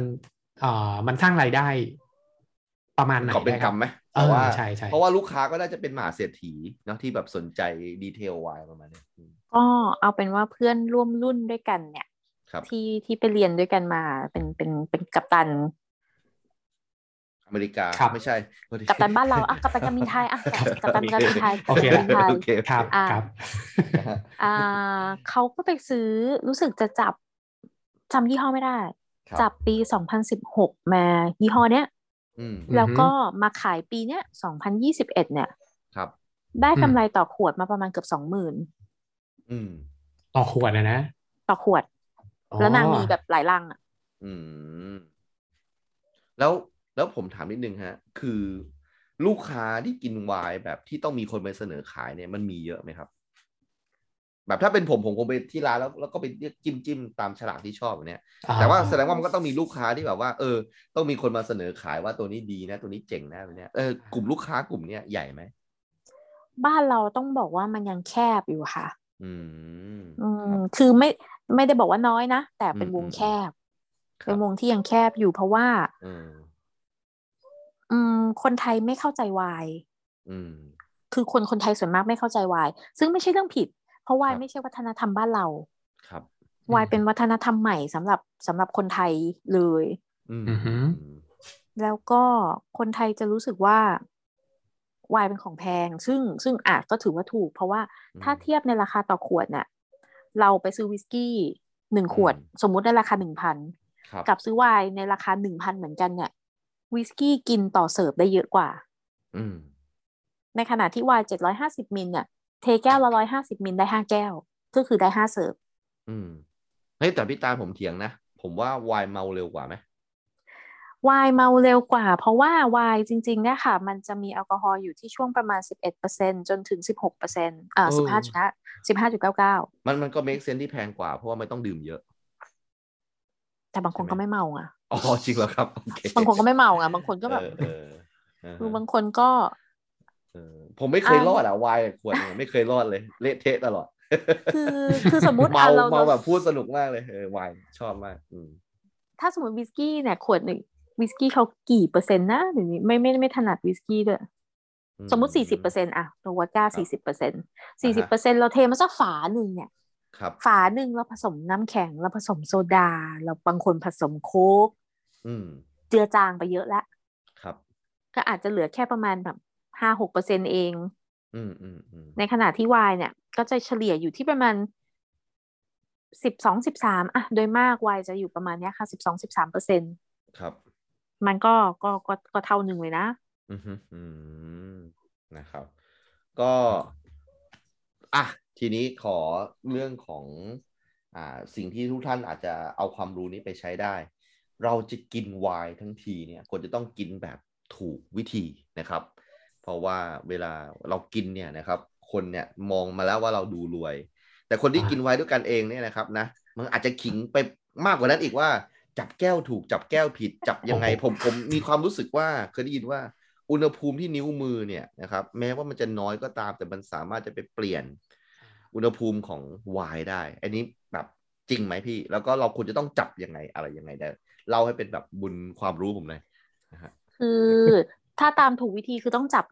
[SPEAKER 3] เอ่อมันสร้างรายได้ประมาณไหน
[SPEAKER 2] ขอเป็น
[SPEAKER 3] ได้ค
[SPEAKER 2] กรร
[SPEAKER 3] รับ
[SPEAKER 2] มไหม
[SPEAKER 3] เออ
[SPEAKER 2] แต่ว่า
[SPEAKER 3] ใช่ใช่
[SPEAKER 2] เพราะว่าลูกค้าก็น่าจะเป็นหมหาเศรษฐีเนาะที่แบบสนใจดีเทลวายประมาณเนี้ยอืม
[SPEAKER 4] ก็เอาเป็นว่าเพื่อนร่วมรุ่นด้วยกันเนี่ย
[SPEAKER 2] ครับ
[SPEAKER 4] ที่ที่ไปเรียนด้วยกันมาเป็นเป็นเป็นกัปตัน
[SPEAKER 2] อเมริกา
[SPEAKER 3] ครับ
[SPEAKER 2] ไม่ใช่พอดี
[SPEAKER 4] กัปตันบ้านเราอ่ะกัปตันการบินไทยอ่ะกัปตันการบิ นไทย
[SPEAKER 3] โอเค
[SPEAKER 4] กัปตันการบินไทย
[SPEAKER 2] โอเคโอเค
[SPEAKER 3] ครับ
[SPEAKER 4] อ่า
[SPEAKER 3] ครับ
[SPEAKER 2] นะฮะ
[SPEAKER 4] อ่าเขาก็ไปซื้อรู้สึกจะจับจำยี่ห้อไม่ได้
[SPEAKER 2] ครับ
[SPEAKER 4] จับปี 2016 มายี่ห้อเนี้ย
[SPEAKER 2] อืม
[SPEAKER 3] อือฮึ
[SPEAKER 4] แล้วก็มาขายปีเนี้ย2021 เนี่ย
[SPEAKER 2] ครับ
[SPEAKER 4] ได้กำไรต่อขวดมาประมาณเกือบ 20,000
[SPEAKER 2] อืม
[SPEAKER 3] ต่อขวดนะนะ
[SPEAKER 4] ต่อขวด
[SPEAKER 3] อ๋อ
[SPEAKER 4] แล้วนางมีแบบหลายลังอ่ะ
[SPEAKER 2] อืมแล้วแล้วผมถามนิดนึงฮะ คือลูกค้าที่กินวายแบบที่ต้องมีคนไปเสนอขายเนี่ยมันมีเยอะไหมครับ แบบถ้าเป็นผมผมคงไปที่ร้านแล้วแล้วก็ไปเลือกจิ้มจิ้มตามฉลากที่ชอบแบบเนี้ย แต่ว่าแสดงว่ามันก็ต้องมีลูกค้าที่แบบว่า เออ ต้องมีคนมาเสนอขายว่าตัวนี้ดีนะ ตัวนี้เจ๋งนะแบบเนี้ยเออกลุ่มลูกค้ากลุ่มเนี้ยใหญ่ไหม
[SPEAKER 4] บ้านเราต้องบอกว่ามันยังแคบอยู่ค่ะ
[SPEAKER 2] อืม
[SPEAKER 4] อืมคือไม่ไม่ได้บอกว่าน้อยนะ แต่เป็น
[SPEAKER 2] อืม
[SPEAKER 4] วงแคบ
[SPEAKER 2] ครับ
[SPEAKER 4] เป็นวงที่ยังแคบอยู่เพราะว่า
[SPEAKER 2] อืม
[SPEAKER 4] อืม คนไทยไม่เข้าใจวาย
[SPEAKER 2] อืม
[SPEAKER 4] คือคนคนไทยส่วนมากไม่เข้าใจวาย ซึ่งไม่ใช่เรื่องผิด เพราะวาย
[SPEAKER 2] ครับ
[SPEAKER 4] ไม่ใช่วัฒนธรรมบ้านเรา
[SPEAKER 2] ครับ
[SPEAKER 3] ม
[SPEAKER 4] วายเป็นวัฒนธรรมใหม่สำหรับสำหรับคนไทยเลย
[SPEAKER 2] อืม
[SPEAKER 3] อือหือ
[SPEAKER 4] แล้วก็คนไทยจะรู้สึกว่าวายเป็นของแพง ซึ่งซึ่งอาจก็ถือว่าถูก เพราะว่าถ้าเทียบในราคาต่อขวดน่ะ เราไปซื้อวิสกี้หนึ่งขวด สมมุติในราคาหนึ่งพัน
[SPEAKER 2] ครับ
[SPEAKER 4] กับซื้อไวน์ในราคาหนึ่งพันเหมือนกันเนี่ยวิสกี้กินต่อเสิร์ฟได้เยอะกว่า
[SPEAKER 2] อืม
[SPEAKER 4] ในขณะที่ไวน์เจ็ดร้อยห้าสิบมิลเนี่ยเทแก้วละร้อยห้าสิบมิลได้ห้าแก้ว ก็คือได้ห้าเสิร์ฟ
[SPEAKER 2] อืมเฮ้ยแต่พี่ตาลผมเถียงนะ ผมว่าวายเมาเร็วกว่าไหม
[SPEAKER 4] วายเมาเร็วกว่า เพราะว่าวายจริงๆเนี่ยค่ะ มันจะมีแอลกอฮอล์อยู่ที่ช่วงประมาณ 11%จนถึง 16%อ่า15จุดนะ15.99
[SPEAKER 2] มันมันก็เมคเซนที่แพงกว่าเพราะว่าไม่ต้องดื่มเยอะ
[SPEAKER 4] แต่บางคน
[SPEAKER 2] ใช่
[SPEAKER 4] ก็
[SPEAKER 2] ไหม
[SPEAKER 4] ไม่เมาอ่ะ
[SPEAKER 2] อ๋อจริงเหรอครับโอเค
[SPEAKER 4] บางคนก็ไม่เมาอ่ะ บางคนก็แบบ
[SPEAKER 2] เออเออเออ
[SPEAKER 4] คือบางคนก็
[SPEAKER 2] เออผมไม่เคย
[SPEAKER 4] อ่ะ
[SPEAKER 2] รอดอ่ะวายขวดหนึ่งไม่เคยรอดเลย เละเทะตลอด
[SPEAKER 4] คือคือสมมติ
[SPEAKER 2] เมา
[SPEAKER 4] อ่ะเรา
[SPEAKER 2] เมาแบ
[SPEAKER 4] เรา
[SPEAKER 2] บพูดสนุกมากเลยเออวายชอบมาก อืม
[SPEAKER 4] ถ้าสมมติวิสกี้เนี่ย ขวดหนึ่งวิสกี้เขากี่เปอร์เซ็นต์นะหรือไม่ไม่ไม่ถนัดวิสกี้ด้วย
[SPEAKER 2] อื
[SPEAKER 4] สมมติ 40%อ่ะตัววอดก้า
[SPEAKER 2] ครับ
[SPEAKER 4] 40%
[SPEAKER 2] า
[SPEAKER 4] 40%เราเทมาสักฝาหนึ่งเนี่ย
[SPEAKER 2] ครับ
[SPEAKER 4] ฝาหนึ่งเราผสมน้ำแข็งเราผสมโซดา เราบางคนผสมโค้ก
[SPEAKER 2] อืม
[SPEAKER 4] เจือจางไปเยอะแล้ว
[SPEAKER 2] ครับ
[SPEAKER 4] ก็อาจจะเหลือแค่ประมาณแบบห้าหกเปอร์เซ็นเอง
[SPEAKER 2] อืมอืมอืม
[SPEAKER 4] ในขณะที่ไวน์เนี่ย ก็จะเฉลี่ยอยู่ที่ประมาณสิบสองสิบสามอะโดยมากไวน์จะอยู่ประมาณเนี้ยค่ะสิบสองสิบสามเปอร์เซ็น
[SPEAKER 2] ครับ
[SPEAKER 4] มันก็ก็ก็ก็เท่าหนึ่งเลยนะ
[SPEAKER 2] อือฮึอืมนะครับ ก็อ่ะทีนี้ขอเรื่องของ อ่า สิ่งที่ทุกท่านอาจจะเอาความรู้นี้ไปใช้ได้ เราจะกินไวน์ทั้งทีเนี่ยควรจะต้องกินแบบถูกวิธีนะครับ เพราะว่าเวลาเรากินเนี่ยนะครับ คนเนี่ยมองมาแล้วว่าเราดูรวย แต่คนที่
[SPEAKER 3] อ่ากิ
[SPEAKER 2] กินไวน์ด้วยกันเองเนี่ยนะครับนะมันอาจจะขิงไปมากกว่านั้นอีกว่า จับแก้วถูกจับแก้วผิด จับยังไงผมผมมีความรู้สึกว่าเคยได้ยินว่า อุณหภูมิที่นิ้วมือเนี่ยนะครับแม้ว่ามันจะน้อยก็ตาม แต่มันสามารถจะไปเปลี่ยน อุณหภูมิของไวน์ได้ อันนี้แบบจริงไหมพี่ แล้วก็เราควรจะต้องจับยังไงอะไรยังไงได้เล่าให้เป็นแบบบุญความรู้ผมหน่อยนะฮะ
[SPEAKER 4] คือถ้าตามถูกวิธีคือต้องจับ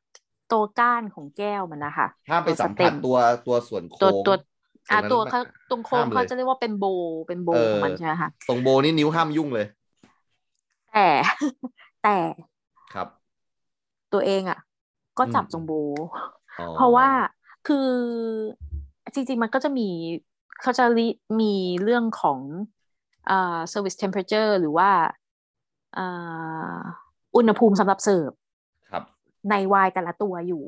[SPEAKER 4] ตัวก้านของแก้วมันนะคะ
[SPEAKER 2] ห้ามไปสัมผัสตัวตัวส่วน
[SPEAKER 4] ตัว
[SPEAKER 2] โค้ง
[SPEAKER 4] ตัวอ่ะ
[SPEAKER 2] ต
[SPEAKER 4] ตั
[SPEAKER 2] ร
[SPEAKER 4] ว
[SPEAKER 2] งนั้น
[SPEAKER 4] เขา
[SPEAKER 2] น่ะ
[SPEAKER 4] ตรงโค้ง
[SPEAKER 2] ห้ามเลย
[SPEAKER 4] เขาจะเรียกว่าเป็นโบว์เป็นโบว์
[SPEAKER 2] เออ
[SPEAKER 4] ของมันใช่ไหมคะ
[SPEAKER 2] ตรงโบนี่นิ้วห้ามยุ่งเลย
[SPEAKER 4] แต่ แต่
[SPEAKER 2] ครับ
[SPEAKER 4] ตัวเองอ่ะ ก็จับ
[SPEAKER 2] อืม
[SPEAKER 4] จงโบ
[SPEAKER 2] อ๋อ
[SPEAKER 4] เพราะว่าคือจริง ๆ มันก็จะมีเขาจะรีมีเรื่องของอ่า service temperature หรือว่าอ่าอุณหภูมิสำหรับเสิร์ฟ
[SPEAKER 2] ครับ
[SPEAKER 4] ในไวน์แต่ละตัวอยู่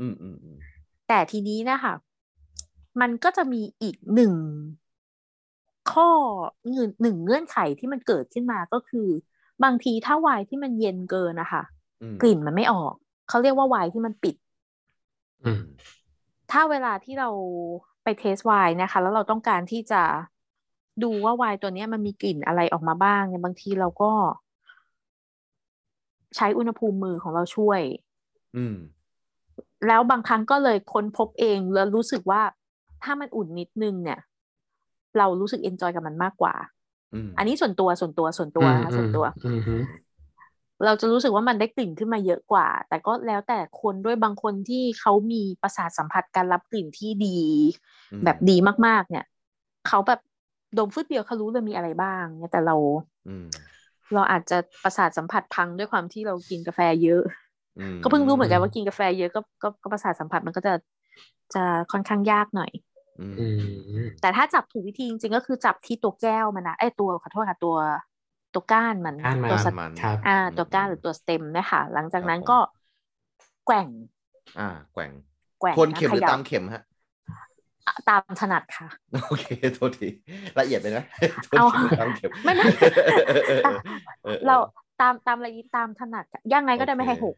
[SPEAKER 2] อืมอืมอืม
[SPEAKER 4] แต่ทีนี้นะคะมันก็จะมีอีกหนึ่งข้อเงื่อนหนึ่งเงื่อนไขที่มันเกิดขึ้นมาก็คือ บางทีถ้าไวน์ที่มันเย็นเกินนะคะ
[SPEAKER 2] อืม
[SPEAKER 4] กลิ่นมันไม่ออก เขาเรียกว่าไวน์ที่มันปิด
[SPEAKER 3] อืม
[SPEAKER 4] ถ้าเวลาที่เราไปเทสไวน์นะคะ แล้วเราต้องการที่จะดูว่าไวน์ตัวเนี้ยมันมีกลิ่นอะไรออกมาบ้างเนี่ยบางทีเราก็ ใช้อุณหภูมิมือของเราช่วย
[SPEAKER 2] อืม
[SPEAKER 4] แล้วบางครั้งก็เลยค้นพบเองแล้วรู้สึกว่าถ้ามันอุ่นนิดนึงเนี่ย เรารู้สึกเอนจอยกับมันมากกว่า
[SPEAKER 2] อืม
[SPEAKER 4] อันนี้ส่วนตัวส่วนตัวส่วนตัวนะคะส่วนตัว
[SPEAKER 3] อืมอืม
[SPEAKER 4] เราจะรู้สึกว่ามันได้กลิ่นขึ้นมาเยอะกว่า แต่ก็แล้วแต่คนด้วยบางคนที่เขามีประสาทสัมผัสการรับกลิ่นที่ดี
[SPEAKER 2] อืม
[SPEAKER 4] แบบดีมากๆ เนี่ยเขาแบบดมฟืดเดียวเขารู้เลยมีอะไรบ้างเนี่ยแต่เรา
[SPEAKER 2] อืม
[SPEAKER 4] เราอาจจะประสาทสัมผัสพังด้วยความที่เรากินกาแฟเยอะ
[SPEAKER 2] อืม
[SPEAKER 4] ก็เพิ่งรู้เหมือนกันว่ากินกาแฟเยอะก็ก็ก็ประสาทสัมผัสมันก็จะจะค่อนข้างยากหน่อย
[SPEAKER 2] อืม
[SPEAKER 3] อืมอืม
[SPEAKER 4] แต่ถ้าจับถูกวิธีจริงๆก็คือจับที่ตัวแก้วมันนะไอ้ยตัวขอโทษค่ะตัวตัวก้านมัน
[SPEAKER 3] ก้านมา
[SPEAKER 4] ตัวสต
[SPEAKER 2] มัน
[SPEAKER 3] ครับ
[SPEAKER 4] อ่า
[SPEAKER 2] อืม
[SPEAKER 4] ตัวก้านหรือตัวสเต็มเนะคะหลังจากนั้น
[SPEAKER 2] ครับผม
[SPEAKER 4] ก็แกว่ง
[SPEAKER 2] อ่า แกว่ง
[SPEAKER 4] แกว่ง
[SPEAKER 2] ทวนเข็มหรือ
[SPEAKER 4] ยับ
[SPEAKER 2] ตามเข็มฮะ
[SPEAKER 4] อ่ะตามถนัดค่ะ
[SPEAKER 2] โอเคโทษทีละเอียดไปนะโทษ
[SPEAKER 4] เอา
[SPEAKER 2] ทีตามเข็ม
[SPEAKER 4] ไม่นะ
[SPEAKER 2] เออเออออ
[SPEAKER 4] เราตามตามอะไรตามถนัดค่ะยังไงก็ได้ไม่ให้หก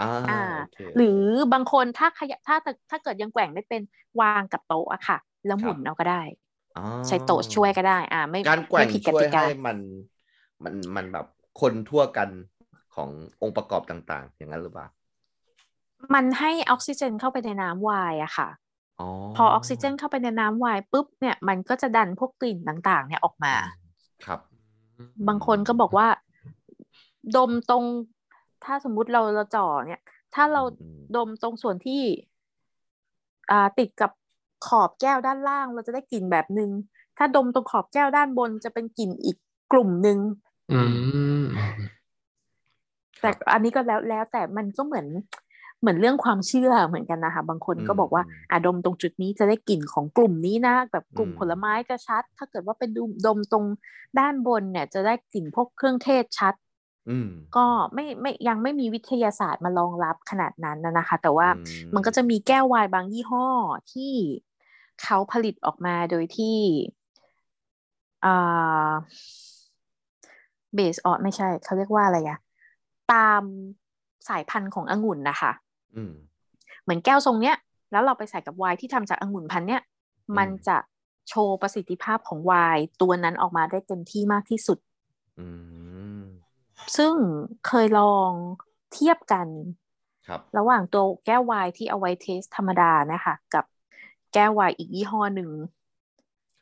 [SPEAKER 2] อ่า
[SPEAKER 4] อ่า
[SPEAKER 2] โเค
[SPEAKER 4] หรือบางคนถ้าขยะถ้าถ้าเกิดยังแกว่งไม่เป็นวางกับโต๊ะอะค่ะ แล้วหมุนเอาก็ได้
[SPEAKER 2] อ๋อ
[SPEAKER 4] ใช้โต๊ะช่วยก็ได้ อ่า ไม่
[SPEAKER 2] การแกว่ง
[SPEAKER 4] ไม่ผิดก
[SPEAKER 2] ช่วย
[SPEAKER 4] ติกา
[SPEAKER 2] ให้มันมันมันแบบคนทั่วกันขององค์ประกอบต่าง ๆ อย่างนั้นหรือเปล่า
[SPEAKER 4] มันให้ออกซิเจนเข้าไปในน้ำไวน์อะค่ะ
[SPEAKER 2] อ๋อ
[SPEAKER 4] พอออกซิเจนเข้าไปในน้ำไวน์ปุ๊บเนี่ยมันก็จะดันพวกกลิ่นต่างๆ เนี่ยออกมา
[SPEAKER 2] ครับ
[SPEAKER 4] บางคนก็บอกว่า ดมตรง ถ้าสมมุติเราเราจ่อเนี่ย ถ้าเรา
[SPEAKER 2] อืม
[SPEAKER 4] ดมตรงส่วนที่ อ่าติดกับขอบแก้วด้านล่าง เราจะได้กลิ่นแบบหนึง่งถ้าดมตรงขอบแก้วด้านบนจะเป็นกลิ่นอีกกลุ่มหนึ่ง
[SPEAKER 3] อืม
[SPEAKER 4] แต่อันนี้ก็แล้วแล้วแต่มันก็เหมือนเหมือนเรื่องความเชื่อเหมือนกันนะคะบางคนก็บอกว่า
[SPEAKER 2] อืม
[SPEAKER 4] อ่ะดมตรงจุดนี้จะได้กลิ่นของกลุ่มนี้นะแบบกลุ่ม
[SPEAKER 2] อืม
[SPEAKER 4] ผลไม้จะชัด ถ้าเกิดว่าเป็นดมดมตรงด้านบนเนี่ย จะได้กลิ่นพวกเครื่องเทศชัด
[SPEAKER 2] อืม
[SPEAKER 4] ก็ไม่ไม่ยังไม่มีวิทยาศาสตร์มารองรับขนาดนั้นนะนะคะ แต่ว่า
[SPEAKER 2] อื
[SPEAKER 4] มันก็จะมีแก้ววายบางยี่ห้อที่เขาผลิตออกมาโดยที่อ่าเบสออไม่ใช่ เขาเรียกว่าอะไรอะตามสายพันธุ์ขององุ่นนะคะ
[SPEAKER 2] อืม
[SPEAKER 4] เหมือนแก้วทรงเนี้ย แล้วเราไปใส่กับไวน์ที่ทำจากองุ่นพันธุ์เนี้ย
[SPEAKER 2] อืม
[SPEAKER 4] มันจะโชว์ประสิทธิภาพของไวน์ตัวนั้นออกมาได้เต็มที่มากที่สุด
[SPEAKER 2] อืม
[SPEAKER 4] ซึ่งเคยลองเทียบกัน
[SPEAKER 2] ครับ
[SPEAKER 4] ระหว่างตัวแก้ววายที่เอาไว้เทสธรรมดานะคะ กับแก้ววายอีกยี่ห้อหนึ่ง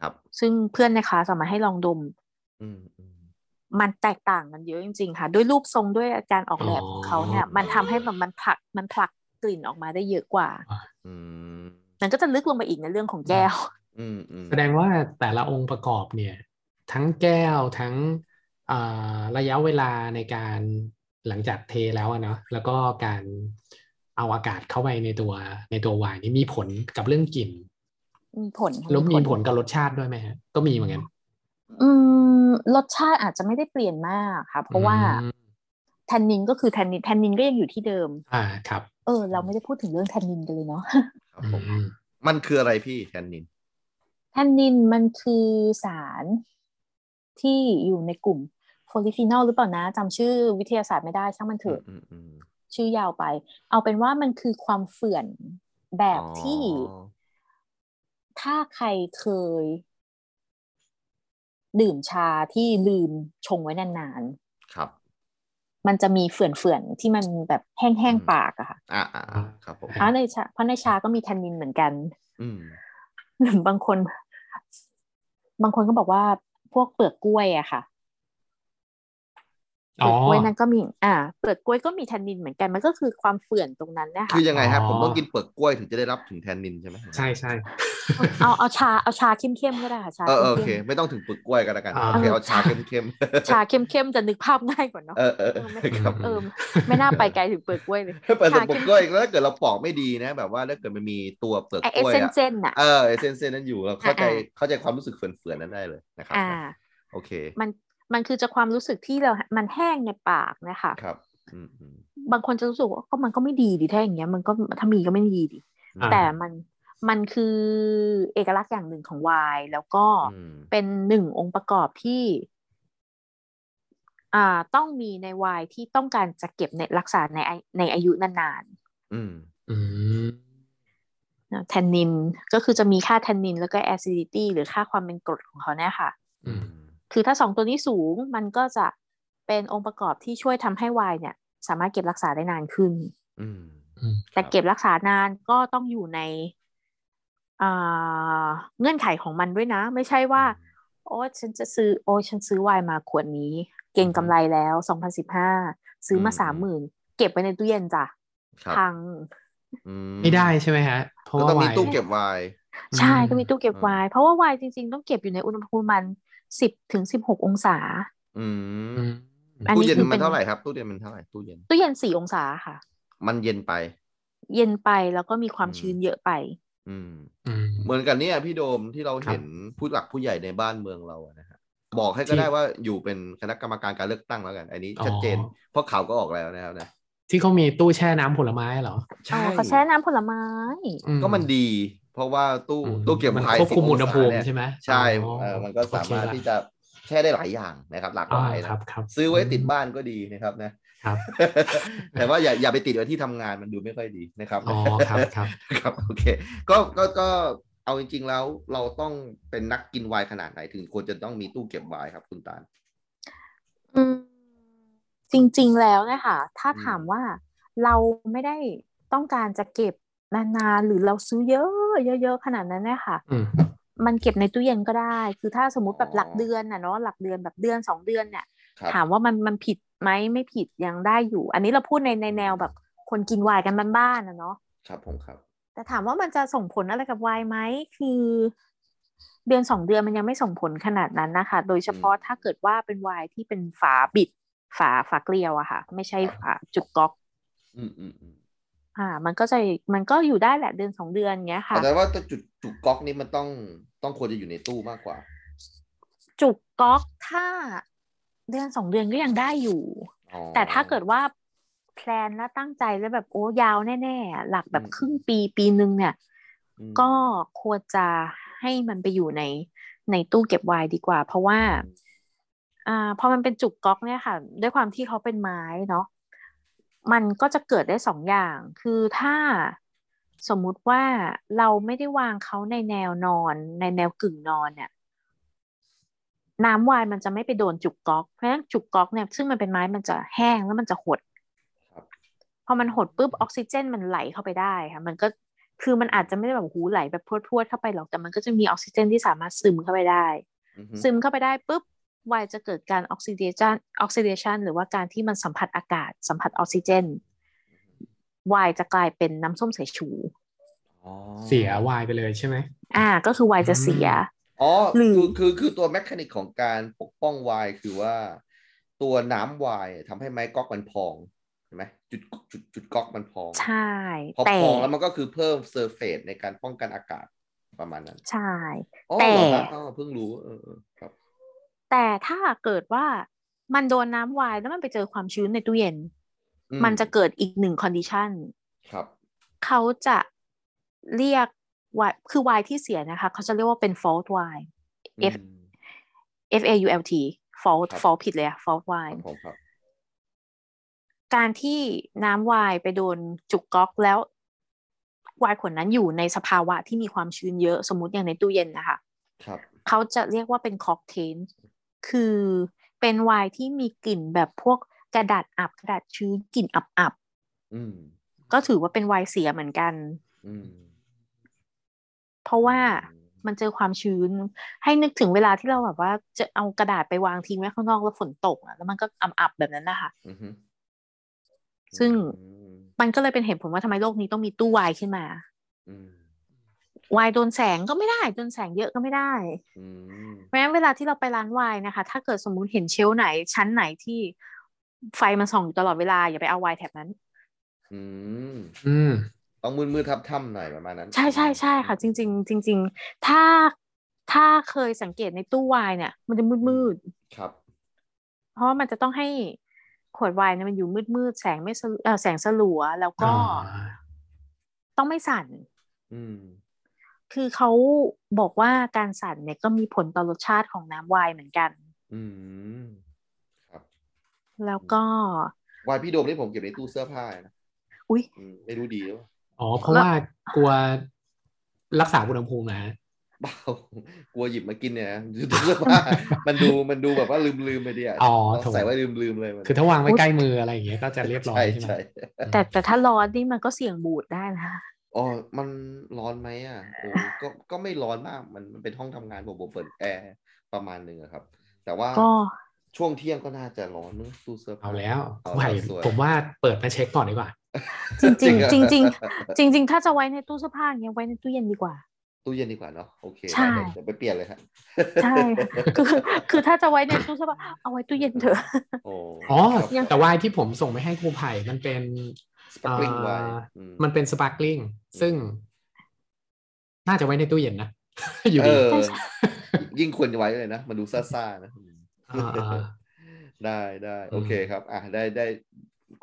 [SPEAKER 2] ครับ
[SPEAKER 4] ซึ่งเพื่อนในคลาสเอามาให้ลองดม
[SPEAKER 2] อืมอืม
[SPEAKER 4] มันแตกต่างกันเยอะจริงๆ ค่ะ ด้วยรูปทรงด้วยการออกแบบของเขาเนี่ย
[SPEAKER 3] อ๋อ
[SPEAKER 4] มันทำให้แบบมันผลักมันผลักกลิ่นออกมาได้เยอะกว่า
[SPEAKER 2] อืม
[SPEAKER 4] มันก็จะลึกลงไปอีกในเรื่องของแก้ว
[SPEAKER 2] อืมอืม
[SPEAKER 3] แสดงว่าแต่ละองค์ประกอบเนี่ย ทั้งแก้วทั้งเอ่อระยะเวลาในการหลังจากเทแล้วอะเนาะแล้วก็การเอาอากาศเข้าไปในตัวในตัวไวน์นี่มีผลกับเรื่องกลิ่น
[SPEAKER 4] มีผลค่ะ
[SPEAKER 3] แล้วมีผลกับรสชาติด้วยไหมฮะก็มีเหมือนกัน
[SPEAKER 4] อืมรสชาติอาจจะไม่ได้เปลี่ยนมากค่ะ เพราะว่า
[SPEAKER 3] อืม
[SPEAKER 4] แทนนินก็คือแทนนินแทนนินก็ยังอยู่ที่เดิม
[SPEAKER 3] อ่าครับ
[SPEAKER 4] เออ เราไม่ได้พูดถึงเรื่องแทนนินกันเลยเนาะ
[SPEAKER 2] ครับ
[SPEAKER 3] อื
[SPEAKER 2] ผม
[SPEAKER 3] ม
[SPEAKER 2] มันคืออะไรพี่แทนนิน
[SPEAKER 4] แทนนินมันคือสารที่อยู่ในกลุ่มโฟลิฟีนอลหรือเปล่านะจำชื่อวิทยาศาสตร์ไม่ได้ช่างมันเถอะ
[SPEAKER 2] อืมอืมอืม
[SPEAKER 4] ชื่อยาวไป เอาเป็นว่ามันคือความเฝื่อนแบบ
[SPEAKER 2] อ๋อ
[SPEAKER 4] ที่ถ้าใครเคย ดื่มชาที่ลืมชงไว้นาน
[SPEAKER 2] ครับ
[SPEAKER 4] ๆ มันจะมีเฝื่อนๆ ที่มันแบบแห้ง
[SPEAKER 2] อืม
[SPEAKER 4] ๆ ปากอะค่ะ
[SPEAKER 2] อ่าอ่าอ่าครับผม
[SPEAKER 4] เพราะในชาเพราะในชาก็มีแทนนินเหมือน กัน
[SPEAKER 2] อืม
[SPEAKER 4] หรือบางคน บางคนก็บอกว่าพวกเปลือกกล้วยอะค่ะ เปลื
[SPEAKER 3] อ๋อ
[SPEAKER 4] อกกล้วยนั้นก็มี อ่า เปลือกกล้วยก็มีแทนนินเหมือนกัน มันก็คือความเฝื่อนตรงนั้นนะคะ
[SPEAKER 2] คือยังไงครับ
[SPEAKER 3] อ๋อ
[SPEAKER 2] ผมต้องกินเปลือกกล้วยถึงจะได้รับถึงแทนนินใช่ไหม
[SPEAKER 3] ใช่ใช่
[SPEAKER 4] เอาเอาชาเอาชาเข้มๆก็ได้ค่ะชา
[SPEAKER 2] เออเออโอ
[SPEAKER 4] เข้
[SPEAKER 2] เค
[SPEAKER 4] ม
[SPEAKER 2] ไม่ต้องถึงเปลือกกล้วยก็แล้วกัน
[SPEAKER 3] อ่า
[SPEAKER 2] โอเคเอา
[SPEAKER 4] ชา
[SPEAKER 2] ชาเข้มเข้มๆ
[SPEAKER 4] ๆชาเข้มๆจะนึกภาพง่ายกว่าเนาะ
[SPEAKER 2] เออเออเออ
[SPEAKER 4] เออไม่
[SPEAKER 2] ครับ
[SPEAKER 4] เออ ไม่น่าไปไกลถึงเปลือกกล้วยเลย
[SPEAKER 2] ถ้าเปิด
[SPEAKER 4] ชา
[SPEAKER 2] เปลื
[SPEAKER 4] เข้
[SPEAKER 2] อก
[SPEAKER 4] ม
[SPEAKER 2] กล้วยแล้วถ้าเกิดเราปอกไม่ดีนะ แบบว่าถ้าเกิดมันมีตัวเปลือก
[SPEAKER 4] ไอกเอ
[SPEAKER 2] ล้วย
[SPEAKER 4] เซน
[SPEAKER 2] อะ
[SPEAKER 4] เซนอะ
[SPEAKER 2] เออเส้นเส้นนั้นอยู่เราเข้าใจ
[SPEAKER 4] อ่า
[SPEAKER 2] เข้าใจความรู้สึกเฝือนๆนั้นได้เลยนะครับ
[SPEAKER 4] อ่า
[SPEAKER 2] โอเค
[SPEAKER 4] มันมันคือจะความรู้สึกที่เรา มันแห้งในปากนะคะ
[SPEAKER 2] ครับอืมอืม
[SPEAKER 4] บางคนจะรู้สึกว่าก็มันก็ไม่ดีดิถ้าอย่างเงี้ย มันก็ถ้ามีก็ไม่ดีดิ
[SPEAKER 3] อ่า
[SPEAKER 4] แต่มันมันคือเอกลักษณ์อย่างหนึ่งของไวน์แล้วก็
[SPEAKER 2] อืม
[SPEAKER 4] เป็นหนึ่งองค์ประกอบที่ อ่า ต้องมีในวายที่ต้องการจะเก็บในรักษาในอาในอายุนาน
[SPEAKER 2] อืม
[SPEAKER 3] อืม
[SPEAKER 4] ๆนะแทนนินก็คือจะมีค่าแทนนิน แล้วก็แอซิดิตี้หรือค่าความเป็นกรดของเขาเนี่ยค่ะ
[SPEAKER 3] อืม
[SPEAKER 4] คือถ้าสองตัวนี้สูงมันก็จะเป็นองค์ประกอบที่ช่วยทำให้วายเนี่ย สามารถเก็บรักษาได้นานขึ้น
[SPEAKER 2] อืม
[SPEAKER 3] อืม
[SPEAKER 4] แต่เก็บรักษานานก็ต้องอยู่ใน อ่า เงื่อนไขของมันด้วยนะ ไม่ใช่ว่า โอ้ยฉันจะซื้อ โอ้ยฉันซื้อไวน์มาขวดนี้ เก่งกำไรแล้วสองพันสิบห้าซื้อมา
[SPEAKER 2] อืม
[SPEAKER 4] สามหมื่นเก็บไว้ในตู้เย็นจ้ะ
[SPEAKER 2] ครับ
[SPEAKER 4] พัง
[SPEAKER 2] อื
[SPEAKER 3] ไม่ได้ใช่ไหมฮะเพราะ
[SPEAKER 2] ก็
[SPEAKER 3] ว่า
[SPEAKER 2] ต้องมี
[SPEAKER 3] ไวน์
[SPEAKER 2] ตู้เก็บไวน์
[SPEAKER 4] ใช่ก็มีตู้เก็บ
[SPEAKER 2] อืม
[SPEAKER 4] ไวน์เพราะว่าไวน์จริง ๆ ต้องเก็บอยู่ในอุณหภูมิมันสิบถึงสิบหกองศา
[SPEAKER 2] อืม
[SPEAKER 3] อืม
[SPEAKER 4] อัน
[SPEAKER 2] ตู้
[SPEAKER 4] นี้
[SPEAKER 2] เย็น
[SPEAKER 4] คือ
[SPEAKER 2] มั
[SPEAKER 4] เป็น น
[SPEAKER 2] เท่าไหร่ครับ ตู้เย็นมันเท่าไหร่ตู้เย็น
[SPEAKER 4] ตู้เย็นสี่องศาค่ะ
[SPEAKER 2] มันเย็นไป
[SPEAKER 4] เย็นไปแล้วก็มีความ
[SPEAKER 2] อืม
[SPEAKER 4] ชื้นเยอะไป
[SPEAKER 2] อืม
[SPEAKER 3] อืม
[SPEAKER 2] เหมือนกันเนี่ยพี่โดมที่เราเห็นผู้หลักผู้ใหญ่ในบ้านเมืองเราอะนะฮะบอกให้ก็
[SPEAKER 3] ที่
[SPEAKER 2] ได้ว่าอยู่เป็นคณะกรรมการการเลือกตั้งแล้วกัน อันนี้ชัดเจน
[SPEAKER 3] อ๋อ
[SPEAKER 2] เพราะข่าวก็ออกแล้วนะครับนะ
[SPEAKER 3] ที่เขามีตู้แช่น้ำผลไม้เหรอ
[SPEAKER 2] ใช่
[SPEAKER 4] อ๋อเขาแช่น้ำผลไม้
[SPEAKER 3] อื
[SPEAKER 2] ก็มันดี เพราะว่าตู้
[SPEAKER 3] อืม
[SPEAKER 2] ตู้เก็บ
[SPEAKER 3] มัน
[SPEAKER 2] ไวน์
[SPEAKER 3] ควบคุม
[SPEAKER 2] 10
[SPEAKER 3] อุณหภูมิ
[SPEAKER 2] งศาเนี่ย
[SPEAKER 3] ใช่ไหม
[SPEAKER 2] ใช่
[SPEAKER 3] อ๋อ
[SPEAKER 2] เออมันก็สามารถ
[SPEAKER 3] โอเค
[SPEAKER 2] ที่จะแช่ได้หลายอย่างนะครับ หลากห
[SPEAKER 3] อ่า
[SPEAKER 2] ลายนะครับ
[SPEAKER 3] ครับ
[SPEAKER 2] ซื้อไว้ติดบ้านก็ดีนะครับนะ
[SPEAKER 3] ครับ
[SPEAKER 2] แต่ว่าอย่าอย่าไปติดไว้ที่ทำงานมันดูไม่ค่อยดีนะครับ
[SPEAKER 3] อ๋อครับครับ
[SPEAKER 2] ครับ โอเค ก็ก็ก็ เอาจริงๆแล้วเราต้องเป็นนักกินไวน์ขนาดไหนถึงควรจะต้องมีตู้เก็บไวน์ครับคุณตาล
[SPEAKER 4] อืมจริงๆแล้วนะคะถ้า
[SPEAKER 2] อืม
[SPEAKER 4] ถามว่าเราไม่ได้ต้องการจะเก็บนานๆหรือเราซื้อเยอะเยอะๆขนาดนั้นนะคะ
[SPEAKER 3] อืม
[SPEAKER 4] มันเก็บในตู้เย็นก็ได้ คือถ้าสมมติแบบหลัก
[SPEAKER 2] อ๋อ
[SPEAKER 4] เดือนน่ะเนาะหลักเดือนแบบเดือนสองเดือนเนี่ย
[SPEAKER 2] ครับ
[SPEAKER 4] ถามว่ามันมันผิดไหมไม่ผิดยังได้อยู่ อันนี้เราพูดในในแนวแบบคนกินไวายกันบ้านๆนะเนาะ
[SPEAKER 2] ครับผมครับ
[SPEAKER 4] แต่ถามว่ามันจะส่งผลอะไรกับไวายไหมคือ เดือนสองเดือนมันยังไม่ส่งผลขนาดนั้นนะคะ โดยเฉพาะถ้าเกิดว่าเป็นไวายที่เป็นฝาบิด ฝาฝาเกลียวอะค่ะ ไม่ใช่ฝาจุกก๊อก
[SPEAKER 2] อืมอืมอืม
[SPEAKER 4] อ่า มันก็จะมันก็อยู่ได้แหละเดือนสองเดือนเงี้ยค่ะ
[SPEAKER 2] แต่ว่าจุดจุกก๊อกนี่มันต้องต้องควรจะอยู่ในตู้มากกว่า
[SPEAKER 4] จุกก๊อกถ้าเดือนสองเดือนก็ยังได้อยู่
[SPEAKER 2] อ๋อ
[SPEAKER 4] แต่ถ้าเกิดว่าแพลนและตั้งใจแล้วแบบโอ้ยาวแน่ๆ หลักแบบ
[SPEAKER 2] อืม
[SPEAKER 4] ครึ่งปีปีหนึ่งเนี่ย
[SPEAKER 2] อืม
[SPEAKER 4] ก็ควรจะให้มันไปอยู่ในในตู้เก็บไวน์ดีกว่า เพราะว่า อ่าพอมันเป็นจุกก๊อกเนี่ยค่ะ ด้วยความที่เขาเป็นไม้เนาะมันก็จะเกิดได้สองอย่าง คือถ้าสมมุติว่าเราไม่ได้วางเขาในแนวนอน ในแนวกึ่งนอนเนี่ย น้ำไวน์มันจะไม่ไปโดนจุกก๊อกเพราะฉะนั้นจุกก๊อกเนี่ยซึ่งมันเป็นไม้มันจะแห้งแล้วมันจะหด พอมันหดปุ๊บออกซิเจนมันไหลเข้าไปได้ค่ะ มันก็คือมันอาจจะไม่ได้แบบหูไหลแบบพรวดๆเข้าไปหรอกแต่มันก็จะมีออกซิเจนที่สามารถซึมเข้าไปได้
[SPEAKER 2] อือฮึ
[SPEAKER 4] ซึมเข้าไปได้ปุ๊บไวน์จะเกิดการออกซิเดชันออกซิเดชันหรือว่าการที่มันสัมผัสอากาศ สัมผัสออกซิเจนไวน์จะกลายเป็นน้ำส้มสายชู
[SPEAKER 2] อ๋อ
[SPEAKER 3] เสียวายไปเลยใช่ไหม
[SPEAKER 4] อ่า ก็คือไวน์จะเสีย
[SPEAKER 2] อ๋อ
[SPEAKER 4] หรื
[SPEAKER 2] คือ
[SPEAKER 4] อ
[SPEAKER 2] คือคือตัวแมคานิกของการปกป้องไวน์คือว่า ตัวน้ำไวน์ทำให้ไม้ก๊อกมันพองเห็นไหมจุดจุดจุดก๊อกมันพอง
[SPEAKER 4] ใช่
[SPEAKER 2] พอ
[SPEAKER 4] แต่
[SPEAKER 2] พองแล้วมันก็คือเพิ่มเซอร์เฟสในการป้องกันอากาศประมาณนั้น
[SPEAKER 4] ใช่
[SPEAKER 2] อ๋อ
[SPEAKER 4] แต่
[SPEAKER 2] เหรอครับอ้าวเพิ่งรู้เออเออครับ
[SPEAKER 4] แต่ถ้าเกิดว่ามันโดนน้ำไวน์แล้วมันไปเจอความชื้นในตู้เย็น
[SPEAKER 2] อื
[SPEAKER 4] มันจะเกิดอีกหนึ่งคอนดิชัน
[SPEAKER 2] ครับ
[SPEAKER 4] เขาจะเรียกวายคือวายที่เสียนะคะ เขาจะเรียกว่าเป็น fault wine
[SPEAKER 2] อืม
[SPEAKER 4] F F A U L T fault
[SPEAKER 2] ครับ
[SPEAKER 4] fault ผิดเลยอะ fault
[SPEAKER 2] ครับ
[SPEAKER 4] wine
[SPEAKER 2] ผมครับ
[SPEAKER 4] การที่น้ำวายไปโดนจุกก๊อกแล้ววายขวดนั้นอยู่ในสภาวะที่มีความชื้นเยอะสมมติอย่างในตู้เย็นนะคะ
[SPEAKER 2] ครับ
[SPEAKER 4] เขาจะเรียกว่าเป็นค็อกเทลคือเป็นวายที่มีกลิ่นแบบพวกกระดาษอับกระดาษชื้นกลิ่นอับ
[SPEAKER 2] อืม
[SPEAKER 4] ๆก็ถือว่าเป็นวายเสียเหมือนกัน
[SPEAKER 2] อืม
[SPEAKER 4] เพราะว่า มันเจอความชื้น ให้นึกถึงเวลาที่เราแบบว่าจะเอากระดาษไปวางทิ้งไว้ข้างนอกแล้วฝนตกอ่ะแล้วมันก็อับๆแบบนั้นนะคะ
[SPEAKER 2] อือฮึ
[SPEAKER 4] ซึ่ง
[SPEAKER 2] อืม
[SPEAKER 4] มันก็เลยเป็นเหตุผลว่าทำไมโลกนี้ต้องมีตู้วายขึ้นมา
[SPEAKER 2] อืม
[SPEAKER 4] วายโดนแสงก็ไม่ได้โดนแสงเยอะก็ไม่ได้
[SPEAKER 2] อืม
[SPEAKER 4] เพราะฉะนั้นเวลาที่เราไปร้านวายนะคะ ถ้าเกิดสมมุติเห็นเชลฟ์ไหนชั้นไหนที่ไฟมันส่องอยู่ตลอดเวลาอย่าไปเอาวายแถบนั้น
[SPEAKER 2] อืม
[SPEAKER 3] อืม
[SPEAKER 2] ต้องมือมือทับถ้ำหน่อยประมาณนั้น
[SPEAKER 4] ใช่ใช่ใช่ค่ะ จริง ๆ จริง ๆ ถ้าถ้าเคยสังเกตในตู้วายเนี่ย มันจะมืดๆ
[SPEAKER 2] ครับ
[SPEAKER 4] เพราะว่ามันจะต้องให้ขวดไวน์เนี่ยมันอยู่มืดๆแสงไม่สลัวเอ่อแสงสลัว แล้วก็
[SPEAKER 3] อ่า
[SPEAKER 4] ต้องไม่สั่น
[SPEAKER 2] อืม
[SPEAKER 4] คือเขาบอกว่าการสั่นเนี่ยก็มีผลต่อรสชาติของน้ำไวน์เหมือนกัน
[SPEAKER 2] อืม ครับ
[SPEAKER 4] แล้วก็
[SPEAKER 2] วายพี่โดมนี่ผมเก็บในตู้เสื้อผ้านะ
[SPEAKER 4] อุ๊ย
[SPEAKER 2] อืมไม่รู้ดีหรือเปล่า
[SPEAKER 3] อ๋อ เพราะว่ากลัวรักษาอุณหภูมินะฮะ
[SPEAKER 2] เปล่ากลั วหยิบมากินเนี่ยนะ อยู่ตู้เสื้อผ้ามันดูมันดูแบบว่าลืมลืมๆไปดิอ่ะ
[SPEAKER 3] อ๋อ
[SPEAKER 2] เรา
[SPEAKER 3] ถูก
[SPEAKER 2] ใส่ไว้ลืมลืมๆเลยมัน
[SPEAKER 3] คือถ้าวางไว้ใกล้มืออะไรอย่างเงี้ยก็จะเรียบร้อย
[SPEAKER 2] ใช่
[SPEAKER 3] ใช่ไหม
[SPEAKER 2] ใช่
[SPEAKER 4] แต่แต่ถ้าร้อนนี่มันก็เสี่ยงบูดได้นะ
[SPEAKER 2] อ๋อมันร้อนไหมอ่ะโอ้ก็ก็ไม่ร้อนมากมันมันเป็นห้องทำงานผมผมเปิดแอร์ประมาณหนึ่งอะครับ แต่ว่า
[SPEAKER 4] ก็
[SPEAKER 2] ช่วงเที่ยงก็น่าจะร้อนเนอะตู้เสื้อผ้า
[SPEAKER 3] เอาแล้ว
[SPEAKER 2] เอา
[SPEAKER 3] ไหว
[SPEAKER 2] แล้วสวย
[SPEAKER 3] ผมว่าเปิดมาเช็คก่อนดีกว่า
[SPEAKER 4] จริงจริง
[SPEAKER 2] อะ
[SPEAKER 4] จริงจริงๆจริง ๆ ถ้าจะไว้ในตู้เสื้อผ้าอย่างเงี้ยไว้ในตู้เย็นดีกว่า
[SPEAKER 2] ตู้เย็นดีกว่าเนาะโอเค
[SPEAKER 4] ใช่
[SPEAKER 2] ได้เดี๋ยวไปเปลี่ยนเลยฮะ
[SPEAKER 4] ใช่ คือคือถ้าจะไว้ใน ตู้เสื้อผ้าเอาไว้ตู้เย็นเถอะ
[SPEAKER 2] โอ้
[SPEAKER 3] อ๋อ
[SPEAKER 2] ครับ
[SPEAKER 4] ยัง
[SPEAKER 3] แต่วายที่ผมส่งไปให้ครูไผ่มันเป็น
[SPEAKER 2] สปาร์คลิ่งไวน์
[SPEAKER 3] อ่า
[SPEAKER 2] อืม
[SPEAKER 3] มันเป็นสปาร์คลิงซึ่ง น่าจะไว้ในตู้เย็นนะ อยู่
[SPEAKER 2] เอ
[SPEAKER 3] ดี
[SPEAKER 2] อ ยิ่งควรจะไว้เลยนะ มันดูซ่าๆนะ
[SPEAKER 3] อ่า
[SPEAKER 2] ได้ได้
[SPEAKER 3] อืม
[SPEAKER 2] โอเคครับ อ่ะได้ได้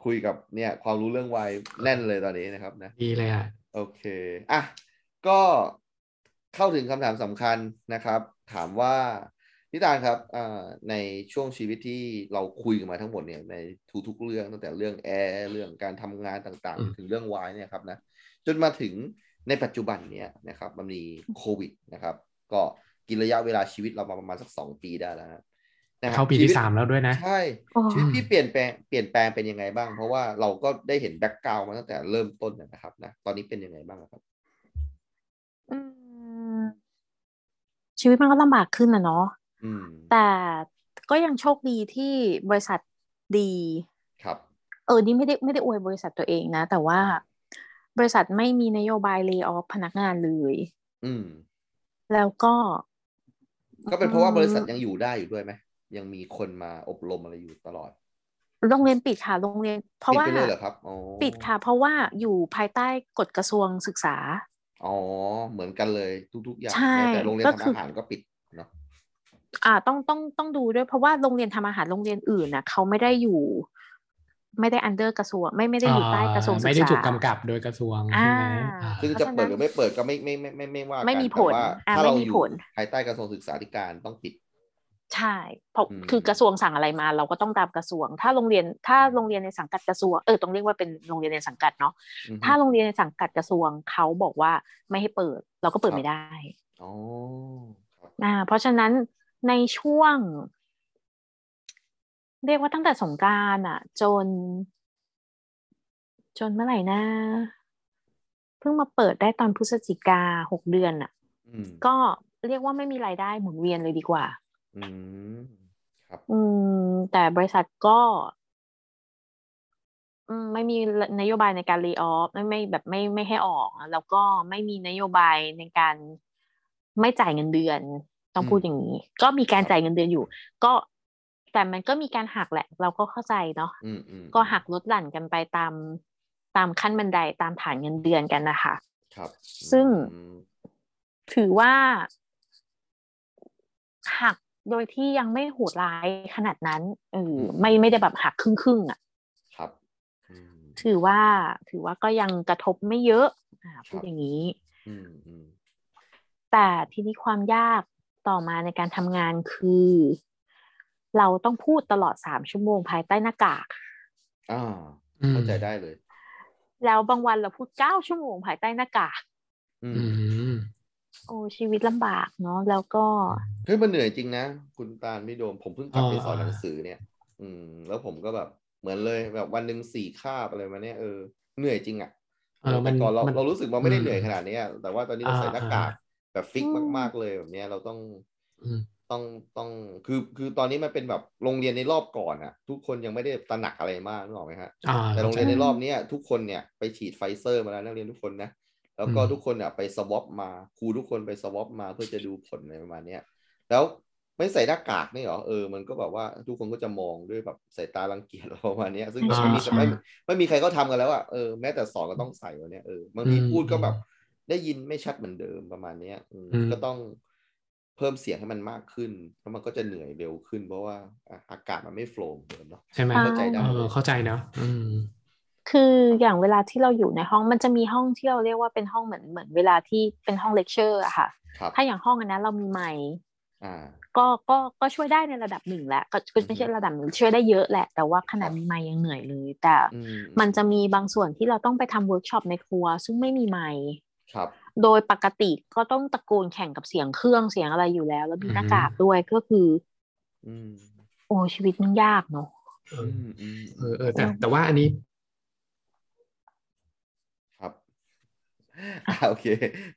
[SPEAKER 2] คุยกับเนี่ย ความรู้เรื่องวัยแน่นเลยตอนนี้นะครับนะ
[SPEAKER 3] ๆดีเลยอ่ะ
[SPEAKER 2] โอเคอ่ะก็เข้าถึงคำถามสำคัญนะครับ ถามว่าพี่ตาลครับอ่าในช่วงชีวิตที่เราคุยกันมาทั้งหมดเนี่ยในทุกๆเรื่องตั้งแต่เรื่องแอร์เรื่องการทำงานต่าง
[SPEAKER 3] อืม
[SPEAKER 2] ๆ ถึงเรื่องวายเนี่ยครับนะจนมาถึง ในปัจจุบันเนี้ยนะครับมันมีโควิดนะครับ ก็กินระยะเวลาชีวิตเรามาประมาณสักสองปีได้แล้วนะนะครับ
[SPEAKER 3] เข้าปี
[SPEAKER 2] ชี
[SPEAKER 3] ที่
[SPEAKER 2] วิต
[SPEAKER 3] สามแล้วด้วยนะ
[SPEAKER 2] ใช่
[SPEAKER 4] อ๋อ
[SPEAKER 2] ชีวิตที่เปลี่ยนแปลงเปลี่ยนแปลงเป็นยังไงบ้าง เพราะว่าเราก็ได้เห็นแบ็กกราวมาตั้งแต่เริ่มต้นนะนะครับนะตอนนี้เป็นยังไงบ้างครับ
[SPEAKER 4] อืมชีวิตมันก็ลำบากขึ้นนะเนาะ
[SPEAKER 2] อืม
[SPEAKER 4] แต่ก็ยังโชคดีที่บริษัทดี
[SPEAKER 2] ครับ
[SPEAKER 4] เออ นี่ไม่ได้ไม่ได้อวยบริษัทตัวเองนะ แต่ว่าบริษัทไม่มีนโยบายเล y o อ f พนักงานเลย
[SPEAKER 2] อืม
[SPEAKER 4] แล้วก็
[SPEAKER 2] ก็เป็นเพราะว่าบริษัท
[SPEAKER 4] อืม
[SPEAKER 2] ยังอยู่ได้อยู่ด้วยไหมยังมีคนมาอบรมอะไรอยู่ตลอด
[SPEAKER 4] โรงเรียนปิดค่ะโรงเรียน เพราะ
[SPEAKER 2] ปิด
[SPEAKER 4] ว่า
[SPEAKER 2] ไปเลยเหรอครับอ๋อ
[SPEAKER 4] ปิดค่ะ เพราะว่าอยู่ภายใต้กฎกระทรวงศึกษา
[SPEAKER 2] อ๋อเหมือนกันเลยทุก ๆ อย่าง
[SPEAKER 4] ใช่
[SPEAKER 2] แม้แต่โรงเรียน
[SPEAKER 4] ก็คือ
[SPEAKER 2] ทำอาหารก็ปิดเนาะ
[SPEAKER 4] อ่าต้องต้องต้องดูด้วยเพราะว่าโรงเรียนทำอาหารโรงเรียนอื่นนะเขาไม่ได้อยู่ ไม่ได้อันเดอร์กระทรวงไม่ไม่ได้อยู่ใต้กระทรวงศึกษา
[SPEAKER 3] ไม่ได้ถูกกำกับโดยกระทรวงใช่ไหม
[SPEAKER 4] อ่า
[SPEAKER 3] อ่า
[SPEAKER 2] ซึ่ง
[SPEAKER 4] เพราะ
[SPEAKER 2] จะ
[SPEAKER 4] ฉะนั้น
[SPEAKER 2] เปิดหรือไม่เปิดก็ไม่ไม่ไม่ไม่ไม่ว่ากัน
[SPEAKER 4] ไม่มีผล
[SPEAKER 2] แต่ว่า
[SPEAKER 4] อ่ะ
[SPEAKER 2] ถ้าเรา
[SPEAKER 4] ไม่มี
[SPEAKER 2] อยู่
[SPEAKER 4] ผล
[SPEAKER 2] ภายใต้กระทรวงศึกษาธิการต้องปิด
[SPEAKER 4] ใช่เพราะ
[SPEAKER 2] อืม
[SPEAKER 4] คือกระทรวงสั่งอะไรมา เราก็ต้องตามกระทรวง ถ้าโรงเรียนถ้าโรงเรียนในสังกัดกระทรวงเออต้องเรียกว่าเป็นโรงเรียนในสังกัดเนาะ
[SPEAKER 2] อือฮึ
[SPEAKER 4] ถ้าโรงเรียนในสังกัดกระทรวงเขาบอกว่าไม่ให้เปิด เราก็เปิดไม่ได้
[SPEAKER 2] อ๋อครับ
[SPEAKER 4] อ่าเพราะฉะนั้นในช่วง เรียกว่าตั้งแต่สงกรานต์อ่ะ จน จนเมื่อไหร่นะเพิ่งมาเปิดได้ตอนพฤศจิกาหกเดือนอ่ะ
[SPEAKER 2] อืม
[SPEAKER 4] ก็เรียกว่าไม่มีรายได้หมุนเวียนเลยดีกว่า
[SPEAKER 2] อืมครับ
[SPEAKER 4] อืม แต่บริษัทก็ อืม ไม่มีนโยบายในการ lay off ไม่ไม่แบบไม่ไม่ให้ออก แล้วก็ไม่มีนโยบายในการไม่จ่ายเงินเดือน ต้อง
[SPEAKER 2] อืม
[SPEAKER 4] พูดอย่างนี้ ก็มีการจ่ายเงินเดือนอยู่ ก็แต่มันก็มีการหักแหละ เราก็เข้าใจเนาะ
[SPEAKER 2] อืมอืม
[SPEAKER 4] ก็หักลดหลั่นกันไปตามตามขั้นบันไดตามฐานเงินเดือนกันนะคะ
[SPEAKER 2] ครับ
[SPEAKER 4] ซึ่ง
[SPEAKER 2] อืม
[SPEAKER 4] ถือว่าหักโดยที่ยังไม่โหดร้ายขนาดนั้นเออไม่ไม่ได้แบบหักครึ่งครึ่งๆอ่ะ
[SPEAKER 2] ครับอืม
[SPEAKER 4] ถือว่า ถือว่าก็ยังกระทบไม่เยอะอ่าพูดอย่างนี้
[SPEAKER 2] อืมอืม
[SPEAKER 4] แต่ทีนี้ความยากต่อมาในการทำงานคือ เราต้องพูดตลอดสามชั่วโมงภายใต้หน้ากาก
[SPEAKER 2] อ่า
[SPEAKER 3] อืม
[SPEAKER 2] เข้าใจได้เลย
[SPEAKER 4] แล้วบางวันเราพูดเก้าชั่วโมงภายใต้หน้ากาก
[SPEAKER 2] อืม
[SPEAKER 3] อืม
[SPEAKER 4] โอ้ชีวิตลำบากเนาะแล้วก็
[SPEAKER 2] เฮ้ยมันเหนื่อยจริงนะ คุณตาลพี่โดม ผมเพิ่งกลับไป
[SPEAKER 3] อ่า
[SPEAKER 2] สอนหนังสือเนี่ย อืม แล้วผมก็แบบเหมือนเลยแบบวันหนึ่งสี่คาบอะไรมาเนี่ยเออเหนื่อยจริงอ่ะ
[SPEAKER 3] เออมัน
[SPEAKER 2] แต่ก่อนเรา
[SPEAKER 3] มัน
[SPEAKER 2] เรารู้สึกว่าไม่ได้เหนื่อยขนาดเนี้ยแต่ว่าตอนนี้เราใส่หน้ากากแบบฟิก
[SPEAKER 4] อืม
[SPEAKER 2] มากๆเลยแบบเนี้ยเราต้อง
[SPEAKER 3] อืม
[SPEAKER 2] ต้องต้องคือคือตอนนี้มันเป็นแบบโรงเรียนในรอบก่อนอะทุกคนยังไม่ได้ตระหนักอะไรมากนึกออกไหมฮะ
[SPEAKER 3] อ่า
[SPEAKER 2] แต่โรงเรียน
[SPEAKER 3] ข้า
[SPEAKER 2] ใน
[SPEAKER 3] ใจ
[SPEAKER 2] รอบเนี้ยทุกคนเนี่ยไปฉีดไฟเซอร์มาแล้วนักเรียนทุกคนนะแล้วก็
[SPEAKER 3] อืม
[SPEAKER 2] ทุกคนอะไปสวอปมาครูทุกคนไปสวอปมาเพื่อจะดูผลอะไรประมาณเนี้ยแล้วไม่ใส่หน้ากากนี่เหรอเออมันก็แบบว่าทุกคนก็จะมองด้วยแบบสายตารังเกียจ เราประมาณเนี้ยซึ่งแบบไม่มี
[SPEAKER 4] ใช่
[SPEAKER 2] ไม่ไม่มีใครเขาทำกันแล้วอะเออแม้แต่สอนก็ต้องใส่วันเนี้ยเออบางทีพูดก็แบบ ได้ยินไม่ชัดเหมือนเดิมประมาณเนี้ยอืม
[SPEAKER 3] อืม
[SPEAKER 2] ก็ต้องเพิ่มเสียงให้มันมากขึ้นแล้วมันก็จะเหนื่อยเร็วขึ้น เพราะว่าอ่ะอากาศมันไม่โฟลว์เหมือนเดิมเนาะ
[SPEAKER 3] ใช่ไหม
[SPEAKER 2] เข้าใจได้
[SPEAKER 3] เออเข้าใจเนาะอืม
[SPEAKER 4] คืออย่างเวลาที่เราอยู่ในห้องมันจะมีห้องที่เราเรียกว่าเป็นห้องเหมือนเหมือนเวลาที่เป็นห้องเลคเชอร์อะค่ะ
[SPEAKER 2] ครับ
[SPEAKER 4] ถ้าอย่างห้องอันนั้นเรามีไมค์
[SPEAKER 2] อ่า
[SPEAKER 4] ก็ก็ก็ช่วยได้ในระดับหนึ่งแหละก็ก็ไม่ใช่
[SPEAKER 2] อือฮึ
[SPEAKER 4] ระดับหนึ่งช่วยได้เยอะแหละ แต่ว่าขนาดมีไมค์ยังเหนื่อยเลย แต่
[SPEAKER 2] อืม
[SPEAKER 4] มันจะมีบางส่วนที่เราต้องไปทำเวิร์กช็อปในครัว ซึ่งไม่มีไมค์
[SPEAKER 2] ครับ
[SPEAKER 4] โดยปกติก็ต้องตะโกนแข่งกับเสียงเครื่องเสียงอะไรอยู่แล้ว แล้วมีหน้า
[SPEAKER 3] อืม
[SPEAKER 4] กากด้วยก็คือ
[SPEAKER 2] อืม
[SPEAKER 4] โอ้ชีวิตมันยากเนาะ
[SPEAKER 3] เอ
[SPEAKER 2] อื
[SPEAKER 3] อ
[SPEAKER 2] มอืม
[SPEAKER 3] เออเออแต่แต่ว่าอันนี้
[SPEAKER 2] ครับอ่า โอเค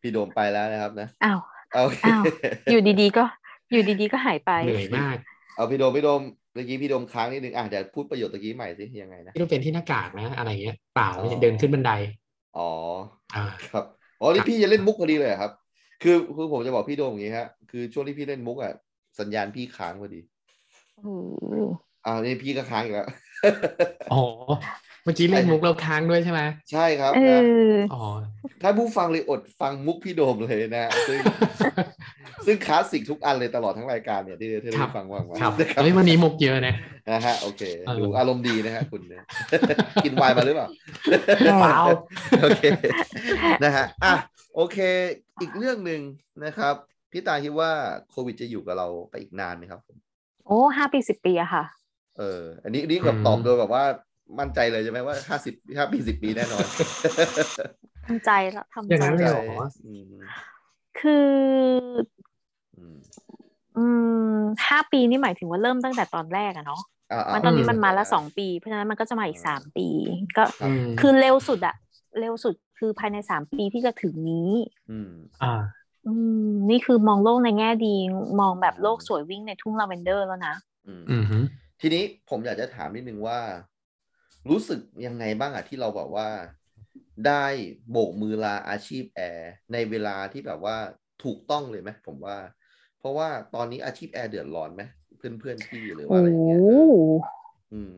[SPEAKER 2] พี่โดมไปแล้วนะครับนะ
[SPEAKER 4] อ้าว
[SPEAKER 2] โอเค
[SPEAKER 4] อ้าว อยู่ดีๆ ก็อยู่ดีๆก็หายไป
[SPEAKER 3] เหนื่อยมาก
[SPEAKER 2] เอาพี่โดมพี่โดมเมื่อกี้พี่โดมค้างนิดนึงอ่ะเดี๋ยวพูดประโยชน์ตะกี้ใหม่สิยังไงนะ
[SPEAKER 3] ที่ต้องเป็นที่หน้ากากนะอะไรเงี้ยเปล่า
[SPEAKER 2] อ๋อ
[SPEAKER 3] ไม่ใช่เดินขึ้นบันได
[SPEAKER 2] อ๋อ
[SPEAKER 3] อ่า
[SPEAKER 2] ครับอ๋อนี่พี่จะเล่นมุกพอดีเลยเหรอครับ คือคือผมจะบอกพี่โดมอย่างนี้ฮะคือช่วงที่พี่เล่นมุกอ่ะสัญญาณพี่ค้างพอดีอ้าวนี่พี่ก็ค้างอีกแล้ว
[SPEAKER 3] อ๋อ เมื่อกี้เล่นมุกเราค้างด้วยใช่ไหม
[SPEAKER 2] ใช่ครับ
[SPEAKER 4] เอ
[SPEAKER 2] นะ
[SPEAKER 4] อ
[SPEAKER 3] อ๋อ
[SPEAKER 2] ถ้าผู้ฟังเลยอดฟังมุกพี่โดมเลยนะซึ่ง ซึ่งคลาสสิกทุกอันเลยตลอดทั้งรายการเนี่ยที่ที่ได้
[SPEAKER 3] ครับ
[SPEAKER 2] ฟังว่างมา
[SPEAKER 3] ครับ
[SPEAKER 2] นะครับ
[SPEAKER 3] เฮ้ยวันนี้มุกเยอะนะ
[SPEAKER 2] นะฮะโอเค
[SPEAKER 3] เออ
[SPEAKER 2] ดูอารมณ์ดีนะฮะคุณเนี่ย กินไวน์มาหรือเปล่า
[SPEAKER 3] เปล่า
[SPEAKER 2] โอเค นะฮะอ่ะโอเค อีกเรื่องหนึ่งนะครับ พี่ตาคิดว่าโควิดจะอยู่กับเราไปอีกนานไหมครับผม
[SPEAKER 4] โอ้ห้าปีสิบปีอะค่ะ
[SPEAKER 2] เออ อันนี้อันนี้แบบ
[SPEAKER 3] อืม
[SPEAKER 2] ตอบโดยแบบว่ามั่นใจเลยใช่ไหมว่าห้าสิบห้าปีสิบปีแน่นอน
[SPEAKER 4] ทำใจแล้วทำ
[SPEAKER 3] อย่าง
[SPEAKER 4] ใจ
[SPEAKER 3] นั้นเลยเหรอ
[SPEAKER 2] อืม
[SPEAKER 4] คือ
[SPEAKER 2] อืม
[SPEAKER 4] อืมห้าปีนี่หมายถึงว่าเริ่มตั้งแต่ตอนแรกอะเนาะ
[SPEAKER 2] อ่าๆ
[SPEAKER 4] มันตอนนี้
[SPEAKER 3] อืม
[SPEAKER 4] มันมาละสองปี เพราะฉะนั้นมันก็จะมาอีกสามปี ก็
[SPEAKER 3] อืม
[SPEAKER 4] คือเร็วสุดอะเร็วสุดคือภายในสามปีที่จะถึงนี้
[SPEAKER 2] อืม
[SPEAKER 3] อ่า
[SPEAKER 4] อืมนี่คือมองโลกในแง่ดี มองแบบโลกสวยวิ่งในทุ่งลาเวนเดอร์แล้วนะ
[SPEAKER 2] อืม
[SPEAKER 3] อืมฮึ
[SPEAKER 2] ทีนี้ผมอยากจะถามนิดนึงว่า รู้สึกยังไงบ้างอะที่เราแบบว่า ได้โบกมือลาอาชีพแอร์ในเวลาที่แบบว่าถูกต้องเลยไหมผมว่า เพราะว่าตอนนี้อาชีพแอร์เดือดร้อนไหมเพื่อนเพื่อนๆพี่หรือว่า
[SPEAKER 4] โอ้
[SPEAKER 2] อะไรอย่างเงี้ยเอออืม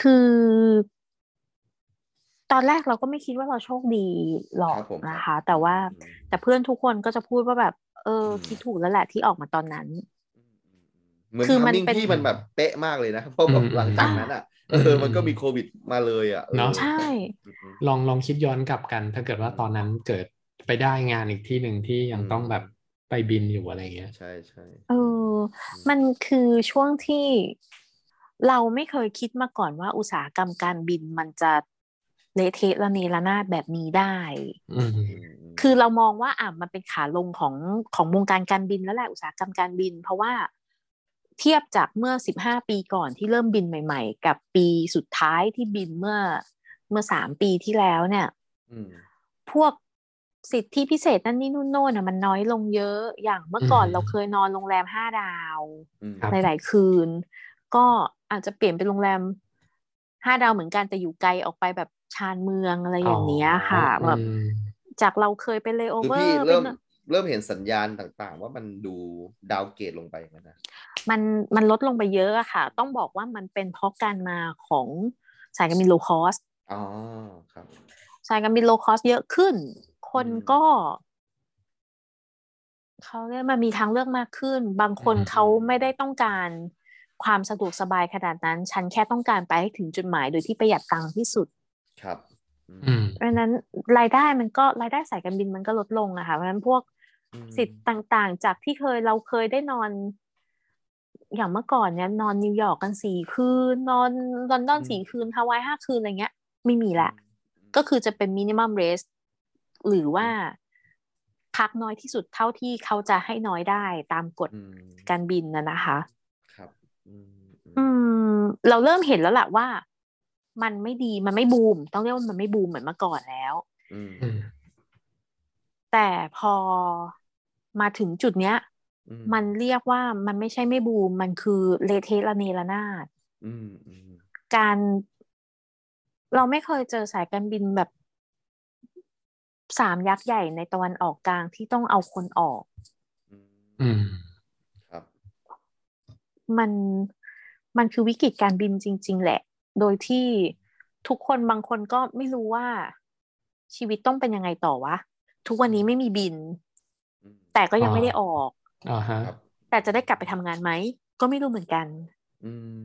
[SPEAKER 4] คือ ตอนแรกเราก็ไม่คิดว่าเราโชคดีหรอก
[SPEAKER 2] ครับผม
[SPEAKER 4] นะคะ แต่ว่า แต่เพื่อนทุกคนก็จะพูดว่าแบบ เอออ
[SPEAKER 2] ม
[SPEAKER 4] คิดถูกแล้วแหละที่ออกมาตอนนั้น
[SPEAKER 2] เหมือน
[SPEAKER 4] คือ
[SPEAKER 2] ทา
[SPEAKER 4] มัน
[SPEAKER 2] มิ่ง
[SPEAKER 4] เป็น
[SPEAKER 2] ที่มันแบบเป๊ะมากเลยนะเพราะแบบหลังจากนั้นอ่ะเออมันก็มีโควิดมาเลยอ่ะออ
[SPEAKER 3] เนาะ
[SPEAKER 4] ใช่
[SPEAKER 2] อืม
[SPEAKER 3] ลองลองคิดย้อนกลับกัน ถ้าเกิดว่าตอนนั้นเกิดไปได้งานอีกที่หนึ่งที่ยัง
[SPEAKER 2] อืม
[SPEAKER 3] ต้องแบบไปบินอยู่อะไรอย่างเงี้ย
[SPEAKER 2] ใช่ใช่
[SPEAKER 4] เออ มันคือช่วงที่เราไม่เคยคิดมาก่อนว่าอุตสาหกรรมการบินมันจะเละเทะระเนระนาดแบบนี้ได้
[SPEAKER 3] อืม
[SPEAKER 2] ม
[SPEAKER 4] คือเรามองว่าอ่ะมันเป็นขาลงของของวงการการบินแล้วแหละอุตสาหกรรมการบิน เพราะว่าเทียบจากเมื่อสิบห้าปีก่อนที่เริ่มบินใหม่ ๆ กับปีสุดท้ายที่บินเมื่อเมื่อสามปีที่แล้วเนี่ย
[SPEAKER 2] อืม
[SPEAKER 4] พวกสิทธิพิเศษนั่นนี่นู่นโน่นน่ะมันน้อยลงเยอะอย่างเมื่อก่อน
[SPEAKER 3] อืม
[SPEAKER 4] เราเคยนอนโรงแรมห้าดาว
[SPEAKER 2] อืม
[SPEAKER 3] ครับ
[SPEAKER 4] หลาย ๆ คืน ก็อาจจะเปลี่ยนเป็นโรงแรมห้าดาวเหมือนกันแต่อยู่ไกลออกไปแบบชานเมืองอะไรอย่างเนี้ยค่ะ
[SPEAKER 3] อ๋อ
[SPEAKER 4] แบบ
[SPEAKER 3] อืม
[SPEAKER 4] จากเราเคยเป็นเลโอ
[SPEAKER 2] คือ
[SPEAKER 4] เวอ
[SPEAKER 2] พี่
[SPEAKER 4] ร์เป็
[SPEAKER 2] เริ่ม
[SPEAKER 4] น
[SPEAKER 2] เริ่มเห็นสัญญาณต่างๆ ว่ามันดูดาวเกตลงไปอย่างนั้นนะ
[SPEAKER 4] มันมันลดลงไปเยอะอะค่ะ ต้องบอกว่ามันเป็นเพราะการมาของสายการบินโลคอส
[SPEAKER 2] อ๋อครับ
[SPEAKER 4] สายการบินโลคอสเยอะขึ้น คน
[SPEAKER 2] อืม
[SPEAKER 4] ก็เขาเรียกมันมีทางเลือกมากขึ้น บางคน
[SPEAKER 3] อืม
[SPEAKER 4] เขาไม่ได้ต้องการความสะดวกสบายขนาดนั้น ฉันแค่ต้องการไปให้ถึงจุดหมายโดยที่ประหยัดตังค์ที่สุด
[SPEAKER 2] ครับ
[SPEAKER 3] อืม
[SPEAKER 4] เพราะฉะนั้นรายได้มันก็รายได้สายการบินมันก็ลดลงอะค่ะเพราะฉะนั้นพวก สิทธิ์ต่างๆ จากที่เคยเราเคยได้นอน อย่างเมื่อก่อนเนี่ยนอนนิวยอร์กกันสี่คืน นอนลอนดอน
[SPEAKER 2] อืม
[SPEAKER 4] สี่คืนฮาวายห้าคืนอะไรเงี้ย ไม่มีละ ก็คือจะเป็นมินิมัมเรสหรือว่าพักน้อยที่สุดเท่าที่เขาจะให้น้อยได้ตามกฎ
[SPEAKER 2] อืม
[SPEAKER 4] การบินนะนะคะ
[SPEAKER 2] ครับอืมอืม
[SPEAKER 4] อืม เราเริ่มเห็นแล้วล่ะว่า มันไม่ดีมันไม่บูม ต้องเรียกว่ามันไม่บูมเหมือนเมื่อก่อนแล้ว
[SPEAKER 2] อืม
[SPEAKER 3] อืม
[SPEAKER 4] แต่พอมาถึงจุดเนี้ย
[SPEAKER 2] อื
[SPEAKER 4] มันเรียกว่ามันไม่ใช่ไม่บูม มันคือเละเทะระเนระนาด
[SPEAKER 2] อืมอืม
[SPEAKER 4] การเราไม่เคยเจอสายการบินแบบสามยักษ์ใหญ่ในตะวันออกกลางที่ต้องเอาคนออก
[SPEAKER 2] อืม
[SPEAKER 3] อืม
[SPEAKER 2] ครับ
[SPEAKER 4] มันมันคือวิกฤตการบินจริง ๆ แหละ โดยที่ทุกคนบางคนก็ไม่รู้ว่าชีวิตต้องเป็นยังไงต่อวะ ทุกวันนี้ไม่มีบิน
[SPEAKER 2] อืม
[SPEAKER 4] แต่ก็ยัง
[SPEAKER 3] อ่า
[SPEAKER 4] ไม่ได้ออก
[SPEAKER 3] อ่าฮะ
[SPEAKER 2] ครับ
[SPEAKER 4] แต่จะได้กลับไปทำงานไหม ก็ไม่รู้เหมือนกัน
[SPEAKER 2] อืม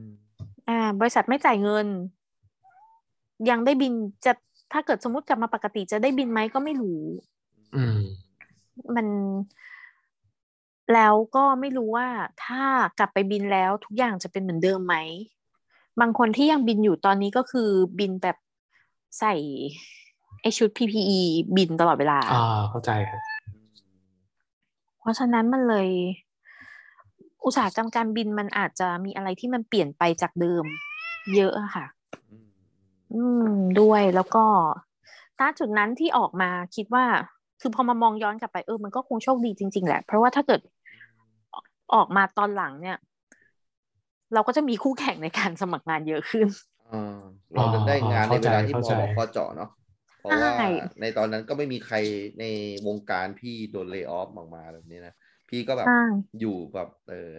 [SPEAKER 4] อ่าบริษัทไม่จ่ายเงิน ยังได้บินจะถ้าเกิดสมมติกลับมาปกติจะได้บินไหมก็ไม่รู้
[SPEAKER 3] อืม
[SPEAKER 4] มันแล้วก็ไม่รู้ว่าถ้ากลับไปบินแล้วทุกอย่างจะเป็นเหมือนเดิมไหม บางคนที่ยังบินอยู่ตอนนี้ก็คือบินแบบใส่ไอชุด PPE บินตลอดเวลา
[SPEAKER 3] อ่า เข้าใจครับ
[SPEAKER 4] เพราะฉะนั้นมันเลย อุตสาหกรรมการบินมันอาจจะมีอะไรที่มันเปลี่ยนไปจากเดิม เยอะอะค่ะ
[SPEAKER 2] อืม
[SPEAKER 4] อืมด้วยแล้วก็ณจุดนั้นที่ออกมาคิดว่า คือพอมามองย้อนกลับไปเออมันก็คงโชคดีจริง ๆ แหละ เพราะว่าถ้าเกิดออกออกมาตอนหลังเนี่ย เราก็จะมีคู่แข่งในการสมัครงานเยอะขึ้น
[SPEAKER 2] อ่าเราจะได้งานใน
[SPEAKER 3] เข้าใจ
[SPEAKER 2] เวลาที่พ
[SPEAKER 3] เข้า
[SPEAKER 2] อ
[SPEAKER 3] ใจ
[SPEAKER 2] เหมาะพอเจาะเนาะเพราะว่า
[SPEAKER 4] ใช่
[SPEAKER 2] ในตอนนั้นก็ไม่มีใครในวงการพี่โดนเลย์ออฟออกมาแบบนี้นะพี่ก็แบบ
[SPEAKER 4] อ่า
[SPEAKER 2] อยู่แบบเออ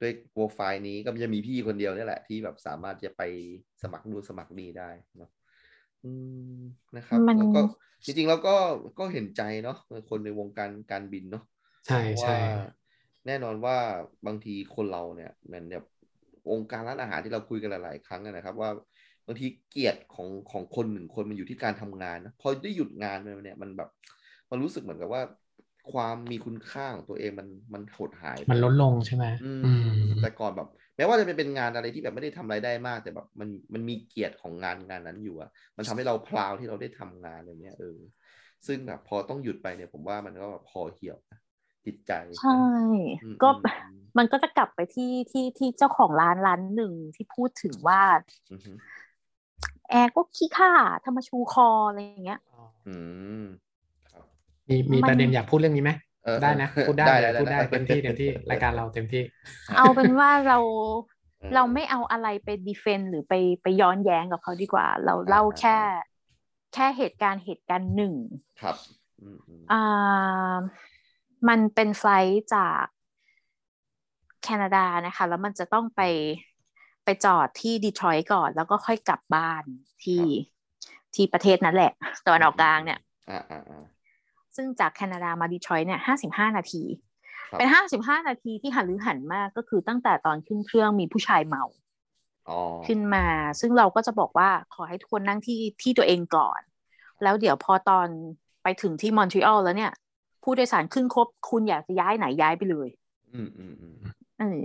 [SPEAKER 2] ด้วยโปรไฟล์นี้ก็จะมีพี่คนเดียวเนี่ยแหละ ที่แบบสามารถจะไปสมัครดูนสมัครนี่ได้เนอะอืมนะครับ
[SPEAKER 4] มัน
[SPEAKER 2] แล้วก็จริงๆแล้วก็ก็เห็นใจเนาะคนในวงการการบินเนาะ
[SPEAKER 3] ใช่
[SPEAKER 2] เพราะ
[SPEAKER 3] ใช่
[SPEAKER 2] ว่าแน่นอนว่าบางทีคนเราเนี่ยเหมือนแบบองค์การร้านอาหารที่เราคุยกันหลาย ๆ ครั้งอะนะครับ ว่าบางทีเกียรติของของคนหนึ่งคนมันอยู่ที่การทำงานนะพอได้หยุดงานไปเนี่ยมันแบบมันรู้สึกเหมือนกับว่า ความมีคุณค่าของตัวเองมันมันหดหายไป
[SPEAKER 3] มันลดลงใช่ไหม
[SPEAKER 2] อืม
[SPEAKER 3] อืม
[SPEAKER 2] แต่ก่อนแบบ แม้ว่าจะเป็นงานอะไรที่แบบไม่ได้ทำรายได้มาก แต่แบบมันมันมีเกียรติของงานงานนั้นอยู่อะมันทำให้เราพราวที่เราได้ทำงานอะไรเนี้ยเออ ซึ่งแบบพอต้องหยุดไปเนี่ยผมว่ามันก็แบบพอเหี่ยวนะจิตใจนะ
[SPEAKER 4] ใช่
[SPEAKER 2] อืม
[SPEAKER 4] ก็
[SPEAKER 2] อืม
[SPEAKER 4] มันก็จะกลับไปที่ที่ที่เจ้าของร้านร้านหนึ่งที่พูดถึงว่า
[SPEAKER 2] อืมอืม
[SPEAKER 4] แอร์ก็ขี้ข้าทำมาชูคออะไรอย่างเงี้ย
[SPEAKER 2] อืมครับ
[SPEAKER 3] มีมี
[SPEAKER 4] มัน
[SPEAKER 3] ประเด็นอยากพูดเรื่องนี้ไหม
[SPEAKER 2] เออ
[SPEAKER 3] ได้นะ
[SPEAKER 2] เออ
[SPEAKER 3] พูดได้เลยพูดได้
[SPEAKER 2] ได้
[SPEAKER 3] เต็มที่เต็มที่รายการเราเต็มที่
[SPEAKER 4] เอาเป็นว่าเราเราไม่เอาอะไรไปดีเฟนหรือไปไปย้อนแย้งกับเขาดีกว่า เราเล่าแค่ แค่เหตุการณ์เหตุการณ์หนึ่ง
[SPEAKER 2] ครับอืมอืม
[SPEAKER 4] อ่ามันเป็นไฟลท์จากแคนาดานะคะ แล้วมันจะต้องไปไปจอดที่ดีทรอยต์ก่อน แล้วก็ค่อยกลับบ้านที่ที่ประเทศนั้นแหละตะวันออกกลางเนี่ย
[SPEAKER 2] อ่าอ่าอ่า
[SPEAKER 4] ซึ่งจากแคนาดามาดีทรอยต์เนี่ยห้าสิบห้านาที
[SPEAKER 2] ครับ
[SPEAKER 4] เป็นห้าสิบห้านาทีที่หันหรือหันมากก็คือตั้งแต่ตอนขึ้นเครื่องมีผู้ชายเมา
[SPEAKER 2] อ๋อ
[SPEAKER 4] ขึ้นมา ซึ่งเราก็จะบอกว่าขอให้ทุกคนนั่งที่ที่ตัวเองก่อน แล้วเดี๋ยวพอตอนไปถึงที่มอนทรีออลแล้วเนี่ย ผู้โดยสารขึ้นครบ คุณอยากจะย้ายไหนย้ายไปเลย
[SPEAKER 2] อืมอืมอืม
[SPEAKER 4] เออ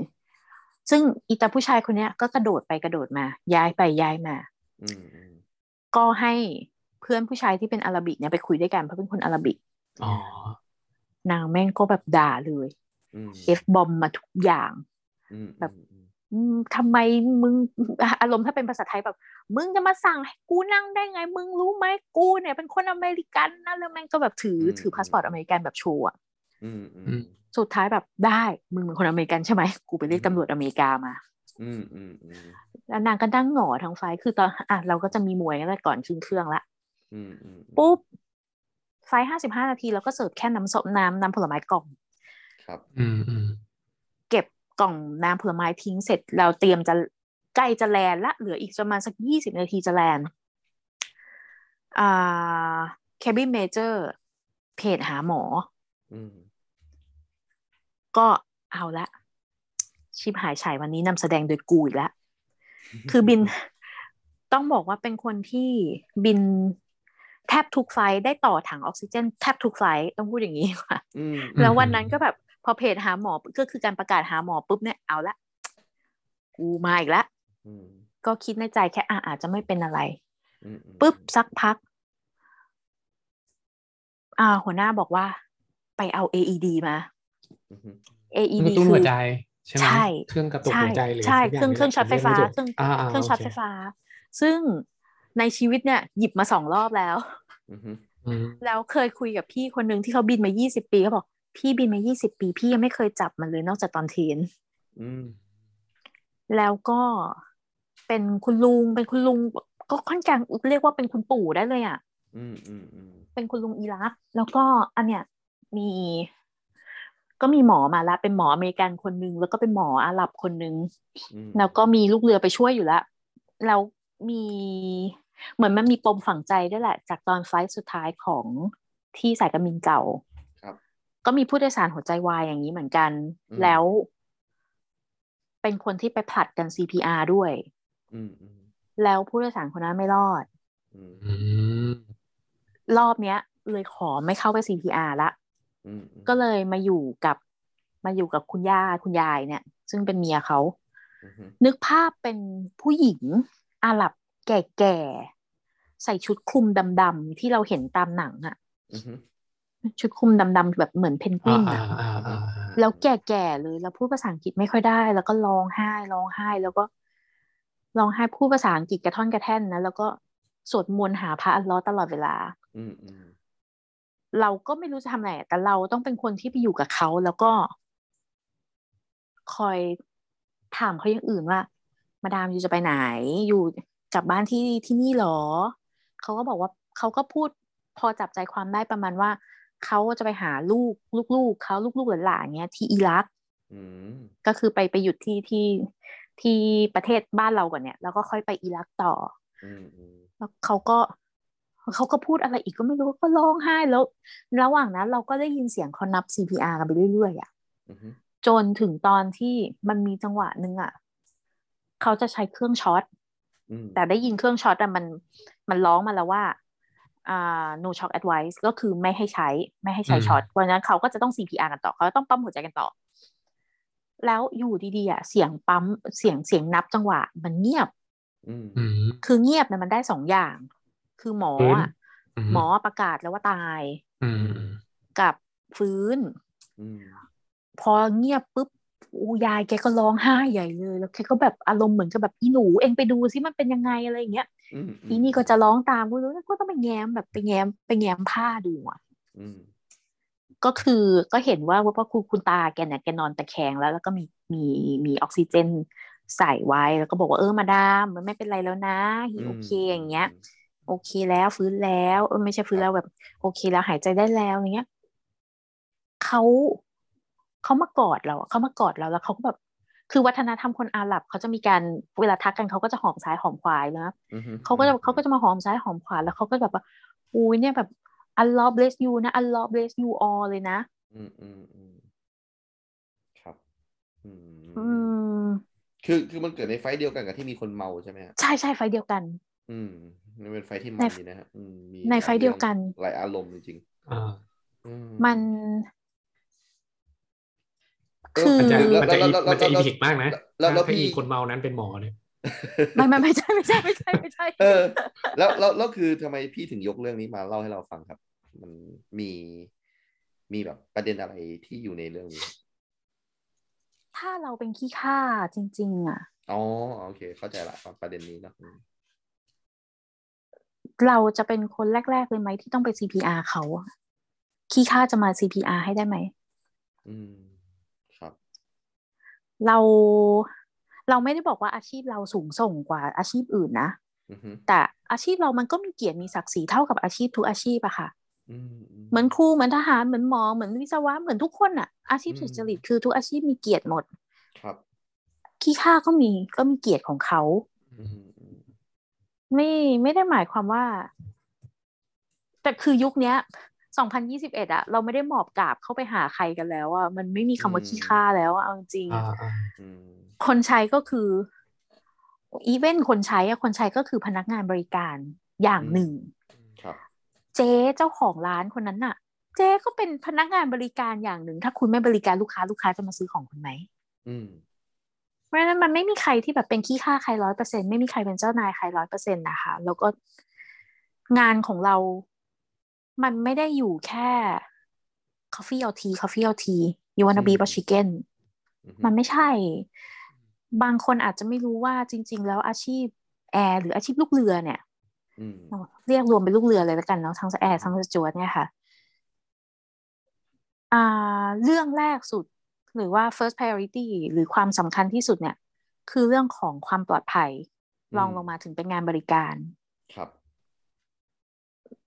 [SPEAKER 4] ซึ่งอีตาผู้ชายคนเนี้ยก็กระโดดไปกระโดดมา ย้ายไปย้ายมา
[SPEAKER 2] อืมอืม
[SPEAKER 4] ก็ให้เพื่อนผู้ชายที่เป็นอาราบิกเนี่ยไปคุยด้วยกันเพราะเป็นคนอาราบิก
[SPEAKER 3] อ๋อ
[SPEAKER 4] นางแม่งก็แบบด่าเลย
[SPEAKER 2] อืม
[SPEAKER 4] เอฟบอมมาทุกอย่าง
[SPEAKER 2] อืม
[SPEAKER 4] แบบ
[SPEAKER 2] อืม
[SPEAKER 4] อืมทำไมมึง อ่ะอารมณ์ถ้าเป็นภาษาไทยแบบ มึงจะมาสั่งให้กูนั่งได้ไง มึงรู้ไหมกูเนี่ยเป็นคนอเมริกันนะแล้วมันก็แบบถือถือพาสปอร์ตอเมริกันแบบโชว์อะ
[SPEAKER 2] อืมอืม
[SPEAKER 3] อืม
[SPEAKER 4] สุดท้ายแบบได้มึงเป็นคนอเมริกันใช่ไหมกูไปเรียกตำรวจอเมริกามา
[SPEAKER 2] อืมอืมอืม
[SPEAKER 4] แล้วนางก็นั่งหงอทั้งไฟล์คือตอนอ่ะเราก็จะมีมวยกันแล้วก่อนขึ้นเครื่องละ
[SPEAKER 2] อืมอืมอืม
[SPEAKER 4] ปุ๊บไฟห้าสิบห้านาทีเราก็เสิร์ฟแค่น้ำส้มน้ำน้ำผลไม้กล่อง
[SPEAKER 2] ครับ
[SPEAKER 3] อืมอืม
[SPEAKER 4] เก็บกล่องน้ำผลไม้ทิ้งเสร็จเราเตรียมจะใกล้จะแลนละ เหลืออีกประมาณสักยี่สิบนาทีจะแลนอ่าแคบินเมเจอร์เพจหาหมอ
[SPEAKER 2] อืม
[SPEAKER 4] ก็เอาละ ชิบหายฉายวันนี้นำแสดงโดยกูอีกละ คือบิน ต้องบอกว่าเป็นคนที่บินแทบทุกไฟลท์ได้ต่อถังออกซิเจน แทบทุกไฟลท์ต้องพูดอย่างนี้ดีกว่า
[SPEAKER 2] อืม
[SPEAKER 4] แล้ววันนั้นก็แบบพอเพจหาหมอก็คือการประกาศหาหมอปุ๊บเนี่ยเอาละกูมาอีกละ
[SPEAKER 2] อืม
[SPEAKER 4] ก็คิดในใจแค่อ่ะอาจจะไม่เป็นอะไร
[SPEAKER 2] อืมอืม
[SPEAKER 4] ปุ๊บสักพัก อ่า หัวหน้าบอกว่า ไปเอา AED มา
[SPEAKER 2] อืม
[SPEAKER 3] เครื่อง
[SPEAKER 4] AED
[SPEAKER 3] กระตุ้น
[SPEAKER 4] คื
[SPEAKER 3] หัว
[SPEAKER 4] อ
[SPEAKER 3] ใจใช่ไหม
[SPEAKER 4] ใช่
[SPEAKER 3] เครื่องกระตุก
[SPEAKER 4] ใช่
[SPEAKER 3] หัวใจหรือ
[SPEAKER 4] ใช่
[SPEAKER 3] สัก
[SPEAKER 4] เค
[SPEAKER 3] ย่า
[SPEAKER 4] รื่องเครื่องช็อตไฟฟ้า
[SPEAKER 3] ผมเรียกม่
[SPEAKER 4] เค
[SPEAKER 3] ถูก
[SPEAKER 4] รื่อง
[SPEAKER 3] อ่าา
[SPEAKER 4] เครื่องช็อต
[SPEAKER 3] โ
[SPEAKER 4] ไฟฟ้า ซึ่งในชีวิตเนี่ย หยิบมาสองรอบแล้ว
[SPEAKER 2] อืมอืม
[SPEAKER 3] อืม
[SPEAKER 4] แล้วเคยคุยกับพี่คนหนึ่งที่เขาบินมา 20 ปีเขาบอก พี่บินมา 20 ปี พี่ยังไม่เคยจับมันเลยนอกจากตอนเทรน
[SPEAKER 2] อืม
[SPEAKER 4] แล้วก็เป็นคุณลุงเป็นคุณลุงก็ค่อนข้างเรียกว่าเป็นคุณปู่ได้เลยอ่ะ
[SPEAKER 2] อืมอืมอืม
[SPEAKER 4] เป็นคุณลุงอีรัก แล้วก็อันเนี้ยมี ก็มีหมอมาละเป็นหมออเมริกันคนนึงแล้วก็เป็นหมออาหรับคนนึง
[SPEAKER 2] อืม
[SPEAKER 4] แล้วก็มีลูกเรือไปช่วยอยู่ละแล้วมีเหมือนมันมีปมฝังใจด้วยแหละ จากตอนไฟลท์สุดท้ายของที่สายการบินเก่า
[SPEAKER 2] ครับ
[SPEAKER 4] ก็มีผู้โดยสารหัวใจวายอย่างนี้เหมือนกัน
[SPEAKER 2] อืม
[SPEAKER 4] แล้ว เป็นคนที่ไปผลัดกัน CPR ด้วย
[SPEAKER 2] อืมอืม
[SPEAKER 4] แล้วผู้โดยสารคนนั้นไม่รอด
[SPEAKER 2] อืม
[SPEAKER 3] อืม
[SPEAKER 4] รอบเนี้ย เลยขอไม่เข้าไป CPR ละ
[SPEAKER 2] อืม
[SPEAKER 4] ก็เลยมาอยู่กับมาอยู่กับคุณย่าคุณยายเนี่ย ซึ่งเป็นเมียเขา
[SPEAKER 2] อืม
[SPEAKER 4] นึกภาพเป็นผู้หญิงอาหรับแก่ๆ ใส่ชุดคลุมดำๆ ที่เราเห็นตามหนังอะ
[SPEAKER 2] อืม
[SPEAKER 4] ชุดคลุมดำๆ แบบเหมือนเพนกวิ
[SPEAKER 3] อ่าน อ่า
[SPEAKER 4] อะ
[SPEAKER 3] อ่าอ่าอ่า
[SPEAKER 4] แล้วแก่ๆเลยแล้วพูดภาษาอังกฤษไม่ค่อยได้ แล้วก็ร้องไห้ร้องไห้ แล้วก็ร้องไห้พูดภาษาอังกฤษกระท่อนกระแท่นนะแล้วก็สวดมนต์หาพระอัลเลอฮ์ตลอดเวลา
[SPEAKER 2] อืมอืม
[SPEAKER 4] เราก็ไม่รู้จะทำอะไรแต่เราต้องเป็นคนที่ไปอยู่กับเขาแล้วก็คอยถามเขาอย่างอื่นว่า มาดามอยู่จะไปไหน อยู่กลับบ้านที่ที่นี่หรอ เขาก็บอกว่าเขาก็พูดพอจับใจความได้ประมาณว่า เขาจะไปหาลูกลูกๆเขาลูกๆหลานๆเนี้ยที่อิรัก
[SPEAKER 2] อืม
[SPEAKER 4] ก็คือไปไปหยุดที่ที่ที่ประเทศบ้านเราก่อนเนี่ย แล้วก็ค่อยไปอิรักต่อ
[SPEAKER 2] อืมอืม
[SPEAKER 4] แล้วเขาก็เขาก็พูดอะไรอีกก็ไม่รู้ก็ร้องไห้แล้ว ระหว่างนั้นเราก็ได้ยินเสียงเขานับ CPR กันไปเรื่อยๆอะ
[SPEAKER 2] อืม
[SPEAKER 4] จนถึงตอนที่มันมีจังหวะหนึ่งอ่ะเขาจะใช้เครื่องช็อต
[SPEAKER 2] อืม
[SPEAKER 4] แต่ได้ยินเครื่องช็อตแต่มันมันร้องมาแล้วว่าอ่า no shock advice ก็คือไม่ให้ใช้ ไม่ให้ใช้ช็อตเพราะฉะนั้นเขาก็จะต้อง CPR กันต่อเขาต้องปั๊มหัวใจกันต่อ แล้วอยู่ดีๆอ่ะเสียงปั๊มเสียงเสียงนับจังหวะ มันเงียบ
[SPEAKER 2] อืม
[SPEAKER 3] อืม
[SPEAKER 4] คือเงียบเนี่ยมันได้สองอย่าง คือหมออ่ะ
[SPEAKER 3] อื
[SPEAKER 4] หมอประกาศแล้วว่าตาย
[SPEAKER 3] อืม
[SPEAKER 4] กับฟื้น
[SPEAKER 2] อืม
[SPEAKER 4] พอเงียบปุ๊บอูยายแกก็ร้องไห้ใหญ่เลย แล้วแกก็แบบอารมณ์เหมือนกับแบบอีหนูเองไปดูซิมันเป็นยังไงอะไรอย่างเงี้ย
[SPEAKER 2] อืม
[SPEAKER 4] อีนี่ก็จะร้องตามกูรู้ก็ต้องไปแง้มแบบไปแง้มไปแง้มผ้าดูอ่ะ
[SPEAKER 2] อืม
[SPEAKER 4] ก็คือก็เห็นว่าว่าคุณคุณตาแกเนี่ยแกนอนตะแคงแล้ว แล้วก็มีมีมีออกซิเจนใส่ไว้แล้วก็บอกว่าเออมาดามมันไม่เป็นไรแล้วนะฮีโอเคอย่างเงี้ย โอเคแล้วฟื้นแล้วเออไม่ใช่ฟื้นแล้วแบบ โอเคแล้วหายใจได้แล้วอย่างเงี้ยเขาเขามากอดเราอะเขามากอดเราแล้วเขาก็แบบ คือวัฒนธรรมคนอาหรับเขาจะมีการเวลาทักกันเขาก็จะหอมซ้ายหอมขวาอยู่แล้วนะ
[SPEAKER 2] อืมอืม
[SPEAKER 4] เขาก็จะเขาก็จะมาหอมซ้ายหอมขวาแล้วเขาก็แบบว่าอุ้ยเนี่ยแบบ Allah bless you นะ Allah bless you all เลยนะ
[SPEAKER 2] อืมอืมอืมครับ อื
[SPEAKER 4] อื
[SPEAKER 2] ม
[SPEAKER 4] ม
[SPEAKER 2] คือคือมันเกิดในไฟท์เดียวกันกับที่มีคนเมาใช่ไหมฮะ
[SPEAKER 4] ใช่ใช่ไฟล์เดียวกัน
[SPEAKER 2] อืมมันเป็นไฟท์ที่มั
[SPEAKER 4] ใน
[SPEAKER 2] นดีนะฮะอืมมี
[SPEAKER 4] ในไฟท์เดียวกัน
[SPEAKER 2] หลายอารมณ์จริง
[SPEAKER 3] อ่า
[SPEAKER 2] ๆอื
[SPEAKER 4] มัน
[SPEAKER 2] เออ
[SPEAKER 4] คือ
[SPEAKER 3] มันจะ
[SPEAKER 2] แล้ว
[SPEAKER 3] มันจะ
[SPEAKER 2] แล้วแล้ว
[SPEAKER 3] มันจะอี
[SPEAKER 2] แล้ว
[SPEAKER 3] พิกมากนะ
[SPEAKER 2] แล้วแล้ว
[SPEAKER 3] ถ้า
[SPEAKER 2] พี่
[SPEAKER 3] อีคนเมานั้นเป็นหมอเนี่ย
[SPEAKER 4] ไม่ไม่ไม่ใช่ไม่ใช่ไม่ใช่ไม่ใช่
[SPEAKER 2] เออ แล้วแล้วแล้วคือทำไมพี่ถึงยกเรื่องนี้มาเล่าให้เราฟังครับ มันมีมีแบบประเด็นอะไรที่อยู่ในเรื่องนี้
[SPEAKER 4] ถ้าเราเป็นขี้ข้าจริง ๆ อ่ะ
[SPEAKER 2] อ๋อโอเค เข้าใจละประเด็นนี้เนอะอืม
[SPEAKER 4] เราจะเป็นคนแรก ๆ เลยไหมที่ต้องไป CPR เขาอะขี้ข้าจะมา CPR ให้ได้ไหม
[SPEAKER 2] อืมครับ
[SPEAKER 4] เราเราไม่ได้บอกว่าอาชีพเราสูงส่งกว่าอาชีพอื่นนะ
[SPEAKER 2] อือฮึ
[SPEAKER 4] แต่อาชีพเรามันก็มีเกียรติมีศักดิ์ศรีเท่ากับอาชีพทุกอาชีพอะค่ะ
[SPEAKER 2] อืมอื
[SPEAKER 4] เหมือนครูเหมือนทหารเหมือนหมอเหมือนวิศวะเหมือนทุกคนอะอาชีพ
[SPEAKER 2] อืม
[SPEAKER 4] สุจริตคือทุกอาชีพมีเกียรติหมด
[SPEAKER 2] ครับ
[SPEAKER 4] ขี้ข้าก็มีก็มีเกียรติของเขา
[SPEAKER 2] อืมอืม
[SPEAKER 4] ไม่ไม่ได้หมายความว่า แต่คือยุคเนี้ย 2021อะเราไม่ได้หมอบกราบเข้าไปหาใครกันแล้วอะมันไม่มีคำว่าขี้ข้าแล้วอะเอาจริงๆ
[SPEAKER 3] อ่าอ่า
[SPEAKER 2] อืม
[SPEAKER 4] คนใช้ก็คืออีเวนคนใช้อะคนใช้ก็คือพนักงานบริการอย่างหนึ่ง
[SPEAKER 2] ครับ
[SPEAKER 4] เจ๊เจ้าของร้านคนนั้นน่ะ เจ๊ก็เป็นพนักงานบริการอย่างหนึ่ง ถ้าคุณไม่บริการลูกค้าลูกค้าจะมาซื้อของคุณไหม
[SPEAKER 2] อืม
[SPEAKER 4] เพราะฉะนั้นมันไม่มีใครที่แบบเป็นขี้ข้าใครร้อยเปอร์เซ็นไม่มีใครเป็นเจ้านายใครร้อยเปอร์เซ็นนะคะ แล้วก็งานของเรา มันไม่ได้อยู่แค่ coffee or tea coffee or tea you wanna be a chicken
[SPEAKER 2] อือฮึ
[SPEAKER 4] มันไม่ใช่ บางคนอาจจะไม่รู้ว่าจริง ๆ แล้วอาชีพแอร์หรืออาชีพลูกเรือเนี่ย
[SPEAKER 2] อืม
[SPEAKER 4] เรียกรวมเป็นลูกเรือเลยแล้วกันเนาะทั้งแอร์ทั้งสจวตเนี่ยค่ะ อ่า เรื่องแรกสุดหรือว่า first priority หรือความสำคัญที่สุดเนี่ย คือเรื่องของความปลอดภัยรองลงมาถึงเป็นงานบริการ
[SPEAKER 2] ครับ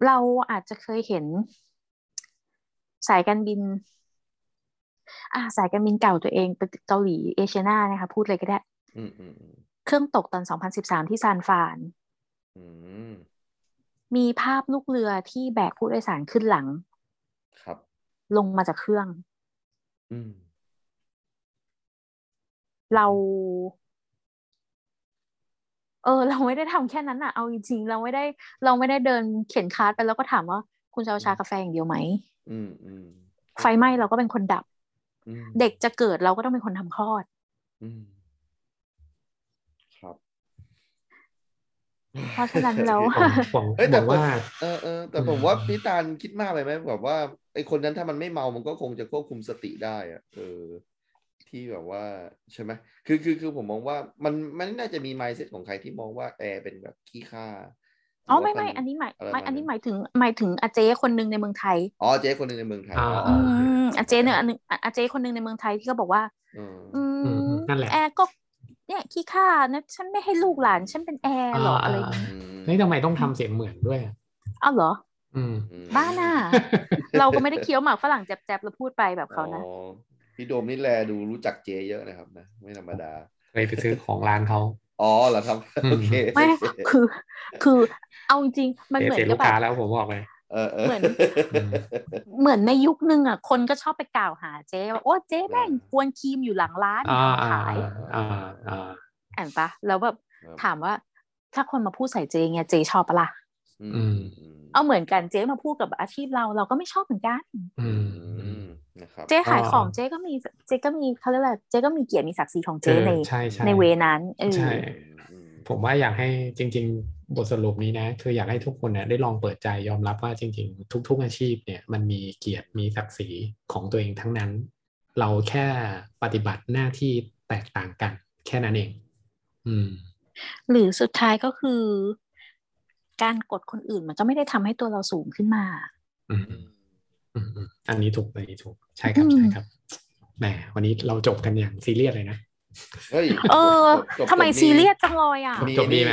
[SPEAKER 4] เราอาจจะเคยเห็น สายการบิน อ่า สายการบินเก่าตัวเองไปเกาหลีเอเชียนานะคะ พูดเลยก็ได้
[SPEAKER 2] อืมอืมอืม
[SPEAKER 4] เครื่องตกตอน 2013 ที่ซานฟราน
[SPEAKER 2] อืม
[SPEAKER 4] มีภาพลูกเรือที่แบกผู้โดยสารขึ้นหลัง
[SPEAKER 2] ครับ
[SPEAKER 4] ลงมาจากเครื่อง
[SPEAKER 2] อืม
[SPEAKER 4] เรา เออ เราไม่ได้ทำแค่นั้นอะเอาจริงๆเราไม่ได้ เราไม่ได้เดินเข็นคาร์ดไปแล้วก็ถามว่า คุณจะเอาชากาแฟอย่างเดียวไหม
[SPEAKER 2] อืมอืม
[SPEAKER 4] ไฟไหม้เราก็เป็นคนดับ
[SPEAKER 2] อืม
[SPEAKER 4] เด็กจะเกิดเราก็ต้องเป็นคนทำคลอด
[SPEAKER 2] อืมครับ
[SPEAKER 4] เพราะฉะนั้นแล้ว
[SPEAKER 3] ผมผม
[SPEAKER 2] เอ้ยแต่
[SPEAKER 3] บอกว่า
[SPEAKER 2] เออเออแต่
[SPEAKER 3] อืม
[SPEAKER 2] ผมว่าพี่ตาลคิดมากไปไหมแบบว่าไอคนนั้นถ้ามันไม่เมามันก็คงจะควบคุมสติได้อะเออ ที่แบบว่าใช่ไหมคือคือคือผมมองว่ามันมันน่าจะมีไมซ์เซ็ตของใครที่มองว่าแอร์เป็นแบบขี้ข้า
[SPEAKER 4] อ๋อ
[SPEAKER 2] หรื
[SPEAKER 4] ไม่
[SPEAKER 2] ว่า
[SPEAKER 4] ไม่
[SPEAKER 2] พั
[SPEAKER 4] อันนี้หมาย
[SPEAKER 2] อะไร
[SPEAKER 4] หมาย
[SPEAKER 2] ประมาณนั้น
[SPEAKER 4] อันนี้หมายถึงหมายถึงอาเจคนหนึ่งในเมืองไทย
[SPEAKER 2] อ๋อเจ๊คนหนึ่งในเมืองไทย
[SPEAKER 3] อ่า
[SPEAKER 2] อ๋อ
[SPEAKER 4] อืม
[SPEAKER 2] โอเค
[SPEAKER 4] อาเจเนี่ยอันหนึ่งอาอาเจคนหนึ่งในเมืองไทยที่ก็บอกว่า
[SPEAKER 2] อืม
[SPEAKER 4] อื
[SPEAKER 3] อืม
[SPEAKER 4] ม
[SPEAKER 3] นั่นแหละ
[SPEAKER 4] แอร์ก็ เนี่ยขี้ข้านะฉันไม่ให้ลูกหลาน ฉันเป็นแอร์หรออะไรอย่างเงี้ย
[SPEAKER 2] อืม
[SPEAKER 3] นี่ทำไมต้องทำเสียงเหมือนด้วยอะ
[SPEAKER 4] เอ้าเหรอ
[SPEAKER 3] อืม
[SPEAKER 2] อืม
[SPEAKER 4] บ้าน่ะ เราก็ไม่ได้เคี้ยวหมากฝรั่งแจบๆแล้วพูดไปแบบเขานะ
[SPEAKER 2] อ๋อพี่โดมนี่แลดูรู้จักเจเยอะนะครับนะไม่ธรรมดา
[SPEAKER 3] เคยไปซื้อของร้านเขา
[SPEAKER 2] อ๋อเหรอครับ
[SPEAKER 3] อืม
[SPEAKER 2] โอเค
[SPEAKER 4] ไม่ คือ คือ เอาจริงๆมัน
[SPEAKER 3] เสีย
[SPEAKER 4] เหมือ
[SPEAKER 3] เสีย
[SPEAKER 4] นกั
[SPEAKER 3] ลู
[SPEAKER 4] บ
[SPEAKER 3] ก
[SPEAKER 4] แบ
[SPEAKER 3] ค้า
[SPEAKER 4] บ
[SPEAKER 3] แล้วผมบอกเลย
[SPEAKER 2] เออเออ
[SPEAKER 4] เหมือน เหมือนในยุคนึงอ่ะ คนก็ชอบไปกล่าวหาเจ๊ว่าโอ้เจ๊แม่งกวนครีมอยู่หลังร้าน
[SPEAKER 3] อ่า
[SPEAKER 4] ทำ
[SPEAKER 3] อ่า
[SPEAKER 4] ขาย
[SPEAKER 3] อ่าอ่า
[SPEAKER 4] อ่านปะแล้วแบบ
[SPEAKER 2] ครับ
[SPEAKER 4] ถามว่า ถ้าคนมาพูดใส่เจ๊เงี้ยเจ๊ชอบปะล่ะ
[SPEAKER 2] อืม
[SPEAKER 3] อืม
[SPEAKER 2] อืม
[SPEAKER 4] เอาเหมือนกันเจ๊มาพูดกับอาชีพเราเราก็ไม่ชอบเหมือนกัน
[SPEAKER 3] อืม
[SPEAKER 2] อืมนะ นะครับ
[SPEAKER 1] เจ๊ขายของ
[SPEAKER 3] อ๋อ
[SPEAKER 1] เจ๊ก็มีเจ๊ก็มีเขาเรียกอะไรเจ๊ก็มีเกียรติมีศักดิ์ศรีของเจ๊ใน
[SPEAKER 3] ใช่ใช่
[SPEAKER 1] ในเวนั้นเออ
[SPEAKER 3] ใช่
[SPEAKER 2] อืม
[SPEAKER 3] ผมว่าอยากให้จริง ๆ บทสรุปนี้นะ คืออยากให้ทุกคนเนี่ยได้ลองเปิดใจยอมรับว่าจริง ๆ ทุก ๆ อาชีพเนี่ยมันมีเกียรติมีศักดิ์ศรีของตัวเองทั้งนั้น เราแค่ปฏิบัติหน้าที่แตกต่างกัน แค่นั้นเอง อืม
[SPEAKER 1] หรือสุดท้ายก็คือ การกดคนอื่นมันก็ไม่ได้ทำให้ตัวเราสูงขึ้นมา
[SPEAKER 3] อืมอืมอืมอันนี้ถูกอันนี้ถูกใช่ครับใช่ครับแหมวันนี้เราจบกันอย่างซีเรียสเลยนะ
[SPEAKER 2] เฮ้ย
[SPEAKER 1] เออ
[SPEAKER 2] จบจบ
[SPEAKER 1] ทำไม
[SPEAKER 2] จบดี
[SPEAKER 1] ซีเรียสจังเลยอ่ะ
[SPEAKER 3] จบดีไหม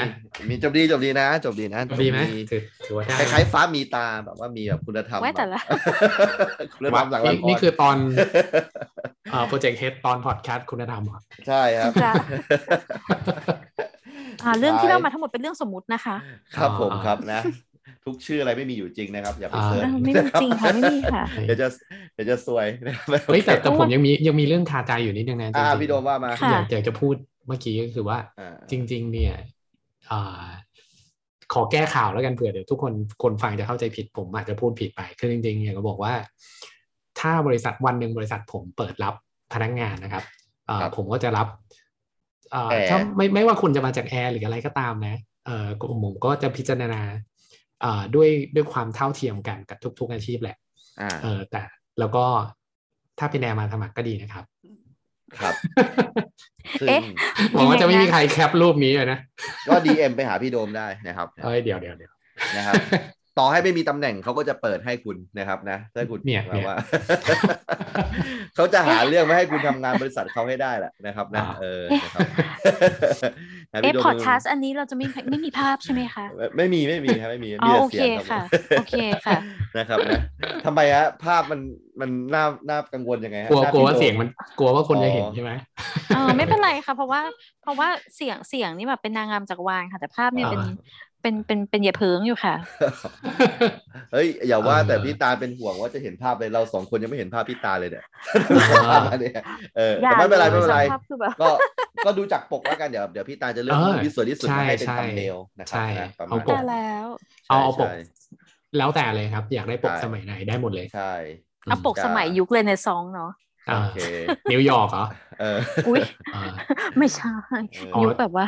[SPEAKER 2] มีจบดีจบดีนะ จบดีนะ
[SPEAKER 3] ดีไหมถือถือว่าได้
[SPEAKER 2] คล้ายๆฟ้ามีตาแบบว่ามีแบบคุณธรรม
[SPEAKER 1] ไว้แต่ละ
[SPEAKER 2] แบบคุณธรรมหลังละ
[SPEAKER 3] นี่
[SPEAKER 2] คร
[SPEAKER 3] นี่คือตอนเอ่อโปรเจกต์เฮดตอนพอดแคสต์คุณธรรมเหรอ
[SPEAKER 2] ใช่ครับ
[SPEAKER 1] จะ อ่าเรื่องที่เล่ามาทั้งหมดเป็นเรื่องสมมตินะคะ
[SPEAKER 2] ครับผม
[SPEAKER 3] อ่า
[SPEAKER 2] ครับนะ ทุกชื่ออะไรไม่มีอยู่จริงนะครับ อย่าไป
[SPEAKER 3] อ่า
[SPEAKER 2] เสิร์ช
[SPEAKER 1] เออไม่มีจริงค่ะไม่มีค่ะ
[SPEAKER 2] เดี๋ยวจะเดี๋ยวจะซวยนะครับ
[SPEAKER 3] เฮ้ยแต่แต่ผมยังมียังมีเรื่องคาใจอยู่นิดนึงนะจริ
[SPEAKER 2] อ่าง
[SPEAKER 3] ๆ
[SPEAKER 2] พี่โดมว่ามา
[SPEAKER 1] ค่ะ
[SPEAKER 3] อยากอยากจะพูดเมื่อกี้ก็คือว่า
[SPEAKER 2] อ่า
[SPEAKER 3] จริง ๆ เนี่ยอ่าขอแก้ข่าวแล้วกันเผื่อเดี๋ยวทุกคนคนฟังจะเข้าใจผิดผมอาจจะพูดผิดไปคือจริงๆอยากจะบอกว่า ถ้าบริษัทวันหนึ่งบริษัทผมเปิดรับพนักงานนะครับอ่าผมก็จะรับอ่าถ้าไม่ไม่ว่าคุณจะมาจากแอร์หรืออะไรก็ตามนะเอ่อผมก็จะพิจารณาอ่าด้วยด้วยความเท่าเทียมกันกับทุก ๆ อาชีพแหละ
[SPEAKER 2] อ่า
[SPEAKER 3] เออแต่แล้วก็ถ้าเป็นแนวมาสมัครก็ดีนะครับ
[SPEAKER 2] ครับซึ่ง
[SPEAKER 1] เอ๊ะ
[SPEAKER 3] หวังว่าจะไม่มีใครแคปรูปนี้เลยนะ
[SPEAKER 2] ก็ดีเอ็มไปหาพี่โดมได้นะครับ
[SPEAKER 3] เอ้ยเดี๋ยวเดี๋ยวเดี๋ยว
[SPEAKER 2] นะครับ ต่อให้ไม่มีตำแหน่งเขาก็จะเปิดให้คุณนะครับนะถ้าคุณ
[SPEAKER 3] เนี่ย
[SPEAKER 2] แบบว่า
[SPEAKER 3] เนี่ย
[SPEAKER 2] เขาจะหาเรื่องไม่ให้คุณทำงานบริษัทเขาให้ได้แหละนะครับนะ
[SPEAKER 3] อ่า
[SPEAKER 2] เออนะครับนะ
[SPEAKER 1] เอ๊ะ
[SPEAKER 2] พี่โดม
[SPEAKER 1] พอดแคสต์อันนี้เราจะไม่ไม่มีภาพใช่ไหมคะ
[SPEAKER 2] ไม่ไม่มีไม่มีครับไม่มี
[SPEAKER 1] อ๋อ
[SPEAKER 2] มีแต่
[SPEAKER 1] โอ
[SPEAKER 2] เสี
[SPEAKER 1] เค
[SPEAKER 2] ยงครั
[SPEAKER 1] ค่ะ
[SPEAKER 2] บผม
[SPEAKER 1] โอเคค่ะ
[SPEAKER 2] นะครับนะทำไมฮะภาพมันมันน่าน่ากังวลยังไงฮะ
[SPEAKER 3] กลัว
[SPEAKER 2] หน้
[SPEAKER 3] กลัวว่า
[SPEAKER 2] พี่โด
[SPEAKER 3] เสียงมันกลัวว่าคนจะเห็น
[SPEAKER 2] อ๋อ
[SPEAKER 3] ใช่ไหม
[SPEAKER 1] เออไม่เป็นไรค่ะ เพราะว่าเพราะว่าเสียงเสียงนี่แบบเป็นนางงามจักรวาลค่ะ แต่ภาพเนี่ยเป็น
[SPEAKER 3] อ่า
[SPEAKER 1] เป็นเป็นเป็นเหยาเพิงอยู่ค่ะ
[SPEAKER 2] เฮ้ยอย่าว่า
[SPEAKER 3] เออ
[SPEAKER 2] แต่พี่ตาเป็นห่วงว่าจะเห็นภาพเลยเราสองคนยังไม่เห็นภาพพี่ตาเลยเนี่ย
[SPEAKER 3] อ่า
[SPEAKER 2] เนี่ยเออ
[SPEAKER 1] อย่า
[SPEAKER 2] แต่ไม่เป็นไรไม่เป็นไร
[SPEAKER 1] ภาพคือแบบ
[SPEAKER 2] ก็ก็ดูจากปกแล้วกันเดี๋ยวเดี๋ยวพี่ตาจะเลือก
[SPEAKER 3] เออ
[SPEAKER 2] รูปที่สวยที่สุด
[SPEAKER 3] ใช่
[SPEAKER 2] มาให้เป็น
[SPEAKER 3] ใช่
[SPEAKER 2] ตัมเนลนะครั
[SPEAKER 3] ใช่
[SPEAKER 2] บนะประมาณ
[SPEAKER 3] เอาปก
[SPEAKER 1] แต่
[SPEAKER 2] นั้น
[SPEAKER 1] แล้ว
[SPEAKER 3] เอาเอาปก
[SPEAKER 2] ใช่
[SPEAKER 3] แล้วแต่เลยครับ อยากได้ปก
[SPEAKER 2] ใช่
[SPEAKER 3] สมัยไหนได้หมดเลย
[SPEAKER 2] ใช่
[SPEAKER 1] เอาปกสมัยยุคเรเนซองส์เนาะ
[SPEAKER 3] อ่า
[SPEAKER 2] โอเค
[SPEAKER 3] นิวยอร์กเหรอ
[SPEAKER 2] เออ
[SPEAKER 1] อุ้ย
[SPEAKER 3] อ่า
[SPEAKER 1] ไม่ใช่
[SPEAKER 3] อ๋อ
[SPEAKER 1] ยุคแบบว่า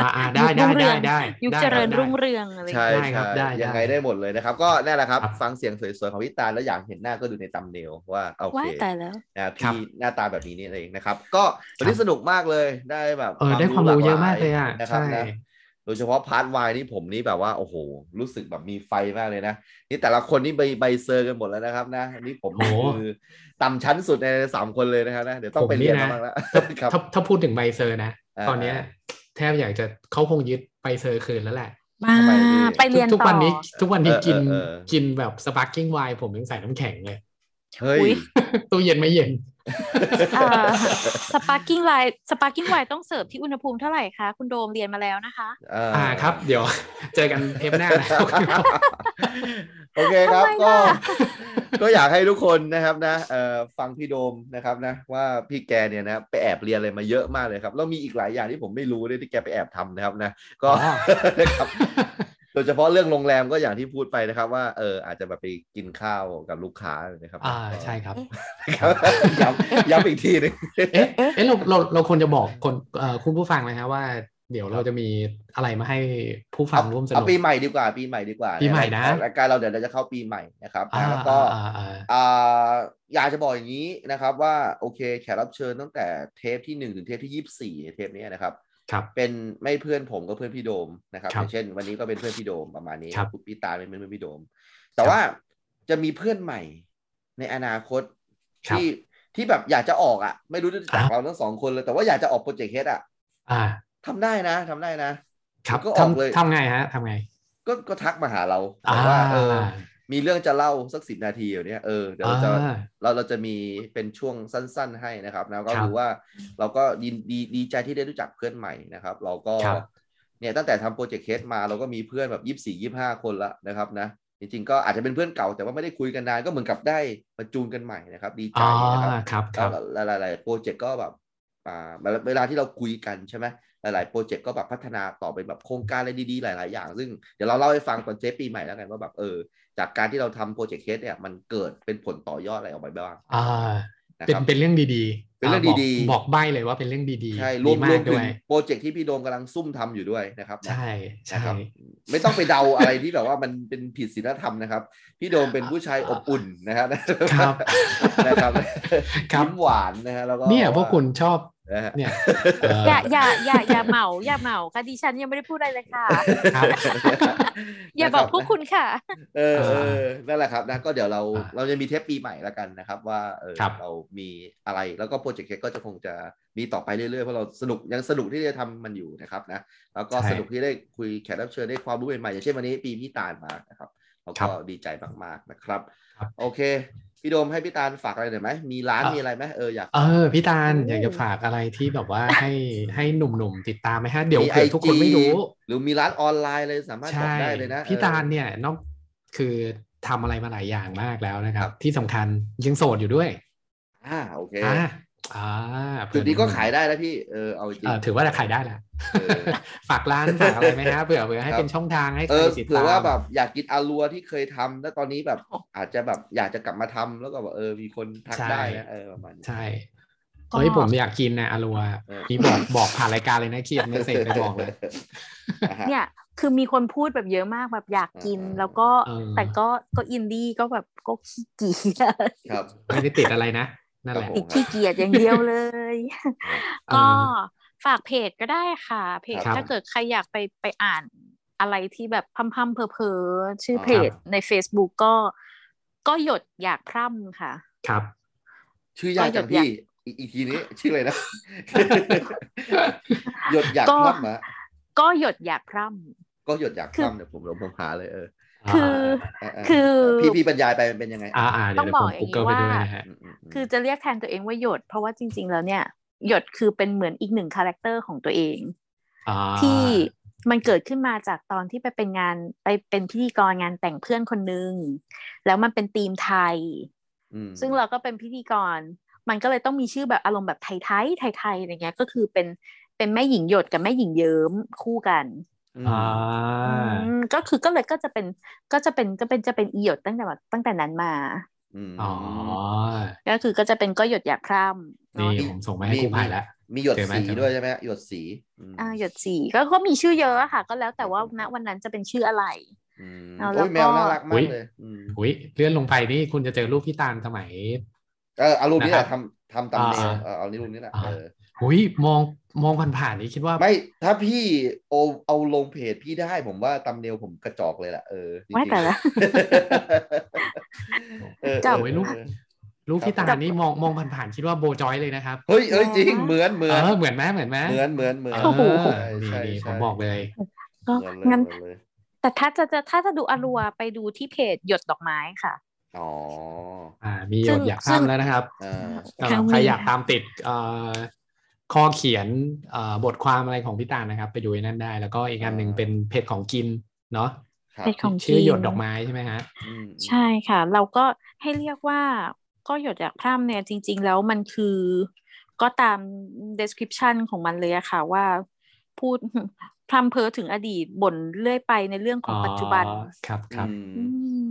[SPEAKER 3] อ่าอ่าได้ได้ได้ได้
[SPEAKER 1] ยุค
[SPEAKER 3] ได้
[SPEAKER 1] เจริญ
[SPEAKER 3] ได้
[SPEAKER 1] รุ่งเรืองอะไรอย่าง
[SPEAKER 2] ใช่
[SPEAKER 1] เงี้ย
[SPEAKER 3] ได้ครับ
[SPEAKER 2] ใช่
[SPEAKER 3] ได้
[SPEAKER 2] ยังไง
[SPEAKER 3] ได้
[SPEAKER 2] ได้หมดเลยนะครับ ก็นั่นแหละครับ
[SPEAKER 3] ครับ
[SPEAKER 2] ฟังเสียงสวยๆของพี่ตาลแล้วอยากเห็นหน้าก็ดูในตำเนลว่าโอเค
[SPEAKER 1] ว้ายตายแล้ว
[SPEAKER 2] นะ
[SPEAKER 3] ครั
[SPEAKER 2] พี่
[SPEAKER 3] บ
[SPEAKER 2] หน้าตาแบบนี้นี่เองนะครับ ก็วันนี้
[SPEAKER 3] ครับ
[SPEAKER 2] สนุกมากเลยได้แบบ
[SPEAKER 3] เออได้ความรู้เยอะมากเลยอ่ะ
[SPEAKER 2] หากหลายนะครับ
[SPEAKER 3] ใช่
[SPEAKER 2] นะโดยเฉพาะพาร์ทวายนี่ผมนี่แบบว่าโอ้โห รู้สึกแบบมีไฟมากเลยนะนี่แต่ละคนนี่ใบใบเซอร์กันหมดแล้วนะครับนะนี่ผมนี่คือต่ำชั้นสุดในสามคนเลยนะครับนะเดี๋ยวต้องไปเรียนมาบ้างแล้ว
[SPEAKER 3] ถ้า
[SPEAKER 2] ครับ
[SPEAKER 3] ถ้าถ้าพูดถึงใบเซอร์นะ
[SPEAKER 2] อ่า
[SPEAKER 3] ตอนเนี้ยแทบอยากจะเขาคงยึดใบเซอร์คืนแล้วแหละ
[SPEAKER 1] มา
[SPEAKER 2] ทำไมพี่
[SPEAKER 1] ไปเรียน
[SPEAKER 3] ทุก
[SPEAKER 1] ต่อ
[SPEAKER 3] วันนี้ทุกวันนี้
[SPEAKER 2] เออเออ
[SPEAKER 3] กิน
[SPEAKER 2] เออ
[SPEAKER 3] กินแบบสปาร์กิ้งไวน์ผมยังใส่น้ำแข็งเลย
[SPEAKER 2] เฮ้ย
[SPEAKER 1] อุ๊ย
[SPEAKER 3] ตู้เย็นไม่เย็น
[SPEAKER 1] เอ่อสปาร์กิ้งไลน์สปาร์กิ้งไวน์ต้องเสิร์ฟที่อุณหภูมิเท่าไหร่คะคุณโดมเรียนมาแล้วนะคะ
[SPEAKER 3] อ่าครับ เดี๋ยว เจอกันเทปหน้านะครับ
[SPEAKER 2] โอเคครับ
[SPEAKER 1] ทำไม
[SPEAKER 2] ก็
[SPEAKER 1] ล่ะ
[SPEAKER 2] ก็อยากให้ทุกคนนะครับนะเอ่อฟังพี่โดมนะครับนะว่าพี่แกเนี่ยนะไปแอบเรียนอะไรมาเยอะมากเลยครับแล้วมีอีกหลายอย่างที่ผมไม่รู้ด้วยที่แกไปแอบทำนะครับนะก็
[SPEAKER 3] อ๋อ
[SPEAKER 2] นะครับโดยเฉพาะเรื่องโรงแรมก็อย่างที่พูดไปนะครับ ว่าเอออาจจะแบบไปกินข้าวกับลูกค้านะครับ
[SPEAKER 3] อ่าใช่ครับ
[SPEAKER 2] ครับ ย้ำย้ำอีกทีหนึง
[SPEAKER 3] เอ๊ะเอ๊ะเราเราเราควรจะบอกคนเอ่อคุณผู้ฟังไหมฮะว่า เดี๋ยวเราจะมีอะไรมาให้ผู้ฟังร่วมสนุ
[SPEAKER 2] เอา
[SPEAKER 3] ก
[SPEAKER 2] ปีใหม่ดีกว่าปีใหม่ดีกว่า
[SPEAKER 3] ปีใหม่นะ
[SPEAKER 2] รายการเราเดี๋ยวเราจะเข้าปีใหม่นะครับ
[SPEAKER 3] อ่า
[SPEAKER 2] นะแล้วก็
[SPEAKER 3] อ่าอ่า
[SPEAKER 2] อ่าอยากจะบอกอย่างนี้นะครับว่าโอเคแขกรับเชิญตั้งแต่เทปที่หนึ่งถึงเทปที่ยี่สิบสี่เทปเนี้ยนะครับ
[SPEAKER 3] ครับ
[SPEAKER 2] เป็นไม่เพื่อนผมก็เพื่อนพี่โดมนะครับ
[SPEAKER 3] ค
[SPEAKER 2] อ
[SPEAKER 3] รับ
[SPEAKER 2] ย่างเช่น วันนี้ก็เป็นเพื่อนพี่โดมประมาณนี้
[SPEAKER 3] ครับ
[SPEAKER 2] ณพี่ตาเป็นเพื่อนพี่โดม แต่
[SPEAKER 3] ครับ
[SPEAKER 2] ว่าจะมีเพื่อนใหม่ในอนาคต
[SPEAKER 3] ครับ
[SPEAKER 2] ที่ที่แบบอยากจะออกอ่ะ ไม่รู้จะจาก
[SPEAKER 3] อ่า
[SPEAKER 2] เราทั้งสองคนเลยแต่ว่าอยากจะออกโปรเจกต์เฮดอ่ะ
[SPEAKER 3] อ่า
[SPEAKER 2] ทำได้นะทำได้นะ
[SPEAKER 3] ครับ
[SPEAKER 2] ก็ออกเลย
[SPEAKER 3] ทำทำไงฮะทำไง
[SPEAKER 2] ก็ก็ทักมาหาเรา
[SPEAKER 3] อ่า
[SPEAKER 2] บอกว่าเออ มีเรื่องจะเล่าสักสิบนาทีอยู่เนี่ยเออเดี๋ยวเราจะ
[SPEAKER 3] อ่า
[SPEAKER 2] เราเราจะมีเป็นช่วงสั้น ๆ ให้นะครับนะก็
[SPEAKER 3] ครับ
[SPEAKER 2] คือว่าเราก็ดีดีดีใจที่ได้รู้จักเพื่อนใหม่นะครับ เราก็
[SPEAKER 3] ครับ
[SPEAKER 2] เนี่ยตั้งแต่ทำโปรเจกต์เคสมาเราก็มีเพื่อนแบบยี่สี่ยี่ห้าคนละนะครับนะจริงๆก็อาจจะเป็นเพื่อนเก่าแต่ว่าไม่ได้คุยกันนานก็เหมือนกับได้มาจูนกันใหม่นะครับ ดีใจ
[SPEAKER 3] อ่า
[SPEAKER 2] นะครับ
[SPEAKER 3] ครับค
[SPEAKER 2] แล้
[SPEAKER 3] รั
[SPEAKER 2] ว
[SPEAKER 3] บ
[SPEAKER 2] หลายๆโปรเจกต์ก็แบบอ่าเวลาที่เราคุยกันใช่ไหม หลาย ๆ โปรเจกต์ก็แบบพัฒนาต่อเป็นแบบโครงการอะไรดี ๆ หลาย ๆ อย่าง ซึ่งเดี๋ยวเราเล่าให้ฟังตอนเจ๊ปีใหม่แล้วกันว่าแบบเออ จากการที่เราทำโปรเจกต์เคสเนี่ยมันเกิดเป็นผลต่อยอดอะไรออกไปบ้าง
[SPEAKER 3] อ่า
[SPEAKER 2] นะ
[SPEAKER 3] เป็น
[SPEAKER 2] ครับ
[SPEAKER 3] เป็นเรื่องดีๆ
[SPEAKER 2] เป็นเรื่อง
[SPEAKER 3] าบก
[SPEAKER 2] ดีๆ
[SPEAKER 3] บอกใบ้เลยว่าเป็นเรื่องดีๆ
[SPEAKER 2] ใช่รวม
[SPEAKER 3] ดีมาร
[SPEAKER 2] วม
[SPEAKER 3] กด้
[SPEAKER 2] ถึ
[SPEAKER 3] ว
[SPEAKER 2] ง
[SPEAKER 3] ย
[SPEAKER 2] โปรเจกต์ที่พี่โดมกำลังซุ่มทำอยู่ด้วยนะครับนะ
[SPEAKER 3] ใช่
[SPEAKER 2] นะ
[SPEAKER 3] ใช่
[SPEAKER 2] ครับ ไม่ต้องไปเดาอะไรที่แบบว่ามันเป็นผิดศีลธรรมนะครับ พี่โดมเป็นผู้ชายอบอุ่นนะครับ
[SPEAKER 3] ครับ
[SPEAKER 2] นะครับ
[SPEAKER 3] ครับ
[SPEAKER 2] ยิ้มหวานนะฮะแล้วก็
[SPEAKER 3] เนี่ยพวกคุณชอบ
[SPEAKER 2] นะฮะ
[SPEAKER 3] เนี่ย เ
[SPEAKER 4] อย่าอย่าอย่าอย่าเหมาอย่าเหมาค่ะดิฉันยังไม่ได้พูดอะไรเลยค่ะ
[SPEAKER 3] ครับ
[SPEAKER 4] อย่าบอกพวกคุณค่ะ
[SPEAKER 2] เออเออนั่นแหละครับนะก็เดี๋ยวเรา
[SPEAKER 3] อ่า
[SPEAKER 2] เราจะมีเทปปีใหม่แล้วกันนะครับ ว่าเออ
[SPEAKER 3] ครับ
[SPEAKER 2] เรามีอะไรแล้วก็โปรเจกต์เคก็จะคงจะมีต่อไปเรื่อยๆเพราะเราสนุกยังสนุกที่จะทำมันอยู่นะครับนะแล้วก็สนุกที่ได้คุยแขกรับเชิญได้ความรู้ใหม่ๆอย่างเช่นวันนี้ปีพี่ตาลมานะครับเรา
[SPEAKER 3] ครั
[SPEAKER 2] ก็
[SPEAKER 3] บ
[SPEAKER 2] ดีใจมากๆนะครับ
[SPEAKER 3] ครับ
[SPEAKER 2] โอเค พี่โดมให้พี่ตาลฝากอะไรหน่อยไหมมีร้าน
[SPEAKER 3] เอ่อ
[SPEAKER 2] มีอะไรไหมเอออยาก
[SPEAKER 3] เออพี่ตา ล
[SPEAKER 4] อืม
[SPEAKER 3] อยากจะฝากอะไรที่แบบว่าให้ให้หนุ่มๆติดตามไหมฮะ เดี๋ยว
[SPEAKER 2] มี
[SPEAKER 3] เผื่อ
[SPEAKER 2] IG
[SPEAKER 3] ทุกคนไม่รู้
[SPEAKER 2] หรือมีร้านออนไลน์เลยสามารถ
[SPEAKER 3] ใช่
[SPEAKER 2] ทำได้เลยนะ
[SPEAKER 3] พี่
[SPEAKER 2] เออ
[SPEAKER 3] ตาลเนี่ยนอกคือทำอะไรมาหลายอย่างมากแล้วนะครั
[SPEAKER 2] ค
[SPEAKER 3] บ
[SPEAKER 2] รับ
[SPEAKER 3] ที่สำคัญยังโสดอยู่ด้วย
[SPEAKER 2] อ่าโอเค
[SPEAKER 3] อ่าอ่า
[SPEAKER 2] จุดนี้ก็ขายได้แล้วพี่เออเอาจริง
[SPEAKER 3] เออถือว่าขายได้ละ
[SPEAKER 2] เออ
[SPEAKER 3] ฝากร้านฝากอะไรไหมฮะเผื่อเผื่อให้
[SPEAKER 2] ครับ
[SPEAKER 3] เป็นช่องทาง ให้ใค
[SPEAKER 2] เออ
[SPEAKER 3] รติด
[SPEAKER 2] เผื่
[SPEAKER 3] ตา
[SPEAKER 2] อ
[SPEAKER 3] ม
[SPEAKER 2] ว่าแบบอยากกินอารัวที่เคยทำแล้วตอนนี้ แบบ
[SPEAKER 4] โอ้
[SPEAKER 2] อาจจะแบบอยากจะกลับมาทำแล้วก็แบบเออมีคนทัก
[SPEAKER 3] ใช่
[SPEAKER 2] ได้นะเออประมาณนี้
[SPEAKER 3] ใช่
[SPEAKER 4] ก็
[SPEAKER 3] เฮ้ยผมอยากกินนะอารัว
[SPEAKER 2] เออ
[SPEAKER 3] พี่บอกบอกผ่านรายการเลยนะเคียนไม่เสร็จไปบอกเลย
[SPEAKER 2] นะฮะ
[SPEAKER 4] เนี่ยคือมีคนพูดแบบเยอะมากแบบอยากกิน
[SPEAKER 2] อ่า
[SPEAKER 4] แล้วก็
[SPEAKER 3] เออ
[SPEAKER 4] แต่ก็ก็อินดี้ก็แบบก็ขี้เกียจ
[SPEAKER 2] ครับ
[SPEAKER 3] ไม่ได้ติดอะไรนะนั่นแห
[SPEAKER 2] ครั
[SPEAKER 3] ละ
[SPEAKER 2] บผ
[SPEAKER 4] ติ
[SPEAKER 2] ม
[SPEAKER 4] ด ขี้เกียจอย่างเดียวเลย
[SPEAKER 3] เออ
[SPEAKER 4] ก็ฝากเพจก็ได้ค่ะ เพจ
[SPEAKER 3] ครับ
[SPEAKER 4] ถ้าเกิดใครอยากไปไปอ่านอะไรที่แบบพัมพัมๆเพอเพอๆชื่อเพจ
[SPEAKER 3] ครับ
[SPEAKER 4] ใน Facebook ก็ก็หยดอยากพร่ำค่ะ
[SPEAKER 3] ครับ
[SPEAKER 2] ชื่อยากจังพี่อีกอีกทีนี้ชื่ออะไรนะ หยดอยาก
[SPEAKER 4] ก็
[SPEAKER 2] พร่ำอะ
[SPEAKER 4] ก็หยดอยากพร่ำ
[SPEAKER 2] ก็หยดอยาก
[SPEAKER 4] คื
[SPEAKER 2] พ
[SPEAKER 4] อ
[SPEAKER 2] ร่ำเดี๋ยวผมลงผมหาเลยเออ
[SPEAKER 4] คือ
[SPEAKER 2] เเ
[SPEAKER 4] คือ
[SPEAKER 2] พี่พี่บรรยายไปมันเป็นยังไง
[SPEAKER 3] อ่าอ่าเดี๋ยว
[SPEAKER 4] ต้องบ
[SPEAKER 3] ผ
[SPEAKER 4] อก
[SPEAKER 3] ม
[SPEAKER 4] อย่างนี้
[SPEAKER 3] Google ไปด้วยนะฮะ
[SPEAKER 2] อืมมม
[SPEAKER 4] คือจะเรียกแทนตัวเองว่าหยด เพราะว่าจริง ๆ แล้วเนี่ย หยดคือเป็นเหมือนอีกหนึ่งคาแรคเตอร์ของตัวเอง
[SPEAKER 3] อ่า
[SPEAKER 4] ที่มันเกิดขึ้นมาจากตอนที่ไปเป็นงานไปเป็นพิธีกรงานแต่งเพื่อนคนนึง แล้วมันเป็นธีมไทย
[SPEAKER 2] อืม
[SPEAKER 4] ซึ่งเราก็เป็นพิธีกร มันก็เลยต้องมีชื่อแบบอารมณ์แบบไทยๆไทยๆอะไรเงี้ยก็คือเป็นเป็นแม่หญิงหยดกับแม่หญิงเยิ้มคู่กัน
[SPEAKER 2] อืม
[SPEAKER 3] อ่า
[SPEAKER 4] อืมก็คือก็เลยก็จะเป็นก็จะเป็นก็เป็นจะเป็นอีหยดตั้งแต่แบบตั้งแต่นั้นมา
[SPEAKER 2] อืม
[SPEAKER 3] อ๋อ
[SPEAKER 4] ก็คือก็จะเป็นก็หยดอยากพร่ำ
[SPEAKER 3] นี่
[SPEAKER 4] เนาะ
[SPEAKER 3] ผมส่งมาให้
[SPEAKER 2] มี
[SPEAKER 3] กูภัยแล้ว
[SPEAKER 2] มีหยด
[SPEAKER 3] เจอไหม
[SPEAKER 2] สี
[SPEAKER 3] เจอไหม
[SPEAKER 2] ด้วยใช่ไหมหยดสีอืม
[SPEAKER 4] อ่าหยดสีก็ก็มีชื่อเยอะอะค่ะ ก็แล้วแต่ว่าณวันนั้นจะเป็นชื่ออะไร
[SPEAKER 2] อืม
[SPEAKER 4] เอาแล้ว
[SPEAKER 2] โอ้ยแมว
[SPEAKER 4] ก็
[SPEAKER 2] น่ารัก
[SPEAKER 3] อุ๊
[SPEAKER 2] มาก
[SPEAKER 3] ย
[SPEAKER 2] เลยอืม
[SPEAKER 3] อุ้ยเลื่อนลงไปนี่คุณจะเจอรูปพี่ตาลสมัย
[SPEAKER 2] เออเอารูปนี้แหละ
[SPEAKER 3] นะครับ
[SPEAKER 2] ทำทำตามแนว
[SPEAKER 3] อ่า
[SPEAKER 2] เออเอานี่รูปนี้แหละ
[SPEAKER 3] อ่า
[SPEAKER 2] เออ
[SPEAKER 3] อุ้ยมองมองผ่านๆนี่คิดว่า
[SPEAKER 2] ไม่ถ้าพี่เอาเอาลงเพจพี่ได้ผมว่าตำเนวผมกระจอกเลยล่ะเออจริงๆ
[SPEAKER 4] ไม่แต่ละ
[SPEAKER 2] เออ
[SPEAKER 4] จอก
[SPEAKER 2] เอ
[SPEAKER 3] โอ้ย
[SPEAKER 2] อ
[SPEAKER 3] รูป
[SPEAKER 2] เออ
[SPEAKER 3] รูปพี่ตาลนี่มองมองผ่านๆคิดว่าโบจอยเลยนะครับ
[SPEAKER 2] เฮ้ยเอ้ยจริงเหมือนเห
[SPEAKER 3] เอ
[SPEAKER 2] มือน
[SPEAKER 3] อเหมือนไหมเหมือนไหม
[SPEAKER 2] เหมือนเหมือนเหมือน
[SPEAKER 3] เอ
[SPEAKER 4] โโห
[SPEAKER 3] อ
[SPEAKER 2] ใช่
[SPEAKER 3] นี่
[SPEAKER 2] ใช่
[SPEAKER 3] นี่ผ
[SPEAKER 2] ใช่
[SPEAKER 3] มบอกเลย
[SPEAKER 4] ก็
[SPEAKER 2] เหมือนเลย
[SPEAKER 4] งั้น
[SPEAKER 2] เหมือนเลย
[SPEAKER 4] แต่ถ้าจะจะถ้าจะดูอรัวไปดูที่เพจหยดดอกไม้ค่ะ
[SPEAKER 2] อ๋อ
[SPEAKER 3] อ่า มีหย
[SPEAKER 4] ซึ่
[SPEAKER 3] ด
[SPEAKER 4] ง
[SPEAKER 3] อยาก
[SPEAKER 4] ซึ่ง
[SPEAKER 3] ทำแล้วนะครับ
[SPEAKER 2] เออ
[SPEAKER 3] สำหรับใครอยากตามติดเอ่อข้อเขียนเอ่อบทความอะไรของพี่ตาลนะครับ ไปดูในนั่นได้ แล้วก็อีกอันหนึ่งเป็นเพจของกินเนาะ
[SPEAKER 2] ครับ
[SPEAKER 4] เพจของ
[SPEAKER 3] ชื่อ
[SPEAKER 4] กิน
[SPEAKER 3] หยดดอกไม้ใช่ไหมฮะ
[SPEAKER 2] อืม
[SPEAKER 4] ใช่ค่ะ เราก็ให้เรียกว่าก็หยดอยากพร่ำเนี่ยจริง ๆ แล้วมันคือ ก็ตาม description ของมันเลยอะค่ะว่าพูด พร่ำเพ้อถึงอดีตบ่นเรื่อยไปในเรื่องของปัจจุบัน
[SPEAKER 3] อ๋อครับครับ
[SPEAKER 2] อื
[SPEAKER 4] อื
[SPEAKER 2] ม
[SPEAKER 4] ม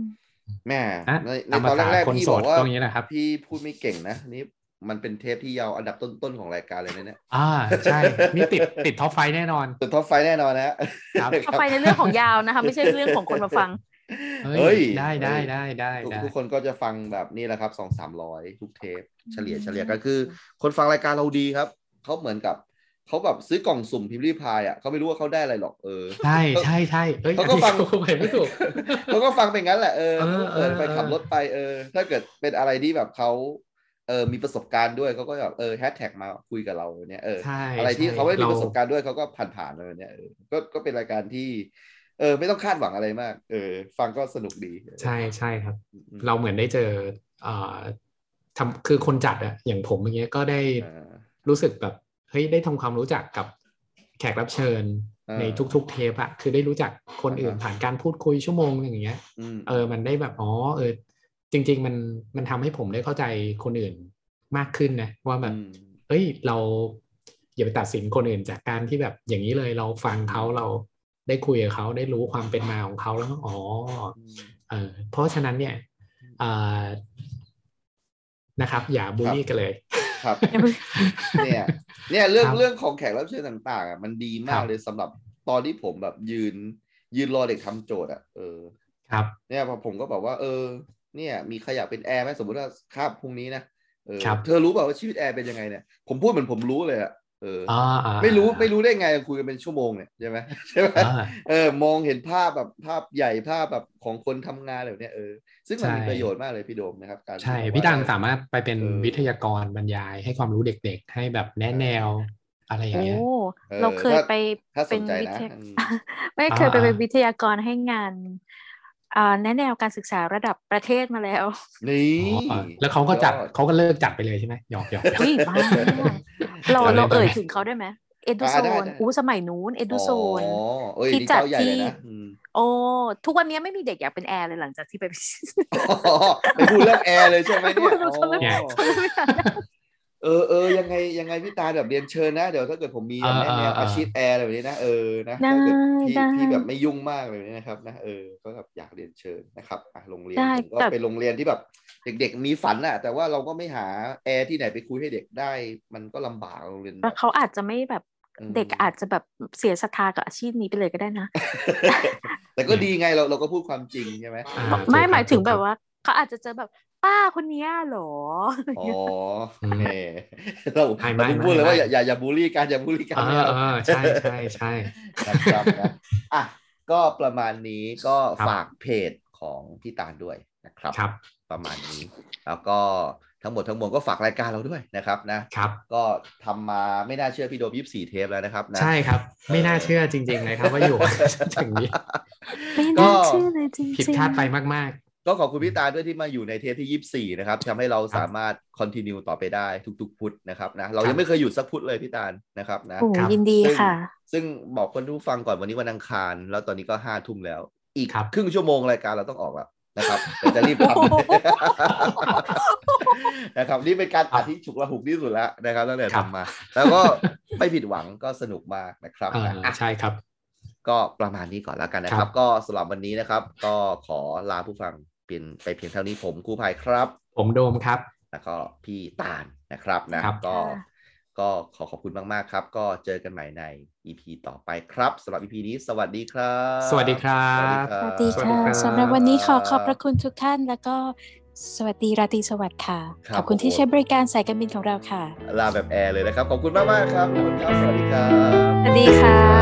[SPEAKER 2] แม่
[SPEAKER 3] อ่ะ
[SPEAKER 2] ในใน
[SPEAKER 3] ตาม
[SPEAKER 2] ตอ
[SPEAKER 3] ภานษา
[SPEAKER 2] แรก
[SPEAKER 3] ค
[SPEAKER 2] ๆ
[SPEAKER 3] น
[SPEAKER 2] พี่
[SPEAKER 3] โส
[SPEAKER 2] บอ
[SPEAKER 3] ด
[SPEAKER 2] กว่า
[SPEAKER 3] ก็อย่างนี้แหละครับ
[SPEAKER 2] พี่พูดไม่เก่งนะนี่มันเป็นเทปที่ยาวอันดับต้นๆของรายการเลยนะเนี่ย
[SPEAKER 3] อ่าใช่ นี่ติดติดท็อปไฟแน่นอน
[SPEAKER 2] สุดท็อปไฟว์แน่นอนนะฮะ
[SPEAKER 3] ครับ
[SPEAKER 2] นะค
[SPEAKER 4] เข้า
[SPEAKER 2] บ
[SPEAKER 4] ไปในเรื่องของยาวนะคะ ไม่ใช่เรื่องของคนมาฟัง
[SPEAKER 3] เฮ้
[SPEAKER 2] เฮ้
[SPEAKER 3] ย
[SPEAKER 2] ย
[SPEAKER 3] ได้ได้ได้ได้
[SPEAKER 2] ทุก
[SPEAKER 3] ได้
[SPEAKER 2] ทุกคนก็จะฟังแบบนี้แหละครับสองสามร้อยทุกเทป เฉลี่ย
[SPEAKER 4] อืม
[SPEAKER 2] เฉลี่ยก็คือ คนฟังรายการเราดีครับ เขาเหมือนกับ เขาแบบซื้อกล่องสุ่มพิมพ์รีพายอ่ะเขาไม่รู้ว่าเขาได้อะไรหรอกเออ
[SPEAKER 3] ใช่ใช่ใช่เฮ้ย
[SPEAKER 2] เขาก็ฟัง
[SPEAKER 3] อันนี้ กูไปไม่ถูก
[SPEAKER 2] เขาก็ฟังเป็นงั้นแหละเออ
[SPEAKER 3] เออเออ
[SPEAKER 2] เปิดไป
[SPEAKER 3] เออ
[SPEAKER 2] ขับรถไปเออ ถ้าเกิดเป็นอะไรที่แบบเขาเออมีประสบการณ์ด้วยเขาก็แบบเออแฮชแท็กมาคุยกับเราเนี่ยเออ
[SPEAKER 3] ใช่
[SPEAKER 2] อะไรที่
[SPEAKER 3] ใช่
[SPEAKER 2] เขาไม่ได้มี
[SPEAKER 3] เ
[SPEAKER 2] ประสบการณ์ด้วยเขาก็ผ่านๆเลยเนี่ยเออก็ก็เป็นรายการที่ เออ ไม่ต้องคาดหวังอะไรมาก เออ ฟังก็สนุกดี
[SPEAKER 3] ใช่ใช่ครับ
[SPEAKER 2] อืม
[SPEAKER 3] เราเหมือนได้เจอเอ่อทำคือคนจัดอะอย่างผมอย่างเงี้ยก็ได้
[SPEAKER 2] เออ
[SPEAKER 3] รู้สึกแบบเฮ้ยได้ทำความรู้จักกับแขกรับเชิญ
[SPEAKER 2] เออ
[SPEAKER 3] ในทุกๆเทปอะคือได้รู้จักคนอื่น
[SPEAKER 2] อ่าฮะ
[SPEAKER 3] ผ่านการพูดคุยชั่วโมงหนึ่งอย่างเงี้ย
[SPEAKER 2] อืม
[SPEAKER 3] เออมันได้แบบอ๋อเออ จริง ๆ มันมันทำให้ผมได้เข้าใจคนอื่นมากขึ้นนะว่าแบบ
[SPEAKER 2] อืม
[SPEAKER 3] เอ้ยเรา อย่าไปตัดสินคนอื่นจากการที่แบบอย่างนี้เลยเราฟังเขาเราได้คุยกับเขาได้รู้ความเป็นมาของเขาแล้วก็อ๋อ เออเพราะฉะนั้นเนี่ยเอ่อนะครับ อย่าบูลลี่กันเลย
[SPEAKER 2] ครับ
[SPEAKER 4] อย่าเพิ่ง
[SPEAKER 2] เนี่ยเนี่ยเรื่อง
[SPEAKER 3] ครับ
[SPEAKER 2] เรื่องของแขกรับเชิญต่างๆอ่ะมันดีมา
[SPEAKER 3] ค
[SPEAKER 2] ก
[SPEAKER 3] รับ
[SPEAKER 2] เลยสำหรับตอนที่ผมแบบยืน ยืนรอเด็กทำโจทย์อ่ะเออ
[SPEAKER 3] ครับ
[SPEAKER 2] เนี่ยพอผมก็บอกว่า เออ เนี่ย มีใครอยากเป็นแอร์ไหมสมมติว่าคาบพรุ่งนี้นะเออ
[SPEAKER 3] ครับ
[SPEAKER 2] เธอรู้เปล่าว่าชีวิตแอร์เป็นยังไงเนี่ยผมพูดเหมือนผมรู้เลยอ่ะเอออ
[SPEAKER 3] อ่าอ่า
[SPEAKER 2] ไม่รู้ไม่รู้ได้ไงคุยกันเป็นชั่วโมงเนี่ยใช่ไหม ใช่ไหม
[SPEAKER 3] อ่า
[SPEAKER 2] เออมองเห็นภาพแบบภาพใหญ่ภาพแบบของคนทำงานแบบเนี้ยเออซึ่งมัน
[SPEAKER 3] ใช่
[SPEAKER 2] มีประโยชน์มากเลยพี่โดมนะครับ การ
[SPEAKER 3] ใช่
[SPEAKER 2] ที่แบบ
[SPEAKER 3] พี่ดัน
[SPEAKER 2] ว่
[SPEAKER 3] สามารถไปเป็น
[SPEAKER 2] เออ
[SPEAKER 3] วิทยากรบรรยาย ให้ความรู้เด็กๆ ให้แบบแนะแนวอะไรอย่าง
[SPEAKER 4] โอ้
[SPEAKER 3] เงี้ย
[SPEAKER 2] เออ
[SPEAKER 4] เราเคยไป
[SPEAKER 2] ถ้าส
[SPEAKER 4] เป็น
[SPEAKER 2] นใจ
[SPEAKER 4] วิ
[SPEAKER 2] นะ
[SPEAKER 4] ทยา
[SPEAKER 2] อื ม
[SPEAKER 4] ไม่เคยไป
[SPEAKER 3] อ่า
[SPEAKER 4] เป็นวิทยากรให้งานอ่าแนะแนวการศึกษาระดับประเทศมาแล้ว
[SPEAKER 2] นี่
[SPEAKER 3] อ๋อแล้วเขาก็จัด
[SPEAKER 2] ยอด
[SPEAKER 3] เขาก็เลิกจัดไปเลยใช่ไหมหยอกหยอกหยอก
[SPEAKER 4] อุ้ย บ้า เรา
[SPEAKER 3] เราเล่น
[SPEAKER 4] เราเอ่ย
[SPEAKER 3] ได้ไหม
[SPEAKER 4] ถึงเขาได้ไหมเอ็ดูโซ
[SPEAKER 2] อ่าได้
[SPEAKER 4] น
[SPEAKER 2] ได้
[SPEAKER 4] อู้สมัยนู้นเอ็ดูโซน
[SPEAKER 2] อ๋อเอ้ย
[SPEAKER 4] ที่
[SPEAKER 2] นี่
[SPEAKER 4] จัด
[SPEAKER 2] เจ้าใหญ่เลย
[SPEAKER 4] ที่
[SPEAKER 2] นะอืม
[SPEAKER 4] โอ้ทุกวันนี้ไม่มีเด็กอยากเป็นแอร์เลยหลังจากที่ไป
[SPEAKER 2] อ๋อไปพูดเรื่องแอร์เลยใช่ไหมเนี่ย
[SPEAKER 4] ไม่รู้เขาเลือก
[SPEAKER 2] อ๋อเออเออยังไงยังไงพี่ตาแบบเรียนเชิญนะ เดี๋ยวถ้าเกิดผมมี
[SPEAKER 3] เออ
[SPEAKER 2] แนะแนว
[SPEAKER 3] เออเอออ
[SPEAKER 2] อาชีพแอร์อะไรแบบนี้นะเออนะ
[SPEAKER 4] ได้
[SPEAKER 2] ถ้าเกิดพี่
[SPEAKER 4] ได้
[SPEAKER 2] พี่แบบไม่ยุ่งมากเลยนะครับนะเออก็แบบอยากเรียนเชิญนะครับอ่ะโรงเรียน
[SPEAKER 4] ได้
[SPEAKER 2] ผมก็
[SPEAKER 4] แต่
[SPEAKER 2] เป็นโรงเรียนที่แบบ เด็ก ๆ มีฝันอะแต่ว่าเราก็ไม่หาแอร์ที่ไหนไปคุยให้เด็กได้ มันก็ลำบากโรงเรียนแบ
[SPEAKER 4] แต่
[SPEAKER 2] บ
[SPEAKER 4] เขาอาจจะไม่แบบ
[SPEAKER 2] อืม
[SPEAKER 4] เด็กอาจจะแบบเสียศรัทธากับอาชีพนี้ไปเลยก็ได้ นะ
[SPEAKER 2] แต่ก็ดีไงเราเราก็พูดความจริงใช่ไหม
[SPEAKER 3] อ่า
[SPEAKER 4] ไม่หมายถึง
[SPEAKER 3] ถูกค
[SPEAKER 4] แบ
[SPEAKER 3] รั
[SPEAKER 4] บว่าเขาอาจจะเจอแบบป้าคนเนี้ยเหรอ
[SPEAKER 2] อ๋อเน่เรา
[SPEAKER 3] ไม่
[SPEAKER 2] เรา
[SPEAKER 3] ไม่
[SPEAKER 2] ถึงพูดเลย
[SPEAKER 3] ไม่
[SPEAKER 2] ว่าอย่าอย่าอย่าบูลลี่กันอย่าบูลลี่กัน
[SPEAKER 3] อ่า
[SPEAKER 2] ไม่เอา
[SPEAKER 3] อ่าใช่ใช่ใช่
[SPEAKER 2] นะครับนะ อ่ะก็ประมาณนี้ก็
[SPEAKER 3] ครับ
[SPEAKER 2] ฝากเพจของพี่ตาลด้วยนะครับ
[SPEAKER 3] ครับ
[SPEAKER 2] ประมาณนี้ แล้วก็ทั้งหมดทั้งมวลก็ฝากรายการเราด้วยนะครับนะ
[SPEAKER 3] ครับ
[SPEAKER 2] ก็ทำมาไม่น่าเชื่อพี่โดมยี่สี่เทปแล้วนะครับนะ
[SPEAKER 3] ใช่ครับ ไม่น่าเชื่อจริงๆเลยครับ ว่าอยู่ ถึงนี้
[SPEAKER 4] ไม่
[SPEAKER 2] ก็
[SPEAKER 4] น่าเชื่อเลยจริงๆ
[SPEAKER 3] ผิดคาดไปมาก
[SPEAKER 2] ก็ขอบคุณพี่ตาลด้วยที่มาอยู่ในเทปที่ 24 นะครับทำให้เราสามารถคอนติเนียต่อไปได้ทุกๆ พุธนะครับนะเรา
[SPEAKER 3] ครับ
[SPEAKER 2] ยังไม่เคยหยุดสักพุธเลยพี่ตาลนะครับนะ
[SPEAKER 4] โอ้
[SPEAKER 3] ครับ
[SPEAKER 4] ยินดี
[SPEAKER 2] ซึ่ง
[SPEAKER 4] ค่ะ
[SPEAKER 2] ซึ่งบอกคนผู้ฟังก่อนวันนี้วันอังคาร แล้วตอนนี้ก็ห้าทุ่มแล้ว อีก
[SPEAKER 3] ครับ
[SPEAKER 2] ครึ่งชั่วโมงรายการเราต้องออกแล้ว นะครับเดี๋ยวจะรีบท
[SPEAKER 4] โอ้โห
[SPEAKER 2] ำ นะครับนี่เป็นการอัดที่ฉุกระหุกที่สุดแล้วนะครับตั้งแต่ทำมา แล้วก็ไม่ผิดหวังก็สนุกมากนะครับ
[SPEAKER 3] ๆเออ
[SPEAKER 2] นะอ่ะ
[SPEAKER 3] ใช่ครับ
[SPEAKER 2] ก็ประมาณนี้ก่อนแล้วกันนะค
[SPEAKER 3] ครั
[SPEAKER 2] รับ
[SPEAKER 3] บ
[SPEAKER 2] ก็สำหรับวันนี้นะครับ ก็ขอลาผู้ฟังเป็นไปเพียงเท่านี้ผมครูภัยครับ
[SPEAKER 3] ผมโดมครับ
[SPEAKER 2] แล้วก็พี่ตาลนะครับนะครับ ก็
[SPEAKER 4] ค่ะ
[SPEAKER 2] ก็ขอขอบคุณมากๆครับ ก็เจอกันใหม่ใน EP ต่อไปครับสำหรับ EP นี้สวัสดีครับ
[SPEAKER 3] สวัสดีครับ
[SPEAKER 4] สวัสดี
[SPEAKER 3] สวัสดี
[SPEAKER 4] ค่ะ
[SPEAKER 3] ครับ
[SPEAKER 4] สำหรับวันนี้ขอขอบพระคุณทุกท่าน แล้วก็สวัสดีราตรีสวัสดิ์ค่ะ
[SPEAKER 2] ครับ
[SPEAKER 4] ขอบคุณที่ใช้บริการสายการบินของเราค่ะ
[SPEAKER 2] ลาแบบแอร์เลยนะครับ ขอบคุณมากๆครับขอบคุณครับ สวัสดีครับ
[SPEAKER 4] สวัสดีค่ะ